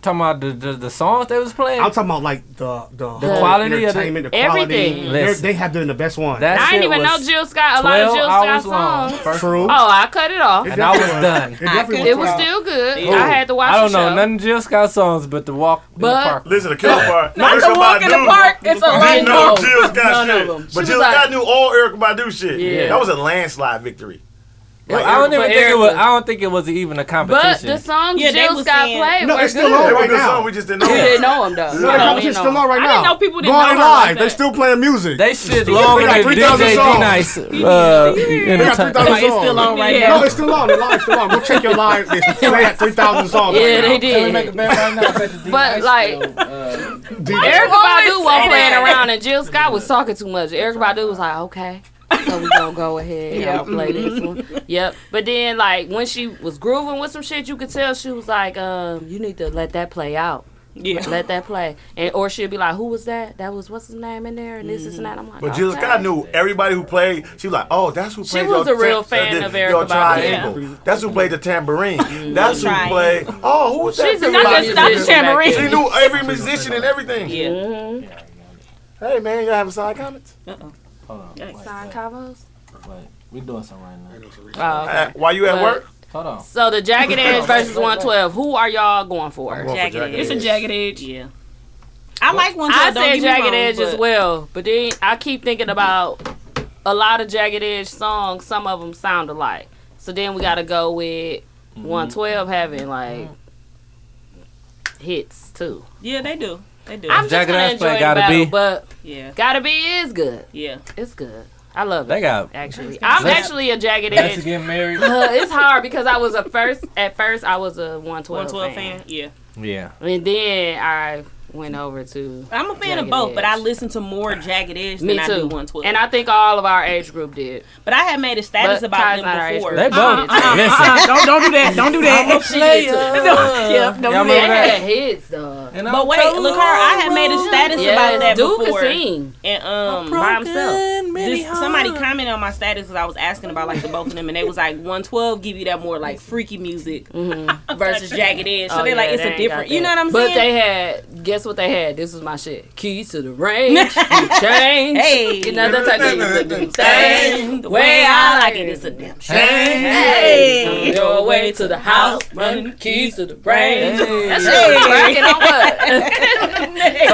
S1: talking about the, the the songs they was playing?
S7: I'm talking about like the the,
S1: The
S7: whole
S1: quality of the-
S7: entertainment, the
S3: Everything.
S7: quality. They're-
S1: Listen.
S7: They have been the best one.
S1: That
S3: I
S1: shit
S3: didn't even know
S1: was
S3: Jill Scott. A lot of
S1: 12
S3: Jill
S1: hours
S3: Scott
S1: long.
S3: songs.
S1: First-
S7: True.
S3: Oh, I cut it off.
S1: and I was done.
S7: It definitely
S3: It
S7: was
S3: was
S7: wild.
S3: still good.
S1: Ooh.
S3: I had to watch
S1: I don't
S3: the
S1: know
S3: show.
S1: none of Jill Scott songs, but the walk in
S3: But-
S1: the park.
S6: Listen, the killer part.
S11: Not
S6: Erica
S11: the walk in the
S6: Badu
S11: park. It's a
S6: Didn't
S11: right
S6: know
S11: walk.
S6: Jill Scott
S3: None of
S6: shit,
S3: them. She
S6: but
S3: was
S6: Jill
S3: like-
S6: Scott knew all Eric Badu shit.
S3: Yeah.
S6: That was a landslide victory.
S1: Well, I don't
S3: For
S1: even think it
S3: Erica.
S1: was. I don't think it was even a
S3: But
S1: competition.
S3: the songs
S11: Yeah, they
S3: Jill
S11: was
S3: Scott
S11: saying-
S3: played
S7: No,
S3: were
S7: it's still
S3: good.
S7: on.
S6: They were
S7: Right
S6: good
S7: now.
S6: song. We just didn't know.
S3: You
S6: it.
S3: didn't know them though.
S7: No,
S3: I
S7: the
S3: don't
S7: competition's
S3: even
S7: still on right
S11: I
S7: now.
S11: didn't know people didn't
S7: Go
S11: know
S7: on
S11: her
S7: live.
S11: like
S7: they
S11: that.
S7: still playing music.
S1: they shit
S7: got
S1: longer than
S7: 3,000
S1: DJ D
S7: songs.
S1: Nice. Uh,
S7: got
S1: entertain-
S7: 3,000
S11: Like, it's still
S7: songs.
S11: on right
S7: No,
S11: now.
S7: it's still on. The line's still on. Go check your line. They had 3,000 songs.
S3: Yeah,
S7: right now.
S3: they did. But like,
S1: uh,
S3: Erica Badu wasn't playing around, and Jill Scott was talking too much. Erica Badu was like, "Okay, so we gonna go ahead and I'll play this one." Yep. But then, like, when she was grooving with some shit, you could tell she was like, "Um, you need to let that play out."
S11: Yeah.
S3: Let that play, and or she'd be like, "Who was that? That was what's his name in there?" And this is not. I'm like,
S6: But Jill
S3: okay.
S6: Scott knew everybody who played. She was like, "Oh, that's who played."
S3: was
S6: your
S3: a real
S6: tam-
S3: fan
S6: the-
S3: of Erica
S6: your
S3: Badu. Mm-hmm.
S6: triangle. That's who played the tambourine. that's who
S11: Triangle.
S6: played. Oh, who was that?
S3: She's a
S6: big
S3: good
S6: body
S3: musician
S6: dude?
S3: back
S11: tambourine.
S6: She
S3: then.
S6: knew every musician and everything.
S11: Yeah.
S6: Hey man, y'all have a side comments?
S1: Hold on.
S3: Sign Cavos.
S1: Wait, we doing something right now.
S3: Oh, okay.
S6: Uh, while you at
S3: But-
S6: work?
S1: Hold on.
S3: So the Jagged Edge versus 112. Who are y'all going for?
S6: going for
S11: Jagged
S6: Jagged Edge.
S11: Edge. It's a
S9: jagged edge.
S11: Yeah. I like one.
S3: I
S11: too, don't
S3: said
S11: get me
S3: Jagged
S11: wrong,
S3: Edge as
S11: but-
S3: well, but then I keep thinking about a lot of Jagged Edge songs. Some of them sound alike. So then we got to go with
S11: Mm-hmm.
S3: 112 having like hits too.
S11: Yeah, they do. They do.
S3: I'm
S1: Jagged
S3: just gonna
S1: Edge
S3: enjoy
S1: play
S3: the
S1: Gotta
S3: battle,
S1: Be.
S3: but
S11: Yeah.
S3: gotta be is good.
S11: Yeah.
S3: It's good. I love
S1: They
S3: it.
S1: got
S3: Actually, I'm
S1: Let's-
S3: actually a Jagged
S1: let's
S3: Edge.
S1: get married.
S3: Uh, it's hard because I was a first at first I was a 112,
S11: 112
S3: fan.
S11: fan. Yeah.
S1: Yeah.
S3: And then I went over to.
S11: I'm a fan of
S3: Jagged
S11: both, but I
S3: Edge.
S11: listen to more Jagged Edge
S3: Me
S11: than I
S3: too.
S11: do 112.
S3: And I think all of our age group did.
S11: But I had made a status
S3: But
S11: about
S3: Ty's
S11: them
S3: not our age
S11: before. Uh-huh.
S3: group. They both. Listen.
S11: don't don't do that. Don't do that.
S3: I'm a
S11: She did too.
S3: player.
S11: No, yep, don't
S3: Y'all
S11: do that.
S3: remember that? They had hits, though. And
S11: But
S3: I'm
S11: wait,
S3: told
S11: look her. I had made a
S3: I'm
S11: status
S3: wrong.
S11: about that
S3: Dude can
S11: before.
S3: sing.
S11: And um,
S3: by himself.
S11: This- somebody commented on my status because I was asking about like the both of them, and they was like, "112 give you that more like freaky music versus Jagged Edge." So
S3: Mm-hmm. Oh,
S11: they
S3: yeah,
S11: like, "It's
S3: they
S11: a
S3: ain't got
S11: different." You know what
S3: that.
S11: I'm
S3: but
S11: saying?
S3: But they had, guess what they had? This was my shit. Keys to the range, you change.
S11: Hey.
S3: you know that type of thing. You do thing.
S11: The way I like it is a damn shame. Hey.
S3: On your way to the house, running keys to the range.
S11: Hey.
S3: That shit was cracking on
S11: Hey.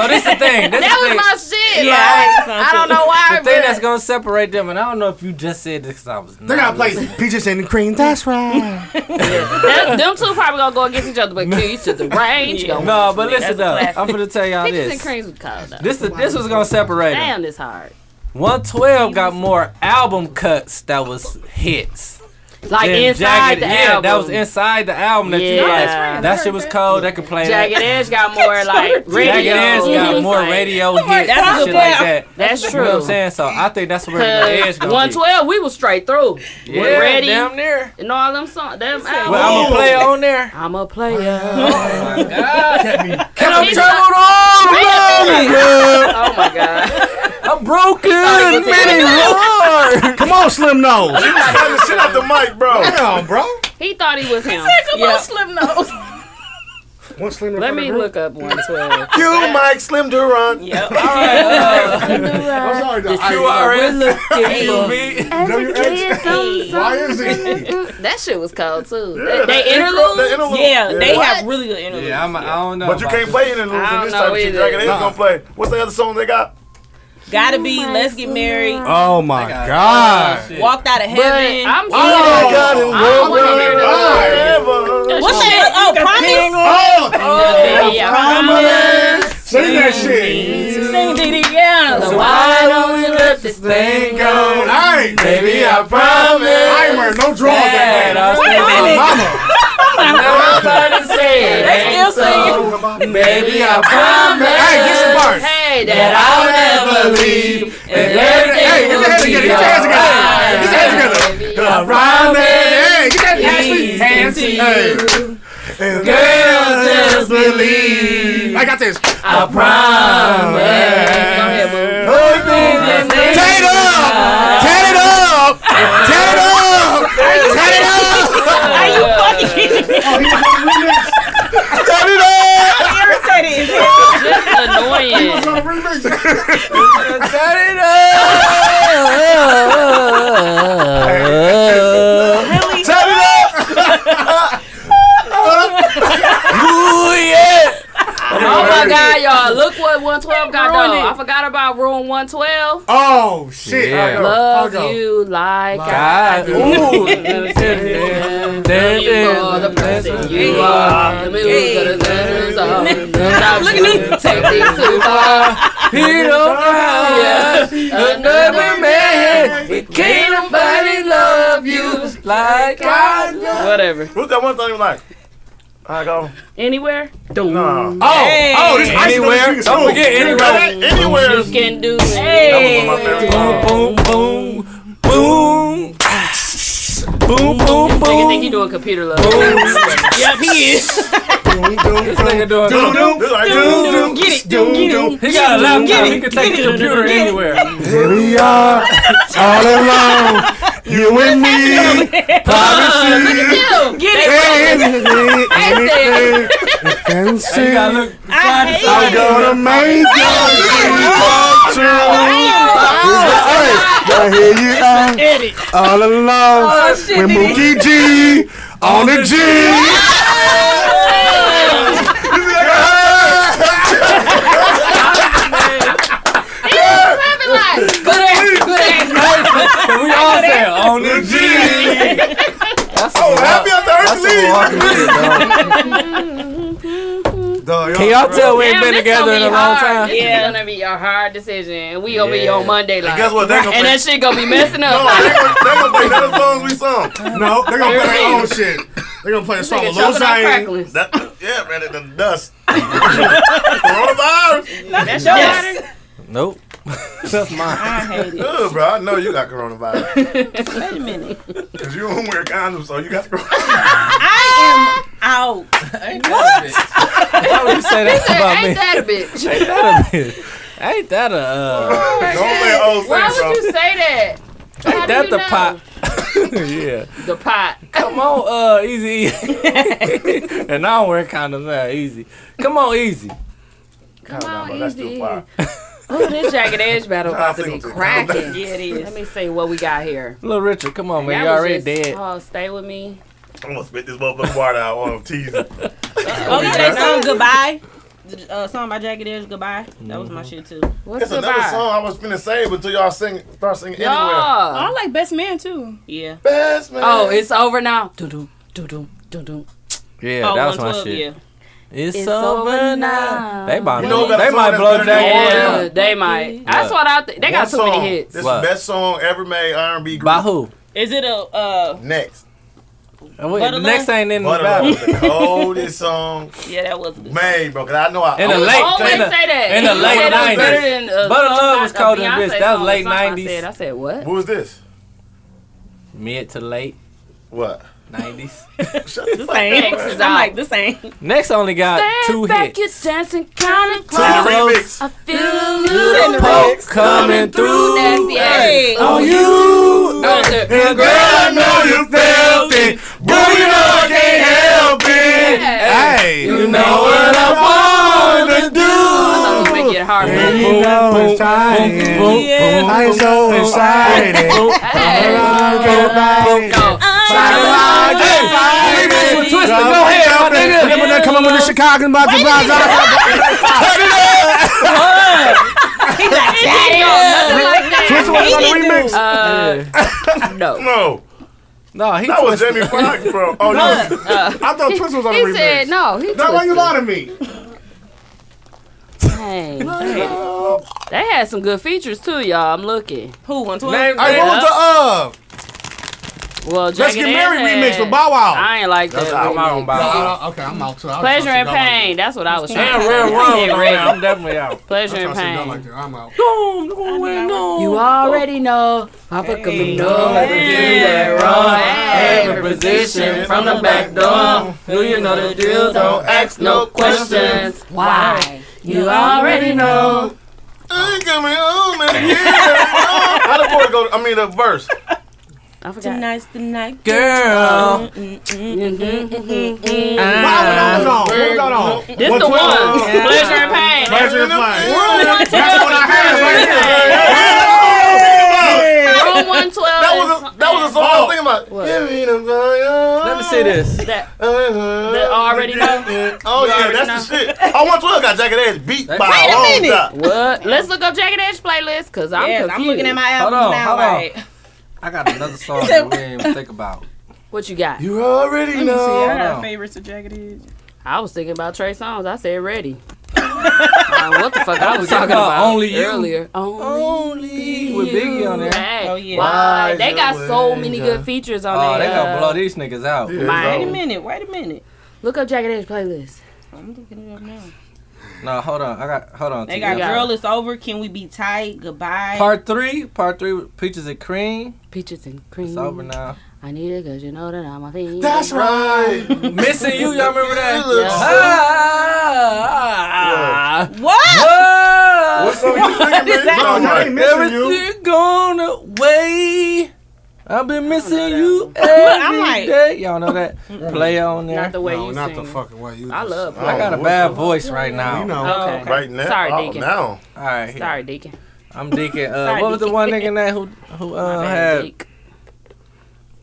S3: what?
S1: So this the thing. This
S3: that
S1: the
S3: was
S1: thing.
S3: my shit.
S1: Yeah,
S3: like,
S1: so
S3: I don't know why.
S1: The thing
S3: but-
S1: that's gonna separate them, and I don't know if you just said this because I was. They're
S7: gonna play
S1: peaches and
S7: cream. That's right.
S3: them, them two probably gonna go against each other, but keys to the range. gonna
S1: No,
S3: win.
S1: but listen though,
S3: That's a
S1: I'm gonna tell y'all
S3: classic. Peaches and
S1: this.
S3: creams was cold though.
S1: This is this was gonna separate them.
S3: Damn, this hard.
S1: 112 got more album cuts that was hits.
S3: Like
S1: than
S3: inside the
S1: yeah, that was
S3: album.
S1: inside the album that you
S3: Yeah.
S1: like.
S3: Friends,
S1: That shit was cold. That could play
S3: Jagged
S1: that.
S3: Edge got more like radio.
S1: Jagged Edge got more
S3: Like,
S1: radio hits
S3: That's
S1: and
S3: a
S1: shit
S3: good
S1: like
S3: point.
S1: that.
S3: That's
S1: You know what
S3: true.
S1: I'm saying? So I think that's where the Edge
S3: Cause
S1: gonna be.
S3: 112, we was straight through.
S1: Yeah,
S3: We're ready.
S1: damn near.
S3: And all them songs. Them albums.
S1: Well, I'm a player on there.
S3: I'm a player.
S1: Oh my god.
S3: Can
S1: I'm troubled all alone, girl.
S3: Oh my god.
S1: I'm broken.
S3: Many
S7: Lord. Come on, Slim Nose.
S6: You just got the shit out the mic, bro.
S7: Come on, bro.
S3: He thought he was him.
S11: "Come
S3: Yeah.
S11: on, Slim Nose."
S7: One Slim
S3: Let me look up 112.
S6: Cue Mike Slim Duran.
S11: Yep.
S3: Oh,
S7: I'm sorry, though. I- Why is it?
S3: That shit was cold too.
S6: Yeah,
S3: they they
S6: that intro-
S3: interlude.
S6: that interlude.
S11: Yeah, they
S6: What?
S11: have really good interludes.
S1: Yeah, I'm, I don't know.
S6: But you
S1: about
S6: can't
S1: this.
S6: play interludes
S3: I
S6: in
S3: don't
S6: this type
S3: know
S6: of shit.
S3: either.
S6: Jagged Edge
S7: Nah.
S6: gonna play. What's the other song they got?
S11: Gotta be. Let's get married.
S7: Oh my God.
S11: Walked out of
S3: But
S11: heaven.
S3: I'm
S11: What's
S3: sorry.
S6: God in love
S3: wanna hear that.
S6: forever.
S11: that? Oh, promise.
S7: Oh,
S3: Yeah, yeah.
S7: sing that shit.
S11: Sing DD. Yeah.
S3: So why don't you let this thing go?
S7: All right.
S1: Baby, I promise.
S7: I ain't wearing no drawers that
S1: that
S7: night.
S1: I'll stay by
S7: My
S1: you.
S7: mama.
S3: Nobody said
S11: They still
S3: ain't so.
S1: Baby, I promise.
S7: Hey, get some bars.
S3: Hey,
S1: that
S3: that
S1: I'll never leave. And everything
S7: Hey, get your
S1: will
S7: hands together.
S1: be
S7: Get your hands
S1: alright.
S7: together. Get
S1: I promise.
S7: your hands together. Promise. Hey, get that Ashley.
S1: Please
S7: Hands.
S1: continue.
S7: Hey.
S1: Girl, just believe.
S7: I got this.
S1: I promise.
S3: Go
S1: Nothing
S3: ahead,
S7: Tat it up. Tat it up. Tat it up. Tat it up.
S11: Are you fucking kidding me?
S7: Tat it up.
S11: irritated? as hell.
S3: Just annoying.
S1: Turn it up.
S11: Really?
S7: Tat it up.
S1: Ooh, yeah.
S3: Oh my god, y'all! Look what 112 got though. I forgot about room 112.
S7: Oh shit.
S1: Yeah.
S7: I'll go. I'll
S3: Love
S7: go.
S3: you like I
S1: God.
S3: do.
S1: Ooh.
S3: You are the person you are. The music of the letters are. Stop
S11: Look at me.
S3: Take these too far.
S1: He don't cry. Another man. Can't nobody love you like I do.
S3: Whatever.
S6: Who's that one thing like? I go.
S3: Anywhere.
S6: Nah.
S7: Oh, oh, this ice
S1: Anywhere. Don't forget anywhere.
S6: Anywhere.
S3: You can do it.
S6: That was one of my favorite songs.
S1: Boom, boom, boom. Boom, boom,
S3: Nigga think he
S1: boom.
S3: doing computer love.
S11: Yep, he is.
S1: This nigga doing.
S6: This is like-
S11: Doom, get it. Doom, get it.
S1: He got a laptop. He can take the computer anywhere. Here we are, all alone, you and me.
S3: Anything
S1: You gotta look.
S11: I hate it.
S7: gonna make
S11: Edit.
S7: all alone
S11: Oh, shit,
S7: with
S11: DD.
S7: Mookie G on the G.
S1: But we all say on the G. That's oh,
S6: Happy on the earth league.
S7: Dog,
S1: Can y'all tell we ain't
S3: Damn,
S1: been
S3: this
S1: together
S3: gonna
S1: in a
S3: be
S1: long
S3: hard.
S1: time?
S3: This is gonna be a hard decision. And we gonna be
S1: Yeah.
S3: on Monday like.
S6: Guess what? They're gonna
S3: And
S6: play.
S3: that shit gonna be messing up.
S6: No, they're gonna, they're gonna play none of the songs we sung.
S7: No, they're gonna play their own shit. They're gonna play a
S6: This
S7: song
S6: nigga
S7: with Lil
S6: choking on
S7: Zane.
S6: yeah, man, the- the dust. coronavirus.
S1: That's your Yes. Nope. That's mine.
S6: I
S11: hate it.
S6: Ugh, bro, I know you got coronavirus.
S11: Wait a minute.
S6: Because you don't wear condoms, so you got coronavirus.
S11: I am out.
S1: Why would you say that
S11: He said,
S1: about
S11: "Ain't
S1: me?
S11: that a bitch?"
S1: Ain't that a bitch? Ain't that a? Uh,
S3: Why would you say that? How
S1: Ain't
S3: do
S1: that
S3: you
S1: the
S3: know?
S1: pot? yeah.
S3: The pot.
S1: Come on, uh, easy. and I don't wear condoms now. Easy. Come on, easy.
S3: Come on,
S1: that's
S3: easy.
S1: fire.
S3: Oh, this jagged edge battle about to be
S1: Nah, I think
S3: cracking.
S1: it's-
S3: Yeah, it is. Let me see what we got here.
S1: Little Richard, come on, man.
S3: That
S1: You
S3: was
S1: already
S3: just-
S1: dead.
S3: Oh, stay with me.
S6: I'm gonna spit this motherfucking water out while I'm teasing.
S11: Oh, you say song goodbye. The, Uh, song by Jagged Edge, goodbye. That was my shit too.
S6: What's That's another song I was finna save until y'all sing, start singing
S11: Nah.
S9: I like Best Man too.
S11: Yeah.
S6: Best Man.
S3: Oh, it's over now. Do do do do do do.
S1: Yeah,
S3: Oh,
S1: that was my
S3: 112,
S1: shit.
S3: yeah.
S1: It's,
S3: It's
S1: over,
S3: over
S1: now. They might,
S6: You know
S1: they
S6: about a song
S1: might
S6: that's
S1: blow
S6: better than
S1: that
S6: one?
S1: one.
S3: Oh, They might. That's
S1: What?
S3: what I think. They got
S6: One
S3: too many
S6: song.
S3: hits.
S6: This is
S1: What?
S6: the best song ever made R&B group.
S1: By who?
S11: Is it a uh?
S6: Next.
S1: And wait, the next ain't
S3: Mm,
S1: in the
S6: Butterlove
S1: battle.
S6: was the coldest song
S11: Yeah, that was.
S6: made, bro. Cause I know I
S1: In the
S6: I-
S1: late,
S3: always
S1: in the,
S3: say that.
S1: in the
S3: You
S1: late
S3: said that was better
S1: nineties.
S3: than, uh,
S1: Butter Love was
S3: a
S1: colder than
S3: Beyonce
S1: bitch. That
S3: song
S1: was
S3: or
S1: late
S3: something I
S1: nineties.
S3: said. I said, what?
S6: What was this?
S1: Mid to late.
S6: What?
S1: Nineties.
S11: This ain't.
S3: Next is
S11: I'm
S3: out.
S11: like this ain't.
S1: Next only got two hits.
S3: It's dancing kind of
S1: remix.
S3: I feel a little
S1: Pope coming through.
S3: Nasty ass.
S1: Oh, you. And girl, I know you felt it. Boy, you know I can't help it. Hey, you know what I want to do. I
S3: thought you make it hard.
S1: You know it's time. I'm so excited.
S7: Go ahead, my nigga. Remember that come up with the Chicago Blaza
S3: He's like,
S7: Twister was on the remix.
S3: No.
S6: No.
S1: No, he
S6: That was Jamie Foxx, bro. Oh, no.
S7: I thought Twister was on the
S3: He
S7: remix.
S3: said no. He
S7: That's why you
S3: twisted.
S7: lie to me.
S3: Dang. They had some good features too, y'all. I'm looking.
S11: Who one twelve?
S3: Name-
S7: Hey, what was the uh?
S3: Well,
S7: Let's
S3: Jagged
S7: get
S3: Edge
S7: married
S3: had-
S7: remix with Bow Wow.
S3: I ain't like that. remix.
S7: Okay, I'm out too. I was
S3: Pleasure
S7: trying
S3: and
S7: to say
S3: pain. That's what I was trying
S1: And
S3: to
S1: Red
S3: say. I said
S1: Rum,
S3: red.
S1: I'm definitely out.
S3: Pleasure
S7: y'all
S3: and
S7: like that. I'm trying
S3: pain.
S7: to say y'all like that. I'm
S1: Boom,
S7: out.
S1: boom, boom, boom.
S3: You already know. Papa coming up.
S1: that
S3: Hey.
S1: Every position from the back door. Do you know the drill? Don't ask no questions.
S3: Why? You already know.
S6: Look at me, oh, man, yeah. How the boy go? I mean, the verse.
S3: I forgot.
S11: Tonight's the night,
S1: Girl.
S7: Why was that on? What was that on?
S3: This the one.
S6: Oh,
S3: Pleasure and pain.
S7: Pleasure and pain.
S3: That's
S7: what I had right
S3: Room 112.
S6: That was a, that was a song I was thinking about. Give me the fire.
S1: Let me see this.
S3: That,
S6: The
S3: already know.
S6: Oh
S3: You
S6: yeah,
S3: already
S6: that's the shit. I want twelve got jacket ass beat by a
S3: Wait a
S6: long
S3: minute.
S6: time.
S3: What? Let's look up Jagged Edge playlist, cause I'm
S11: Yes, I'm
S3: confused.
S11: looking at my
S1: Hold
S11: albums
S1: on,
S11: now.
S1: hold on.
S11: Like,
S1: I got another song that we didn't even think about.
S3: What you got?
S6: You already
S9: Let me see. I
S6: know.
S9: got
S1: no.
S9: favorites of Jagged Edge.
S3: I was thinking about Trey Songz. I said ready. Uh, what the fuck I was talking
S1: about
S3: about
S1: Only You.
S3: earlier? Only,
S1: Only with Biggie on there.
S3: Hey,
S11: Oh, yeah.
S3: why? They got so
S6: Why
S3: many
S6: you
S3: good features on
S1: Oh,
S3: there.
S1: they gonna
S3: uh,
S1: blow these niggas out.
S6: Yeah,
S3: my-
S11: wait a
S6: bro.
S11: minute. Wait a minute.
S3: Look up Jagged Edge playlist.
S11: I'm looking it up now.
S1: No, hold on. I got hold on.
S11: They
S1: T.
S11: got
S3: Yeah.
S11: girl. It's over. Can we be tight? Goodbye.
S1: Part three, part three, with peaches and cream.
S3: Peaches and cream.
S1: It's over now.
S3: I need it cause you know that I'm a fiend.
S6: That's right.
S1: Missing you, y'all remember that?
S6: Yeah.
S1: Ah,
S11: what?
S1: ah,
S6: What's up? You thinking, bitch?
S7: No,
S6: No,
S7: y'all ain't
S6: like,
S7: missing you.
S1: Everything gone away. I've been missing
S3: that
S1: you
S3: one.
S11: I'm
S1: every
S11: like-
S1: day. Y'all know that play on
S3: Not
S1: there.
S3: the way
S7: No,
S3: you
S7: not the
S3: sing.
S7: fucking way you.
S3: I love
S1: I got a bad voice right now.
S7: You know.
S3: Okay.
S6: Right now.
S3: Sorry,
S6: oh,
S3: Deacon.
S6: now.
S1: All right, here.
S3: Sorry, Deacon.
S1: I'm Deacon. Uh,
S3: Sorry,
S1: what was the
S3: Deacon.
S1: one nigga name who who uh,
S3: My bad,
S1: had
S3: Deek.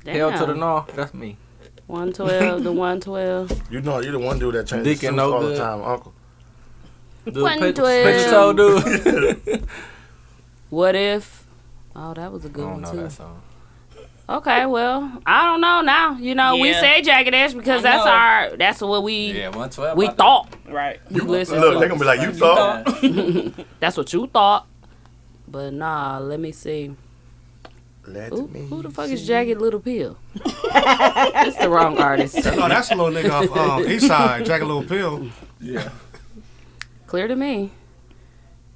S1: hell to the
S3: Damn.
S1: north? That's me.
S3: 112, the 112.
S6: You know, you're the one dude that changes
S1: Deacon
S6: suits
S1: no
S6: all
S1: good.
S6: the time, Uncle.
S1: Dude,
S3: One
S1: pitch,
S3: twelve.
S1: pitch toe dude.
S3: What if? Oh, that was a good one,
S1: know
S3: too.
S1: that song.
S3: Okay, well, I don't know now. You know, we
S11: Yeah.
S3: said Jagged Edge because
S11: I
S3: that's
S11: know.
S3: our, that's what we,
S1: Yeah, one twelve.
S3: we thought.
S11: Right.
S3: We listened
S6: Look,
S3: to.
S6: they're gonna be like, you thought.
S3: That's what you thought. But nah, let me see. Who, who the fuck is Jagged Little Pill? it's the wrong artist.
S7: No, Oh, that's a little nigga off um, Eastside, Jack a Little Pill.
S6: Yeah.
S3: Clear to me.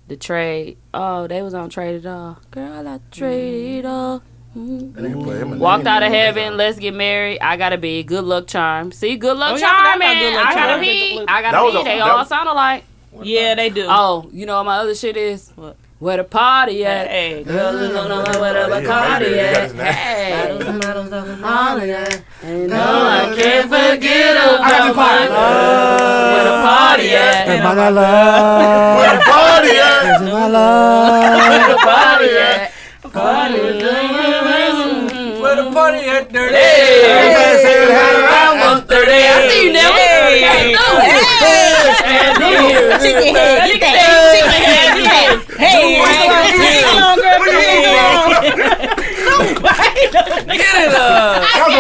S3: The trade. Oh, they was on trade it all. Girl, I trade it all. Mhm. Walked out of heaven. Let's get married. I gotta be. Good luck charm. See, good luck
S11: Oh, yeah, I forgot
S3: charm,
S11: about
S3: man.
S11: Good Luck
S3: I gotta
S11: Charm.
S3: be. I
S11: That
S3: gotta
S11: was
S3: be.
S11: a-
S3: They
S11: that
S3: all
S11: was-
S3: sound alike.
S11: Yeah, they do.
S3: Oh, you know what my other shit is? What? Where the party at?
S11: Hey,
S3: girl, you don't know where the Bacardi at. Hey, party at. And no, I can't forget about Oh, my love. Where the party at? And my love. Where the party at? And my love. Where the party at? Party at. Where the party at? Dirty. Hey, around 1:30. I see you, Nelly. Hey, hey, hey, hey, hey.
S10: That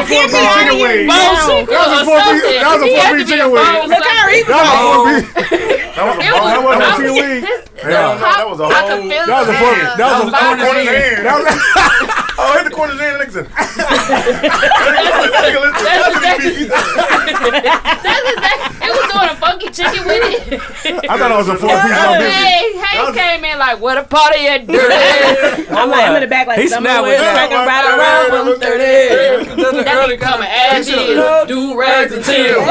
S10: was before free chicken wings. That was before free. That
S6: Bone
S10: was before free chicken wings. That was before free. That was before chicken wings.
S6: Yeah, that was a
S11: Oh.
S10: That
S6: whole.
S10: was before. That was a
S6: corner
S10: corner
S6: hand.
S10: That was
S6: Oh, hit the corner hand, nigga. Nigga, listen, that's what it be.
S3: It was doing a funky chicken with it.
S10: I thought I was a four piece on bitch.
S3: Hey, Hayes came in like, what a party at dirty.
S11: I'm like, I'm in the back like
S1: He
S11: somewhere
S1: snapped with that.
S11: like right around one thirty.
S3: That be coming as is. Do rags and tears.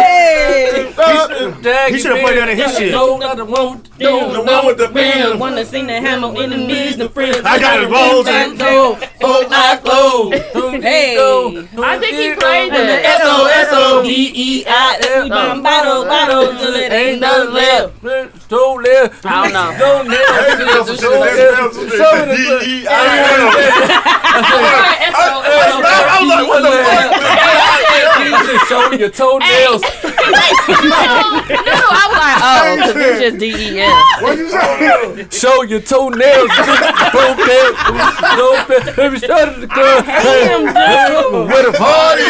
S1: He
S10: should've played that in his shit.
S1: No, not the one.
S11: Dude,
S6: The one with the
S11: man,
S6: pin.
S11: wanna sing that hammer in the knees, the friends.
S10: I got it, balls and-
S11: Go, full life, go. Hey,
S3: I think he played that.
S11: S O S O D E I F. We bomb bottle, bottle till it ain't nothing left.
S1: Don't live.
S3: I don't know.
S1: Don't live.
S6: Hey, that's some shit.
S1: Don't live.
S6: That's some shit.
S1: Some of the-
S6: D-E-I-L.
S1: I was like, what the fuck? You just showing your toenails.
S3: No, I was like, oh, 'cause it's just D-E-F.
S10: What you say?
S1: Show your toenails. Don't fit. Don't fit. Let me show to the club. Hey, where the party at?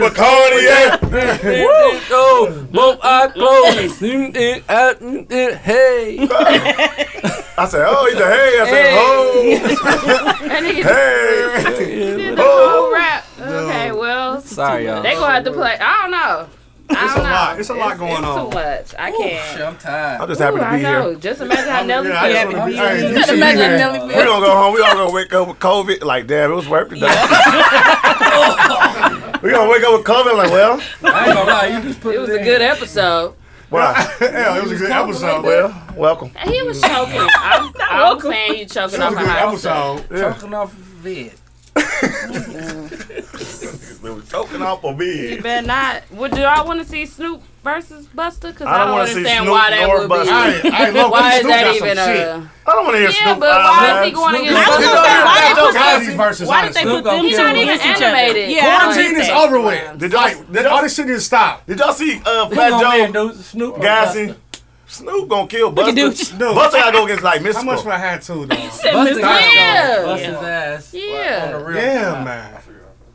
S6: Bacardi, yeah.
S1: Oh, both eyes closed. Mm, mm, out, mm, mm, Hey.
S6: I said, oh, he's a hey. I said, oh,
S3: That nigga
S6: hey.
S3: did the whole rap. Okay, well,
S1: Sorry, y'all.
S3: they gonna have to play. I don't know. I
S7: It's a
S3: don't know.
S7: lot. It's a lot going
S3: it's
S7: on.
S3: too much. I can't.
S1: I'm tired.
S6: I'm just happy
S3: Ooh,
S6: to
S3: I
S6: be
S3: know.
S6: here.
S3: Just imagine how Nelly
S7: Yeah, I just
S3: feels.
S7: want to be
S10: Hey,
S7: hey,
S10: you see me here.
S6: We gonna go home. We all gonna wake up with COVID. Like, damn, it was worth it. we gonna wake up with COVID. Like, well,
S1: I ain't gonna lie. You just put
S3: It was a good episode.
S6: why?
S10: Hell, it was a good episode. man.
S6: Well, welcome.
S3: He was choking. I'm, I'm saying you choking
S10: It
S3: off
S10: was a
S3: my
S10: good
S3: house.
S10: episode.
S1: Talking off of it.
S6: We were choking off a
S3: You
S6: bid.
S3: better not. Would do I want to see Snoop versus Buster? Cause
S6: I
S3: I
S6: don't
S3: don't,
S6: wanna see
S3: understand
S6: Snoop
S3: why that
S6: nor
S3: would
S6: Busta.
S3: be.
S10: Hey, hey, look,
S3: Why is
S10: Snoop
S3: that
S10: got some
S3: even
S10: shit.
S3: a?
S6: I don't want to hear
S3: Yeah,
S6: Snoop.
S3: but why is he
S6: Dogg, man.
S3: going
S1: Snoop
S3: against
S1: Dogg.
S3: Buster?
S10: That was
S3: Why
S10: Cosby versus
S11: Why did they
S10: Hunter.
S11: put them
S1: He's
S11: two
S1: not
S3: they
S11: against
S3: even
S11: each other?
S3: animated?
S11: Yeah,
S10: Quarantine is over with.
S6: Did y'all, did
S10: All
S6: y'all,
S10: this shit is stopped.
S6: did y'all see uh,
S1: Who gonna
S6: Fat
S1: win, Oh,
S6: Joe
S1: dude? Snoop or
S6: gassing? Snoop gonna kill
S11: at
S6: Buster.
S11: Dooch.
S6: Buster gotta go against like
S10: How much would
S6: Mystical.
S10: I had to, though?
S1: Busta? Busta got
S3: Yeah.
S1: him. Busta's ass.
S3: Yeah.
S1: On the real
S10: Yeah,
S1: side.
S10: man.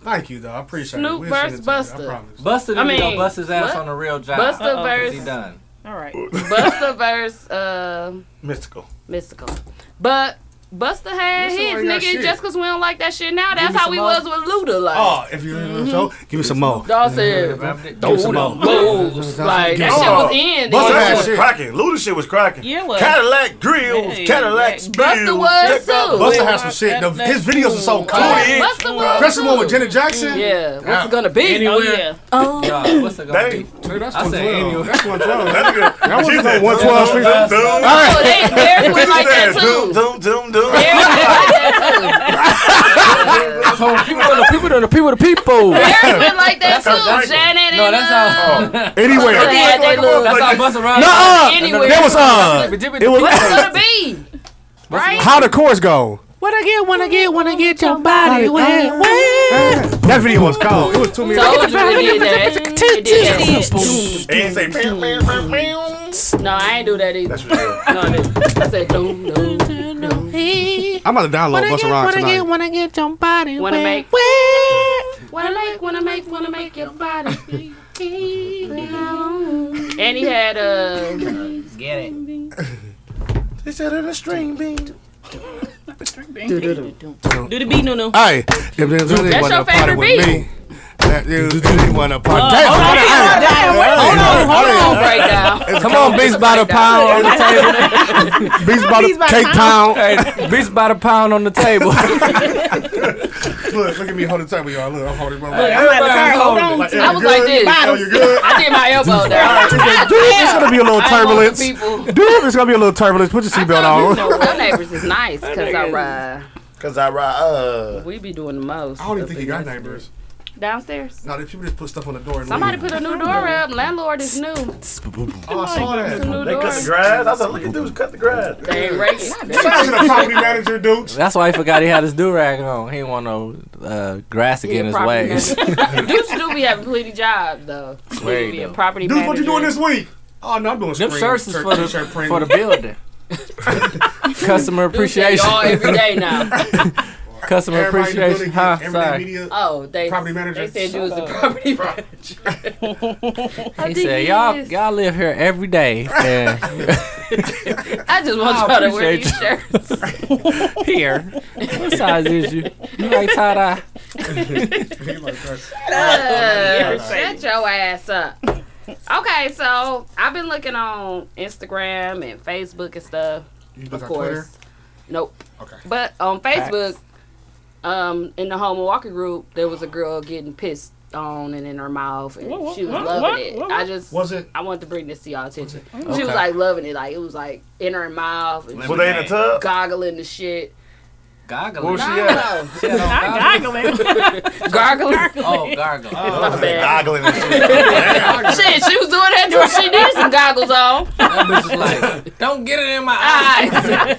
S10: Thank you, though. I appreciate it.
S3: Snoop
S10: We'll send it.
S3: versus
S10: to you,
S3: Busta.
S10: I promise.
S1: Busta didn't
S3: I mean,
S1: go bust his ass
S3: what?
S1: on the real job. Uh-uh, He
S3: Buster verse,
S1: done.
S11: All right.
S3: Buster verse, uh,
S6: Mystical.
S3: mystical. But Buster had
S10: This
S3: his
S10: ain't that
S3: nigga.
S10: shit.
S3: Just cause we don't like that shit now, that's
S10: me
S3: how
S10: some
S3: we
S10: more.
S3: was with Luda. Like,
S10: Oh, if you so, give me some more.
S3: y'all said,
S1: Don't
S10: some more.
S3: moves. like that
S10: Oh,
S3: shit was in.
S10: Busta
S3: then.
S10: had
S6: That
S10: shit.
S6: shit was cracking. Luda shit was cracking.
S11: Yeah, it was.
S6: Cadillac grills,
S11: Yeah,
S6: Cadillac
S11: yeah.
S6: spills.
S3: Busta was, too.
S10: Busta has some shit. The, his videos are so cool.
S6: Booty.
S3: Busta was
S10: That's the one with
S3: too.
S10: Janet Jackson.
S3: Yeah, what's it gonna be?
S11: Oh
S1: Anywhere.
S11: yeah.
S1: Nah, Busta gonna
S6: That
S1: be.
S6: ain't.
S10: Dude,
S1: I
S10: that's
S1: said
S10: 112.
S1: anyway.
S10: That's 112.
S6: That nigga. That
S10: wasn't no 112 Street Fighter.
S6: Street.
S3: Oh, they, theirs went like that too.
S6: Doom, doom, doom, doom.
S3: Theirs went like that too.
S1: People the people the people the people.
S3: Theirs went like that
S6: That's how
S3: too.
S6: Michael-
S3: Janet and
S1: No, that's
S3: uh,
S1: how.
S7: Oh.
S3: they
S10: Anyway,
S3: had their little.
S1: That's how Busta Rhymes.
S10: Nuh-uh.
S3: Anywhere.
S10: there was uh, it was uh,
S3: What's it gonna be? Right?
S10: how the chorus go.
S3: What I get, wanna get, wanna get your body
S10: wet, That video was cold. It was two minutes.
S3: Told you it did that. It did that.
S6: And say, bam, bam, bam, bam.
S3: No, I ain't do that either.
S6: That's what it is.
S3: No, I didn't. I said, doom, doom, doom.
S10: I'm about to download Busta Rhymes tonight.
S2: wanna get your body
S3: Wanna make,
S2: wet.
S3: wanna make, wanna make, wanna make your body feel down. And he had uh,
S6: They said in a string bean.
S9: Not the drink
S11: Do the beat, Nunu.
S10: Hey, if there's anyone
S11: your
S10: to party
S11: favorite
S10: with
S11: beat.
S10: me, that is anyone to
S3: Uh,
S7: Uh,
S10: party.
S11: hold on,
S10: Damn,
S11: hold on,
S10: hey,
S11: hold on,
S10: hey,
S11: hold on,
S10: hey.
S11: breakdown.
S10: It's
S11: Come
S10: called
S11: on,
S10: Beats
S11: Beats
S10: by the
S11: breakdown.
S10: Pound on the table. Beats by
S1: Beats
S10: the
S1: by the
S10: Cake
S1: pound.
S10: Pound.
S1: Beats by the pound on the table.
S10: look, look at me holding the table, y'all. Look, I'm holding my
S1: Look, I'm like, Everybody's Carl, hold holding. on to
S10: yeah,
S1: it. I
S10: you
S1: was like
S10: good?
S1: this.
S10: Oh, you good?
S3: I did my elbow there.
S10: All right, she said, Dude, it's gonna be a little
S3: I am one of
S10: turbulence.
S3: the people.
S10: Dude, it's gonna be a little turbulence. Put your seatbelt
S7: Oh,
S3: You
S10: on.
S3: know, your neighbors is nice because I ride.
S6: Cause I ride. Uh,
S3: we be doing the most.
S7: I don't even think you got neighbors.
S3: Downstairs.
S7: No, they people just put stuff on the door. And
S3: Somebody
S7: leave.
S3: put a new door up. Landlord is new. Oh,
S7: I saw that.
S3: It's a new
S6: They
S3: door.
S6: cut the grass. I was like, look at dudes cut the grass.
S3: They ain't raking.
S10: Shout out to the property manager, Dukes.
S1: That's why he forgot he had his do rag on. He didn't want no uh, grass to get in his ways.
S3: Dudes do be having plenty jobs though.
S1: Way,
S3: Dudes be a
S1: though.
S3: property
S10: Dudes, what
S3: manager.
S10: you doing this week?
S7: Oh no, I'm doing
S1: Them
S7: screen,
S1: shirts is
S7: shirt,
S1: for the,
S7: t-shirt print.
S1: for the building. Customer
S3: Dudes say
S1: appreciation.
S3: Y'all every day now.
S1: Customer
S7: Everybody in the
S1: appreciation.
S7: building,
S1: Huh?
S7: everyday
S1: Sorry.
S7: media.
S3: Oh, they
S7: Property manager.
S3: They said you was the
S7: Shut up.
S3: property manager. I
S1: He
S3: think
S1: said,
S3: he
S1: "Y'all,
S3: is.
S1: y'all live here every day." And
S3: I just want
S1: I
S3: y'all to wear
S1: appreciate
S3: these
S1: you.
S3: shirts.
S1: here, what size is you? You like tie dye?
S3: Uh, Shut your ass up. Okay, so I've been looking on Instagram and Facebook and stuff.
S7: You
S3: of
S7: look on
S3: course.
S7: Twitter?
S3: Nope.
S7: Okay.
S3: But on Facebook, um, in the whole Milwaukee group, there was a girl getting pissed on and in her mouth, and
S11: What, what,
S3: she was
S11: what,
S3: loving
S11: what,
S3: it.
S11: what,
S3: I
S11: what?
S3: just
S7: Was it?
S3: I wanted to bring this to y'all attention. She
S1: Okay.
S3: was like loving it, like it was like in her mouth. And
S6: Were they in the tub?
S3: Goggling the shit.
S1: Goggling.
S6: Where was she
S3: No.
S6: at?
S1: She had on goggles?
S3: Gargling.
S1: Oh, gargle.
S6: I was
S3: bad.
S6: goggling and shit.
S3: shit, she was doing that till she needed some goggles on.
S1: That bitch was like, "Don't get it in my
S3: Ah.
S1: eye."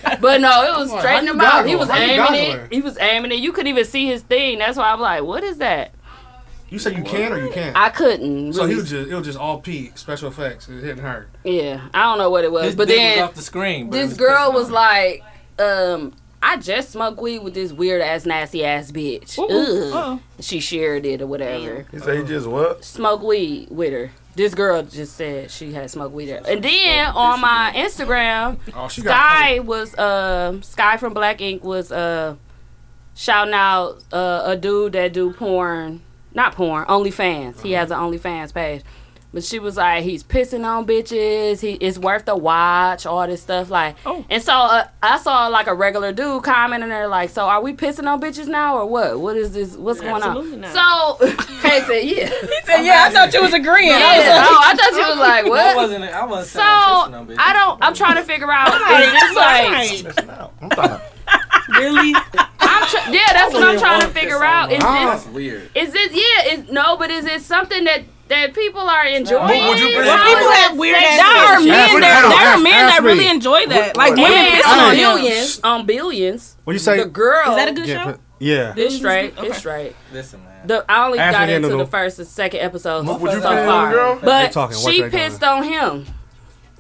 S3: eyes. but no, it was straight in the
S7: you
S3: mouth.
S7: goggle?
S3: He was
S7: How you
S3: aiming
S7: goggling?
S3: it. He was aiming it. You couldn't even see his thing. That's why I'm like, what is that?
S7: You said you can or you can't.
S3: I couldn't. Really.
S7: so he was just it was just all P special effects. It hitting her.
S3: yeah, I don't know what it was.
S1: His
S3: but
S1: dick
S3: then
S1: was off the screen. but it
S3: this
S1: was
S3: girl
S1: pissing
S3: was
S1: off.
S3: like, um, I just smoked weed with this weird ass, nasty ass bitch. Ugh. She shared it or whatever.
S6: He said he just what?
S3: Smoke weed with her. This girl just said she had smoked weed. with her. And then on my Instagram,
S7: Oh, she got.
S3: Sky was um Sky from Black Ink was uh shouting out uh, a dude that do porn, not porn, OnlyFans.
S1: Uh-huh.
S3: He has an OnlyFans page. But she was like, he's pissing on bitches. He it's worth the watch, all this stuff. Like,
S1: Oh.
S3: and so uh, I saw like a regular dude commenting her like, so are we pissing on bitches now or what? What is this? What's
S11: Absolutely
S3: going on? So, Kay said, yeah,
S11: yeah, I thought you was agreeing.
S3: yeah. Oh, I thought you was like,
S1: I
S3: what?
S1: wasn't. I wasn't.
S3: So I don't. I'm trying to figure out. Is this like?
S11: really?
S3: I'm tr- yeah, that's what I'm trying to figure out. Is
S1: That's
S3: this?
S1: weird.
S3: Is this? Yeah. Is no? But is it something that that people are enjoying?
S6: But would you bring-
S3: How
S6: People
S3: is
S11: have
S3: that
S11: weird
S3: sex-
S11: ass
S3: There are
S11: shit.
S3: men.
S10: Ask me,
S3: that,
S10: hold on,
S3: there are
S10: ask-
S3: men
S10: ask
S3: that
S10: me.
S3: really enjoy that. Like women
S11: ask-
S3: pissing on
S11: ask-
S3: billions. On billions.
S10: What you say?
S3: The girl.
S11: Is that a good
S10: Yeah,
S11: show?
S10: but- yeah.
S3: It's straight. It's straight.
S1: Listen, man.
S3: The, I only
S10: Ask
S3: got
S10: me
S3: into
S10: again,
S3: the
S10: Lulu.
S3: first and second episodes
S6: would
S3: Oh, so
S6: you pay the
S3: far,
S6: girl?
S10: They
S3: but
S10: talking, what
S3: she
S10: they doing?
S3: pissed on him.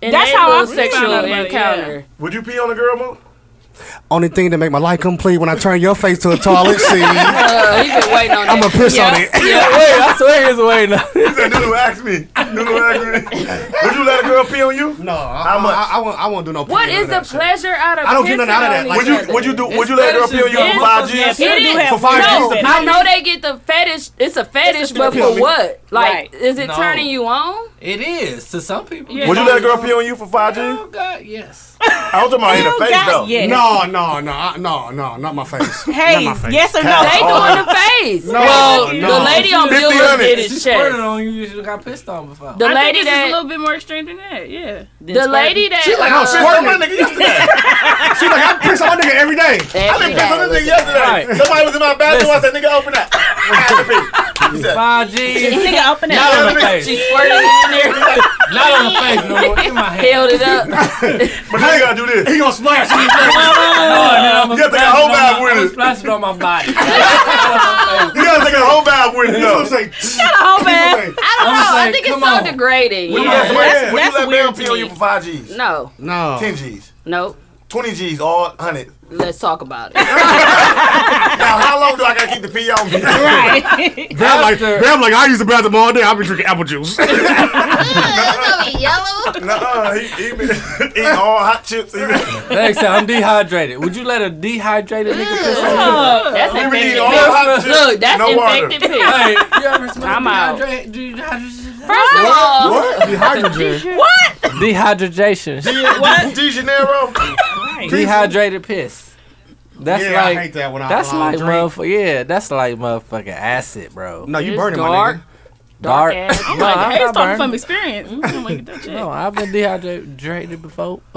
S3: And
S11: That's
S3: they
S11: how I
S3: little
S11: really found
S3: sexual
S11: out about it, yeah.
S3: encounter.
S6: Would you pee on a girl, Moo?
S10: Only thing to make my life complete when I turn your face to a toilet seat. I'm
S3: Uh, he been waiting on that.
S10: gonna piss on it.
S1: Wait, I swear it's way now.
S6: He said, Nunu asked me. Nunu asked me. Would you let a girl pee on you?
S7: No, I,
S6: How
S7: I,
S6: much?
S7: I, I won't. I won't do no.
S3: What
S7: pee,
S3: is
S7: none
S3: the
S7: of that shit.
S3: pleasure out of
S7: I don't get
S3: pissing
S7: nothing out of
S3: on
S7: that.
S3: each
S6: Would you
S3: other?
S6: would you do would you let a girl pee on you
S3: It's
S6: on five G's?
S11: Yeah,
S3: It
S11: people do
S3: is.
S11: have
S10: For five
S3: no,
S10: years,
S3: I know they get the fetish. It's a fetish, but
S10: fetish.
S3: for what? Like,
S11: Right.
S3: is it
S1: No.
S3: turning you on?
S1: It is to some people.
S3: Yeah.
S6: Would you let a girl pee on you for five G's?
S1: Oh God, yes.
S6: I was talking about in the face
S11: God,
S6: though.
S11: yes.
S10: No, no, no, I- no, no, not my face.
S11: Hey,
S10: not my face.
S11: yes or no?
S3: They doing the face.
S10: No,
S3: well,
S10: no.
S3: the lady on
S6: 50
S3: Bueller
S6: hundred.
S3: did
S1: She
S3: his
S1: squirted
S3: chest.
S1: on you. You got pissed on before.
S3: The
S9: I think
S3: lady
S9: this is a
S3: that
S9: little bit more extreme than that. Yeah.
S3: the lady that
S7: She like,
S3: uh,
S6: oh,
S7: I'm squirting.
S6: My nigga used to that.
S7: She like, I piss on my nigga every day.
S6: I
S3: every
S6: didn't piss on
S3: day.
S6: this nigga yesterday.
S1: Right.
S6: Somebody was in my bathroom. I said, nigga, open that. I had to pee. He said,
S1: Five G.
S11: Nigga, open up.
S1: Not on the
S3: She
S1: face.
S3: squirted it in there,
S1: Not on the face no more. In my hand.
S3: held it up.
S6: but now you gotta do this.
S7: He gonna splash. on you.
S1: No,
S6: You gotta take a whole bath with it.
S1: Splash it on my body.
S6: You gotta take a whole bath with it
S7: He
S6: though.
S7: gonna say,
S11: Oh, man.
S3: I
S7: "Hey,
S1: I'm
S3: don't know. I
S1: saying,
S3: think it's
S1: come
S3: so
S1: on.
S3: degrading.
S6: Would you
S3: Yeah.
S6: let- would you let a girl
S11: weird to
S6: pee on
S11: me.
S6: you for five G's?
S3: No,
S10: No.
S6: Ten G's.
S3: nope.
S6: 20 G's, all 100.
S3: Let's talk about it.
S6: now, how long do I gotta keep the pee on me?
S3: Right.
S7: Graham like, Graham like, I use the bathroom all day. I've been drinking apple juice.
S3: yellow.
S6: Nah, he, he been eating all hot chips. He been,
S1: Next time, I'm dehydrated. Would you let a dehydrated nigga piss on
S3: Ugh,
S1: you?
S3: that's
S1: We would eat
S3: infected
S1: all
S3: pee.
S1: hot chips,
S3: Look, that's
S1: no water.
S3: infected pee.
S1: Hey, you ever
S3: I'm
S1: smell
S3: out.
S1: dehydrated?
S3: First of all,
S1: Dehydrogen.
S3: What?
S1: Dehydration.
S6: what? De Janeiro?
S1: Dehydrated piss. That's
S7: Yeah, I
S1: like
S7: hate that when I-
S1: that's
S7: when I
S1: like
S7: drink.
S1: motherfucker. Yeah, that's like motherfucking acid, bro.
S7: No, you
S1: It's
S7: burning, my
S1: dark,
S7: nigga.
S1: Dark.
S9: I'm
S1: No,
S9: like,
S1: I'm
S9: hey,
S1: not
S9: it's talking
S1: burning.
S9: from experience. Mm, I'm like, that shit.
S1: No, I've been dehydrated before.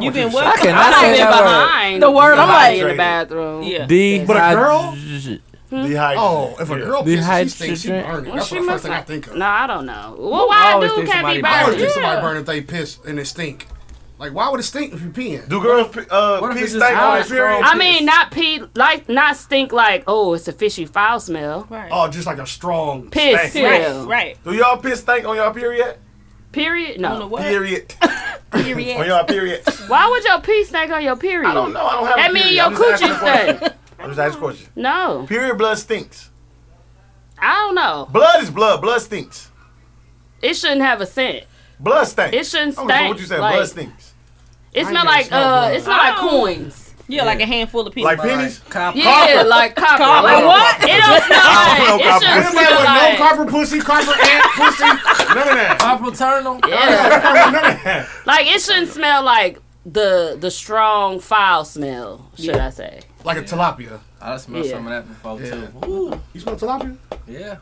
S6: you
S9: been
S1: I
S9: what?
S1: cannot
S3: I've
S1: say
S3: been
S1: that word.
S3: behind
S9: The word, I'm
S3: somebody in
S6: like-
S3: the bathroom.
S11: Yeah.
S1: De-
S7: But a girl?
S6: Dehydrated.
S7: Oh, if a girl pisses, she stinks, she
S1: Dehydrated.
S7: burning.
S3: Well,
S7: That's
S3: she
S7: the first
S3: must
S7: thing I
S3: not-
S7: think of.
S3: No, I don't know. Well,
S1: I
S3: why a
S1: always
S3: dude
S1: think
S3: can't
S1: somebody
S3: be
S1: burnt.
S7: I always
S3: burned?
S7: think somebody
S9: Yeah.
S7: burn if they piss and it stink. Like, why would it stink if you peeing?
S6: Do girls pee- uh,
S1: What if
S6: pee
S1: it's
S6: stink
S1: just
S6: on
S1: hot,
S6: experience?
S1: bro?
S3: I mean, not pee, like not stink like oh, it's a fishy foul smell.
S9: Right.
S7: Oh, just like a strong.
S3: Piss
S6: Stank.
S3: smell.
S9: Right. Right.
S6: Do y'all piss stink on y'all period?
S3: Period.
S9: On the
S3: No.
S9: what?
S6: Period. on
S9: Period.
S6: y'all period.
S3: Why would your pee stink on your period?
S6: I don't know. I don't have
S3: That
S6: a
S3: mean
S6: period.
S3: your
S6: I'm just
S3: coochie
S6: asking a question.
S3: stink.
S6: I'm just asking a question.
S3: No,
S6: Period blood stinks.
S3: I don't know.
S6: Blood is blood. Blood stinks.
S3: It shouldn't have a scent.
S6: Blood stinks.
S3: It shouldn't
S6: I don't give a fuck
S3: stink.
S6: what you saying.
S3: like,
S6: blood stinks.
S3: It
S7: I
S3: smell
S7: ain't
S3: like
S7: never smelled
S3: uh,
S7: blood.
S3: it smell like coins.
S11: Yeah, like a handful of people.
S6: Like pennies?
S1: Copper.
S3: Yeah, like copper.
S11: Copper.
S3: Like what?
S6: What?
S3: It don't smell
S6: I don't
S3: like.
S6: know
S3: It
S6: copper.
S3: should
S7: Anybody
S3: smell
S7: with no
S3: like.
S7: copper pussy, copper ant pussy, none of that.
S1: Copper turnal.
S3: Yeah. like it shouldn't smell like the the strong foul smell. Should I say?
S7: Like a tilapia.
S1: I done smelled
S3: Yeah.
S1: some of that before too.
S7: Ooh, you smell tilapia?
S1: Yeah.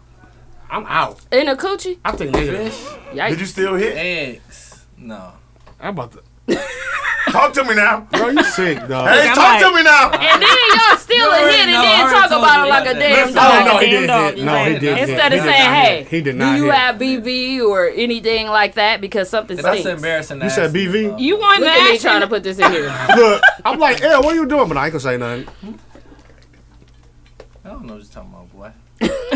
S7: I'm out.
S3: In a coochie?
S7: I think negative.
S3: Yikes.
S6: Did you still hit?
S1: Eggs. No.
S7: I'm about to.
S6: Talk to me now.
S7: Bro, you sick, dog.
S6: Hey, talk to me now.
S3: and then y'all still a
S1: already
S3: hit and
S1: know. I
S3: then
S1: already
S3: talk
S1: told
S3: about
S1: you
S3: it like
S1: about
S3: a
S1: that.
S3: damn
S7: Oh, no,
S3: dog.
S7: he did
S11: Damn
S7: hit. No, he
S11: dog.
S7: did hit.
S3: Instead
S7: He
S3: of
S7: did
S3: saying,
S7: not hit.
S3: hey,
S7: He did
S3: do
S7: not
S3: you
S7: hit.
S3: have BV or anything like that? Because something
S1: That's
S3: stinks.
S1: embarrassing.
S7: You said
S1: ass.
S7: BV?
S11: You want
S3: Look
S11: to
S3: at me
S11: ask
S3: trying to
S11: him-
S3: put this in here.
S7: Look, I'm like, yeah, what are you doing? But I ain't gonna say nothing.
S1: I don't know what you're talking about, boy.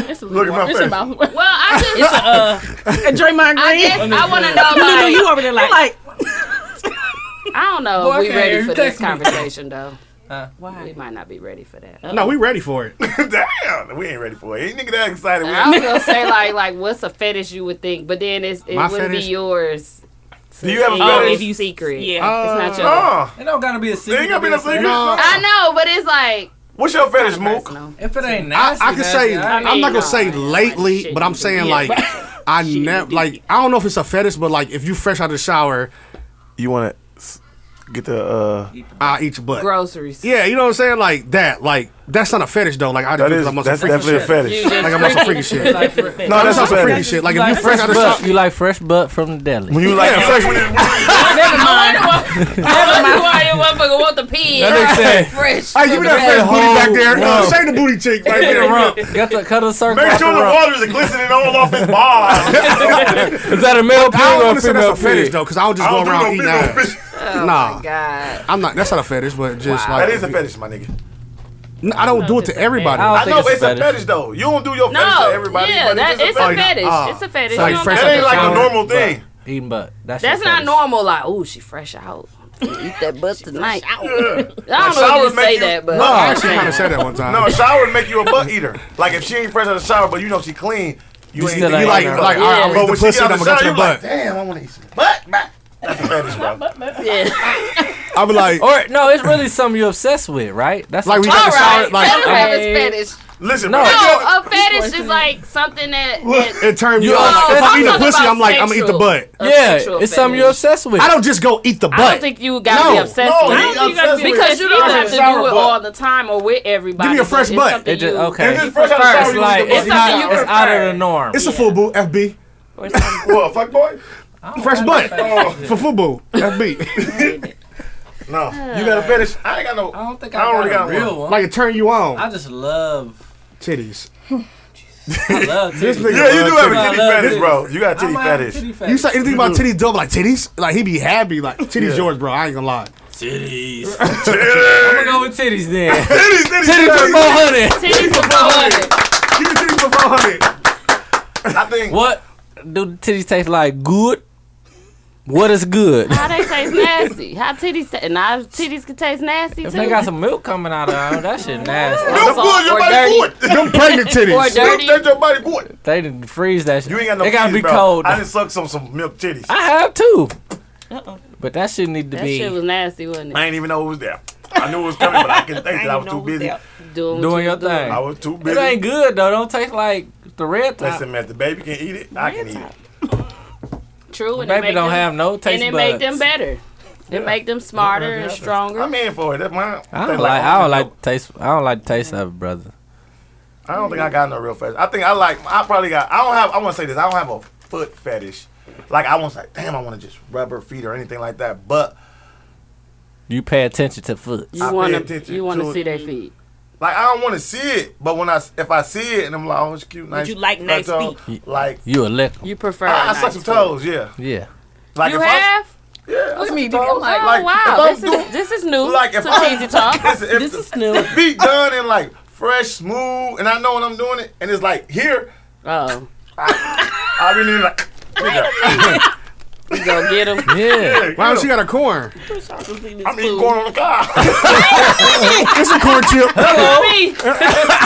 S9: It's a
S6: Look at
S9: little-
S6: my
S9: it's
S6: face.
S9: about-
S3: Well, I
S11: It's
S3: just,
S11: a, uh,
S9: A Draymond
S3: I
S9: Green.
S3: guess I want to
S11: no, no,
S3: know,
S11: you
S3: like,
S11: over there like,
S9: Like,
S3: I don't know
S1: Boy,
S3: if we
S1: okay,
S3: ready
S1: you
S3: for this
S1: text me.
S3: conversation, though. We
S11: why?
S3: might not be ready for that.
S7: No, we ready for it.
S6: Damn, we ain't ready for it. Ain't nigga that excited. We
S3: I was gonna say like like what's a fetish you would think, but then it's, it
S7: My
S3: wouldn't
S7: fetish?
S3: be yours.
S6: Do you have a
S3: It's
S11: Oh,
S6: fetish?
S3: If you secret,
S11: Yeah. Uh,
S3: it's not your.
S6: Oh,
S1: It don't gotta be a secret.
S6: ain't gotta be
S1: to
S6: no
S1: a
S6: secret.
S3: I know, but it's like
S6: What's your fetish, Mook?
S3: personal.
S1: If it ain't
S7: I,
S1: nasty,
S7: I can
S1: nasty,
S7: say
S1: I ain't-
S7: I'm
S3: no,
S7: not gonna say
S3: I ain't like
S7: lately,
S3: shit
S7: but I'm
S3: you
S7: saying
S3: do.
S7: like I never like I don't know if it's a fetish, but like if you fresh out of the shower,
S6: You want to get the uh?
S7: I eat your butt.
S3: groceries.
S7: Yeah, you know what I'm saying? Like that. Like that's not a fetish though. Like I just
S6: That
S7: do 'cause
S6: is
S7: I'm on some
S6: that's
S7: freaky
S6: definitely a
S7: shit.
S6: fetish.
S3: You
S7: Like
S3: just
S7: I'm on some freaky shit.
S1: like fr-
S6: No, that's
S7: I'm
S6: not
S7: on some freaky
S6: fetish.
S7: shit. Like
S1: you
S7: if you
S1: like
S7: fresh
S1: fresh
S7: out of the
S1: butt. You
S7: shower,
S1: like fresh butt from the deli.
S6: When you like fresh, when it,
S3: I wonder why you motherfucker want the pee.
S1: That nigga said-
S3: fresh.
S7: hey, give me that
S1: That
S7: fresh booty
S1: whole-
S7: back there.
S1: whoa.
S7: Uh, shake the booty chick right there.
S1: Rump. Got the cut a circle.
S6: make
S1: out
S6: sure
S1: the
S6: the
S1: rump.
S6: water is glistening all off his balls.
S1: Is that a male
S7: I
S1: pig
S7: don't
S1: or
S7: want
S1: a
S7: to say
S1: female
S7: that's a fetish
S1: pig?
S7: though, because I don't just
S6: I don't
S7: go
S6: do
S7: around
S6: no
S7: eating
S6: female
S7: ass.
S6: fetish.
S11: Ah.
S7: Nah,
S3: Oh God.
S7: I'm not. That's not a fetish, but just like
S6: That is a fetish, my nigga.
S7: N- I don't do it to everybody.
S1: I
S6: I
S1: don't
S6: know
S1: think
S6: it's a
S1: fetish.
S6: fetish though. You don't do your fetish
S3: No,
S6: to everybody,
S3: yeah,
S6: but
S3: that,
S6: it's
S3: it's
S6: a
S3: a
S6: fetish.
S3: fetish.
S1: Oh.
S7: Ah,
S3: it's a fetish.
S7: so
S3: You
S7: you
S3: don't
S7: fresh
S3: got
S6: That
S7: out
S6: ain't
S7: the
S3: to-
S6: like a
S7: shower.
S6: normal thing.
S1: Eating butt. That's,
S3: That's
S1: your
S3: not
S1: fetish.
S3: normal. Like, oh, she fresh out. Eat that butt tonight. I don't
S6: Like,
S3: know
S6: showers
S3: if you
S6: make
S3: say
S6: you-
S3: that, but
S6: No,
S7: I
S3: I'm
S7: actually
S3: saying-
S7: kind of said that one time.
S6: No, a shower would make you a butt eater. Like if she ain't fresh out of the shower, but you know she clean, you,
S1: You
S6: ain't
S1: still
S6: think-
S1: ain't
S7: you like,
S1: Yeah.
S7: like, all right, I'm
S6: But
S7: gonna
S6: when
S7: eat the
S6: she
S7: pussy,
S6: get out
S7: and I'm
S6: the shower,
S7: gonna get
S6: you
S7: your
S6: like,
S7: butt.
S6: damn, I want to eat some butt. butt." That's a fetish, bro.
S3: Yeah.
S7: I'll be like,
S1: Or no, it's really something you obsessed with, right? That's
S7: Like, we
S1: a-
S7: got-
S3: All
S7: That's how
S3: right.
S7: it, like-
S3: Better have a
S1: Okay.
S3: fetish.
S6: Listen,
S1: No.
S6: bro.
S3: No, a fetish is like something that. that
S7: it turned me
S1: You
S7: on. Like, if
S1: obsessed?
S7: I'm eating
S3: I'm talking
S7: pussy,
S3: about
S7: I'm like, I'm gonna eat the
S3: sexual.
S7: butt.
S3: a
S1: yeah, it's
S3: sexual
S1: something
S3: fetish.
S1: you're obsessed with.
S7: I don't just go eat the butt.
S3: I don't think you gotta be
S7: No,
S3: obsessed
S6: no,
S3: with
S6: you
S3: it.
S6: don't think you gotta be
S3: because you don't have to
S6: Shower
S3: do it
S6: butt.
S3: all the time or with everybody.
S7: Give me a fresh
S3: It's
S7: butt.
S3: something
S1: It just
S3: you-
S1: okay.
S6: If it's fresh out of the
S1: It's
S6: shower,
S1: like
S6: you eat
S1: it's
S6: the
S1: not.
S3: something
S6: butt.
S3: you
S1: It's out of
S3: prefer.
S1: the norm.
S7: It's a fubu, FB.
S3: or something.
S6: What, a fuck boy?
S7: Fresh butt. Oh, For fubu, FB.
S6: No. You got a fetish? I ain't got no.
S1: I don't think
S6: I
S1: I,
S6: already
S1: got,
S6: got
S1: a real one.
S7: like, it turn you
S1: I
S7: on.
S1: just love.
S7: Titties.
S1: I love
S7: This
S1: titties.
S7: nigga-
S6: Yeah, you do have a
S1: I
S6: titty
S1: love
S6: fetish,
S1: titties.
S6: bro. You got a titty
S1: I might have a
S6: fetish.
S1: titty
S7: You say anything about titties, dope, like titties? Like, he be happy. Like, titties
S6: Yeah.
S7: yours, bro. I ain't gonna lie.
S1: Titties.
S6: Titties,
S1: I'm gonna go with titties then.
S6: titties,
S1: titties for
S6: titties.
S1: 400.
S3: Titties for 400.
S7: Give me titties for 400.
S6: I think.
S1: What do the titties taste like? Good. What is good?
S3: How they taste nasty? How titties? Ta- and now titties can taste nasty
S1: If
S3: too.
S1: they got some milk coming out of them, that shit nasty.
S3: Them good, your Or body dirty. good.
S6: Them pregnant titties.
S3: Or dirty.
S6: That's your body good.
S1: They didn't freeze that shit.
S6: You ain't got no
S1: It gotta
S6: titties,
S1: be
S6: bro.
S1: cold.
S6: I just sucked some some milk titties.
S1: I have too.
S3: Uh-oh.
S1: But that shit need to
S3: That
S1: be
S3: shit was nasty, wasn't it?
S6: I ain't even know it was there. I knew it was coming, but I couldn't think that I was too busy.
S3: Doing,
S1: doing your thing.
S6: I was too
S1: It
S6: busy.
S1: ain't good though. Don't taste like the red top.
S6: Listen, man, if the baby can eat it, I can eat it.
S3: True, and it
S1: Baby
S3: make
S1: don't
S3: them,
S1: have no taste
S3: And it make
S1: buds.
S3: them better. It make them smarter and stronger.
S6: I'm in for it. That's my.
S1: I don't like. I don't like the taste. I don't like the taste of it, brother.
S6: I don't think I got no real fetish. I think I like. I probably got. I don't have. I want to say this. I don't have a foot fetish. Like I want to like, damn, I want to just rub her feet or anything like that. But
S1: You pay attention to foot.
S6: I
S3: You
S6: pay
S3: want to
S6: attention
S3: you want to
S6: to
S3: see
S6: it.
S3: their feet.
S6: like I don't want to see it. But when I if I see it and I'm like, oh, it's cute, nice.
S3: you like nice
S6: toe, Like
S1: You a lick.
S3: You prefer.
S6: I, I
S3: nice
S6: suck some
S3: foot.
S6: toes. Yeah.
S1: Yeah.
S6: Like
S3: you
S6: if
S3: have.
S6: I, yeah. I
S3: Look at
S6: suck
S3: me.
S6: some
S3: nigga.
S6: toes.
S3: I'm Like, oh,
S6: Like, like, if
S3: wow,
S6: I'm
S3: this
S6: doing-
S3: is this is new.
S6: Like if
S3: to
S6: I-
S3: cheesy talk.
S6: Listen, if the- The feet done and like fresh, smooth, and I know when I'm doing it, and it's like here.
S3: Oh.
S6: I, I really like.
S3: You go get them.
S1: Yeah.
S10: Why don't she got a corn?
S6: I'm eating corn on the cob.
S10: It's a corn chip.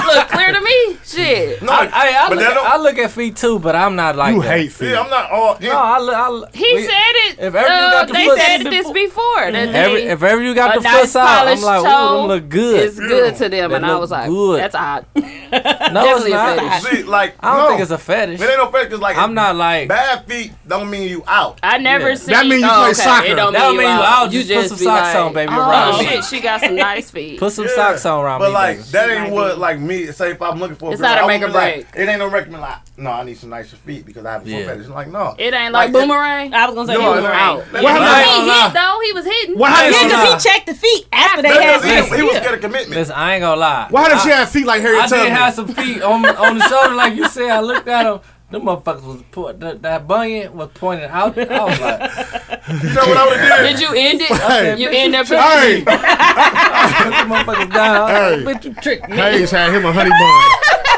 S3: Look clear to me. Shit.
S6: No,
S1: I, I, I,
S6: but
S1: look
S6: that
S1: at,
S6: don't-
S1: I look at feet too, but I'm not like
S10: You
S1: that.
S10: hate feet.
S6: Yeah, I'm not all.
S1: No, I look. I, look-
S3: He
S1: we-
S3: said it.
S1: if everything
S3: uh,
S1: got the
S3: they
S1: foot-
S3: said it this before. That
S1: Every,
S3: they,
S1: if ever you got
S3: a
S1: the foot
S3: nice
S1: side, I'm
S3: polished
S1: like,
S3: toe
S1: ooh, them look good.
S3: it's good to them,
S1: They
S3: and I
S1: look
S3: was like,
S1: good.
S3: that's odd.
S1: no, it's
S3: definitely a
S1: not.
S3: fetish.
S6: See, like
S1: I don't
S6: no.
S1: think it's a fetish.
S6: It ain't no fetish. 'cause, Like
S1: I'm not like
S6: bad feet don't mean you out.
S3: I never
S1: Yeah.
S3: seen.
S10: That mean you
S3: oh,
S10: play
S3: okay.
S10: soccer.
S3: It don't
S1: That
S3: mean
S1: mean
S3: you
S1: you
S3: out.
S1: out.
S3: You
S1: Just put
S3: just
S1: some
S3: be
S1: socks
S3: like,
S1: on, baby,
S3: Oh
S1: ride
S6: me."
S3: shit, she got some nice feet.
S1: put some
S6: Yeah.
S1: socks on around
S6: But
S1: me.
S6: like
S1: baby.
S6: that ain't what like me. Say if I'm looking for,
S3: It's
S6: girl,
S3: not a
S6: I
S3: make
S6: won't
S3: or
S6: be Like, it ain't no recommend. Like no, I need some nicer feet because I have a
S1: Yeah.
S6: foot fetish. Like no,
S3: It ain't like,
S6: Like,
S3: boomerang.
S11: I was gonna say
S6: No,
S11: he was
S6: no, no.
S11: out. Yeah.
S1: happened- I
S3: But he
S1: ain't gonna
S3: hit though. He was hitting.
S10: What happened-
S11: Yeah,
S1: ain't
S11: because
S1: gonna
S11: he checked the feet after they
S6: Because
S11: had
S6: he, was-
S11: sex.
S6: he was getting a commitment.
S1: Listen, I ain't gonna lie.
S10: Why does
S1: I-
S10: she have feet like Harry
S1: I did
S10: Tubman?
S1: have some feet on on the shoulder, like you said. I looked at them. Them motherfuckers was put that, that bunion was pointed out. I was like,
S6: You know what I would have did?
S3: Did you end it?
S10: Hey.
S3: You end up.
S10: Hey,
S1: put them motherfuckers down.
S10: Hey.
S1: Bitch, you tricked me.
S10: Hayes had him a honey bun.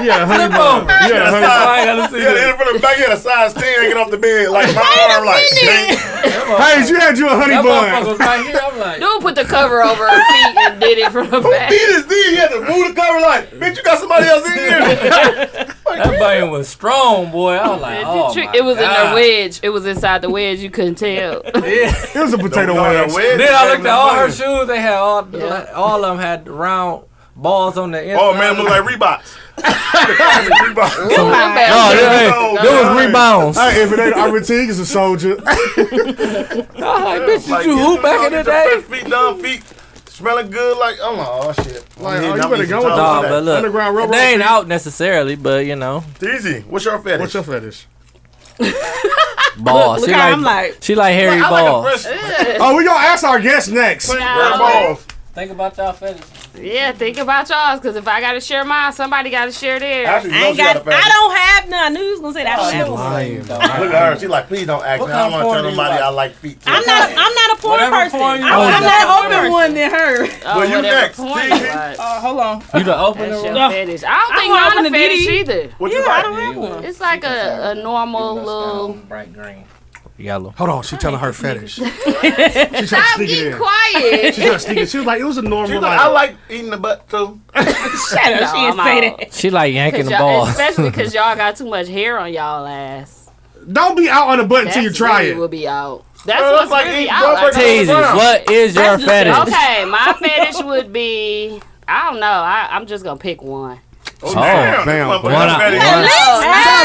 S10: Yeah, honey
S1: Flip over.
S10: bun. Yeah, honey bun.
S1: I ain't gotta see
S6: Yeah, the
S1: that.
S6: in the back of the size ten hanging off the bed like my arm like. dang.
S10: Hayes, you had you a honey
S1: That motherfucker
S10: bun.
S1: was right here. I'm like,
S3: Dude put the cover over her feet and did it from the back.
S6: Beat his D. He had to move the cover like, bitch, you got somebody else in here.
S1: that bunion was strong, boy. I was like,
S3: It,
S1: oh
S3: trick-
S1: my
S3: it was in
S1: God.
S3: the wedge. It was inside the wedge. You couldn't tell.
S1: Yeah.
S10: It was a potato
S6: No, no,
S10: wedge.
S6: wedge.
S1: Then I looked at all her
S6: Wedge.
S1: shoes. They had all
S3: Yeah.
S1: all of them had round balls on the inside.
S6: Oh man, it look like Reeboks. Reeboks.
S3: Ooh, them
S1: Oh,
S3: bad.
S1: yeah, hey,
S6: No,
S1: there was
S6: no.
S1: rebounds. I
S10: Hey, if it ain't Ira Teague is a soldier. oh,
S1: was like, bitch,
S6: Like,
S1: did you
S6: get
S1: hoop
S6: them
S1: back
S6: down,
S1: in the
S6: get your
S1: day?
S6: fresh Feet done, feet smelling good. Like, I'm like, oh shit.
S10: Like,
S6: I'm
S10: oh, you
S6: hitting up
S10: better
S6: these
S10: go
S6: toes
S10: with
S1: Nah,
S10: that.
S1: but look,
S10: Underground rubber
S1: they ain't
S10: feet.
S1: out necessarily, but you know,
S6: today. Easy. What's your fetish?
S10: What's your fetish?
S1: balls.
S11: look
S1: she
S11: how
S1: like,
S11: I'm like-
S1: she like hairy
S6: I
S1: balls.
S6: like a fresh
S10: Oh, we gonna ask our guest next.
S6: red balls.
S1: Think about y'all fetish.
S3: Yeah, think about y'all, because if I gotta share mine, somebody gotta share theirs.
S6: Actually,
S11: I ain't
S6: she got a
S11: got.
S6: fetish.
S11: I don't have none. I knew he was gonna say that. I don't have. none.
S6: Look at her. She like, please don't ask
S1: What
S6: me. I don't
S1: kind of
S6: want to
S1: porn
S6: tell
S1: do you
S6: nobody
S1: like?
S6: I like feet. too.
S11: I'm not. I'm not a porn
S1: Whatever
S11: person.
S1: porn you
S11: I'm,
S1: like.
S11: I'm
S3: Oh,
S11: not open
S3: person.
S11: one than her.
S3: Oh,
S6: Well, you
S3: whatever
S6: next,
S3: point
S6: Gigi.
S3: it was.
S11: Uh, hold on.
S1: You the
S3: That's your
S1: opener.
S3: fetish. I don't
S11: I
S3: think
S11: want
S3: mine a
S11: one of
S3: fetish
S11: these.
S3: either.
S6: What
S11: Yeah,
S6: you
S11: I
S6: like?
S11: don't have one.
S3: It's like a, a normal little.
S1: Bright green. Yellow.
S10: Hold on, she telling her fetish. She trying to
S3: Stop
S10: sneak it
S3: getting
S10: in.
S3: quiet.
S10: She trying to sneak it. She was like, it was a normal.
S6: She's like,
S10: like,
S6: I like eating the butt too.
S11: Shut up. She
S3: I'm
S11: didn't say
S3: out.
S11: that.
S1: She like yanking the
S3: Y'all-
S1: ball.
S3: especially because y'all got too much hair on y'all ass.
S10: Don't be out on the butt until you
S3: That's
S10: try
S3: really
S10: it.
S3: Will be out. That's
S6: Girl,
S3: what's
S6: it's like
S3: really
S6: eating
S3: out. I
S6: butt
S3: think.
S1: Teasy, what is your
S11: That's just-
S1: fetish?
S3: Okay, my fetish would be. I don't know. I, I'm just gonna pick one. Oh,
S6: Oh,
S10: bam.
S6: This motherfucker
S1: One
S6: got
S1: up,
S6: fetish.
S1: one up.
S10: Shout out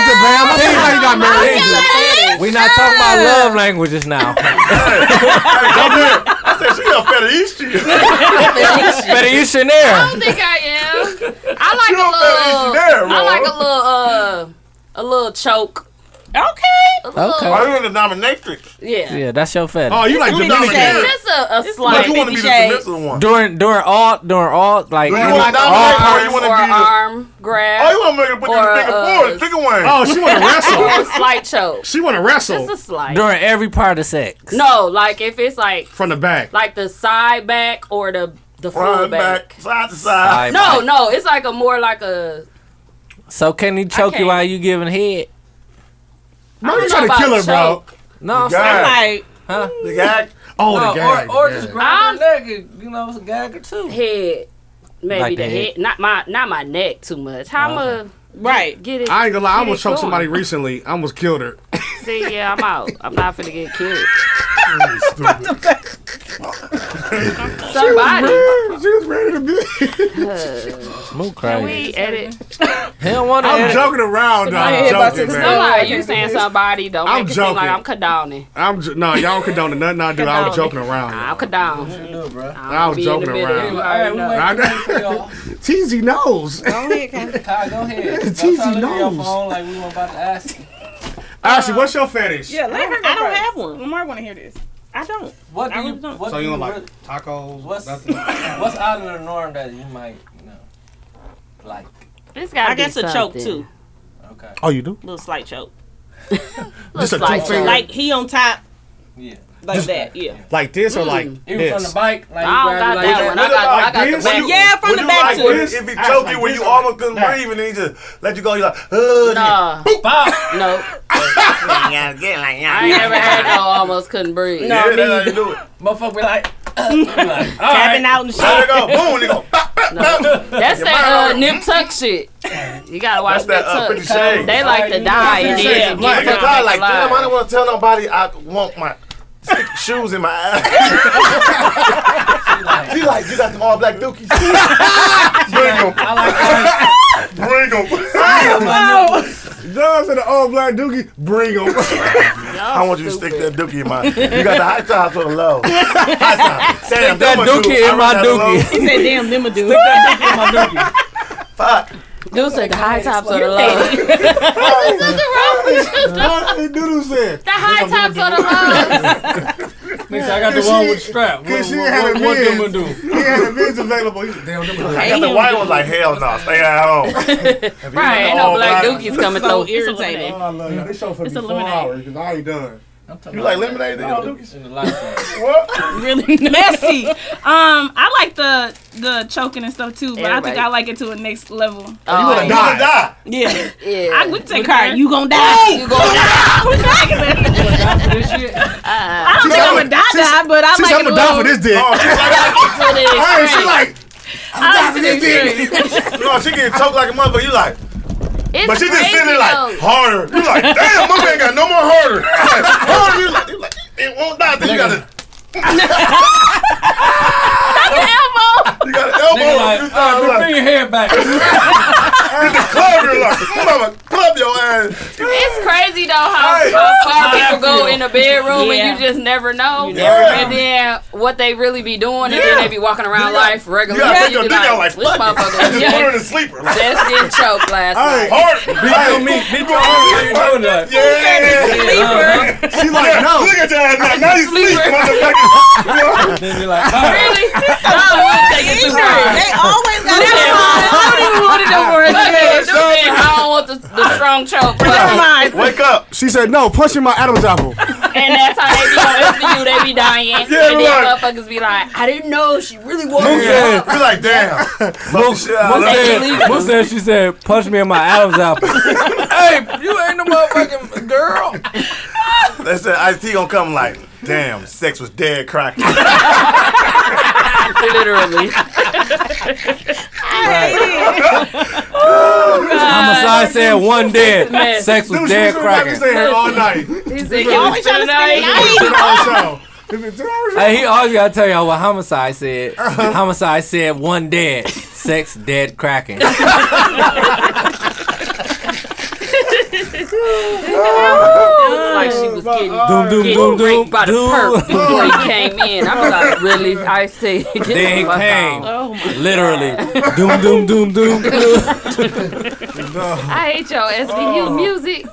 S10: to Bam. I think how you got married.
S1: We not talking about love languages now.
S6: I said, she a fetish. She
S3: I
S1: Fetishionaire.
S3: don't think I am. I like
S6: You
S3: a
S6: don't fetish
S3: little.
S6: there,
S3: Oh. I
S6: bro.
S3: like a little. Uh, a little choke.
S11: Okay.
S3: A little,
S1: Okay.
S6: Are you in the dominatrix?
S3: Yeah.
S1: Yeah, that's your fetish.
S10: Oh, you like
S11: Let me
S10: Dominican.
S11: say-
S3: Just a, a
S6: But
S3: slight.
S6: you want to be the
S11: Shades.
S6: submissive one.
S1: during during all during all like
S6: Do you
S1: you
S6: want
S1: know,
S6: to
S1: all
S6: dominate or
S3: arm
S6: you
S3: or
S6: want to be the...
S3: arm grab.
S6: Oh, you want to make her put you in
S3: Or,
S6: the chicken
S3: uh,
S6: four, the chicken wing.
S10: Oh, she want to wrestle.
S3: or a slight
S7: Oh,
S3: choke.
S10: She want to
S3: Just
S10: wrestle
S3: a slight.
S1: during every part of sex.
S3: No, uh, like if it's like
S10: from the back.
S3: like the side back or the the full
S6: Run
S3: back.
S6: back, side to
S1: Like,
S6: side.
S3: No, no, it's like a more like a.
S1: So can he choke
S3: can't.
S1: you while you giving head?
S3: I
S10: Bro, you
S3: don't
S10: trying
S3: know
S10: to kill her,
S3: about
S10: bro.
S3: choke.
S1: No, I'm
S6: God.
S1: saying
S11: Like
S1: Huh?
S6: The gag?
S1: Oh,
S6: the gag,
S1: Or, or
S6: the
S1: just
S6: gag.
S1: grab the leg, you know, it's a gag or two.
S3: Head. Maybe
S1: Like
S3: the
S1: the
S3: head.
S1: head.
S3: not my not my neck too much. How
S1: Okay.
S3: much? Right. Get it.
S7: I ain't gonna lie, I
S3: get
S7: almost
S3: it
S7: choked
S3: going.
S7: somebody recently. I almost killed her.
S3: See, yeah, I'm out. I'm not finna get killed. Somebody.
S7: She was ready to be.
S1: Smoke
S3: Can
S1: crazy.
S3: we edit?
S1: don't wanna
S7: I'm
S1: edit.
S7: joking around. Now.
S1: My
S7: I'm
S1: head about
S7: joking,
S1: to
S7: man.
S3: Somebody, you saying somebody? Don't
S7: I'm
S3: make it seem
S7: joking.
S3: like I'm condoning.
S7: I'm j- no, y'all condoning nothing I do. I was joking around.
S3: I'm condoning.
S7: I was
S3: be in the
S7: joking
S3: middle.
S7: around.
S3: You already know.
S7: I know. TZ knows.
S1: Kyle, go ahead.
S7: It's
S1: Don't
S7: easy
S1: try to look at your
S7: nose.
S1: phone like we were about to ask you.
S7: Ashley, what's your fetish?
S9: Yeah, let her go
S11: I don't
S9: first.
S11: have one.
S9: Lamar want to hear this.
S11: I don't.
S1: What
S11: I
S1: do you?
S11: really don't.
S1: What
S7: So
S1: do
S7: you
S1: you
S7: don't like
S1: really-
S7: tacos?
S1: What's
S7: nothing?
S1: what's out of the norm that you might you know like?
S3: This
S11: I
S3: gotta be
S11: guess a choke
S3: something.
S11: too.
S1: Okay.
S7: Oh, you do?
S11: Little slight choke.
S7: Just a
S3: Looks like
S7: two finger,
S11: Like he on top,
S1: Yeah.
S11: like that. Yeah.
S7: like this or like
S1: Even from the
S7: this?
S1: bike, like
S3: I don't
S1: you
S3: got
S1: grab it like
S3: that one. I got, I got the back.
S11: Yeah, from
S6: Would
S11: the
S6: you
S11: back
S6: like
S11: to
S6: when
S11: it.
S6: if he choke you when you almost couldn't
S7: Nah.
S6: breathe and then he just let you go? You're like, oh,
S3: Nah,
S1: Pop.
S3: no, I ain't never had no almost couldn't breathe.
S6: yeah, that's how you do it.
S1: Motherfucker be like, you like all right.
S11: Tapping out and
S6: Let
S11: shit.
S6: it go, boom, it go. Bop, bop, bop.
S3: That's
S6: Your
S3: that uh,
S6: mind-
S3: nip tuck shit. You gotta watch that
S6: That's that, uh,
S3: tuck.
S6: Fifty Shades.
S3: They like to die and
S7: Fifty Shades
S3: then get
S7: of Black.
S6: Like,
S3: put
S6: God, like,
S3: back
S6: damn, I
S3: alive.
S6: don't want to tell nobody I want my stick shoes in my ass. She like, you got them all black dookies. Bring them,
S1: I like all
S6: bring them.
S7: Dogs and the all black dookie, bring them.
S6: I want you to stick that dookie in my. You got the high top or the low. High top. Damn,
S1: that
S6: them a
S1: dookie
S6: dude.
S1: in
S6: I
S1: my
S6: rather
S1: dookie.
S6: low.
S11: He said, "Damn, them a dude."
S1: that dick in my dookie.
S6: Fuck.
S3: Dude said the high tops are the low.
S7: What did Doodle said?
S3: The high tops are the low.
S1: Nigga, I got the
S7: Cause
S1: one
S7: she-
S1: with the strap. What,
S7: cause she
S1: what,
S7: had
S1: what,
S7: a
S1: what them
S7: man.
S1: gonna do?
S7: He had the bids available. He said, damn, them are
S6: I got the white one like hell no, stay at home.
S3: Right, ain't no
S6: all
S3: black
S6: black.
S3: dookies coming
S11: So
S3: through.
S11: irritating.
S7: Oh, I love y'all. This show for me four
S9: lemonade.
S7: hours because I ain't done.
S1: I'm talking
S6: You
S1: about
S6: like lemonade?
S1: in
S6: They
S1: the-
S6: got dookies.
S1: in the lifetime.
S6: What?
S9: really messy. Um, I like the the choking and stuff too, but I think
S3: Everybody.
S9: I like it to a next level.
S3: Oh,
S6: You gonna die?
S11: Yeah.
S9: I
S3: Yeah,
S9: would take
S11: Car,
S9: her.
S11: you gonna die.
S3: you go.
S1: This shit.
S9: I don't think
S7: said-
S9: I'm gonna die,
S7: she
S9: die, but I
S7: She
S9: like
S7: said, I'm
S9: it a
S7: gonna die for
S9: little.
S7: this dick.
S6: Oh, she like,
S7: Hey, she like,
S9: I like it
S7: this dick.
S6: no, she getting choked like a motherfucker. You like,
S3: It's
S6: but she just
S3: crazy,
S6: sitting there like
S3: though.
S6: harder. You like, damn, my man got no more harder. Like, harder. You like, you like, it won't die. Then you got to, you got to elbow.
S1: Nigga like,
S6: you
S1: uh,
S6: thought, you
S1: bring
S6: like,
S1: your hair back.
S6: hit the club. You're like, mama, club your ass. You
S3: It's crazy though how,
S6: Hey,
S3: how far
S6: how that
S3: people go
S6: feel?
S3: in the bedroom
S11: Yeah.
S3: and you just never know.
S6: never
S3: And
S6: know.
S3: then what they really be doing, and
S6: Yeah.
S3: then they be walking around
S6: You got-
S3: life regularly.
S6: gotta take
S3: You
S6: your
S3: be
S6: dick out like,
S3: this
S6: fuck it. I
S3: motherfucker
S6: just put her in
S3: just,
S6: the sleeper. Like,
S3: just getting choked last night.
S6: harder. Hey,
S1: Beat on me. Beat on me. You know that.
S6: Yeah.
S1: Uh-huh.
S7: she like, no.
S6: Look at your ass now. Now you sleep,
S3: Sleeper.
S6: motherfucker.
S1: Then you like, all right.
S3: Really? I would take it to her.
S11: They always got
S3: Never
S11: that.
S3: mind. I don't even want it no more. Fuck it. This man, I don't want the, the strong choke. Fuck it.
S6: Wake up.
S7: She said, no, punch in my Adam's apple.
S3: And that's how they be on SVU. They be dying. and then
S6: right.
S3: motherfuckers be like, I didn't know she really wanted
S1: Moose
S3: it.
S1: said,
S6: You're like, damn. Fuck the shit out
S1: Moose
S6: of her.
S1: said, Moose said, she said, punch me in my Adam's apple. hey, you ain't no motherfucking girl.
S6: They said Ice T gonna come like, damn, sex was dead cracking.
S3: Literally. Uh,
S1: Homicide said one dead.
S3: mess.
S1: Sex was
S7: Dude, she
S1: dead
S7: was about to
S1: cracking.
S7: stay here all night.
S3: He said, you always trying to
S7: Two hours show. If it's two hours show-
S1: Hey, he always gotta tell y'all what homicide said.
S6: Uh-huh.
S1: Homicide said one dead. Sex dead cracking.
S3: like she was getting,
S1: Doom doom
S3: getting
S1: doom doom.
S3: raped by the
S1: doom.
S3: perp before he came in. I was like, really? I see. Get
S1: Then
S3: the
S1: he
S3: fuck
S1: came.
S3: out.
S1: Literally. Doom doom doom doom doom.
S3: I hate your SVU music.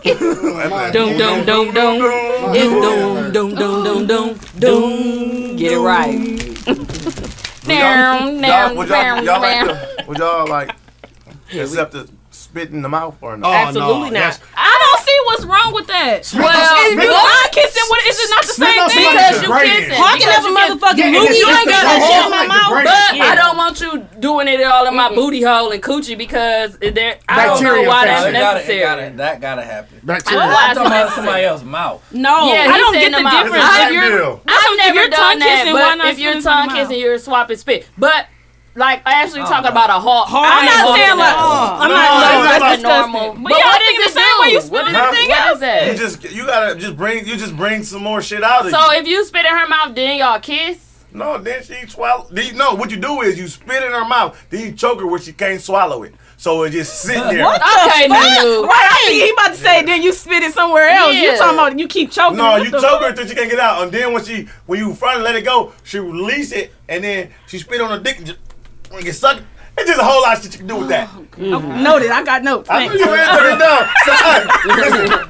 S6: Like,
S3: doom, doom, doom, doom. It's doom, doom, doom, doom, doom, doom. Get it right. Down,
S6: y'all,
S3: down,
S6: would y'all,
S3: down,
S6: y'all
S3: down.
S6: like the, would y'all like accept the spit in the mouth or no?
S11: Absolutely not.
S3: I don't see what's
S9: What's wrong with that?
S11: Well, Well,
S9: is
S11: because-
S9: blood kissing? What is it not the
S11: Spit
S9: same
S11: on
S9: thing?
S11: somebody's degrading.
S3: Honking up a motherfucking
S11: Yeah,
S3: booty.
S11: it's-
S3: You
S11: it's
S3: ain't
S11: the
S3: got
S11: whole
S3: that shit in my
S11: like
S3: mouth.
S11: degrading.
S3: But
S11: Yeah.
S3: I don't want you doing it all in my booty hole and coochie because there. I don't know why that's necessary.
S1: that gotta happen.
S3: Bacteria.
S1: I'm talking about somebody else's mouth.
S11: No,
S3: Yeah,
S11: I
S3: he
S11: don't
S3: said
S11: get
S3: in
S11: the
S3: my-
S11: difference.
S3: I-
S11: If you're-
S3: I've never
S11: you're
S3: done
S11: tongue
S3: that.
S11: kissing, why
S3: but
S11: not
S3: if you're
S11: spit in my
S3: tongue
S11: mouth?
S3: kissing, you're swapping spit. But like actually
S11: Oh,
S3: talking
S11: no.
S3: about a hawk.
S11: Hard.
S3: I'm
S11: Hard.
S3: not saying like
S11: Oh,
S3: I'm
S11: no,
S3: not
S11: no,
S3: saying
S11: that's
S3: that's the
S11: disgusting.
S3: normal.
S11: But yeah, I think
S3: does
S11: the same
S3: it
S11: way
S3: do?
S11: you spit
S3: What
S11: in
S3: does
S11: the
S3: it-
S11: thing
S3: what
S11: out.
S3: is that?
S6: You just you gotta just bring you just bring some more shit out of
S3: So
S6: you.
S3: if you spit in her mouth, then y'all kiss.
S6: no, then she swallow. Then you, no, what you do is you spit in her mouth, then you choke her where she can't swallow it. So it just sitting there.
S9: What the fuck?
S6: Nunu.
S9: Right, I think he about to say then you spit it somewhere else.
S6: Yeah.
S9: You talking about you keep choking?
S6: No,
S9: What
S6: you
S9: the
S6: choke her
S9: fuck?
S6: until she can't get out, and then when she when you finally let it go, she release it, and then she spit on her dick and just and get sucked. It's just a whole lot of shit you can do with that.
S9: Oh, noted. I got notes.
S6: I know
S9: Thanks.
S6: you ain't took it down. So, hey, listen,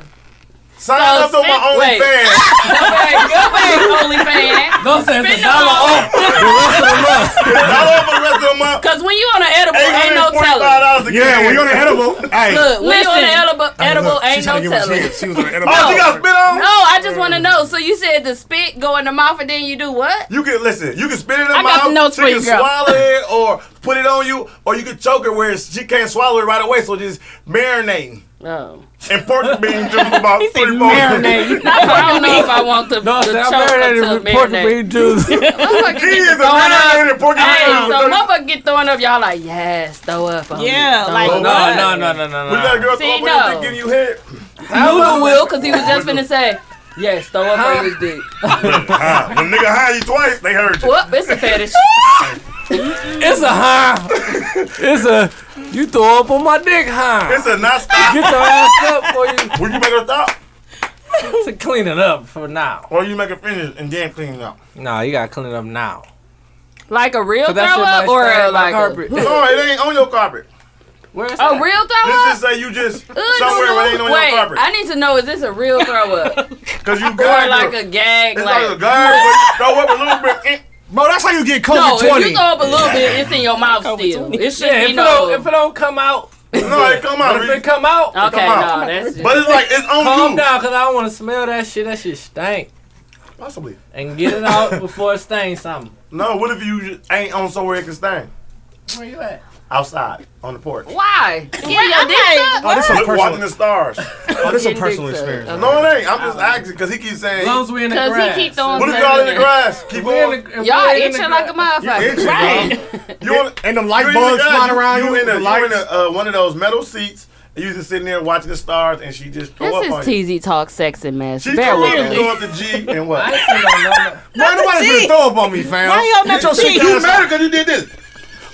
S6: sign
S9: So
S6: up on my
S9: spit- wait.
S6: OnlyFans.
S3: OnlyFans.
S1: Don't say it's a
S3: Spit
S1: dollar Oh, off the rest of the month.
S6: Dollar for the rest of the month.
S3: Cause when you on an edible, ain't no telling.
S7: Yeah, when you're on an edible, hey.
S3: Look, when you on an edible,
S7: Hey, look,
S3: edible
S7: she
S3: ain't no
S7: tryna give us
S3: telling.
S7: shit. She was on an edible.
S6: Oh, you got spit on?
S3: No, I just want to know. So you said the spit go in the mouth and then you do what?
S6: You can listen. You can spit it in her
S3: I got the notes
S6: mouth. she
S3: for
S6: can
S3: you, girl.
S6: swallow it or put it on you, or you can choke her where she can't swallow it right away. So just marinating.
S3: No.
S6: And pork bean juice about three more.
S3: Oh. marinate. Not I don't know if I want the,
S6: No,
S3: the
S6: that
S3: choke
S6: marinated
S3: until
S6: with pork
S3: marinate.
S6: bean juice.
S3: Motherfucker
S6: He
S3: get
S6: is a
S3: thrown up.
S6: marinated pork bean
S3: Hey,
S6: juice.
S3: so motherfucker get thrown up. Y'all like, yes, throw up. on me,
S9: Yeah,
S3: throw
S9: like
S3: up.
S1: No, no, no, no, no, no.
S6: We got a girl
S3: See,
S6: throwing up
S3: no.
S6: and giving you head.
S3: Lulu will, cause he was just finna say, yes, throw up on his dick.
S6: Huh? When nigga high you twice, they heard you.
S3: Whoop, it's a fetish.
S1: It's a high. It's a you throw up on my dick high.
S6: It's a not stop.
S1: Get your ass up for you.
S6: Will you make her stop?
S1: to clean it up for now.
S6: Or you make her finish and then clean it up.
S1: No, you gotta clean it up now.
S3: Like a real
S1: So
S3: throw
S1: that shit
S3: up
S1: might
S3: or
S1: stain
S3: a,
S1: my
S3: like
S1: carpet. Oh,
S3: a.
S6: No, it ain't on your carpet.
S1: Where's
S3: A real throw
S6: Let's
S3: up?
S6: just say you just
S3: Ugh,
S6: somewhere where it ain't on
S3: Uh, Wait,
S6: your carpet.
S3: I need to know is this a real throw up?
S6: Because you
S3: or
S6: got
S3: like a gag?
S6: It's
S3: like,
S6: like a guard where you throw up a little bit. eh.
S7: Bro, that's how you get
S3: no,
S7: COVID
S3: if
S7: 20.
S3: you throw up a little bit, it's in your mouth still. It should
S1: Yeah,
S3: be
S1: if,
S3: no.
S1: it don't, if it don't come out,
S6: No, it come out.
S1: But if it come out,
S3: Okay,
S1: it come out.
S3: no, that's
S6: But it's like it's on
S1: Calm
S6: you.
S1: down, cause I don't want to smell that shit. That shit stink.
S6: Possibly.
S1: And get it out before it stains something.
S6: No, what if you just ain't on somewhere it can stain?
S1: Where you at?
S6: Outside on the porch.
S3: why? Get your
S9: I'm
S3: dick
S9: not-
S3: sucked?
S7: Oh, this is a
S6: Look, Walking
S7: personal,
S6: the stars.
S7: oh, this is a
S3: Getting
S7: personal
S3: big fat.
S7: experience.
S3: Okay.
S6: No, it ain't. I'm just asking because he keeps saying.
S1: As long as we in the
S3: Cause
S1: grass.
S3: he keep throwing.
S6: What if
S3: stuff
S6: y'all in the
S3: there.
S6: grass? Keep
S1: We in
S6: on.
S1: the- if
S3: Y'all
S1: we in the
S3: itching like a
S1: grass-
S6: You
S3: motherfucker.
S6: itching, dog. You on-
S7: And them
S6: you
S7: light
S6: in the
S7: bugs
S6: grass,
S7: flying around
S6: You
S7: you.
S6: in a,
S7: the
S6: you in
S7: lights.
S6: a, uh, one of those metal seats. and You just sitting there watching the stars, and she just throw up
S3: This
S6: on you.
S3: is TZ Talk Sex and Mess.
S6: She
S3: Bear
S6: throw up,
S3: with
S6: and
S3: me.
S6: throw up the G, and
S1: I
S6: what?
S1: ain't seen no number.
S7: Bro, nobody's gonna throw up on me, fam.
S9: Why y'all
S7: Get
S9: not
S7: your
S9: the
S7: shit
S9: G?
S6: You
S7: down.
S6: matter because you did this,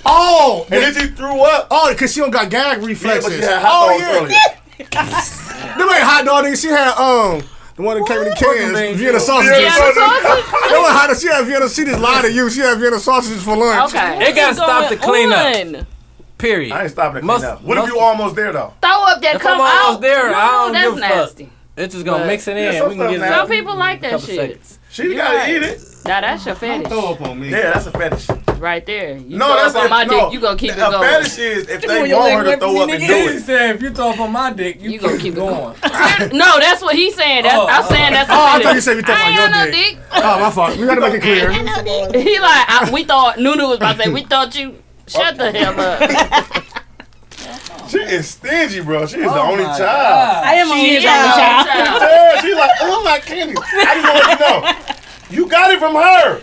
S7: Oh,
S6: and then she threw up.
S7: oh, because she don't got gag
S6: Yeah, but
S7: reflexes.
S6: she had hot
S7: oh
S6: dogs
S7: yeah,
S6: earlier.
S7: them ain't hot dog niggas. She had um the one that came in the
S1: man,
S7: cans, Vienna
S1: yo.
S7: sausages.
S6: Yeah,
S7: that was hot. She had Vienna. She just lied to you. She had Vienna sausages for lunch.
S3: Okay.
S1: It gotta stop the cleanup.
S3: One.
S1: Period.
S6: I ain't stopping to clean
S1: Must-
S6: up. What if
S1: must-
S6: you almost there though?
S3: Throw up that
S1: If
S3: come
S1: I'm almost
S3: out.
S1: there, I don't
S3: that's
S1: give a fuck.
S3: nasty.
S1: It's just gonna
S3: But-
S1: mix it in.
S6: Yeah,
S1: we can get it
S6: sometimes-
S1: out
S3: Some
S1: in
S3: people like
S1: a
S3: that
S1: couple
S3: shit.
S1: seconds.
S6: She gotta
S3: right.
S6: eat it.
S3: Now that's your fetish
S7: Throw up on me.
S6: Yeah, that's a fetish.
S3: right there. You
S6: No,
S3: throw
S6: that's
S3: up on
S6: a,
S3: my
S6: no.
S3: dick. You gonna keep it
S6: a
S3: going.
S6: fetish is if
S1: When
S6: they
S1: your
S6: want
S1: leg
S6: her to
S1: wet
S6: throw
S1: from
S6: up
S1: your
S6: and do
S1: nigga, he
S6: it.
S1: said, if you throw up on my dick, you,
S3: You
S1: gonna
S3: gonna
S1: keep
S3: keep it
S1: going.
S3: No, that's what he's saying. That's,
S1: Oh,
S3: I'm
S1: oh.
S3: saying that's.
S7: Oh, I
S3: a
S7: thought
S3: fetish.
S7: you said we talking
S3: I
S7: about
S3: ain't
S7: your
S3: got no
S7: Oh, my fault. We gotta make it clear.
S3: dick. he like I, we thought Nunu was about to say we thought you shut the hell up.
S6: She is stingy, bro. She is the
S1: Oh
S6: only
S1: my
S6: child.
S9: I am only a
S3: Yeah,
S9: child.
S3: child.
S6: Yeah, she like, oh my candy. I just want you to know. You got it from her.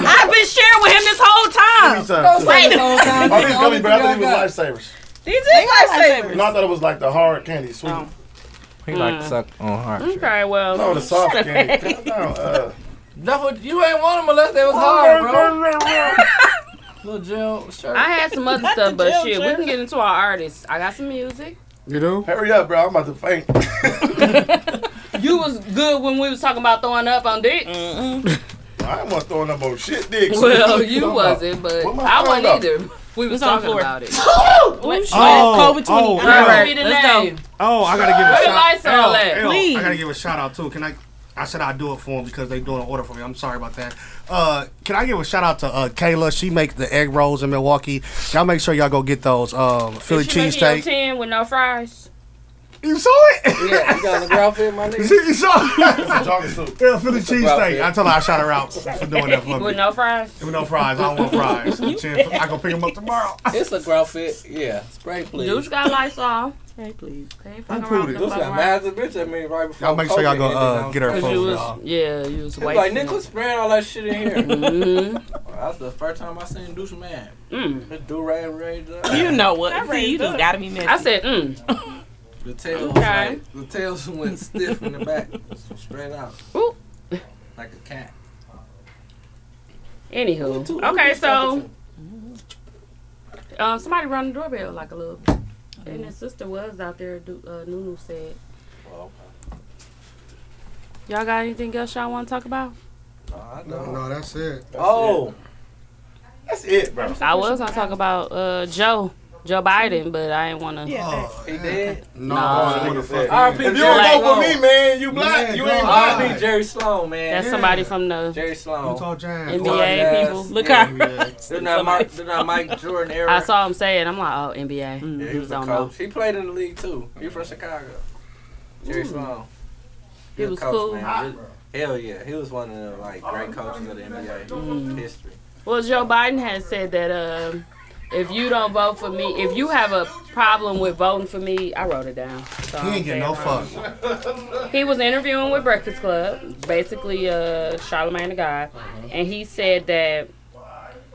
S9: I've been sharing with him this whole time.
S1: Don't
S6: All
S1: say this whole time.
S6: these gummy bears, I thought these were lifesavers.
S9: These is lifesavers.
S6: No, I thought it was like the hard candy, sweet.
S1: Oh. He like to suck on hard.
S3: Okay, well.
S6: No, the soft candy. Calm down, uh.
S1: That's what you ain't want him unless they was hard, bro. Little jail shirt.
S3: I had some other stuff, but
S9: jail,
S3: shit, we
S9: Jerry.
S3: can get into our artists. I got some music.
S7: You know?
S6: Hurry up, bro. I'm about to faint.
S3: You was good when we was talking about throwing up on dick.
S6: I ain't want to throw up on shit dicks.
S3: Well,
S6: What
S3: you
S6: I'm
S3: wasn't, but
S6: What am I
S3: I wasn't
S6: throwing up?
S3: either. We was
S9: It's on
S3: talking
S9: the floor.
S3: about it.
S7: Oh,
S9: COVID-20.
S7: oh,
S3: All
S7: yeah.
S3: right, be the
S9: let's
S3: name.
S7: Oh, I gotta give a
S3: Everybody saw
S7: shout out.
S3: that.
S9: Please.
S7: I gotta give a shout out too. Can I? I said I'd do it for them because they doing an order for me. I'm sorry about that. Uh, can I give a shout out to uh, Kayla? She make the egg rolls in Milwaukee. Y'all make sure y'all go get those um, Philly
S3: Did she make you your
S7: cheesesteak.
S3: Ten with no fries.
S7: You saw it?
S1: Yeah, you got a girlfriend, my nigga?
S7: you saw it? yeah, for the cheesesteak. I told her I shot her out for doing that for me.
S1: With no
S3: fries?
S7: With no fries. I don't want fries. Chin- I go pick them up tomorrow.
S1: It's a girl fit. Yeah, spray please.
S3: Douche got Lysol.
S1: Spray please.
S3: They
S7: Who
S3: fucking
S7: pooted?
S1: Douche got mad as a bitch at me right before.
S7: Y'all make sure y'all
S1: COVID
S7: go
S1: ended,
S7: uh,
S1: I'm
S7: get her
S1: like,
S7: phone.
S1: you was-
S7: y'all.
S3: Yeah, you was
S1: It's
S3: waiting.
S1: like Nicholas spraying all that shit in here.
S3: Mhm.
S1: That's the first time I seen Douche mad.
S3: Mm.
S1: The do rag rage.
S11: You know what? See, you just gotta be messy.
S3: I said, mm.
S1: The tail
S3: Okay.
S1: was like, the tails went stiff in the back, straight out.
S3: Ooh.
S1: Like a cat.
S3: Anywho, okay, so um, somebody rang the doorbell like a little, and his sister was out there. do- Uh, Nunu said, "Y'all got anything else y'all want to talk about?"
S1: No, no,
S13: that's it.
S1: oh,
S6: that's it, bro.
S3: I was gonna talk about uh, Joe, Joe Biden, but I ain't wanna.
S1: he did.
S7: No,
S3: Nah.
S7: I would've fucked
S1: R.I.P.
S7: him.
S1: If you don't
S3: Jerry
S1: vote for me,
S3: Sloan.
S1: man, you black. you ain't
S3: God.
S1: black. R.I.P. Jerry Sloan, man.
S3: That's somebody from the
S1: Jerry Sloan.
S3: Utah Jazz. NBA
S1: Yes,
S3: people. Look
S1: yeah.
S3: out.
S1: They're not Mike. They're not Mike Jordan era.
S3: I saw him say it. I'm like, oh, NBA.
S1: Yeah,
S3: he
S1: he
S3: was
S1: was
S3: on
S1: a coach. He played in the league too. He from Chicago. Jerry
S3: Ooh.
S1: Sloan.
S3: He
S1: Good
S3: was cool.
S1: man. Good- Hell yeah, he was one of the like great coaches of the NBA
S3: Mm.
S1: history.
S3: Well, Joe Biden has said that um, if you don't vote for me, if you have a problem with voting for me, I wrote it down. So
S7: He
S3: I'm
S7: ain't getting no
S3: saying wrong.
S7: fuck.
S3: He was interviewing with Breakfast Club, basically uh, Charlemagne the God, and he said that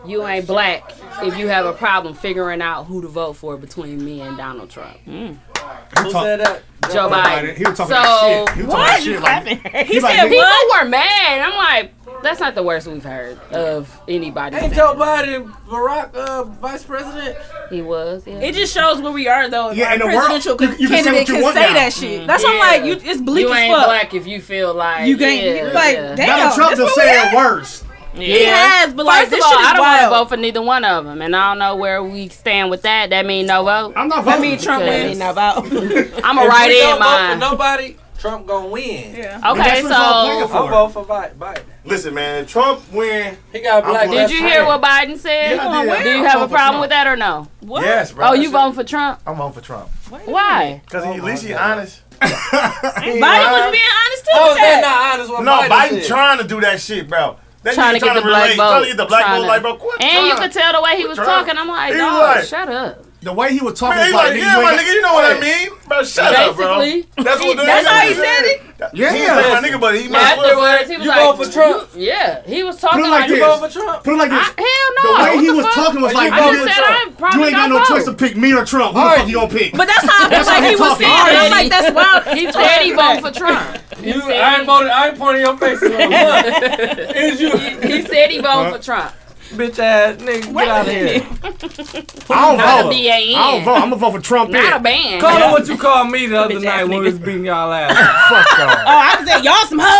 S3: you ain't black if you have a problem figuring out who to vote for between me and Donald Trump.
S7: Who said
S1: that?
S3: Joe Biden.
S7: He was talking
S3: so,
S7: that shit. He was talking that shit like- he like, nigga,
S3: people were mad. I'm like, that's not the worst we've heard of anybody.
S1: Ain't
S3: saying
S1: Joe
S3: that.
S1: Biden Barack uh, vice president?
S3: He was. Yeah.
S11: It just shows where we are though. If
S3: Yeah,
S11: our
S3: in the world,
S11: presidential
S3: you- you can say
S11: candidate
S3: what you
S11: can say,
S3: want now.
S11: that shit.
S3: Mm.
S11: That's why I'm
S3: Yeah.
S11: like, you it's bleak
S3: you
S11: as
S3: ain't
S11: fuck.
S3: black if you feel like
S11: You can't-
S3: yeah,
S11: you like,
S3: yeah.
S11: damn, Donald Trump that's done where we said at.
S7: worse.
S11: He has, but, like,
S3: First
S11: this
S3: of all,
S11: shit is
S3: I don't
S11: wild.
S3: want to vote for neither one of them, and I don't know where we stand with that. That mean no vote. I'm
S11: not That voting. mean Trump wins.
S3: I'm gonna
S1: If
S3: write
S1: we
S3: in
S1: don't vote for
S3: mine.
S1: nobody, Trump gonna win.
S3: Okay, But that's what y'all so- playing for.
S1: I'll vote for Bi- Biden.
S6: Listen, man, Trump win.
S1: He got black.
S3: Did you hear what Biden said?
S6: Yeah, I did.
S3: Do you
S6: I'm
S3: have a
S6: voting for
S3: problem
S6: Trump.
S3: with that or no? What?
S6: Yes, bro.
S3: Oh, you voting for Trump?
S6: I'm on for Trump.
S3: Why?
S6: Because
S1: Oh
S6: at least he honest.
S3: Biden
S6: lying.
S3: was being honest too.
S6: Oh,
S3: with that.
S6: no, Biden trying to do that shit, bro. That
S3: Trying
S6: nigga
S3: to get the black
S6: relate,
S3: vote.
S6: Trying to get the black
S3: Trying
S6: vote,
S3: to-
S6: like, bro, quit
S3: And you
S6: trying.
S3: could tell the way he was
S6: Quit
S3: talking.
S6: trying.
S3: I'm like,
S6: He
S3: dog,
S6: like-
S3: shut up.
S7: The way he was talking
S6: Man,
S7: was
S6: he
S7: like,
S6: like,
S7: nigga,
S6: yeah,
S7: you
S6: my
S7: ain't-
S6: nigga, you know what I mean? Bro, shut up, bro.
S3: Basically.
S6: That's what the
S3: That's
S6: nigga
S3: how he
S6: said.
S3: said it.
S7: Yeah,
S6: he said my nigga, but he might as well
S3: Afterwards, he
S6: say,
S3: was
S6: you
S3: like,
S6: vote for Trump.
S3: you- yeah, he was
S7: Put
S3: talking
S7: it
S3: like,
S7: like
S3: you
S7: this.
S3: vote for Trump.
S7: Put it like this.
S3: I, hell no.
S7: The way he
S3: What
S7: was
S3: fuck?
S7: talking was like,
S3: I
S7: nigga,
S3: just said I probably
S7: you ain't got
S3: don't
S7: no
S3: vote.
S7: choice to pick me or Trump. Who the fuck you gonna pick?
S11: But that's how I felt
S7: That's
S11: like
S7: how
S11: he
S7: he
S11: was
S7: talking.
S11: saying. it. I'm
S7: Already.
S11: like, that's wild.
S3: He said he voted for Trump.
S1: You, I ain't voting. I ain't pointing your face. at him. Look, It's you,
S3: He said he voted for Trump.
S1: bitch ass nigga. Get out of here.
S7: I
S1: Not
S7: don't
S1: a
S7: vote.
S1: BAN.
S7: I don't vote. I'm gonna vote for Trump.
S1: Not a
S7: yeah.
S1: ban. Call it what you called me the other night when we was beating y'all ass. Fuck y'all.
S11: Oh, I said y'all some hoes.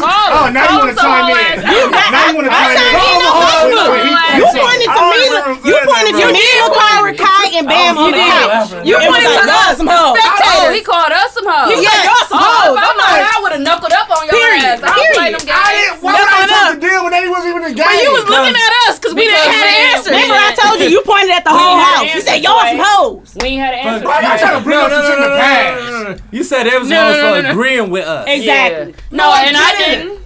S7: Oh, now you want to chime in?
S11: You
S7: Now you want
S11: I
S7: to chime in?
S11: said he
S7: Oh,
S11: don't
S7: oh,
S11: vote for
S7: oh, he-
S11: Trump.
S7: he
S11: You
S7: said-
S11: pointed
S7: I
S11: to
S7: don't
S11: me.
S7: remember him
S11: You
S7: saying
S11: pointed to
S7: that, bro.
S11: me. You called Rakai and Bam
S7: Oh,
S11: on the
S7: you did.
S11: couch.
S7: That's
S11: You
S7: right.
S11: pointed to us some hoes.
S3: Spectators. He called us some hoes.
S11: Yeah, y'all some
S3: oh,
S11: hoes.
S3: If I
S11: I'm
S3: know that, I
S11: like-
S3: would have knuckled up on your
S11: Period.
S3: ass. I was playing them games.
S7: I didn't. Why would I talk to deal when they wasn't even in the game?
S3: But you was looking at us 'cause we didn't have an answer
S11: Remember, I
S3: yet.
S11: told you you pointed at the
S3: We
S11: whole
S3: ain't had
S11: house.
S3: an
S11: You
S3: answer,
S11: said y'all some
S3: boy.
S11: hoes.
S3: We ain't had an answer.
S1: Why y'all trying to bring up some shit in the past? You said they was
S3: No,
S1: hoes
S3: no, no,
S1: for
S3: no, no.
S1: agreeing with us.
S11: Exactly.
S3: No, and I didn't.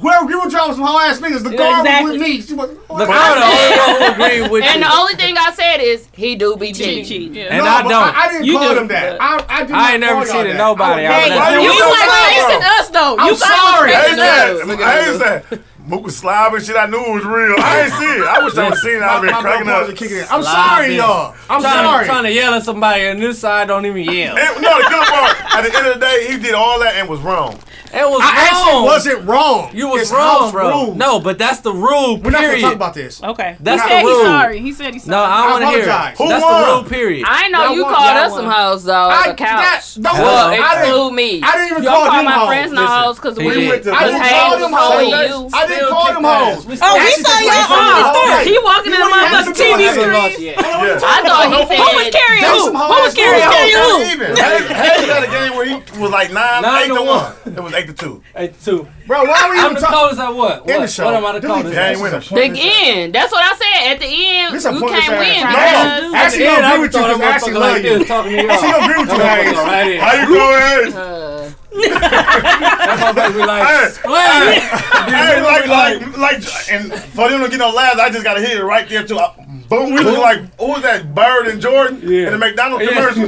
S7: Whoever you were driving some whole ass niggas, the
S3: Yeah,
S7: car
S3: exactly.
S7: was with me. She was,
S1: Look, I'm the only one who agreed with
S3: and
S1: you.
S3: the only thing I said is he do be cheating.
S1: And I don't.
S7: I, I didn't
S1: You
S7: call
S1: do.
S7: them that. I, I, did
S1: I ain't never
S7: seen
S1: cheated nobody. I
S7: Hey,
S1: was-
S7: why you
S1: You
S7: so
S1: was
S7: mad,
S1: like,
S7: bro?
S1: "Listen
S3: us though.
S7: I'm
S1: You guys was
S7: sorry.
S1: crazy
S6: Hey,
S1: though.
S6: man, I ain't saying Mook was slobbing shit I knew was real. I ain't see it. I wish I would seen it. I'd been
S7: My- my
S6: cracking
S7: bro
S6: up.
S7: was kicking it. I'm sorry, y'all. I'm
S1: trying,
S7: sorry.
S1: Trying to yell at somebody and this side don't even yell.
S6: It- no, the good part, at the end of the day, he did all that and was wrong.
S1: It was
S7: I actually
S1: wrong.
S7: wasn't wrong.
S1: You was
S7: It's
S1: wrong,
S7: house
S1: bro.
S7: rules.
S1: No, but that's the rule.
S7: We're not gonna
S1: period.
S7: talk about this.
S11: Okay.
S1: That's
S7: He
S1: the
S7: said he's
S1: rule.
S7: sorry.
S9: He said he's
S1: No, I
S7: I
S1: don't want to hear.
S7: apologize.
S1: it.
S7: Who
S1: that's
S7: won?
S1: the rule. Period.
S3: I know
S7: Y'all
S3: you
S7: won.
S3: called
S7: Y'all
S3: us some
S7: won.
S3: hoes though.
S7: I-
S3: the couch.
S7: that-
S3: well,
S7: don't worry. I didn't-
S3: exclude me.
S7: I didn't even
S3: Y'all
S7: call
S3: called
S7: them
S3: my
S7: hoes.
S3: friends no
S7: Listen,
S3: hoes because
S7: he
S3: we
S7: did.
S3: because
S7: I didn't
S3: Hayes
S7: call
S3: was
S7: them
S3: holding
S7: hoes.
S3: you.
S7: I didn't call them hoes.
S11: Oh, we
S7: We still
S11: saw
S7: kicked
S11: y'all
S7: their ass.
S11: on the story. He walking in the
S7: You ain't
S11: motherfucking
S7: answered the
S11: TV
S7: question.
S11: screen.
S7: Yeah.
S3: I thought he said
S11: What was carrying
S7: That's
S11: who?
S7: some
S11: What was
S7: hard-ass
S11: carrying
S6: oh,
S7: rules.
S11: who?
S7: That's even.
S6: He had a game where he was like nine,
S1: Nine
S6: eight
S1: to
S6: to one. It was eight to two.
S1: Eight to two.
S7: Bro, why
S1: were you I'm the talk- coldest at what? In What? the show. What am I the Delete coldest that. at?
S6: Game winner.
S3: The end. That's what I said. At the end,
S6: This a
S3: you
S6: pointless
S3: can't win.
S6: ass.
S3: because-
S6: No, actually,
S1: At the end, I
S6: I
S1: would
S6: agree with you,
S1: throw that
S6: 'cause I actually
S1: motherfucker
S6: love
S1: like
S6: you.
S1: this, talking to y'all.
S6: She agree with you,
S1: That
S6: Hayes.
S1: motherfucker right here.
S6: How you going?
S1: Uh, That motherfucker be like,
S6: Hey,
S1: splat.
S6: Hey, like, like, like, and for them to get no laughs, I just got to hit it right there too. I, boom, we look like who was that? Bird and Jordan in the McDonald's commercial.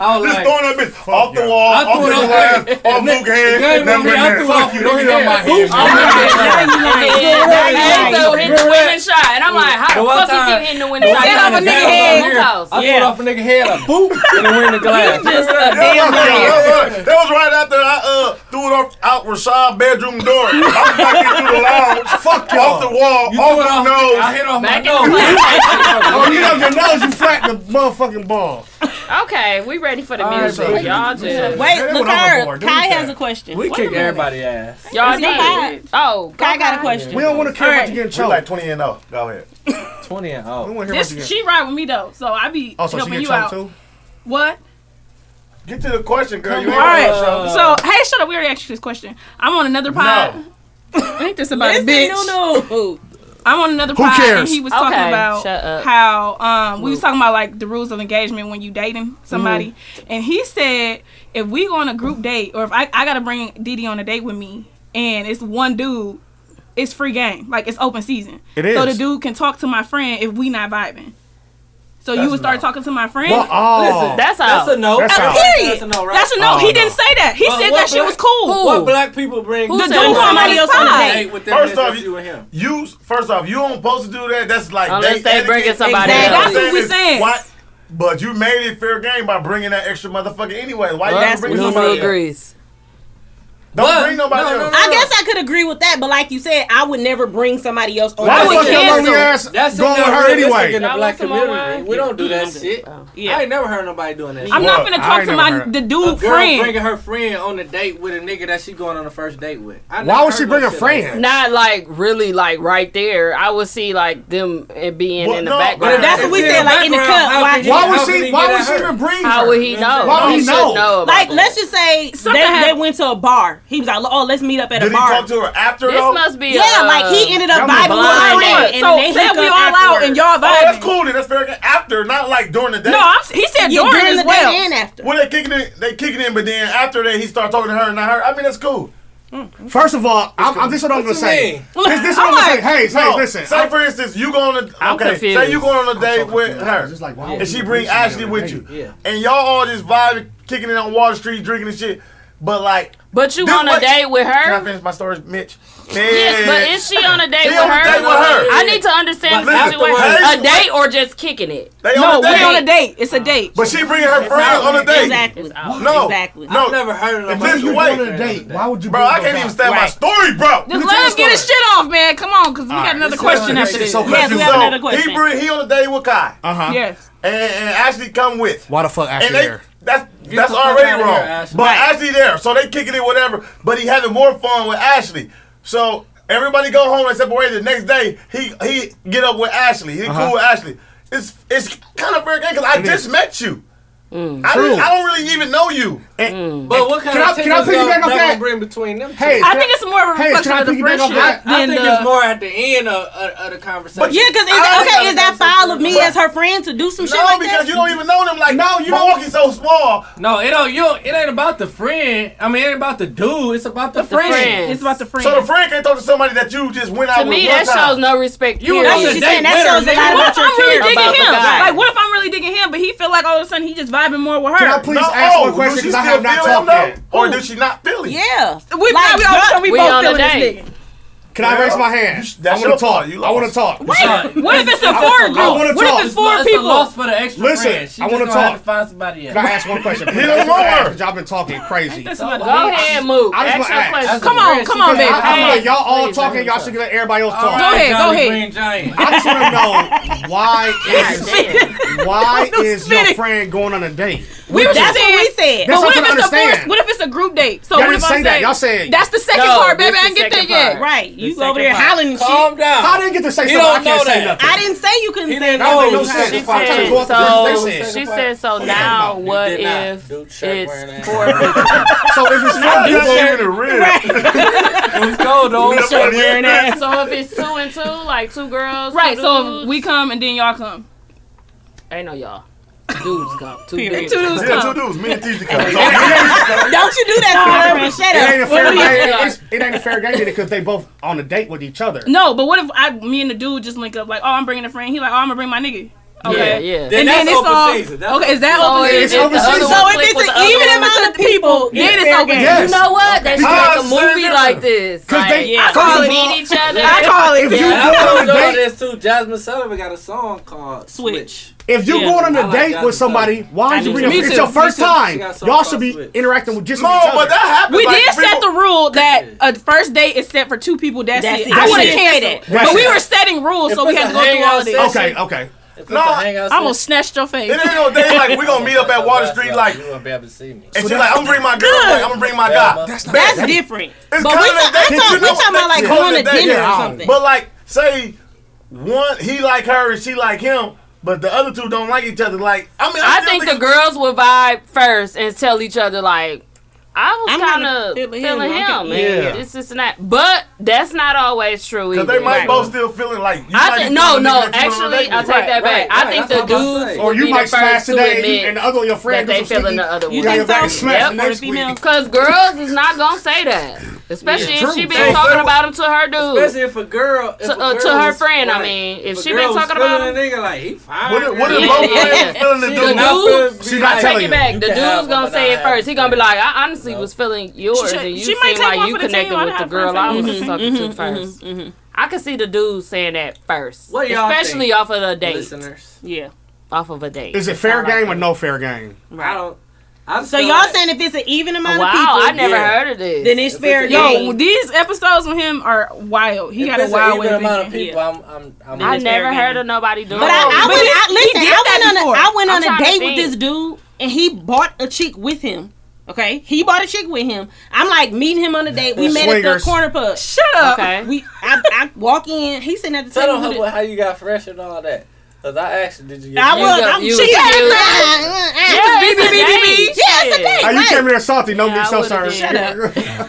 S1: I was
S6: just
S1: like,
S6: throwing that bitch off the wall,
S1: I
S6: off
S1: threw
S6: the
S1: it off
S6: glass, off Luke
S1: Game
S6: head. Never
S1: winner,
S6: been
S1: I
S6: there.
S1: threw
S6: Fuck
S1: off
S6: you,
S1: Luke
S6: nigga.
S1: head. Boom.
S6: Oh, my
S3: Yeah,
S6: God.
S3: yeah, yeah, so hit the
S1: You're
S3: winning
S1: right.
S3: shot, and I'm like, how
S1: The
S3: the
S1: one
S3: fuck you
S1: time-
S3: keep hitting the winning shot? Get off a
S1: Here.
S3: nigga
S1: I
S3: head.
S1: threw it off a nigga head, like, boop, and it went in the glass.
S3: just a
S6: Yeah,
S3: damn
S6: yeah, yeah. That was right after I uh, threw it off out Rashad's bedroom door. I was back in through the lounge. Fuck you. Off the wall, off the nose.
S1: I hit off my
S3: Back in
S1: nose.
S7: Oh, you know your nose, you flat the motherfucking ball.
S3: Okay, we ready for the
S1: All right,
S3: music.
S1: so-
S3: Y'all just
S11: Wait,
S7: They
S11: look
S7: went
S11: her.
S7: overboard, didn't
S11: Kai
S7: they?
S11: has a question.
S1: We
S11: Wait a
S1: kick
S11: minute.
S1: everybody ass.
S3: y'all
S11: It's not
S3: did. Oh,
S11: Kai got a question.
S7: We don't want to care about you getting
S6: We
S7: choked.
S6: like 20 and 0. Go ahead.
S1: 20 and
S7: we
S1: oh.
S7: want to hear about you
S9: This,
S7: getting
S9: she ride with me though, so I be
S7: Oh, so she
S9: helping
S7: get
S9: you
S7: choked
S9: out.
S7: too?
S9: What?
S6: Get to the question, girl. You
S9: All right. so hey, shut up. We already asked you this question. I'm on another pod. I think this about a bitch.
S11: Listen, no,
S9: I'm on another
S7: Who
S9: pod, and
S7: cares?
S9: he was talking
S3: Okay,
S9: about
S3: shut up.
S9: how um, we was talking about like the rules of engagement when you dating somebody,
S7: Mm-hmm.
S9: and he said if we go on a group date or if I, I gotta bring Didi on a date with me, and it's one dude, it's free game, like it's open season.
S7: It
S9: So the
S7: is.
S9: dude can talk to my friend if we not vibing. So you
S1: That's
S9: would start
S1: no.
S9: talking to my friend.
S7: Well, oh.
S1: Listen,
S3: That's
S1: That's
S3: out.
S1: a no.
S7: That's out.
S9: Period.
S1: That's a no, right?
S9: That's a no.
S7: Oh,
S9: he
S7: no.
S9: didn't say that. He
S1: Well,
S9: said
S1: what
S9: that shit
S1: black-
S9: was cool.
S1: What black people bring
S3: Who
S1: to
S9: The
S3: said
S9: dude
S3: that?
S9: on my
S11: Somebody else on the
S9: side.
S11: date.
S1: with them
S6: First
S1: First
S6: off,
S1: off, you and him.
S6: You first off, you don't supposed to do that. That's like
S3: Unless they bring
S6: etiquette.
S3: in somebody
S6: You know
S9: else.
S6: what I'm
S9: That's what we
S6: It's
S9: saying.
S6: What? But you made it fair game by bringing that extra motherfucker anyway. Why you
S3: That's
S6: you bring
S3: what
S6: somebody
S3: he
S6: else?
S3: agrees.
S6: Don't
S1: But-
S6: bring nobody
S1: no, no,
S6: else.
S1: no.
S11: I guess I could agree with that, but like you said, I would never bring somebody else on.
S7: Why
S11: the
S7: the fuck your
S11: date.
S7: lonely ass
S1: That's
S7: going with
S1: in the-
S7: her
S1: that's in
S7: anyway?
S1: the black
S3: Y'all want some more
S1: community.
S3: wine?
S1: We don't do that shit.
S11: Yeah.
S1: I ain't never heard nobody doing that.
S9: I'm
S1: shit.
S9: not
S7: Well,
S9: gonna
S7: I
S9: talk
S7: ain't never
S9: to my
S7: heard-
S9: the
S1: A
S9: dude
S1: girl
S9: friend.
S1: bringing her friend on a date with a nigga that she going on a first date with. I never
S7: Why would
S1: heard
S7: she
S1: no
S7: bring a
S1: shit like that.
S7: friend?
S3: Not like really like right there. I would see like them eh, being
S6: Well,
S3: in the
S6: no,
S3: background.
S11: that's what we
S1: If it's
S11: said,
S1: in
S11: like, in the
S1: background,
S11: cup,
S1: how
S11: why-
S1: can he-
S7: Why would
S1: how can
S7: she?
S1: he
S7: Why
S1: get
S7: would
S1: at
S7: she
S1: her?
S7: even bring
S3: How
S7: her?
S3: would he know?
S7: Why would he
S3: should
S7: know?
S3: know about
S11: Like,
S3: that.
S11: let's just say they,
S9: Something happened.
S11: they went to a bar. He was like, "Oh, let's meet up at
S6: Did
S11: a
S6: he
S11: bar."
S6: talk to her after Oh,
S3: This
S6: though?
S3: must be
S11: yeah,
S3: a, uh,
S11: like he ended up
S7: Y'all
S11: vibing with her
S3: blind
S11: friend,
S9: Friend.
S3: date.
S11: and
S9: So
S11: they
S9: said
S11: hooked
S9: we
S11: up
S9: all out
S11: afterwards.
S9: and y'all
S6: Oh, that's
S9: vibing.
S6: cool. Then that's fair game. After, not like during the day.
S9: No, I'm, he said
S11: Yeah,
S9: during,
S11: during
S9: as
S11: the
S9: well.
S11: day and after.
S6: When they kicking in, they kicking in, but then after that, he started talking to her and not her. I mean, that's cool.
S7: First of all, I'm, I'm, this is what I'm
S1: What
S7: gonna
S1: you
S7: say.
S1: mean?
S7: This, this is what I'm gonna say. Hey, hey,
S6: No,
S7: listen.
S6: Say for instance, you go on a
S3: I'm
S6: okay. Say
S3: confused.
S6: you going on a date with her,
S7: It's like, why would
S6: and
S7: you
S6: she bring
S7: somebody
S6: Ashley
S7: on a
S6: with
S7: date?
S6: you,
S1: Yeah.
S6: and y'all all just vibing, kicking it on Water Street, drinking and shit. But like,
S3: But you
S6: This
S3: on a
S6: what-
S3: date with
S6: can I
S3: her?
S6: finish my story, Mitch?
S3: Yes, Er. but
S6: Man,
S3: is she on a date
S6: She
S3: with
S6: on a
S3: her?
S6: date with her.
S3: I need to understand
S1: But
S3: the
S1: afterwards-
S3: situation. A date or just kicking it?
S6: they
S9: No,
S6: on a
S9: we're on a
S6: date.
S9: date. It's a date.
S6: But she bringing her friends on a date.
S11: Exactly.
S6: No,
S11: Exactly.
S1: I've
S6: no,
S1: never heard of
S6: If
S1: nobody
S6: this
S7: You
S1: doing
S6: white-
S7: going
S1: that.
S7: on a date? Why would you?
S6: bro,
S7: bring
S6: I
S7: those
S6: can't even
S7: out?
S6: stand my
S11: Right.
S6: story, bro.
S9: Just
S7: You
S9: let
S7: tell
S9: him get his
S7: story.
S9: shit off, man. Come on, because we
S7: All
S9: got
S7: right,
S9: another
S7: this is
S9: question
S7: another
S9: after this.
S7: shit. So
S11: Yes, we have
S6: so
S11: another question.
S6: He bring he on a date with Kai,
S7: Uh huh.
S9: Yes.
S6: and, and Ashley come with.
S7: Why the fuck
S6: And
S7: Ashley
S6: they,
S7: there?
S6: that's that's
S1: the fuck
S6: already
S1: outta
S6: wrong.
S1: here, Ashley.
S6: but
S1: Right.
S6: Ashley there, so they kicking it whatever. But he having more fun with Ashley. So everybody go home and separate. The next day he he get up with Ashley. He
S7: Uh-huh.
S6: cool with Ashley. It's it's kind of fair game because I just met you. I,
S7: True.
S6: don't, I don't really even know you.
S1: But what kind
S7: Can I-
S1: of
S7: can
S1: tickets
S7: I piggyback
S1: y'all-
S7: off
S1: y'all
S7: that?
S1: gonna bring between them? two?
S7: Hey,
S9: I
S7: can
S9: think it's more of a
S7: Hey, can
S9: reflection
S7: I
S9: of the
S7: piggyback off
S9: friendship.
S7: that?
S1: I
S9: than
S1: think
S9: the-
S1: it's more at the end of, of, of the conversation.
S11: Yeah, because
S6: I-
S11: okay, is that file of me as her friend to do some shit
S6: no,
S11: like
S6: because
S11: that?
S6: you don't even know them. Like
S7: No, you don't.
S6: Milwaukee's so small.
S1: no, it don't. You don't, it ain't about the friend. I mean, it ain't about the dude. It's about the, friend.
S3: friend.
S9: It's about the friend.
S6: So the friend can't talk to somebody that you just went
S3: To
S6: out with
S3: me,
S6: one
S3: that
S6: time.
S3: shows no respect.
S1: You
S3: period.
S1: were on
S11: she
S1: a
S11: said
S1: date with
S11: that
S1: her.
S11: shows a
S1: nigga.
S11: lot
S9: what
S11: about
S9: if I'm really digging
S3: about the
S9: him?
S3: guy.
S9: Like, what if I'm really digging him, but he feel like all of a sudden he just vibing more with her?
S7: Can I please
S6: No,
S7: ask
S6: oh,
S7: one
S6: do
S7: question?
S6: she
S7: Because I
S6: still
S7: have not
S6: feel him,
S7: talked yet.
S6: though? Or did she not feel it?
S11: yeah.
S9: we
S11: Like,
S9: probably all of a sudden we
S3: we
S9: both
S3: on a
S9: feeling
S3: date.
S9: this
S7: Can I raise my
S6: You-
S7: hand?
S6: that's
S7: I want
S6: your
S7: to talk.
S6: fault. You
S7: I want to
S6: lost.
S7: talk.
S9: nigga. What if it's a
S1: That's
S9: four
S1: a
S9: group?
S1: loss.
S7: I wanna
S9: What
S7: talk.
S9: if it's four
S1: It's a loss
S9: people?
S1: for the extra
S7: Listen,
S1: friend. She
S7: I
S1: just
S7: wanna
S1: gonna have
S7: talk.
S1: to find somebody else.
S7: Can I ask one question?
S6: Hit
S7: I just
S6: him
S7: wanna
S6: more.
S7: ask, 'cause Y'all been talking crazy.
S9: That's about
S3: Go
S9: the-
S3: ahead, move.
S7: I just
S3: Ask
S7: wanna
S3: your
S7: ask.
S3: question.
S9: Come on, come on,
S7: Because
S9: baby.
S7: I, I feel
S9: Hey,
S7: like y'all all
S1: please,
S7: talking.
S1: let me
S7: Y'all
S1: talk.
S7: should let everybody else
S1: All
S7: talk.
S9: ahead, go
S1: Johnny
S9: ahead.
S1: Green Giant.
S7: I just want to know why is
S3: Damn.
S7: Why
S9: Don't
S7: is
S9: spin
S7: your
S9: it.
S7: friend going on a date?
S9: We were just saying-
S7: That's
S9: But
S7: what
S9: what
S7: I'm trying to
S9: if it's a forced,
S7: understand.
S9: what if it's a group date? So
S7: Y'all
S9: what
S7: didn't
S9: if I
S7: say that. Y'all said-
S9: that's the second
S7: No,
S9: part, baby.
S7: this
S9: I
S7: the
S9: didn't get there
S7: second
S9: yet.
S7: part.
S11: Right.
S7: The
S11: You go over
S7: second
S11: there
S7: part.
S11: hollering and shit.
S7: Calm down. How didn't get to say He something? I don't can't know say that. nothing.
S11: I didn't say you couldn't say
S7: didn't know
S11: nothing.
S7: it was She second part. I'm trying to go off the first
S3: So
S7: thing they said.
S3: she said, so
S7: Yeah.
S3: now
S7: You
S3: what
S7: did not.
S3: if it's for
S7: So if it's four
S3: Dude
S7: people,
S3: shirt.
S1: It was cold though.
S3: So if it's two and two, like two girls,
S9: Right,
S3: two
S9: so
S3: dudes,
S9: if we come and then y'all come.
S3: ain't no y'all. Dudes come. Two
S9: Period.
S3: dudes.
S9: Two dudes Yeah, come. two
S6: dudes. Me and TJ
S11: Don't you do that to her, man. Shut
S7: It ain't a
S11: up.
S7: fair
S11: What do you-
S7: game. It's- It ain't a fair game because they both on a date with each other.
S9: No, but what if I, me and the dude just link up like, oh, I'm bringing a friend. He like, oh, I'm gonna bring my nigga. Okay.
S7: Yeah, yeah.
S9: And
S7: Then
S9: then,
S7: that's
S9: it's
S7: open
S9: all
S7: season. That's
S9: okay. Is that
S7: open
S9: open
S7: season.
S9: season?
S7: It's open season.
S9: So if
S3: Click
S9: it's
S3: with
S9: an
S3: the other
S9: even
S3: one.
S9: amount of people, then it's open.
S3: You know what? They should
S9: Yes.
S3: make a movie like this.
S1: Cause
S3: Like,
S1: they-
S3: yeah,
S1: I call
S3: we
S1: it-
S3: meet each other.
S1: I
S7: call it- If you
S12: Yeah,
S7: go on
S12: I
S7: a
S12: know
S7: date-
S12: this too. Jasmine Sullivan got a song called Switch.
S7: If you
S12: Yeah.
S7: going on
S12: I
S7: a
S12: like
S7: date
S12: Jasmine
S7: with somebody,
S12: I
S7: why did
S12: do
S7: you bring
S12: too.
S7: up?
S12: Me
S7: It's
S12: too.
S7: your
S12: Me
S7: first
S12: too.
S7: time.
S12: She got something
S7: Y'all
S12: called
S7: should be interacting with just no,
S9: but that
S7: happened.
S9: We did set the rule that a first date is set for two people. That's,
S11: That's
S9: it.
S11: it.
S9: I would
S11: That's it.
S9: have canceled.
S11: That's
S9: but we
S11: it.
S9: were setting rules,
S11: If
S9: so we
S11: it's
S9: had
S11: a
S9: to go through all of this.
S11: hangout session-
S7: okay.
S9: No, I'm gonna snatch your face.
S6: It ain't no date like we gonna meet up at Water Street like,
S1: You won't be able to see me.
S6: and she's like, I'm gonna bring my girl,
S1: Good.
S6: like, I'm gonna bring my guy.
S1: That's not-
S11: That's different.
S6: It's
S11: But
S6: kind
S11: we
S6: of
S11: talk- we talk- we talking about, like, going to dinner or something.
S6: But like, say one, he like her and she like him, but the other two don't like each other. Like, I mean, I,
S3: I
S6: still
S3: think the girls would vibe first and tell each other like, I was kind of feeling him,
S6: I'm
S3: and
S6: getting- Yeah.
S3: this, this, and that. But that's not always true either.
S6: Because they might
S3: Right.
S6: both still feeling like you
S3: I
S6: might
S3: think
S6: be
S3: no,
S6: feeling the
S3: no.
S6: nigga that you wanna
S3: Actually,
S6: date
S3: I
S6: with.
S3: take that back. I think the dudes
S7: Or you
S3: would be
S7: might
S3: the
S7: smash
S3: first to
S7: today
S3: admit
S7: and the other your friend
S3: that they
S7: do some
S3: feeling
S7: shit.
S3: the other
S7: You
S3: one.
S7: got your back smashed the next week.
S3: Because girls is not gonna say that, especially
S12: Yeah,
S3: if she
S12: true.
S3: been
S12: Hey,
S3: talking
S12: so-
S3: about him to her dude,
S12: Especially if a girl, if
S3: to,
S12: a
S3: uh,
S12: girl
S3: to her
S12: was,
S3: friend. I
S12: like,
S3: mean, if
S12: a
S3: she
S12: girl
S3: been
S12: was
S3: talking about him,
S12: feeling a nigga like he fine.
S6: What if- what if
S12: Yeah,
S6: both
S12: yeah.
S6: friends feeling the
S12: She
S3: the
S12: would not feel-
S3: dude,
S12: be like-
S3: take it back.
S12: You
S3: The
S12: can have one,
S3: dude's gonna
S12: but
S3: say
S12: I
S3: it
S12: have
S3: first. He gonna be like, I honestly was feeling yours,
S11: She-
S3: and you
S11: she
S3: seem
S11: might take
S3: like
S11: one
S3: you
S11: for the
S3: connected
S11: team. I
S3: with the
S11: have
S3: girl
S11: friends
S3: I
S11: like
S3: was
S11: that.
S3: talking to
S11: Mhm,
S3: first. I could see the dude saying that first,
S11: What y'all
S3: especially
S11: think,
S3: off of a date.
S11: listeners?
S3: Yeah, off of a date.
S7: Is it fair game or no fair game?
S11: I don't. I'm
S3: So
S11: so y'all
S3: y'all
S11: saying if it's an even amount
S3: Wow,
S11: of people,
S3: I never heard of this.
S11: Then it's fair game.
S9: Yo, these episodes with him are wild. He
S11: If
S9: got a
S11: it's
S9: wild
S11: an
S9: way
S11: even
S9: of
S11: amount of
S9: thinking.
S12: people, I'm, I'm, I'm
S3: I never heard of nobody doing.
S11: But I, I
S3: it.
S11: went. I, listen,
S9: he did
S11: I
S9: that
S11: went on. A,
S9: before.
S11: I went on
S3: I'm
S11: a
S3: trying to
S11: date with
S3: think.
S11: this dude, and he bought a chick with him. Okay, he bought a chick with him. I'm like meeting him on a date. We met at
S12: Swingers.
S11: the corner pub.
S9: Shut
S12: up. Okay.
S11: We. I, I walk in. He's sitting at the
S12: Tell
S11: table.
S12: them
S11: with
S12: how,
S11: it.
S12: how you got fresh and all that. Cause I asked, did you? Get
S11: I was. I'm
S12: You
S11: she
S12: was-
S11: had
S12: you was-
S11: Yeah,
S3: it's a date.
S11: Yeah, it's a date.
S7: Oh, you
S11: right.
S7: came in there salty, no meat, so sorry.
S11: Shut up.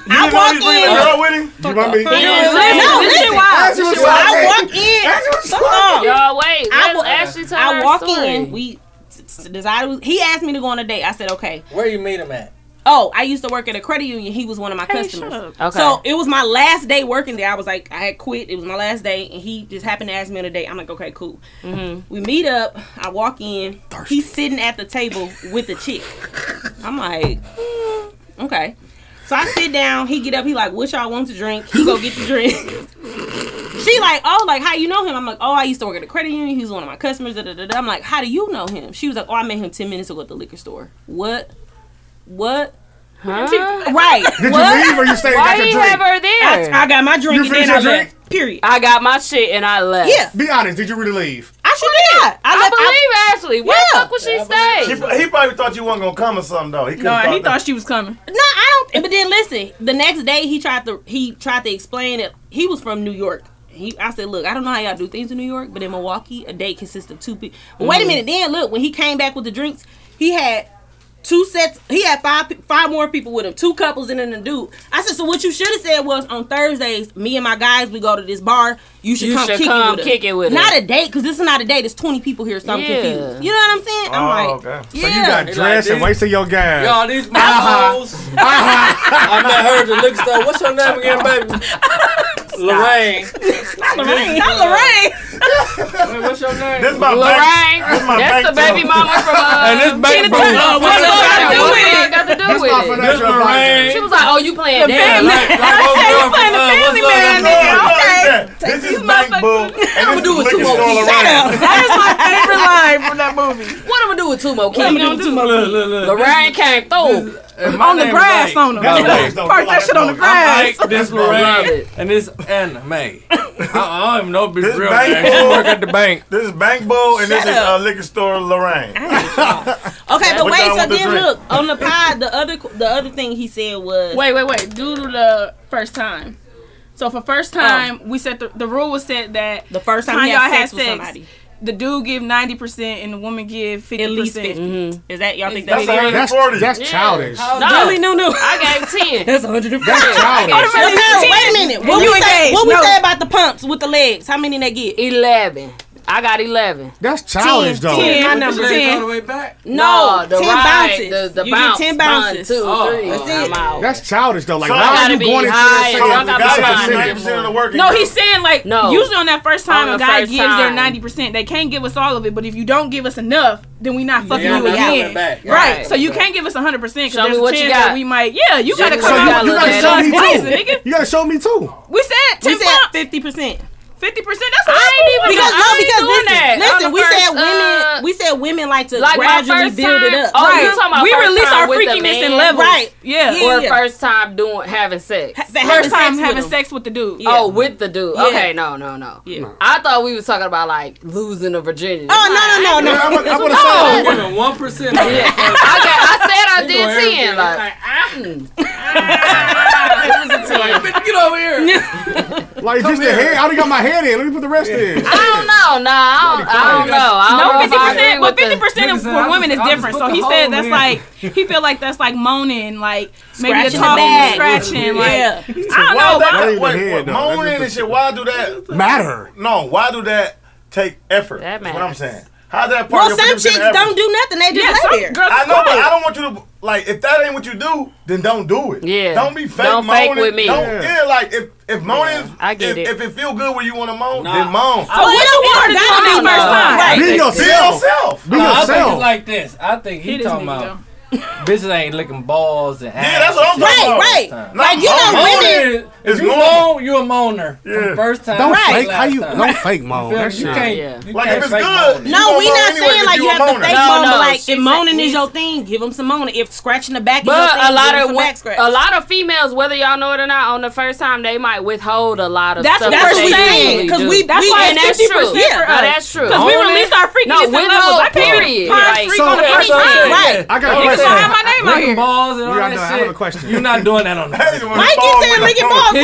S7: I
S11: walk in-
S7: girl with him. You want me?
S3: Yes,
S11: No,
S3: listen,
S11: listen.
S3: why?
S11: So
S3: She
S11: I
S3: why?
S11: walk in. Hold on.
S3: Y'all wait.
S11: I,
S3: Let's
S11: wa-
S3: actually tell
S11: I
S3: her
S11: walk
S3: story.
S11: in. We s- s- decided. He asked me to go on a date. I said okay.
S12: Where you meet him at?
S11: Oh, I used to work at a credit union. He was one of my customers.
S12: Okay.
S11: So it was my last day working there. I was like, I had quit. It was my last day, and he just happened to ask me on a date. I'm like, okay, cool. We meet up. I walk in. He's sitting at the table with a chick. I'm like, hmm, okay. So I sit down. He get up. He like, what y'all want to drink? He go get the drink. she like, oh, like how you know him? I'm like, oh, I used to work at a credit union. He was one of my customers. Da, da, da, da. I'm like, how do you know him? She was like, oh, I met him ten minutes ago at the liquor store. What? What?
S3: Uh.
S11: Right.
S7: Did you
S11: What?
S7: leave or you stayed and got
S3: Why
S7: your
S3: you
S7: drink?
S3: have her there?
S11: I, I got my drink
S7: You
S11: and then
S7: finished
S11: I
S7: your
S11: left.
S7: drink?
S11: Period.
S3: I got my shit and I left.
S11: Yeah.
S7: Be honest. Did you really leave?
S11: I sure did.
S3: Oh, I,
S11: left-
S3: believe Ashley. Where the
S11: Yeah.
S3: fuck would she stay?
S6: He, he probably thought you wasn't gonna come or something though. He could've
S9: No, he
S6: that.
S9: thought she was coming.
S11: No, I don't. But then listen, the next day he tried to he tried to explain it. He was from New York. He, I said, look, I don't know how y'all do things in New York, but in Milwaukee, a date consists of two people. But wait a
S3: Mm.
S11: minute. Then look, when he came back with the drinks, he had two sets. He had five pe- five more people with him, two couples and then a dude. I said, so what you should have said was on Thursdays, me and my guys, we go to this bar. You should
S3: You
S11: come,
S3: should
S11: kick,
S3: come
S11: it with
S3: kick it with
S11: us. Not
S3: us.
S11: a date, because this is not a date. There's 20 people here, so I'm
S3: Yeah.
S11: confused. You know what I'm saying? I'm like,
S7: Oh, okay. So you got
S11: Yeah.
S7: dressed and wasted your gas.
S12: Y'all, these my hoes. Uh-huh. I met her at the liquor store. What's your name again, baby? Lorraine.
S11: Not Lorraine. Not Lorraine.
S12: Wait, what's your name?
S6: This my
S3: Lorraine.
S6: bank. This my
S3: That's
S6: bank
S3: the baby
S6: too.
S3: mama from, uh,
S6: and this bank
S3: Tina
S6: from
S3: Turner.
S6: uh,
S3: What the fuck
S6: Got to do with
S3: it? What the fuck got to do with it?
S6: This Lorraine.
S3: She was like, "Oh, you playing
S6: The
S3: dead?"
S6: family-
S3: Like,
S6: Like,
S3: like,
S6: oh,
S3: okay,
S6: girl,
S3: you playing the
S6: uh,
S3: family
S6: what's
S3: man,
S6: up, what's up?
S3: nigga?
S6: What's up?
S3: Okay.
S6: This is Bank Boo,
S3: What I'm gonna do with two more? Shut up. That is my favorite line from that movie. What I'm gonna do with two more?
S11: What
S3: Kim?
S11: I'ma do with two more?
S1: Look, look, look.
S3: Lorraine came through.
S1: my
S3: on the
S1: name
S3: grass
S1: Mike.
S3: on them.
S1: That's Mike, though.
S3: Park that shit on the grass.
S1: I'm Mike, this Lorraine, and this anime. I, I don't even know if it's real.
S6: bank
S1: man. She
S6: bowl.
S1: work at the bank.
S6: This is Bank Bowl, and this
S11: Shut
S6: is uh, liquor store Lorraine.
S11: Okay, but
S6: What
S11: wait.
S6: y'all
S11: So
S6: want to
S11: then,
S6: drink?
S11: look on the pod. The other, the other thing he said was,
S9: Wait, wait, wait. Due to the first time. So for first time, we said the, the rule was said that the first
S11: time you have sex with somebody.
S9: the dude give ninety percent and the woman give fifty
S11: least
S9: percent.
S11: 50. Is that y'all think
S9: That's
S11: that's fair?
S9: 140.
S7: That's childish.
S11: Really, no, no.
S3: I gave ten.
S11: That's 150.
S7: That's childish.
S11: wait a minute. What
S3: You
S11: we say?
S3: engaged.
S11: What we
S3: No.
S11: say about the pumps with the legs? How many they get?
S3: Eleven. I got eleven.
S7: That's
S11: childish, though.
S3: Ten.
S11: My number.
S3: Ten.
S11: All the
S1: way back.
S11: No,
S3: No, the
S11: ten
S3: ride,
S11: bounces.
S3: the- the
S11: you
S3: bounce.
S11: get ten
S3: One,
S11: bounces.
S3: two, Oh, three.
S11: That's
S3: I'm
S11: it.
S3: out.
S7: That's childish though. Like,
S11: So I
S7: why are
S11: gotta
S7: you
S11: be
S7: going into
S11: high,
S7: that
S11: y'all
S7: second?
S11: gotta be high.
S6: of the work.
S9: No, he's saying like
S11: No.
S9: usually on that first time
S11: On
S9: a
S11: the
S9: guy
S11: first
S9: gives their
S11: time.
S9: ninety percent. They can't give us all of it, but if you don't give us enough, then we not fucking
S11: Yeah,
S9: you
S11: we're not
S9: again.
S11: coming back.
S9: Right.
S11: Right.
S9: So you can't give us hundred percent
S11: Show
S9: because
S11: me
S9: there's a
S11: what
S9: chance
S11: you
S9: that
S11: got.
S9: we might. Yeah, you
S11: Show
S9: gotta
S11: me
S9: come
S11: what you got,
S9: out.
S11: little
S9: with
S11: daddy. Show
S9: us
S11: me
S9: twice,
S11: too.
S9: nigga.
S7: You gotta show me too.
S9: We said
S11: We
S9: ten
S11: said
S9: pumps.
S11: fifty percent.
S9: Fifty percent. That's what I ain't even.
S11: because no,
S9: I ain't
S11: because
S9: doing
S11: listen,
S9: that.
S11: listen,
S9: On the
S11: we
S9: first,
S11: said women,
S9: uh,
S11: we said women like to
S3: like my
S11: gradually
S3: first
S11: build it
S3: time-
S11: up.
S3: oh, you talking about
S11: we
S3: first
S11: release
S3: time
S11: our
S3: with the
S11: freakiness in
S3: man?
S11: levels,
S3: Right.
S11: Yeah,
S3: Or first time doing having sex.
S11: having
S9: first
S11: sex
S9: time
S11: with
S9: having
S11: him.
S9: sex with the dude.
S3: Oh, with the dude.
S11: Yeah.
S3: Okay, no, no, no.
S11: Yeah.
S3: I thought we was talking about like losing the virginity.
S11: Oh no, no, no, no.
S3: I would- I would've
S1: I'm giving Oh, one percent. of
S3: Yeah.
S1: it.
S3: I, got, I said I
S1: You
S3: did
S1: know everything.
S3: ten. Like,
S1: Like,
S3: mm.
S1: Like, bitch, get over here.
S7: Like just the hair. I already got my head in. Let me put the rest in.
S3: I don't know. Nah, I don't, I don't know. I don't
S9: No,
S3: know if
S9: fifty
S3: I
S9: percent.
S3: agree
S9: But
S3: with the-
S9: fifty percent
S3: Nigga
S9: of
S3: said,
S9: for
S3: I
S9: women
S3: just-
S9: is
S3: I just
S9: different.
S3: put
S9: So
S3: the
S9: he
S3: hole
S9: said that's
S3: in.
S9: like he feel like that's like moaning, like maybe the
S11: Scratching the
S9: tongue
S11: bag.
S9: scratching, like
S11: Yeah.
S9: I don't
S6: Why
S9: know.
S6: that-
S9: about-
S6: wait, wait, moaning and shit. Why do that
S7: matter?
S6: No, why do that take effort? That's what I'm
S11: matters.
S6: saying. How's that part?
S11: Well,
S6: of
S11: some chicks don't do nothing; they just lay there.
S6: I know, but I don't want you to like. If that ain't what you do, then don't do it. Yeah. Don't be fake
S3: Don't
S6: moaning.
S3: fake with me.
S6: Don't,
S3: Yeah.
S6: yeah. like if if moaning,
S3: I get
S6: if,
S3: it.
S6: if it feel good where you want to moan, then moan.
S3: So what you wanna do on the first time? Right.
S6: Be
S3: Be
S6: yourself.
S1: yourself.
S6: Be
S1: No, I think
S6: yourself.
S1: it's like this. I think he, talking about bitches ain't licking balls and ass. Yeah,
S6: that's what I'm talking about.
S1: Right,
S6: right. Like, you know women-
S1: If you
S6: normal.
S1: moan, you a moaner. From
S6: Yeah.
S1: first time.
S7: Don't
S1: to
S7: fake.
S1: last
S7: How you?
S1: time.
S7: Don't fake
S1: You
S7: mom.
S1: feel me?
S7: That's
S1: You
S7: not-
S1: can't-
S7: Yeah.
S1: you
S6: Like,
S1: can't
S6: if it's
S1: fake
S6: good,
S1: moaning.
S6: you
S11: No,
S6: gonna
S11: we
S6: moan
S11: not
S6: anyway,
S11: saying
S6: but
S11: like
S6: you
S11: you
S6: a
S11: have to
S6: moaner.
S11: fake
S6: No,
S11: moaning.
S6: no,
S11: but like
S3: she
S11: if moaning is your thing, give them some moaning. If scratching the back, is your
S3: But
S11: thing,
S3: a
S11: give
S3: lot
S11: 'em
S3: of
S11: some
S3: wo-
S11: back scratch.
S3: a lot of females, whether y'all know it or not, on the first time they might withhold a lot of
S11: That's
S3: stuff.
S11: what
S3: that
S11: we're
S3: they
S11: saying,
S3: usually
S11: 'cause
S3: do.
S11: we-
S3: that's
S11: we
S3: why
S11: at
S3: and that's
S11: 50%
S3: true.
S11: for
S3: Yeah,
S11: us.
S3: no, that's true.
S11: 'Cause we
S3: Own
S11: release
S3: it.
S11: our freakiness
S3: No,
S11: at levels.
S3: withhold,
S11: I can't
S3: Period.
S11: pop
S3: Like,
S11: freak on the first
S3: anything.
S11: time. Right.
S7: I got a
S1: Like I
S7: question.
S1: said,
S7: have my name out
S1: licking
S7: here.
S1: balls and all
S7: Yeah, I
S1: that
S7: know. I
S1: shit.
S7: have a question.
S1: You're not doing that on the first time.
S11: Mike keeps saying licking balls.
S3: He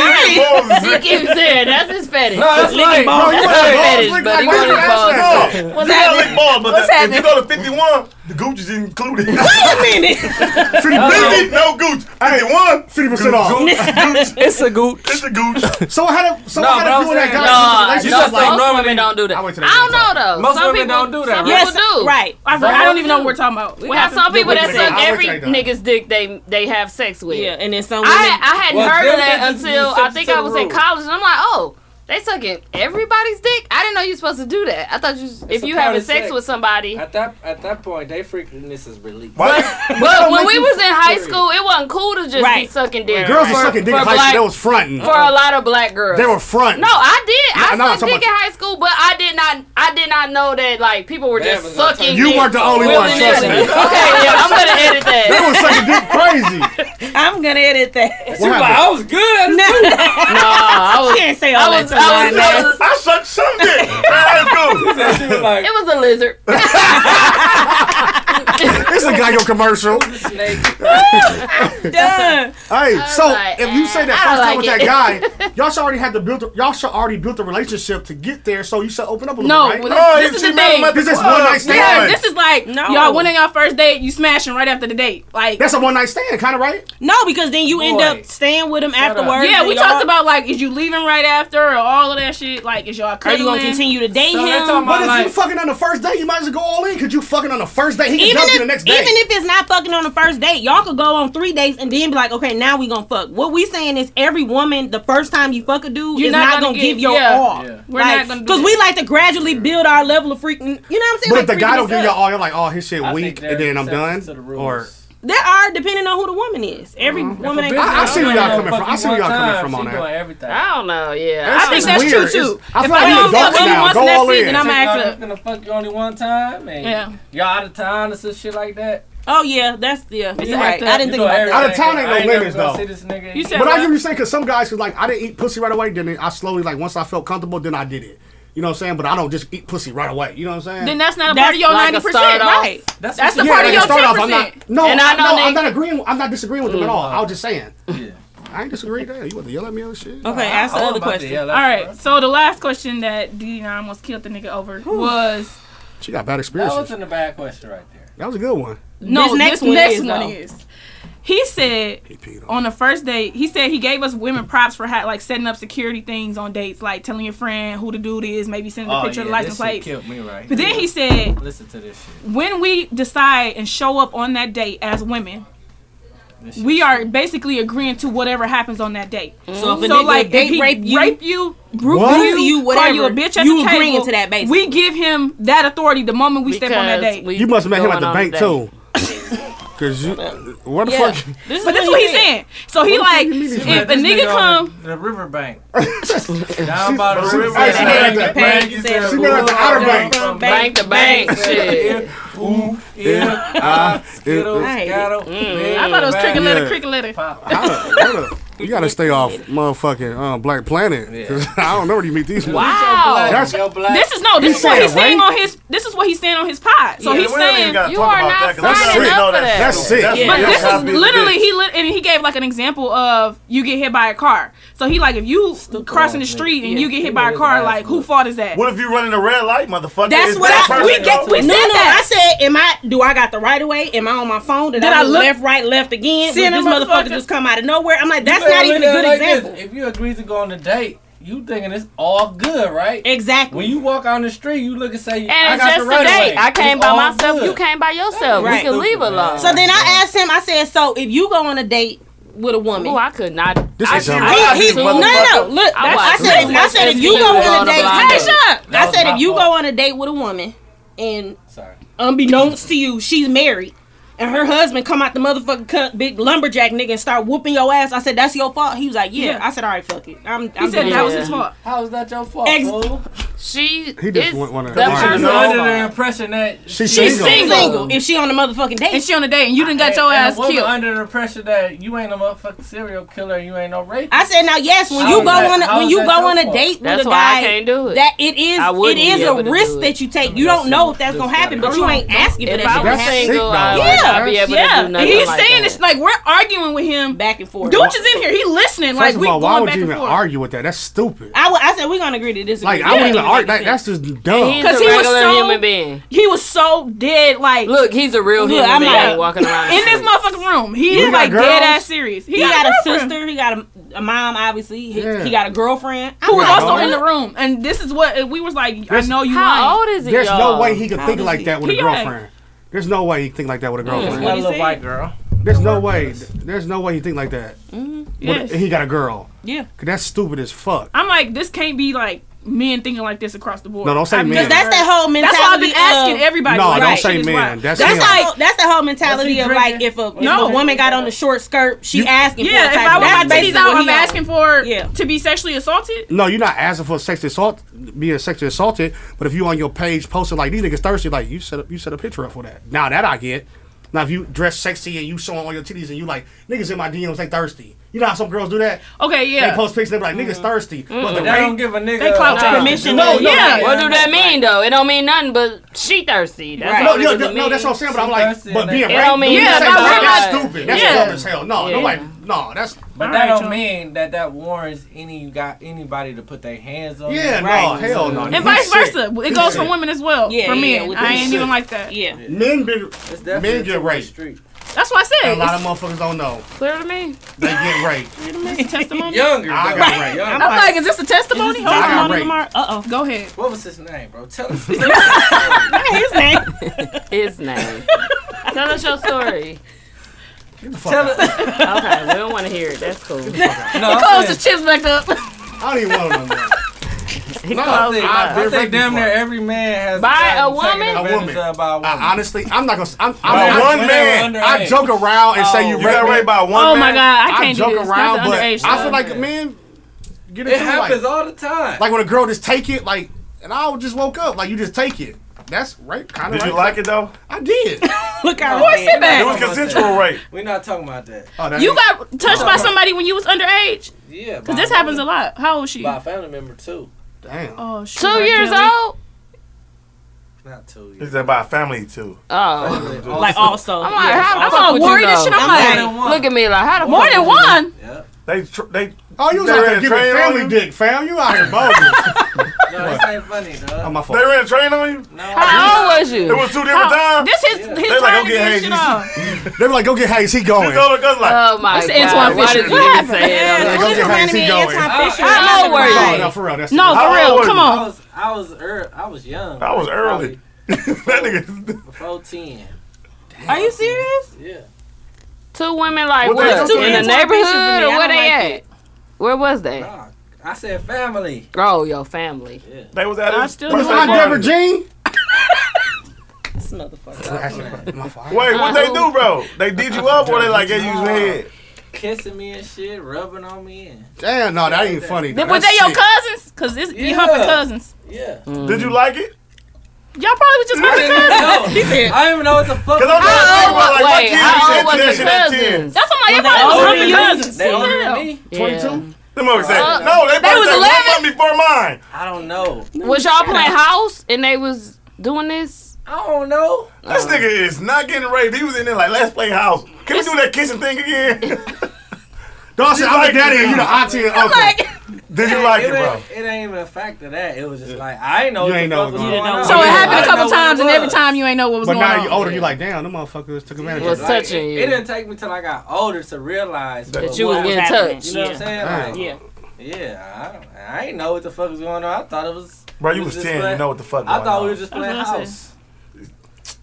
S3: keeps saying that's his fetish.
S1: No, that's
S3: licking
S1: like-
S3: balls.
S1: No, you
S3: that's
S1: wanna
S3: his
S1: balls,
S3: fetish,
S1: lick
S3: but he
S1: like
S3: wanted
S1: Michael
S3: balls.
S1: Jackson.
S3: too.
S6: Oh, You
S3: What's
S6: gotta
S3: happening?
S6: lick balls, but
S3: What's
S6: the, if
S3: happening?
S6: you go to 51, the Gooch is included. Wait a
S11: minute.
S6: 50, no Gooch. 51, 50%
S7: off.
S1: It's a gooch.
S6: It's a gooch.
S7: So how do so
S1: No,
S7: how
S1: but
S7: do
S1: I'm
S7: you and that
S1: saying-
S7: guy?
S1: Nah, nah, most women
S3: don't do that.
S7: I, went to
S3: I don't know though.
S1: Most
S3: some
S1: women
S3: people
S1: don't do that,
S3: Some
S1: right?
S3: people do.
S11: right.
S9: I,
S3: Some
S9: I don't even know
S3: people
S9: what we're talking about.
S3: We have some people that suck every
S11: done?
S3: nigga's dick they they have sex with.
S11: Yeah, and then some
S3: I
S11: women.
S3: I hadn't
S11: Well,
S3: heard
S11: them
S3: of that
S11: bitches is
S3: until I
S11: subject
S3: think
S11: to
S3: I
S11: the
S3: was in
S11: rule.
S3: college, and I'm like, oh, they sucking everybody's dick. I didn't know you supposed to do that. I thought you if
S1: a
S3: you
S1: part
S3: having
S1: of
S3: sex,
S1: sex.
S3: with somebody.
S1: At that at that point, they freakiness is released.
S3: But when we was in high school, it wasn't cool to just be
S11: Right.
S3: sucking dick.
S7: Girls
S3: for,
S7: were sucking dick
S3: for
S7: in high
S3: black-
S7: school. They was fronting.
S3: for a lot of black girls.
S7: They were front.
S3: No, I did. I
S7: No, no, I'm
S3: sucked
S7: talking
S3: dick in high school, but I did not. I did not know that like people were
S1: They
S3: just
S1: haven't got
S3: sucking.
S7: You
S3: dick
S7: weren't the only one, trust me.
S3: willy-nilly. Okay, yeah, I'm gonna edit that.
S7: They was sucking dick crazy.
S11: I'm gonna edit that.
S7: What happened?
S1: I was good.
S11: No,
S3: I was-
S11: can't say all
S3: I was- I
S11: that.
S3: was-
S11: to my man.
S6: I sucked some dick. That's cool.
S1: She was like,
S3: It was a lizard.
S7: It's a Geico commercial.
S11: Done.
S7: Hey,
S3: I'm
S7: so
S3: like,
S7: if you say that
S3: I
S7: first time
S3: don't
S7: with
S3: like
S7: that guy, y'all should already had the built. Y'all should already built the relationship to get there. So you should open up a little.
S9: No,
S7: right?
S9: well, this- Oh, this you is the met him thing. at the
S7: This is one
S6: club.
S7: night stand.
S9: Yeah, this is like
S11: No.
S9: y'all went on your first date, you smashing right after the date. Like
S7: That's a one night stand, kind of right.
S11: No, because then you end
S1: Boy.
S11: up staying with him
S1: Shut up.
S11: afterwards.
S9: yeah,
S11: and
S9: we
S11: y'all-
S9: talked about like is you leaving right after or all of that shit. Like is y'all
S11: Are you
S9: cuddling?
S11: gonna continue to date
S1: So they're
S11: him?
S1: talking
S7: But if
S1: about
S7: you fucking on the first date, you might as well go all in. Cause you fucking on the first date, he can
S11: even
S7: dump
S11: if,
S7: you the next day.
S11: even if it's not fucking on the first date, y'all could go on three dates and then be like, okay, now we gonna fuck. What we saying is every woman, the first time you fuck a dude,
S9: You're
S11: is
S9: not
S11: not
S9: gonna
S11: gonna,
S9: get-
S11: give your
S9: yeah.
S11: all.
S1: Yeah.
S9: We're not gonna do
S11: because
S9: that.
S11: we like to gradually build our level of freaking. You know what I'm saying?
S7: But
S11: like
S7: if the guy don't give
S11: freakiness
S7: y'all
S11: up.
S7: all, you're like, oh, his shit
S1: I
S7: weak,
S1: think
S7: and then
S1: there are
S7: I'm done.
S1: exceptions to the rules.
S7: Or
S11: There are depending on who the woman is. Every
S7: Mm-hmm.
S11: woman ain't.
S7: I, I see where y'all coming from. I see where y'all
S11: time,
S7: coming from
S11: she
S7: on
S11: doing
S7: that.
S1: Everything.
S3: I don't know. Yeah,
S7: That's
S3: I think
S7: just
S3: that's true
S7: weird.
S3: too.
S7: It's- I
S3: if
S7: feel like
S3: I
S7: we
S3: don't
S7: adults
S3: fuck
S7: now.
S3: only once
S7: Go
S3: in that
S7: all
S3: season,
S7: in.
S3: I'm
S11: Exactly.
S3: asking.
S1: I'm gonna fuck you only one time. And
S11: Yeah.
S1: Y'all out of town and some shit like that.
S11: Oh yeah, that's yeah.
S1: It's
S11: You're
S1: an
S11: right.
S1: act
S11: I
S1: up.
S11: didn't think
S1: You know
S11: about
S1: everything.
S11: that.
S7: Out of town ain't
S1: I
S7: no
S1: ain't never
S7: limits
S1: gonna
S7: though.
S1: see this nigga. You
S7: But
S1: said
S7: I
S1: what?
S7: get what you're saying because some guys cause like I didn't eat pussy right away. Then I slowly like once I felt comfortable, then I did it. You know what I'm saying? But I don't just eat pussy right away. You know what I'm saying?
S14: Then that's not a part of your
S3: like a
S14: 90%,
S3: start off.
S14: right? That's,
S3: That's
S14: the
S7: Yeah,
S14: part of
S7: like,
S14: your
S7: to start
S14: 10%.
S7: off, I'm not, no,
S14: and
S7: I,
S14: I know
S7: no,
S14: they-
S7: I'm not agreeing. I'm not disagreeing with them at
S14: Mm.
S7: all. I was just saying. I ain't disagreeing there. You want to yell at me or shit?
S9: Okay, ask the other question. All right, so the last question that D9 almost killed the nigga over was
S7: She got bad
S1: That
S7: experiences.
S1: wasn't a bad question right there.
S7: That was a good one.
S9: no. This next, one, is,
S11: though.
S9: He said on the first date, he said he gave us women props for how, like setting up security things on dates, like telling your friend who the dude is, maybe sending a picture of the
S1: Oh, this
S9: license
S1: shit
S9: plate.
S1: killed me right
S9: But then
S1: here.
S9: he said-
S1: "Listen to this shit."
S9: When we decide and show up on that date as women,
S1: This shit
S9: we are basically agreeing to whatever happens on that date.
S11: So if a nigga date
S9: he
S11: rape you-
S9: rape you,
S11: What?
S9: bruise
S11: Bruise you,
S9: call you a
S11: whatever,
S9: bitch at
S11: you
S9: the
S11: agreeing
S9: table,
S11: to that basis.
S9: We give him that authority the moment we step on that
S11: Because
S9: date.
S7: You must have met him at the bank too. Cause you, what the
S9: Yeah.
S7: fuck?
S9: This is but this is what he's saying. So he like,
S1: She
S9: if
S1: met
S9: a
S1: this on
S9: nigga come,
S1: the- the riverbank. Down by the
S7: She-
S1: river.
S7: hey, she met at the bank. She met at the Outer Bank.
S1: From
S3: Bank to bank, shit.
S1: Ooh, yeah, ah, skittles,
S7: Right.
S1: scaddle, big
S9: I thought it was
S1: bang.
S9: cricket letter,
S7: Yeah.
S9: cricket letter.
S7: You gotta stay off motherfucking uh, Black Planet. 'Cause I don't know where you meet these.
S3: Oh,
S9: Wow.
S7: That's,
S9: This is no.
S7: He
S9: This is what
S7: said
S9: he's saying
S7: rape?
S9: on his. This is what he's saying on his pod. So
S7: Yeah,
S9: he's
S7: we don't even
S9: saying
S7: gotta You talk are about not that 'cause that's signing sick. up for that. That's sick.
S9: But
S7: Yeah.
S9: this
S7: That's
S9: is
S7: obvious
S9: literally
S7: bitch.
S9: he lit, and he gave like an example of you get hit by a car. So he like if you crossing the street and you get hit by a car, like who fault is that?
S6: What if you running a red light, motherfucker?
S9: That's
S6: Is
S9: what
S6: that
S9: I-
S6: person
S9: we
S6: though?
S9: get- we
S11: no, no. I said, am I? Do I got the right of way? Am I on my phone? Did,
S9: Did
S11: I,
S9: I
S11: go
S9: look-
S11: left, right, left again?
S9: Seeing
S11: Did
S9: a
S11: this motherfucker
S9: motherfucker-
S11: just come out of nowhere? I'm like,
S1: You
S11: that's
S1: better
S11: not even a
S1: look at
S11: good
S1: it like
S11: example.
S1: this. If you agree to go on a date, you thinking it's all good, right?
S11: Exactly.
S1: When you walk on the street, you look and say,
S3: And
S1: "I
S3: it's
S1: got
S3: just
S1: the right
S3: a
S1: of
S3: date.
S1: way."
S3: I came
S1: It's
S3: by
S1: all
S3: myself.
S1: good.
S3: You came by yourself.
S11: Right.
S3: We can leave alone.
S11: So then I asked him. I said, so if you go on a date with a woman,
S3: Oh, I could not.
S11: This
S3: I
S11: is
S3: could
S11: dumb.
S3: not
S11: He- he-
S3: do-
S11: no, no, no. Look,
S3: I
S11: I
S3: watched
S11: said, I
S3: Christmas
S11: said, if
S3: Is
S11: you
S3: King
S11: go on a
S3: Blonde
S11: date,
S3: Blonde.
S11: hey, shut up.
S3: That
S11: I
S3: was
S11: said,
S3: my
S11: if you go
S3: fault.
S11: on a date with a woman and unbeknownst to you, she's married. And her husband come out the motherfucking cut, big lumberjack nigga and start whooping your ass. I said, "That's your fault." He was like, "Yeah."
S3: Yeah.
S11: I said, "All right, fuck it." I'm,
S3: He
S11: I'm
S3: said
S11: done.
S3: that was his fault.
S1: How is that your fault?
S11: Ex-
S1: fool?
S3: She
S7: He just went one of
S1: That
S7: Alright.
S1: person under the impression that
S7: She's
S1: she-
S7: single. She's
S11: single. If she on the motherfucking date,
S9: and she on a date, and you done got
S1: And-
S9: your
S1: and a
S9: ass
S1: woman
S9: killed.
S1: Under the impression that you ain't a motherfucking serial killer, and you ain't no rapist.
S11: I said, now yes, when
S1: How
S11: you
S1: is
S11: go
S1: that-
S11: on a,
S1: how
S11: when
S1: is
S11: you
S1: that
S11: go
S1: your
S11: on a
S1: fault?
S11: date
S3: That's
S11: with a
S3: why I
S11: guy,
S3: can't do it.
S11: that it is
S3: I
S11: it
S3: wouldn't
S11: is
S3: be able to
S11: a
S3: do
S11: risk
S3: it.
S11: that you take. You don't know if that's gonna happen, but you ain't asking for
S3: If
S11: that.
S3: I
S11: shit
S3: was
S11: to happen.
S3: single, I would
S11: Yeah.
S3: not be able to
S11: Yeah.
S3: do nothing
S9: He's
S3: like
S9: saying
S3: that.
S9: it's like we're arguing with him
S11: back and forth.
S9: Dooch is in here. He listening.
S7: First
S9: like
S7: of
S9: we
S7: all,
S9: going
S7: why would
S9: back
S7: you
S9: and
S7: even
S9: forth.
S7: argue with that? That's stupid.
S11: I, would, I said we're gonna agree to disagree.
S7: Like I wouldn't even argue. That, that's just dumb.
S3: He's a regular human being.
S9: He was so dead. Like,
S3: look, he's a real
S11: Look,
S3: human
S11: I'm
S3: being
S11: like-
S3: walking around.
S9: in this motherfucking room. He
S11: You
S9: is
S11: got
S9: like
S11: girls?
S9: dead ass serious.
S11: He, got, a
S9: girlfriend
S11: sister. He got a, a mom. Obviously, he,
S9: Yeah.
S11: he got a girlfriend.
S9: who was
S11: I'm like,
S9: also in the
S11: what?
S9: room, and this is what and we was like. I
S7: There's-
S9: know you.
S7: How
S9: lying.
S3: old
S7: There's no way he could think like that with a
S9: He young.
S7: girlfriend. There's no way he could think like that with a girlfriend.
S1: One little white girl.
S7: There's no way. There's no way he think like that.
S9: Yes.
S7: With- He got a girl.
S11: Yeah.
S7: 'Cause That's stupid as fuck.
S9: I'm like, this can't be like men thinking like this across the board.
S7: No, don't say
S9: I've
S7: men.
S9: never
S7: 'Cause that's
S9: heard-
S11: that whole
S9: That's why I've been
S11: mentality of-
S9: asking everybody.
S7: No,
S9: like,
S7: don't
S9: this
S7: say
S9: shit is
S7: men.
S9: wild.
S7: That's
S11: That's
S7: him.
S11: like that's the whole mentality of like if a, if
S9: No.
S11: a woman got on a short skirt, she asking for
S9: yeah,
S11: a
S9: if
S11: type
S9: I
S11: of-
S9: want
S11: that's
S9: my titties
S11: basically
S9: out,
S11: what
S9: I'm
S11: he on.
S9: asking for to be sexually assaulted.
S7: No, you're not asking for sex assault, being sexually assaulted. But if you on your page posting like these niggas thirsty, like you set up, you set a picture up for that. Now that I get. Now if you dress sexy and you showing all your titties and you like niggas in my DMs, they thirsty. You know how some girls do that.
S9: Okay, yeah.
S7: They post pictures, they be like niggas
S3: Mm-hmm.
S7: thirsty. But the
S1: They
S7: rape-
S1: don't give a nigga
S7: They clout
S1: a-
S7: permission.
S1: No,
S7: No, yeah.
S3: What do that mean though? It don't mean nothing, but she thirsty. That's all
S7: Right. No,
S3: it
S7: yeah,
S3: really
S7: no, no, that's what I'm saying. But I'm like,
S3: She
S7: but
S3: thirsty
S7: being
S3: and
S7: raped,
S3: they- It don't mean
S7: doing
S3: nothing
S7: sex,
S3: about
S7: like,
S3: that.
S7: that's stupid. That's
S3: Yeah.
S7: dumb as hell. No,
S3: Yeah.
S7: nobody, no, that's.
S1: But that don't mean that that warrants any you got anybody to put their hands on.
S7: Yeah,
S1: you.
S7: no, hell no.
S9: And vice versa, it goes for women as well.
S7: Yeah,
S9: for
S7: yeah,
S9: men,
S7: with
S9: I
S7: this
S9: ain't
S7: shit.
S9: even like that.
S11: Yeah,
S7: Men been,
S1: two-way
S7: men get raped.
S9: that's why I said
S7: And a lot of
S9: it's
S7: motherfuckers don't know
S9: clear to me.
S7: they get raped.
S9: It's a testimony.
S1: Younger,
S7: I
S1: though.
S7: got raped.
S1: Younger.
S9: I'm like, is this a testimony? Hold
S7: I got
S9: on,
S7: raped.
S9: Lamar. Uh oh, go ahead.
S1: What was his name, bro? Tell us.
S11: his name.
S3: His name. Tell us your story.
S1: Tell us.
S3: Okay, we don't want to hear it. That's cool.
S1: No, I'm
S9: Close
S1: saying-
S9: the chips back up.
S7: I don't even want to know.
S3: He
S1: No, I
S3: closed
S1: think,
S3: it up.
S1: I think damn near every man has
S3: By
S1: tried to
S3: a
S1: take
S3: woman? A
S1: advantage
S3: woman.
S1: of By a woman.
S7: I, honestly, I'm not gonna. I'm,
S1: By
S7: I'm
S1: one
S7: I-
S1: man. Oh,
S7: I
S1: Underage.
S7: joke around and say you,
S1: You got
S7: raped me.
S1: raped by one
S9: Oh my man? God, I can't do
S7: joke
S9: this. That's
S7: around,
S9: the
S7: but
S9: underage
S7: I
S9: stuff.
S7: feel like man, get it.
S9: It
S7: too,
S9: happens
S7: like,
S1: all the time.
S7: Like when a girl just take it, like, and I just woke up, like you just take it. That's right, kind of.
S6: Did you like it though?
S7: I did.
S11: Look
S1: No,
S11: out,
S1: man, we're not
S11: back.
S1: talking about that.
S6: rape.
S1: We're not talking about that.
S7: Oh,
S3: You got touched by somebody when you was underage?
S1: Yeah,
S3: Because this happens a lot. How old is she?
S1: by a family member too.
S7: Damn.
S9: Oh,
S3: Two years old?
S1: Not two.
S6: Is that by family too?
S3: Oh.
S11: Like also.
S3: I'm like, how, I'm all worried and shit. I'm, like, look at me like, how the
S11: More
S3: fuck
S11: than
S3: did you do
S11: one?
S6: They tr- they.
S7: Oh, you was
S6: they ran
S7: out there
S6: a
S7: giving
S6: train on
S7: family
S6: you?
S7: dick, fam. You out here bogus.
S1: No, this ain't funny, dog.
S7: Oh, my
S6: They ran a train on you.
S3: How old was you?
S6: It was two different
S3: How-
S6: times.
S3: This is his
S6: They like,
S3: turn
S6: go
S3: to
S6: get
S3: get
S6: Hayes.
S3: shit off.
S7: They were like, go get Hayes. He going.
S6: Told her, 'cause like,
S3: Oh my
S11: That's
S3: god.
S11: Antoine
S3: Why
S11: Fisher.
S3: did
S11: What
S3: you even
S11: happened?
S3: say
S7: Yeah,
S3: that?
S7: go get Hayes. He going.
S3: How old were you?
S7: Oh, no, for real. That's
S9: No,
S7: How
S9: for
S7: old
S9: real.
S7: was
S9: Come
S7: you?
S1: I
S9: on.
S1: was I was ear I was young.
S6: I was
S1: Probably
S6: early. that nigga.
S1: before ten.
S9: Are you serious?
S1: Yeah.
S3: Two women like
S6: What they
S3: what?
S6: do?
S3: In the
S6: Antoine
S3: neighborhood
S11: Fisher,
S3: or
S11: man,
S3: where
S11: I
S3: they
S11: don't like
S3: at? Where was they?
S1: I said family.
S3: Oh, your family.
S6: They was at
S3: I
S6: his
S3: still
S7: Was
S6: birthday
S7: I Deborah
S6: party.
S7: Jean?
S11: This motherfucker.
S6: Wait, what they do, bro? They did you up or they like gave you his head?
S1: Kissing me and shit, rubbing on me and
S7: Damn, no, that ain't funny.
S9: Then
S7: though.
S9: was
S7: That's
S9: they your
S7: sick.
S9: cousins? Cause this you
S1: Yeah.
S9: humping cousins.
S1: yeah.
S6: Did you like it?
S9: Y'all probably was just humping
S1: No,
S9: cousins.
S1: I don't even know what the fuck.
S6: 'Cause I'm trying to think about like what
S3: wait,
S6: kid
S3: how
S6: you
S3: old
S6: said
S3: was
S6: to that
S3: his
S6: shit at ten.
S3: cousins?
S9: That's what
S3: Well,
S9: my
S3: they
S9: probably was
S3: older
S9: humping
S3: than
S9: cousins.
S1: They older
S9: Yeah.
S1: than me.
S3: Yeah.
S6: Them motherfuckers said,
S3: Uh,
S6: no, they,
S3: they was
S6: birthday one
S3: 11?
S6: month before mine.
S1: I don't know.
S3: Was y'all playing house and they was doing this?
S1: I don't know.
S6: This
S7: Uh.
S6: nigga is not getting raped. He was in there like, let's play house. Can we do that kissing thing again?
S7: Dawson,
S6: You
S7: I'm
S6: like
S7: the daddy
S6: it,
S7: and you the
S6: huh?
S7: auntie and uncle.
S6: Did you like it,
S1: it,
S6: bro?
S1: ain't- it ain't even a fact of that. It was just like I ain't know.
S7: You
S1: what
S7: ain't
S1: the
S7: know
S1: fuck
S7: what
S1: was
S7: going
S1: going
S7: on.
S1: on.
S9: So it
S1: I
S9: happened a
S1: didn't
S9: couple
S1: know what
S9: times,
S1: it
S9: and every
S1: was.
S9: time you ain't know what was
S7: But
S9: going
S7: now
S9: on.
S7: you older, you like, damn, them motherfuckers took advantage of
S3: Was
S7: us.
S1: Like,
S3: touching
S1: it,
S3: you.
S1: it didn't take me till I got older to realize
S3: That
S1: what
S3: you was
S1: happened.
S3: getting
S11: happening?
S3: touched.
S1: You know what I'm saying?
S6: Damn.
S1: Like, Yeah, I, don't, I ain't know what the fuck was going on. I thought it was.
S6: Bro, you
S1: we
S6: was
S1: just
S6: 10. You
S1: playing-
S6: know what the fuck
S1: I
S6: going
S1: thought we
S6: on.
S1: were just playing
S9: That's what I
S1: house.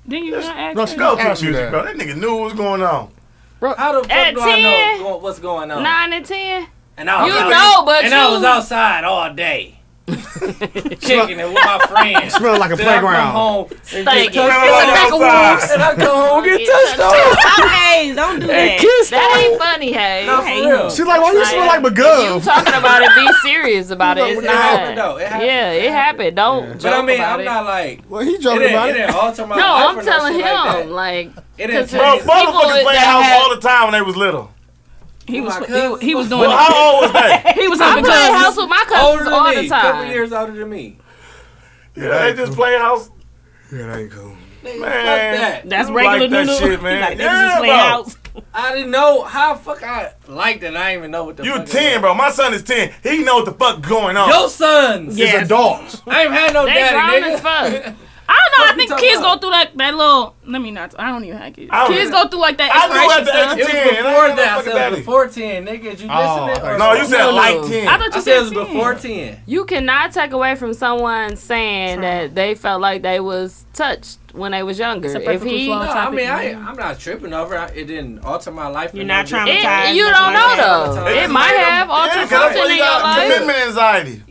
S9: Then you gonna ask
S6: No
S9: her.
S6: sculpture
S7: Ask me
S6: music,
S7: that.
S6: bro. That nigga knew what was going on.
S1: How the fuck
S3: At
S1: do
S3: 10?
S1: I know go- what's going on?
S3: Nine and ten?
S1: and I was
S3: You
S1: out-
S3: know, but
S1: and
S3: you.
S1: I was outside all day. Kicking it with my friends.
S7: Smell like a
S1: Then I come
S7: playground.
S1: home and
S3: Stank.
S1: get touched.
S3: It's a pack of wolves.
S1: And I come home and get touched on.
S11: Hey, don't do that.
S3: That ain't funny, hey.
S1: No,
S11: Hey,
S1: for real.
S7: She's like, why you smell like
S3: You
S7: McGuff?
S3: talking about it? Be serious about it.
S1: Oh.
S3: It's
S1: It happened, though.
S3: not.
S1: It happened.
S3: Yeah, it happened. Don't joke
S1: But I mean,
S3: about
S1: I'm
S3: it.
S1: not like.
S7: Well, he
S1: It
S7: joking
S1: didn't,
S7: about
S1: it
S7: it.
S1: didn't alter my
S3: no,
S1: life. or
S3: I'm telling
S1: shit like
S3: him
S1: that.
S3: like,
S1: It
S3: because
S1: didn't
S6: Bro,
S1: change.
S3: people
S6: motherfuckers played
S3: that
S6: house
S3: had-
S6: all the time when they was little.
S11: He was
S1: My
S11: he, he was doing
S6: Well, how old was they?
S11: it. He was
S3: I
S11: humping
S3: play house
S11: cousins.
S3: with my
S1: older
S3: cousins
S1: than
S3: all
S1: me.
S3: the
S1: Couple
S3: time.
S1: years older than me.
S6: Yeah, they just play house.
S7: Yeah, that ain't cool.
S1: Man,
S6: Man.
S1: fuck that.
S11: That's
S6: You
S11: regular
S6: like that
S11: noodle.
S6: shit, man.
S11: He Like, they
S6: Yeah,
S11: was just playing
S6: bro.
S11: house.
S1: I didn't know how fuck I liked it. I didn't even know what the
S6: You
S1: fuck it
S6: 10, bro. My son is 10. He know what the fuck going on.
S1: was. Your sons.
S7: It's adults.
S1: I ain't had no
S3: They
S1: daddy,
S3: grown
S1: nigga.
S3: as fuck.
S9: I don't know. I
S1: you
S9: think
S1: talking
S9: kids
S1: about?
S9: go through that that little. Let me not. I don't even have kids.
S6: I don't-
S9: Kids go through like that
S6: I knew at
S9: exploration
S6: the age
S9: stuff.
S1: It
S6: of
S1: was
S6: 10. and I
S1: before
S6: ain't
S1: that. I
S6: that
S1: said
S6: fuck
S1: it
S6: daddy.
S1: was before 10, nigga. Did you listen
S7: Oh, I
S1: to it?
S7: thought
S6: No, you said
S3: No, no.
S6: like 10.
S9: I thought you
S1: I said it was
S9: said
S1: before
S9: 10.
S1: 10.
S3: You cannot take away from someone saying that they felt like they was touched when they was younger.
S9: a
S3: If
S9: perfectly
S3: he,
S9: flawed
S3: it,
S1: No, I
S9: topic,
S1: mean, I,
S9: man.
S1: I'm not tripping over it. It didn't alter my life.
S11: You're
S1: in
S11: not
S1: no
S11: trying to- Traumatized,
S3: you
S11: nothing
S3: don't know
S11: like that.
S3: though.
S1: It's
S3: It might
S1: made 'em-
S3: have altered
S6: Cause that's
S3: something
S6: why
S3: in
S6: you
S3: your
S6: got
S3: life.
S6: commitment anxiety.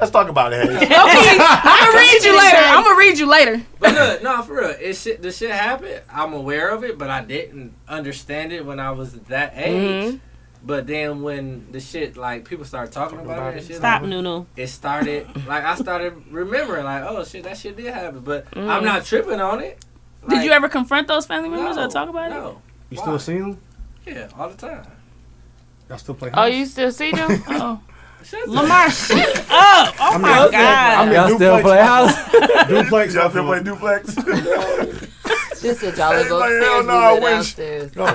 S6: Let's talk about it. Hayes.
S9: Okay, I'm gonna read you later. I'm gonna read you later.
S1: But look, no, for real, it shit. The shit happened. I'm aware of it, but I didn't understand it when I was that age.
S9: Mm-hmm.
S3: Mhm.
S1: But then when the shit like people started talking about it, and shit,
S11: Stop,
S1: like,
S11: Nunu.
S1: it started like I started remembering like, oh shit, that shit did happen. But I'm not tripping on it.
S9: Mm-hmm. Did
S1: Like,
S9: you ever confront those family
S1: no,
S9: members or talk about it?
S1: no.
S7: You still see him?
S1: it? Yeah, all the time.
S7: Y'all still play house?
S3: Oh, you still see them?
S9: Oh,
S1: Shut the-
S11: Lamar, shut up. Oh my
S7: I'm
S11: god.
S7: in duplex.
S1: house?
S7: Duplex.
S6: Y'all still play duplex?
S3: This is y'all go
S6: Like, hell
S3: upstairs.
S6: no, I
S3: we go
S6: wish.
S3: downstairs.
S7: No,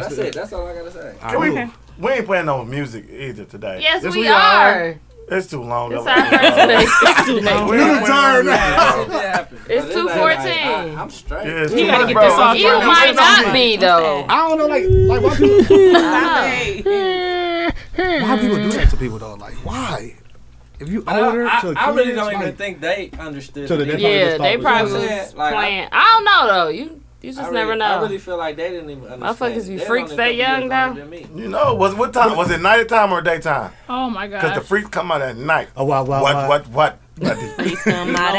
S1: That's it. That's all I gotta say.
S7: I
S6: Can we,
S7: will.
S6: we ain't playing no music either today.
S3: Yes, we,
S7: we are.
S3: are.
S6: It's too long.
S3: It's
S6: though.
S3: our first day.
S6: We ain't
S7: You're
S6: playing no
S7: tired
S6: music,
S7: now.
S6: bro.
S3: It's 2:14.
S1: I'm straight.
S6: Yeah, it's
S11: You
S6: too
S11: gotta
S6: much,
S11: get
S1: Oh,
S6: bro.
S11: this off
S6: I'm
S3: You
S11: your
S6: trying to
S3: might
S6: wait
S3: not
S6: on
S3: be though.
S7: I don't know, like, like why, people, why people do that to people though? Like, why? If you
S1: I,
S7: older,
S1: I-
S7: to
S1: I really
S7: kids,
S1: don't even
S7: like-
S1: think they understood.
S7: To the
S1: it either.
S7: probably
S3: Yeah,
S7: just
S3: they
S7: thought it was-
S1: You know
S3: probably
S1: what I'm
S3: was
S1: saying? Like, I-
S3: playing. I don't know though. You You
S12: I
S3: just
S12: really-
S3: never know.
S12: I really feel like they didn't even understand.
S3: Motherfuckers be
S12: They
S3: freaks
S12: only
S3: that
S12: couple years
S3: young
S12: older
S3: though.
S12: than me.
S6: You know, was what time? Was it nighttime or daytime?
S9: Oh my
S6: Because the
S11: Uh,
S9: god.
S6: freaks come out at night. Oh
S7: wow, wow,
S6: what, what, what, what?
S11: come out at
S1: It was
S11: night.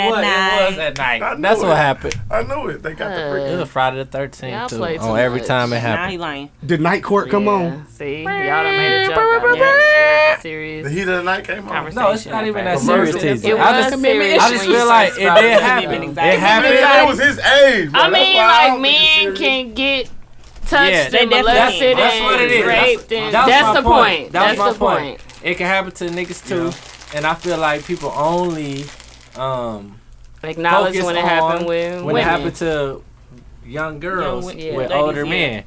S1: at night.
S6: knew
S1: That's what
S6: it.
S1: happened.
S6: I knew it. They got the freak.
S1: It was Friday the 13th,
S3: Y'all
S1: too.
S3: play too
S1: On Oh, every
S3: much.
S1: time it
S11: Now
S1: happened.
S11: he lying.
S7: Did Night Court come on?
S3: See, y'all done made a joke. out of it. It's serious.
S11: Uh,
S6: The heat of the night came on.
S3: Conversation.
S1: No, it's not even that
S6: It
S1: serious,
S6: was
S1: TZ.
S6: serious.
S1: I just,
S3: Commitment
S1: I just
S3: issues.
S1: feel like it did
S3: Commitment
S1: happen. It
S3: anxiety.
S1: happened.
S3: Commitment
S6: That was his age. Bro.
S3: I
S6: That's
S3: mean,
S6: why I
S3: like
S6: don't think it's
S3: men
S6: serious.
S3: can get touched
S1: Yeah,
S3: and
S11: definitely
S3: molested
S11: can.
S1: That's what it
S3: and
S1: is.
S3: raped. And
S1: That was
S3: that's
S1: my
S3: the point.
S1: That was
S3: That's
S1: my
S3: the point.
S1: It can happen to niggas too, and I feel like people only um
S3: Acknowledge
S1: focus
S3: when it
S1: on
S3: happened with
S1: when it
S3: women.
S1: happened to young girls
S3: Young wi- yeah,
S1: with
S3: ladies,
S1: older
S3: yeah.
S1: men.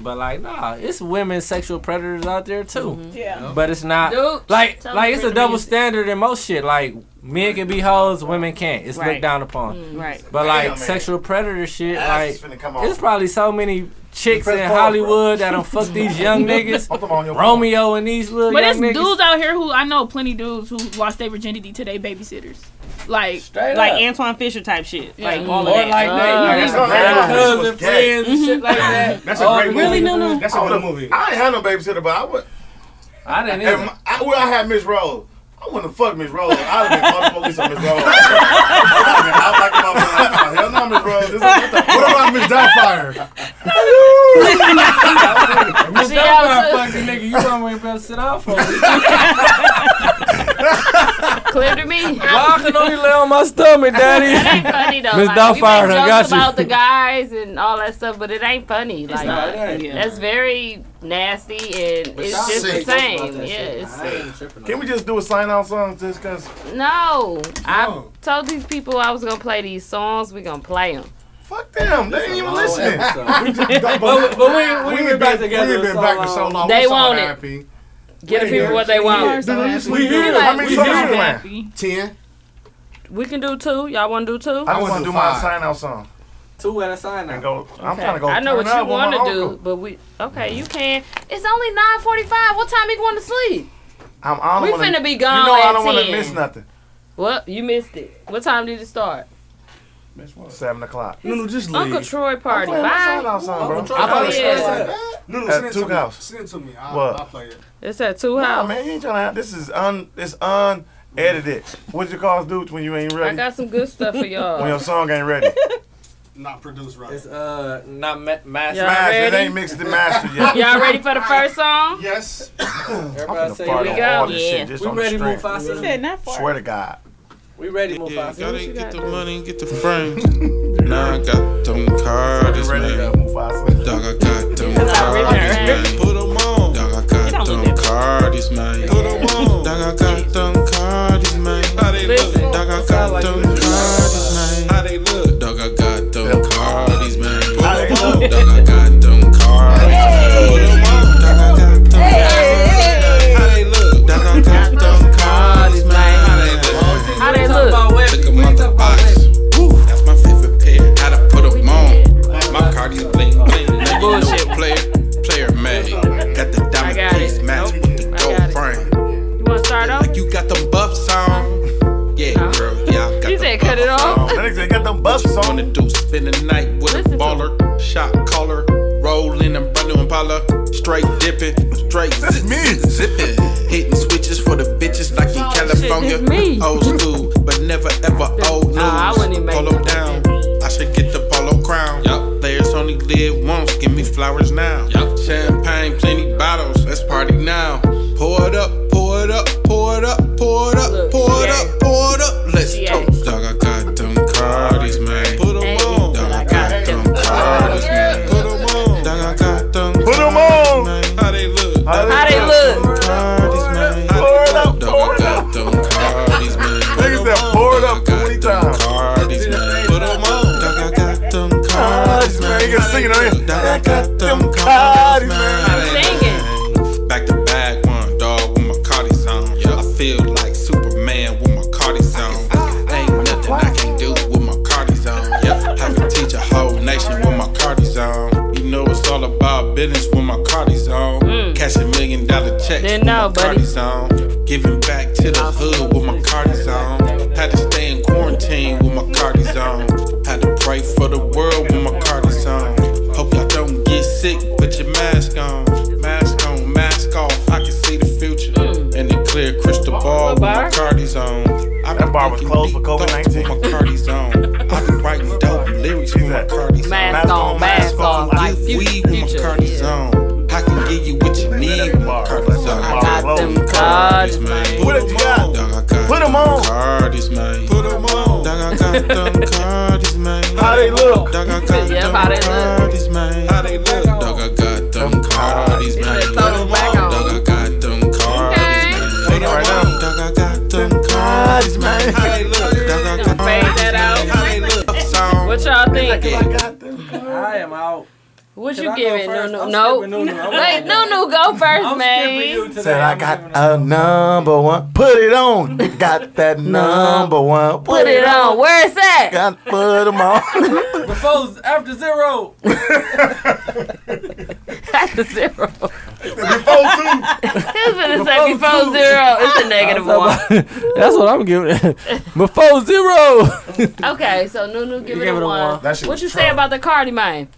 S1: But like, nah, it's women sexual predators out there too.
S9: Yeah.
S1: But it's not
S3: Dude,
S1: like
S3: tell
S1: like
S3: me
S1: it's
S3: for
S1: a
S3: the
S1: double
S3: music.
S1: standard in most shit. Like men can be hoes, women can't. It's
S11: Right. Mm.
S1: looked down upon.
S11: Right.
S1: But
S6: Damn,
S1: like
S6: man.
S1: sexual predator shit,
S6: Ass is
S1: like
S6: finna come
S1: it's
S6: off.
S1: probably so many chicks
S6: Press
S1: in
S6: pause,
S1: Hollywood that don't fuck these young niggas.
S6: Put them on your phone.
S1: Romeo and these little
S9: But
S1: young
S9: it's
S1: niggas.
S9: dudes out here who I know plenty dudes who lost their virginity to their babysitters. Like
S1: Straight
S11: Like
S1: up. Mm-hmm.
S11: Antoine Fisher type shit. Like
S9: Yeah.
S11: all
S1: or
S11: of that. Uh,
S1: like they,
S6: that's a
S1: like,
S6: great movie.
S1: cousins,
S6: Was gay.
S1: friends, and shit like that.
S7: That's a
S1: Oh,
S7: great
S11: really,
S7: movie.
S11: no, no.
S7: That's a
S6: I
S7: good
S6: would've-
S7: movie.
S6: I ain't had no babysitter, but I would.
S1: I didn't
S6: If
S1: either.
S6: my, I would have had Miss Rose. I wouldn't have fucked Miss Rose. I'd have been calling the police on Miss Rose. I'm like, I'm like, hell no, Miss Rose. This is what the
S7: What about Miss Doubtfire?
S1: Miss
S3: See,
S1: Doubtfire
S3: I was-
S1: fucking nigga, you don't even better sit off for me.
S3: Clear to me.
S1: Why can only lay on my stomach,
S3: It
S1: daddy?
S3: ain't funny though.
S1: Miss
S3: like,
S1: Doubtfire
S3: we make
S1: done
S3: jokes
S1: got you.
S3: about the guys and all that stuff, but it ain't funny. Like
S11: Yeah.
S3: that's very nasty and
S12: But
S3: it's
S12: y'all
S3: just the
S12: ain't tripping about
S3: same.
S12: that
S3: Yeah,
S12: shit.
S3: it's
S12: I ain't tripping on
S6: Can we just do a sign out song just because?
S3: No, I
S6: No.
S3: told these people I was gonna play these songs. We gonna play them.
S6: Fuck them. They
S12: that.
S6: ain't even
S12: Whole
S6: listening.
S12: episode.
S7: But-
S1: But, but we, we, we
S7: we ain't
S1: been back together.
S7: We ain't been
S1: so um,
S7: back for so long.
S3: They
S7: We're so
S3: want it.
S7: happy.
S3: Give the people what they want.
S6: We here.
S3: like,
S6: How many
S3: we
S6: songs
S3: here.
S6: you playing?
S9: happy.
S7: Ten.
S3: We can do two. Y'all want to do two?
S6: I
S7: I
S6: just
S7: wanna
S6: want to
S7: do
S6: do my
S7: five.
S6: sign out song
S1: Two at a sign now.
S6: and go. I'm trying to go.
S3: I know what
S6: turn
S3: you
S6: up with my
S3: want to do,
S6: uncle.
S3: but we okay. You can. It's only nine forty-five. What time you going to sleep?
S6: I'm, I don't
S3: We
S6: wanna,
S3: finna be gone
S6: You know I
S3: at
S6: don't wanna
S3: 10.
S6: miss nothing.
S3: Well, you missed it. What time did it start?
S6: Seven o'clock.
S7: No, no, just leave.
S3: Uncle Troy party.
S6: Playing my sign
S3: Bye.
S6: out song, bro.
S1: I thought
S3: Oh,
S1: it was
S3: yeah.
S7: No, no,
S6: At
S7: send it to
S6: Duke
S7: me.
S6: House.
S7: Send it to me. I'll,
S6: What?
S7: I'll play it.
S3: It's at two
S6: Nah,
S3: house.
S6: man, you ain't trying to have. This is un. It's unedited. What you call dudes when you ain't
S3: I
S6: ready?
S3: got some good stuff for
S6: When your
S3: y'all.
S6: song ain't ready.
S7: Not produced right.
S1: It's uh not ma- mass.
S3: Y'all
S6: Smash it
S3: ready?
S6: ain't mixed and mastered yet.
S3: Y'all ready for the first song?
S7: Yes.
S6: I'm
S1: Everybody
S6: finna
S1: say
S6: fart
S3: we
S6: on
S3: go.
S6: all this
S11: Yeah.
S6: shit just
S1: We
S6: on the
S1: ready,
S6: stream.
S11: He
S1: Mufasa?
S11: said not far.
S6: Swear to God.
S1: We ready,
S14: Yeah,
S1: Mufasa?
S14: gotta
S3: got
S14: get the
S3: there?
S14: money, get the frame. now I got them cards,
S6: Ready to go,
S14: man.
S6: Mufasa.
S14: Dog, I got them
S3: remember.
S14: cards, man. Put 'em on. Dog, I got
S11: don't look
S14: them cards, man. Put 'em on. Dog, I got them cards, man. How they look?
S3: Listen.
S14: Dog, I got them cards, man. How they look? Dog, I got them cards, man. Put 'em
S6: they
S14: on. Dog, I got them cards, man. Put 'em on. Dog, I got them cards, man. How they look? Dog, I got them cards, man. How they look?
S3: How they look?
S14: Took 'em out the box. That's my favorite pair. How to put 'em on. My card is bling bling. Now you know
S3: Bullshit.
S14: a player, player made. Got the diamond
S3: got
S14: piece
S3: it.
S14: match
S3: Nope.
S14: with the
S3: I
S14: gold
S3: got it.
S14: frame.
S3: You want to start off?
S14: Like you got them buffs on. Yeah,
S3: No.
S14: girl. Yeah, I got
S3: You
S14: them
S3: said cut it
S14: buffs
S3: off.
S14: on.
S6: That nigga got them buffs
S14: Wanna
S6: on.
S14: do spend the night with
S3: Listen to
S14: a baller, shot caller, rolling and brand new Impala, straight dipping, straight
S6: That's
S14: zip,
S6: me.
S14: zipping, hitting switches for the bitches like in
S3: Oh,
S14: California,
S3: that's me.
S14: old school, but never ever old news.
S3: Nah, I wouldn't even make
S14: polo
S3: it.
S14: down, I should get the polo crown. Yup, players only live once, give me flowers now. Yup, champagne, plenty bottles, let's party now. Pour it up, pour it up, pour it up, pour it up,
S3: Look,
S14: pour it
S3: yeah.
S14: up, pour it up, let's
S3: Yeah.
S14: toast. Dog, I got them Cardis, man. Put 'em
S3: Hey.
S14: on. Dog, I got them Cardis, man. Put 'em on. Dog, I got them. Put
S6: 'em on.
S14: How they look?
S3: How they look?
S14: Cardis, man.
S6: Pour it up,
S14: Dog,
S6: pour
S14: I
S6: it up.
S14: got them Cardis, man. Put
S6: Niggas
S14: 'em
S6: that
S14: on.
S6: pour it
S14: Dog, I
S6: up
S14: got
S6: 20
S14: them
S6: times.
S14: Cardis, man. Put 'em on. Dog, I got them Cardis,
S6: Cardis, man.
S14: man.
S6: You can sing it on here.
S14: Dog, I got them
S6: Cardis,
S14: Cardis,
S6: man.
S14: man. How they
S3: Sing
S14: look? Back to back one, dog, with my Cardi's on. I feel like Superman with my Cardi's on. Ain't nothing I can do with my Cardi's on. Yep, I can teach a whole nation with my Cardi's on. You know it's all about business with my Cardi's on. Cashing million dollar checks
S3: Didn't
S14: with my
S3: know, buddy.
S14: Cardi's on. Giving back to the hood with my Cardi's on. Had to stay in quarantine with my Cardi's on. Had to pray for the world with my Cardi's on.
S5: sick, put your mask on. Mask on, mask off. I can see the future. And the clear crystal ball with my Cardi's on. I that bar was closed for COVID 19. my Cardi's on. I been writing dope lyrics with my Cardi's on.
S3: Mask on, mask off, like
S5: Give weed with my Cardi's on. I can give you what you need with my Cardi's on. I got them Cardi's, man. Put it Put them on. Cardi's, man. Put them on. Dog, I got them Cardi's, man. How they look? Dog, I got
S3: Yeah,
S5: them
S3: how they look.
S5: Cardi's, man. How they look? Dog, I got them Cardi's, man. Put them on. Dog, I got them Cardi's, man. Put them on. Dog, I got them Cardi's, man. How they look? Dog, I got
S3: that out. What y'all think?
S1: I am out.
S3: What
S1: Can
S3: you
S1: I go
S3: giving?
S1: first?
S3: No,
S1: I'm
S3: no,
S1: skipping Nunu.
S3: no.
S1: I'm
S3: Wait,
S1: skipping
S3: no, no, go first, man.
S6: Said I got a number one. Put it on. Got that number one.
S3: Put it on. Where it's at?
S6: Got put 'em on.
S15: Before after zero.
S3: after zero.
S16: Before two.
S3: It's gonna say before zero. It's a negative one.
S1: That's what I'm giving it. Before zero.
S3: Okay, so Nunu, give it a one.
S16: That shit
S3: What
S16: was
S3: you say
S16: trash.
S3: about the Cardi man?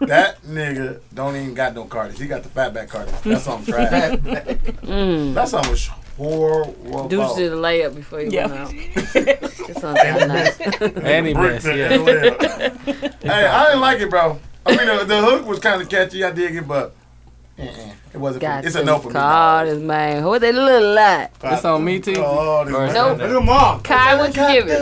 S16: That nigga don't even got no Cardis. He got the fatback Cardis. That's on trash.
S3: Mm.
S16: That song was horrible.
S3: Deuce did a layup before you went out. it's on
S16: And he
S3: nice.
S16: missed.
S1: And he
S16: Brick
S1: missed,
S16: that
S1: yeah.
S16: hell in. hey, I didn't like it, bro. I mean, the, the hook was kind of catchy. I dig it, but uh-uh. it wasn't. For me.
S3: Got
S16: It's a no for me.
S3: Cardi man. What they look like?
S16: It's
S1: on me too.
S16: Oh, this man.
S3: Nope.
S16: Look at mom.
S3: Kai, what you give it?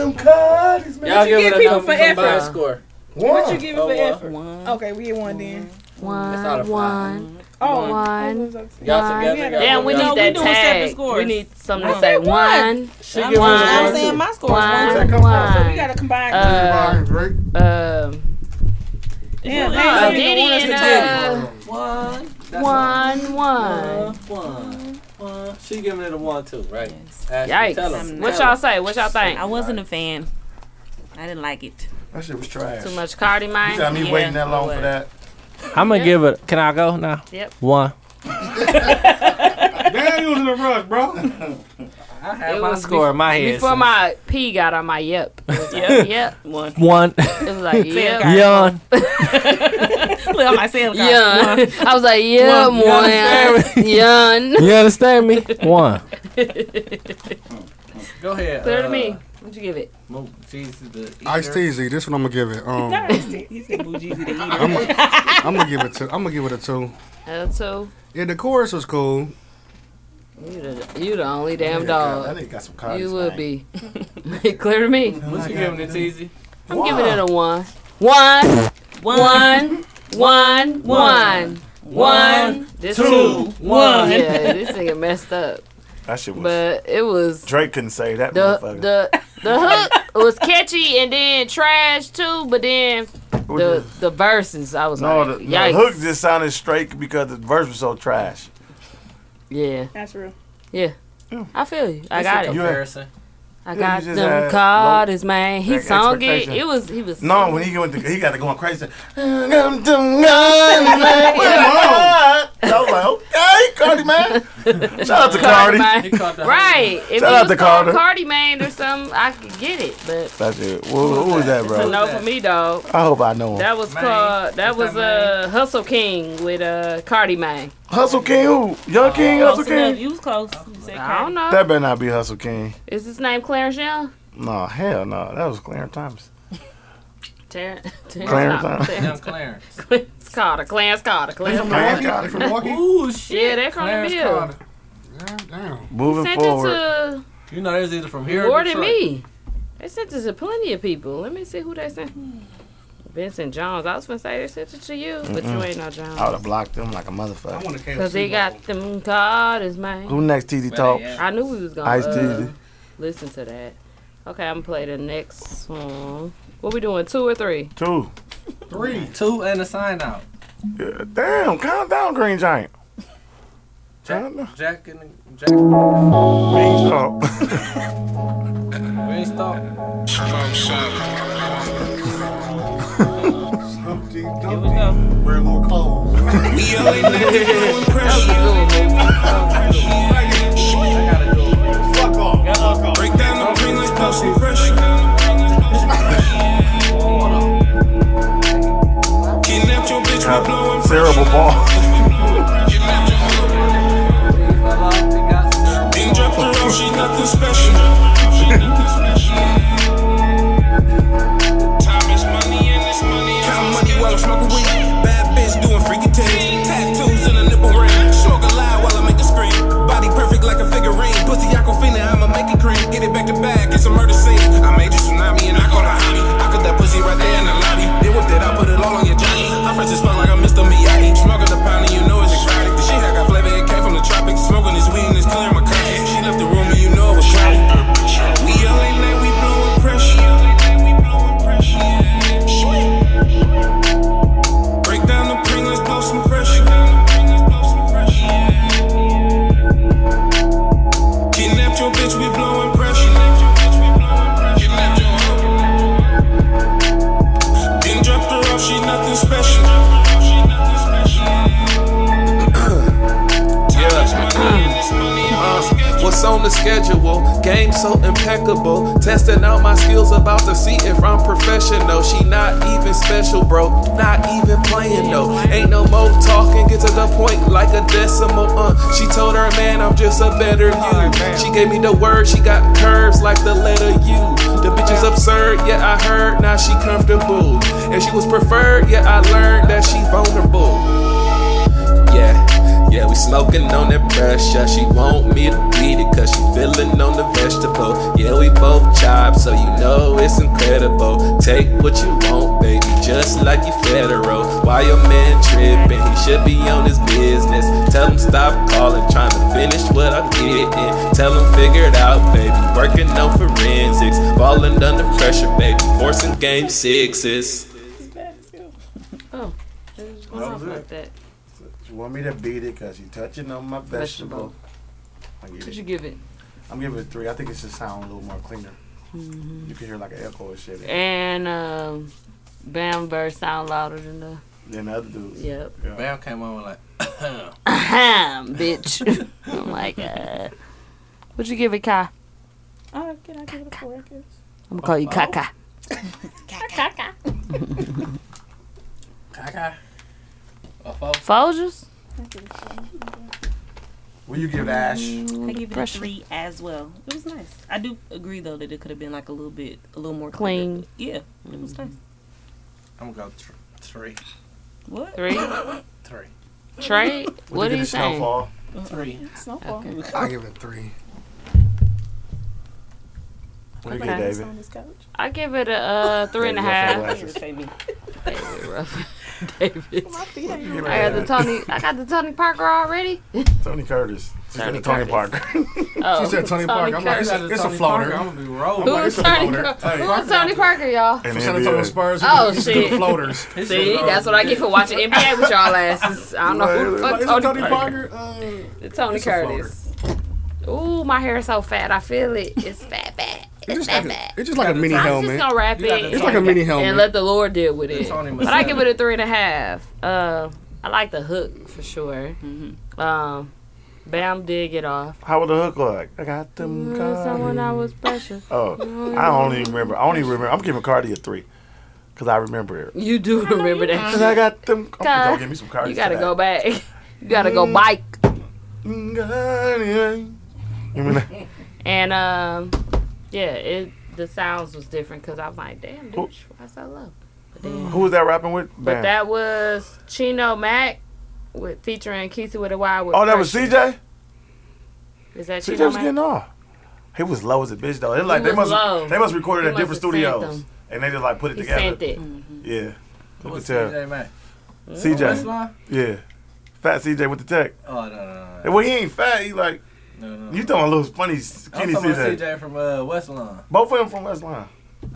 S1: Y'all give it a
S11: people
S1: number
S11: for
S1: combined
S11: effort?
S1: score.
S11: What you give it
S1: Oh,
S11: for
S1: one.
S11: effort? Okay, we get one then.
S1: That's out of five.
S11: Oh,
S3: One.
S1: Y'all together. y'all
S3: Damn, we
S1: go.
S3: need
S1: Y'all-
S3: that
S11: doing separate
S3: tag. We
S11: scores.
S3: need something
S11: I
S3: to say
S11: said one.
S3: one.
S11: She
S3: one,
S11: give one. I'm saying my score is one.
S3: One.
S11: Take up
S3: one.
S11: So we gotta combine.
S3: Uh, uh,
S11: Damn,
S3: uh,
S11: man,
S3: Diddy
S11: you
S3: and
S11: didn't
S3: uh,
S1: One. That's
S3: one, one.
S1: One, one, one. She giving it a one too, right? Ashley, tell 'em.
S17: Yikes.
S3: What y'all say? What y'all think?
S17: I wasn't a fan. I didn't like it.
S16: That shit was trash.
S3: Too much Cardi, man.
S16: You got me
S3: Yeah,
S16: waiting that
S3: I
S16: long for
S3: would.
S16: that.
S1: I'm gonna give it. Can I go now?
S3: Yep.
S1: One.
S10: Damn, you was in a rush, bro.
S1: I had
S3: It
S1: my
S3: was
S1: score in my head.
S3: Before
S1: so-
S3: my P got on my yep. It was like, yep. One.
S1: one.
S3: It was like, yep.
S1: Yawn.
S17: Look at myself. guys.
S3: Yun. I was like, yeah,
S17: One.
S3: one. Yun.
S1: You understand me? One.
S15: Go ahead.
S3: Clear to
S15: uh,
S3: me. What'd you give it?
S15: Mo- Jesus, the
S10: Ice
S15: eater.
S10: Teasy, this one I'm gonna give it. Um,
S3: You said Bougie the
S10: I'm, gonna- I'm gonna give it to. I'm gonna give it a two.
S3: two.
S10: Yeah, the chorus was cool.
S3: You the, you the only damn
S10: nigga
S3: dog.
S10: got- that nigga got some cards,
S3: you would
S10: man.
S3: be. Clear to me.
S15: What you giving it, Teasy?
S3: I'm giving it a one. One. One. One. One. One. This
S6: Two. One.
S3: Yeah, this nigga messed up.
S6: That shit was.
S3: But it was
S6: Drake couldn't say that
S3: the
S6: motherfucker.
S3: the the hook was catchy and then trash too, but then the the verses I was
S6: no,
S3: like,
S6: the, no,
S3: yikes.
S6: the hook just sounded straight because the verse was so trash.
S3: Yeah.
S11: That's real.
S3: Yeah. I feel you. I
S15: It's
S3: got
S15: a
S3: it.
S15: comparison.
S3: I
S15: Yeah,
S3: got
S15: you just
S3: them
S15: had
S3: cards, man. He
S6: like,
S3: sung it.
S6: expectation.
S3: It was he was
S16: No, when he went, to, he got to going crazy.
S6: I was like, okay, Cardi man. Shout out to Cardi.
S3: right. If
S6: Shout
S3: it
S6: out
S3: was
S6: to
S3: called
S6: Cardi.
S3: Cardi Man or something, I could get it. But
S6: That's it. Who, who was that,
S3: it's a no
S6: bro?
S3: for me, dog.
S6: I hope I know him.
S3: That was called. That was uh Hustle King with uh Cardi Man.
S6: Hustle King, who? Young King,
S3: Oh,
S6: Hustle King.
S3: You was close. I don't know.
S6: That better not be Hustle King.
S3: Is his name Clarence Young?
S6: No, hell no. That was Clarence Thomas.
S3: Terrence.
S6: Clarence Thomas.
S3: Young Clarence. Clarence Carter. Clarence Carter. Clarence
S6: Clarence
S3: Carter.
S6: Carter from Milwaukee?
S3: Ooh shit! Yeah, they're from
S15: Clarence
S3: the bill.
S15: Carter.
S6: Moving
S3: Sent
S6: forward.
S3: it to
S15: You know, there's either from here
S3: more
S15: or
S3: than
S15: Detroit.
S3: me. They sent this to plenty of people. Let me see who they sent. Vincent Jones. I was gonna say they sent it to you, but you
S6: Mm-mm.
S3: ain't no
S6: I would
S3: Jones.
S6: have blocked them like a motherfucker.
S3: Cause they got them cards, man.
S6: Who next, TZ Talks?
S3: I knew we was gonna
S6: Ice
S3: uh,
S6: TZ.
S3: listen to that. Okay, I'm gonna play the next song. What we doing? Two or three?
S6: Two.
S15: Three. Two and a sign out.
S6: Yeah, damn, calm down, Green Giant.
S15: Jack, Jack and the- Jack.
S6: Beanstalk.
S15: Beanstalk.
S18: We always like to blow and pressure. Fuck off. Break down the ring, let's blow some pressure. Kidnapped your bitch, we blowing
S6: cerebral ball.
S5: Being dropped around, she nothing special. Time is money and it's money. Count money while I'm smoking weed. Bad bitch doing freaky things. Tattoos and a nipple ring. Smoke a lie while I make a scream. Body perfect like a figurine. Pussy Aquafina, I'ma make it cream. Get it back to back, it's a murder scene. I made you tsunami and I call it hobby. I put that pussy right there in the lobby. Then whipped it, I put it all on your Johnny. I fresh as fuck like I'm Mr. Miyagi. Smoking the pound and you know it's exotic. The shit I got flavor, it came from the tropics. Smoking this weed and it's clearing my conscience. She left the room and you know it was shot. We all late night, we blowing pressure. Break down the pring, let's blow some pressure. Kidnapped your bitch, we blowing pressure. Kidnapped your hoe. Then dropped her off, she nothing special.
S19: Uh, What's on the schedule? Game so impeccable. Testing out my skills, about to see if I'm professional. She not even special, bro. Not even playing though. Ain't no more talking. Get to the point like a decimal. Uh, she told her man, I'm just a better you. She gave me the word. She got curves like the letter U. The bitch is absurd. Yeah, I heard. Now she comfortable. And she was preferred. Yeah, I learned that she vulnerable. Yeah, yeah, we smoking on that pressure. She want me to beat it cause she feeling on the vegetable. Yeah, we both chop, so you know it's incredible. Take what you want, baby, just like you federal. Why your man tripping? He should be on his business. Tell him stop calling, trying to finish what I'm getting. Tell him figure it out, baby. Working on forensics, falling under pressure, baby. Forcing game sixes.
S3: Oh, it was going off like that.
S6: She want me to beat it because she touching on my vegetable. I give
S3: What'd
S6: it.
S3: you give it?
S6: I'm giving it three. I think it should sound a little more cleaner.
S3: Mhm.
S6: You can hear like an echo and shit.
S3: And um, Bam verse sound louder than the.
S6: Then the other dude.
S3: Yep.
S1: Bam came on like,
S3: Ahem, bitch. I'm like, uh, what'd you give it, Kai?
S9: Uh, can I give it a four? I guess?
S3: I'm gonna call you Kaka.
S1: Kaka.
S3: Folgers?
S6: Will you give Ash?
S11: I give it a
S3: Pressure.
S11: three as well. It was nice. I do agree though that it could have been like a little bit, a little more
S3: Clean.
S11: Yeah, it was nice.
S1: I'm gonna go tr- three.
S11: What?
S3: Three?
S1: Three.
S3: Trey, what are you saying?
S1: Three.
S9: Snowfall.
S7: I give it three.
S6: What do you
S3: Okay.
S6: get, David?
S3: I give it a uh, three and a half. David. I got the Tony. I got the Tony Parker already.
S6: Tony Curtis. She said
S7: Tony
S6: Tony Parker.
S3: Oh,
S7: she said Tony, Parker. I'm like, it's, a-
S1: Curtis.
S7: it's a
S1: Tony
S7: floater.
S1: Parker, I'm gonna be rolling.
S7: I'm like,
S3: Who's
S7: it's a
S3: Tony?
S7: floater.
S20: Oh,
S3: Cur- Who's Tony Parker, y'all?
S7: From San Antonio Spurs.
S3: Oh
S7: we do
S3: shit!
S7: the floaters.
S3: See, that's what I get for watching NBA with y'all asses. I don't know who the fuck
S7: Is it
S20: Oh,
S3: Tony,
S7: Tony
S3: Parker.
S7: Uh,
S3: The Tony
S7: it's a floater.
S3: Curtis. Ooh, my hair is so fat. I feel it. It's fat, fat.
S7: It's
S3: It's
S7: just
S3: fat,
S7: like
S3: fat.
S7: a, it's just like a mini
S3: I'm
S7: helmet.
S3: just gonna wrap
S7: You got
S3: it.
S7: the It's like a mini helmet.
S3: And let the Lord deal with it.
S7: Tony
S3: But I
S7: Mazzella.
S3: give it a three and a half. Uh, I like the hook for sure. Um, Bam did get off.
S6: How would the hook look? I got them
S3: Someone I
S6: cards.
S3: was precious.
S6: Oh, I don't even remember. I only remember. I'm giving Cardi a three because I remember it.
S3: You do remember that?
S6: Cause I got them. I'm gonna go
S3: God.
S6: get me some Cardi.
S3: You gotta
S6: today.
S3: go back. You gotta
S7: Mm.
S3: go bike.
S6: Mm-hmm.
S3: And um, yeah, it the sounds was different because I'm like, damn, dude, why so low?
S6: Who was that rapping with?
S3: But
S6: Bam.
S3: that was Chino Mac with featuring Keisha with a Y. With
S6: oh, that was
S3: Pressure.
S6: CJ.
S3: Is that
S6: CJ
S3: Chino
S6: was
S3: Mac?
S6: getting off. He was low as a bitch though. It like
S3: He
S6: they
S3: was
S6: must
S3: low.
S6: they must recorded
S3: He
S6: at different
S3: must have sent
S6: studios and they just like put it
S3: He
S6: together.
S3: sent it.
S6: Yeah.
S1: Who
S6: Look
S1: was
S6: at
S1: CJ Mack? Oh,
S6: CJ.
S1: Westlaw?
S6: Yeah. Fat CJ with the tech.
S1: Oh no no no.
S6: And Well, he ain't fat. He like. You talking a little funny
S1: I'm
S6: skinny
S1: talking about
S6: CJ.
S1: CJ from uh, West Lawn.
S6: Both of them from West Line.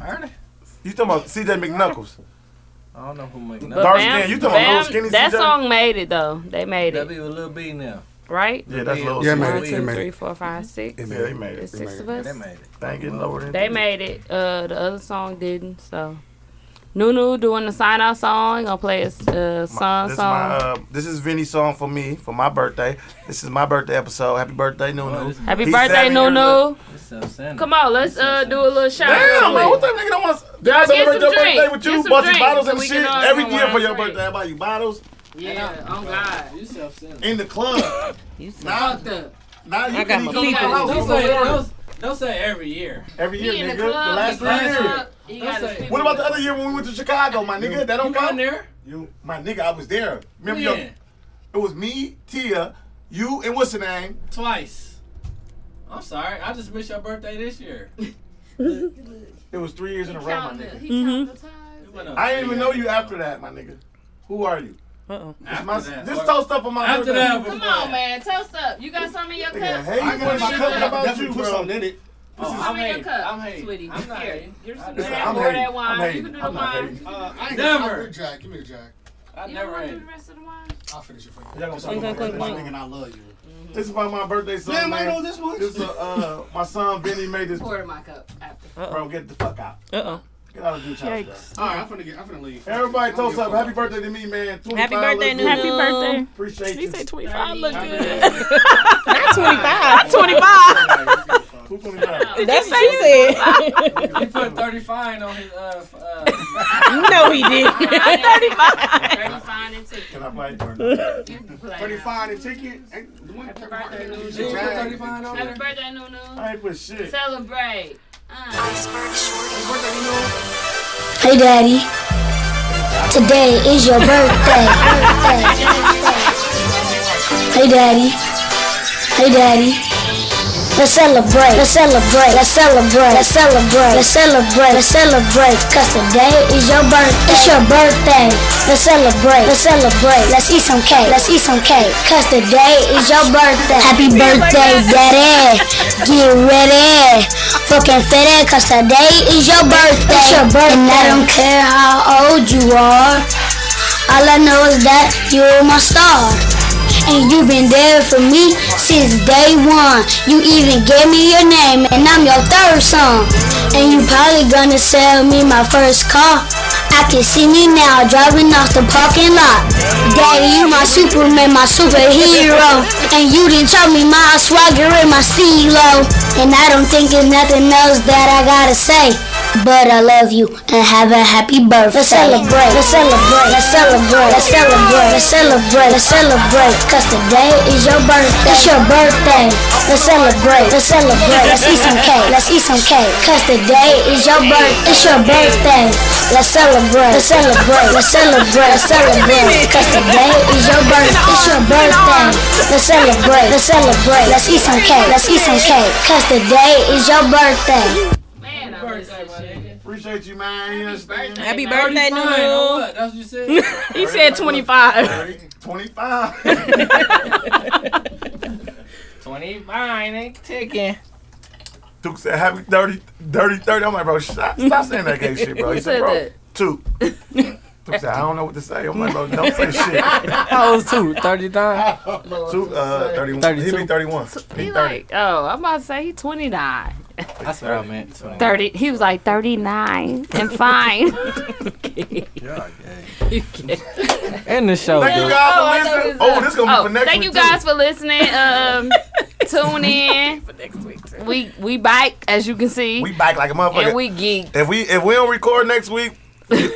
S1: Ernie?
S6: You talking about CJ McNuckles?
S1: I don't know who make
S3: But
S6: Dark
S3: Bam-
S6: skin. You talking about
S3: Bam-
S6: little skinny
S3: That
S6: CJ?
S3: song made it though. They made
S1: That
S3: it,
S1: be with Lil B now.
S3: right?
S6: Yeah, that's little.
S7: Yeah, it made
S3: One,
S7: it.
S3: two,
S7: It made
S3: three,
S7: it.
S3: four, five, six.
S6: Yeah, they made it.
S3: It's
S6: They
S3: six
S6: made
S3: of
S6: it.
S3: us.
S6: They made it. They ain't getting lower than
S3: They made it. Uh, the other song didn't. So, Nunu doing the sign out song. Gonna play his uh,
S6: My-
S3: song song.
S6: this, Is my, uh, this is Vinny's song for me for my birthday. This is my birthday episode. Happy birthday, Nunu.
S3: Happy
S6: He's
S3: birthday,
S6: seven years old.
S3: Nunu. Come on, let's uh, do a little shout out.
S6: Damn,
S3: to
S6: man,
S3: it.
S6: what the nigga don't want to
S3: Y'all get
S6: celebrate
S3: some
S6: your
S3: drink.
S6: birthday with
S3: Get
S6: you?
S3: some
S6: Bunch of
S3: drink
S6: bottles
S3: so
S6: and
S3: we can
S6: shit
S3: all
S6: every
S3: go
S6: year for
S3: on
S6: your
S3: a drink.
S6: birthday. I buy you bottles.
S3: Yeah, oh God.
S1: You self centered.
S6: in the club. now,
S3: fucked up.
S6: now you
S1: I got
S6: can
S1: my
S6: go
S1: people.
S6: out.
S1: Don't say, don't, don't say every year.
S6: Every year,
S1: He in
S6: nigga.
S1: the
S6: The,
S1: club,
S6: last
S1: he
S6: three
S1: got his
S6: years.
S1: club, he got his people
S6: What about the other year when we went to Chicago, my nigga? that don't count.
S1: there?
S6: You, my nigga, I was there. Remember your,
S1: When?
S6: It was me, Tia, you, and what's her name?
S1: Twice. I'm sorry. I just missed your birthday this year.
S6: It was three years in a row, my nigga.
S1: Mhm.
S6: I didn't even know you after that, my nigga. Who are you?
S11: Uh oh.
S6: It's my,
S1: that,
S6: this
S1: or-
S6: toast up on my
S1: After
S6: birthday.
S1: that,
S3: Come on, man. Toast up. You got something in your cup?
S6: Nigga, hey,
S3: I
S6: you want my
S3: got
S6: cup
S3: something
S6: about you, bro.
S7: in it.
S3: Put
S1: Oh,
S3: some
S1: I'm
S3: in your
S1: hating.
S3: cup,
S1: I'm hating.
S3: sweetie.
S1: I'm not
S3: Here,
S1: hating.
S3: give some
S1: I'm
S3: of
S1: not
S3: that.
S1: hating.
S3: Pour that
S1: I'm
S3: wine. You
S1: hating.
S3: can do the
S1: I'm not
S3: wine.
S1: hating.
S7: Uh, I ain't
S1: Never.
S7: Never. Give me the jack. Give me the jack.
S1: I
S3: You don't
S1: never
S3: want to do
S1: ate.
S3: the rest of the wine?
S7: I'll finish it for you.
S6: Y'all gonna talk about that, my nigga.
S7: and I love you.
S6: This is about my birthday son.
S7: Damn, I
S6: man.
S7: know this much.
S6: This is uh, uh, my son Benny made this.
S3: Pour it in my cup after.
S6: Bro, get the fuck out.
S11: Uh oh.
S6: Get out of the child. bro.
S7: All right, I'm finna get. I'm finna leave.
S6: Everybody,
S7: I'm
S6: toast
S7: gonna
S6: up.
S7: get
S6: Happy birthday to me, man. 25,
S11: birthday,
S6: look good.
S11: Happy birthday.
S6: Appreciate you.
S21: said 25 look
S6: Happy
S21: good.
S6: birthday.
S11: Not 25.
S21: 25.
S6: Who 25?
S11: That's what you said.
S1: He put 35 on his uh. f- uh
S11: no, he didn't.
S6: Can I buy you?
S7: Thirty-five and ticket. Ain't the one-
S3: birthday, Nunu.
S7: Jack.
S3: Happy birthday, Nunu.
S6: I ain't put shit.
S3: Celebrate.
S9: Hey, Daddy. Today is your birthday. hey, Daddy. Hey, Daddy. Let's celebrate. Let's celebrate. Let's celebrate. Let's celebrate. Let's celebrate. Let's celebrate. Cause today is your birthday. It's your birthday. Let's celebrate. Let's celebrate. Let's eat some cake. Let's eat some cake. Cause today is your birthday. Happy birthday, Daddy. Get ready. Fucking fit in. Cause today is your birthday. It's your birthday. And I don't care how old you are. All I know is that you're my star. And you've been there for me since day one. You even gave me your name, and I'm your third son. And you probably gonna sell me my first car. I can see me now driving off the parking lot. Daddy, you my Superman, my superhero. And you didn't tell me my swagger and my stilo. And I don't think there's nothing else that I gotta say. But I love you and have a happy birthday. Let's celebrate. Let's celebrate. Let's celebrate. Let's celebrate. Let's celebrate. Let's celebrate. Cause today is your birthday. It's your birthday. Let's celebrate. Let's celebrate. Let's eat some cake. Let's eat some cake. Cause today is your birthday. It's your birthday. Let's celebrate. Let's celebrate. Let's celebrate. Let's celebrate. Cause today is your birthday. It's your birthday. Let's celebrate. Let's celebrate. Let's eat some cake. Let's eat some cake. Cause today is your birthday.
S3: Man, I miss that shit.
S6: Appreciate you, man. You understand?
S11: Happy birthday,
S1: 35 on
S11: Nunu.
S1: what? That's what you said.
S20: He said 25.
S6: 25.
S10: 25 ain't ticking.
S6: Duke said happy 30, dirty 30. I'm like, bro, stop, stop saying that gay shit, bro. He
S3: Who
S6: said,
S3: said
S6: bro,
S3: that?
S6: two. Duke said, I don't know what to say. I'm like, bro, don't say shit.
S10: How old is two? 39?
S6: Two, uh, 31. He be 31. He
S3: He
S6: 30.
S3: like, oh, I'm about to say he 29.
S10: That's what I meant. 29.
S3: 30. He was like 39 and fine.
S10: End the show,
S6: Thank you
S10: dude.
S6: guys
S3: Oh, I
S6: for
S3: thought it was
S6: listening. Oh,
S3: up.
S6: this is going to be
S3: Oh,
S6: for next
S3: Thank
S6: week,
S3: you guys
S6: too.
S3: for listening. Um, tune in. We we bike as you can see,
S6: We back like a motherfucker.
S3: and we geek.
S6: if we if we don't record next week,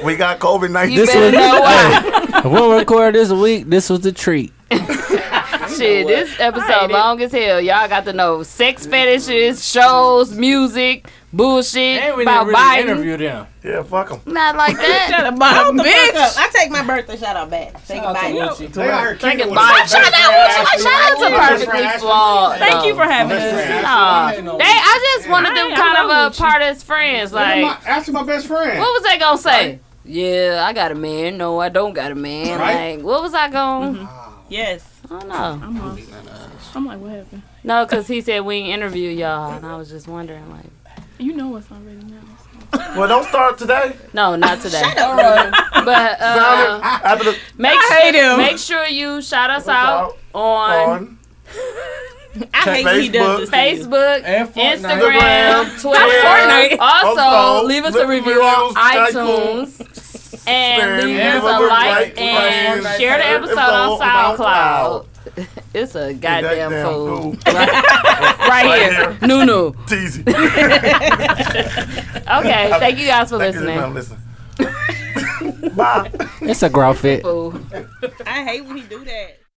S6: we got COVID 19.
S3: You better know why.
S10: If we'll record this week. This was the treat.
S3: Shit, this episode long as hell. Y'all got to know sex fetishes, shows, music, bullshit
S10: And we
S3: about
S10: didn't really
S3: Biden.
S10: interview them.
S6: Yeah, fuck them.
S3: Not like that.
S11: Shut the fuck
S3: bitch.
S11: up. I take my birthday shout out back. Say goodbye.
S3: Thank you, Biden. Shout out, shout out to perfectly flawed.
S20: Thank you for
S7: Oh.
S20: having
S3: though.
S20: us.
S3: Aw, they, I just wanted them
S20: I- I
S3: kind of
S20: love
S3: uh, part as friends. Like,
S7: My, after my best friend.
S3: what was they gonna say? Yeah, I got a man. No, I don't got a man.
S7: Right?
S3: Like, what was I gonna?
S11: Yes.
S3: I don't know.
S20: I'm off. Uh-huh. I'm like, what happened?
S3: No, because he said we ain't interview y'all, and I was just wondering, like,
S20: You know what's already now.
S6: Well, don't start today.
S3: no, not today. Um,
S11: Shut up.
S3: But uh,
S6: After the
S3: make
S20: I hate
S3: sure,
S20: him.
S3: make sure you shout us out on
S6: on
S11: I hate when he does this. to you.
S3: Facebook,
S10: And Fortnite.
S3: Instagram, Twitter.
S6: Fortnite.
S3: Also,
S6: Also,
S3: leave us a
S6: leave
S3: review on
S6: reviews,
S3: iTunes. And leave
S6: Spam,
S3: us a
S6: right,
S3: like
S6: right,
S3: and
S6: right,
S3: share the
S6: right,
S3: episode
S6: right,
S3: on
S6: right,
S3: SoundCloud. It's a goddamn
S6: Goddamn
S3: fool.
S6: fool.
S3: Right here.
S6: here.
S3: Nunu.
S6: Teasy.
S3: Okay, thank you guys for
S6: Thank you,
S3: listening.
S6: man. Listen.
S22: Bye.
S1: It's a grow fit.
S3: Fool.
S11: I hate when he do that.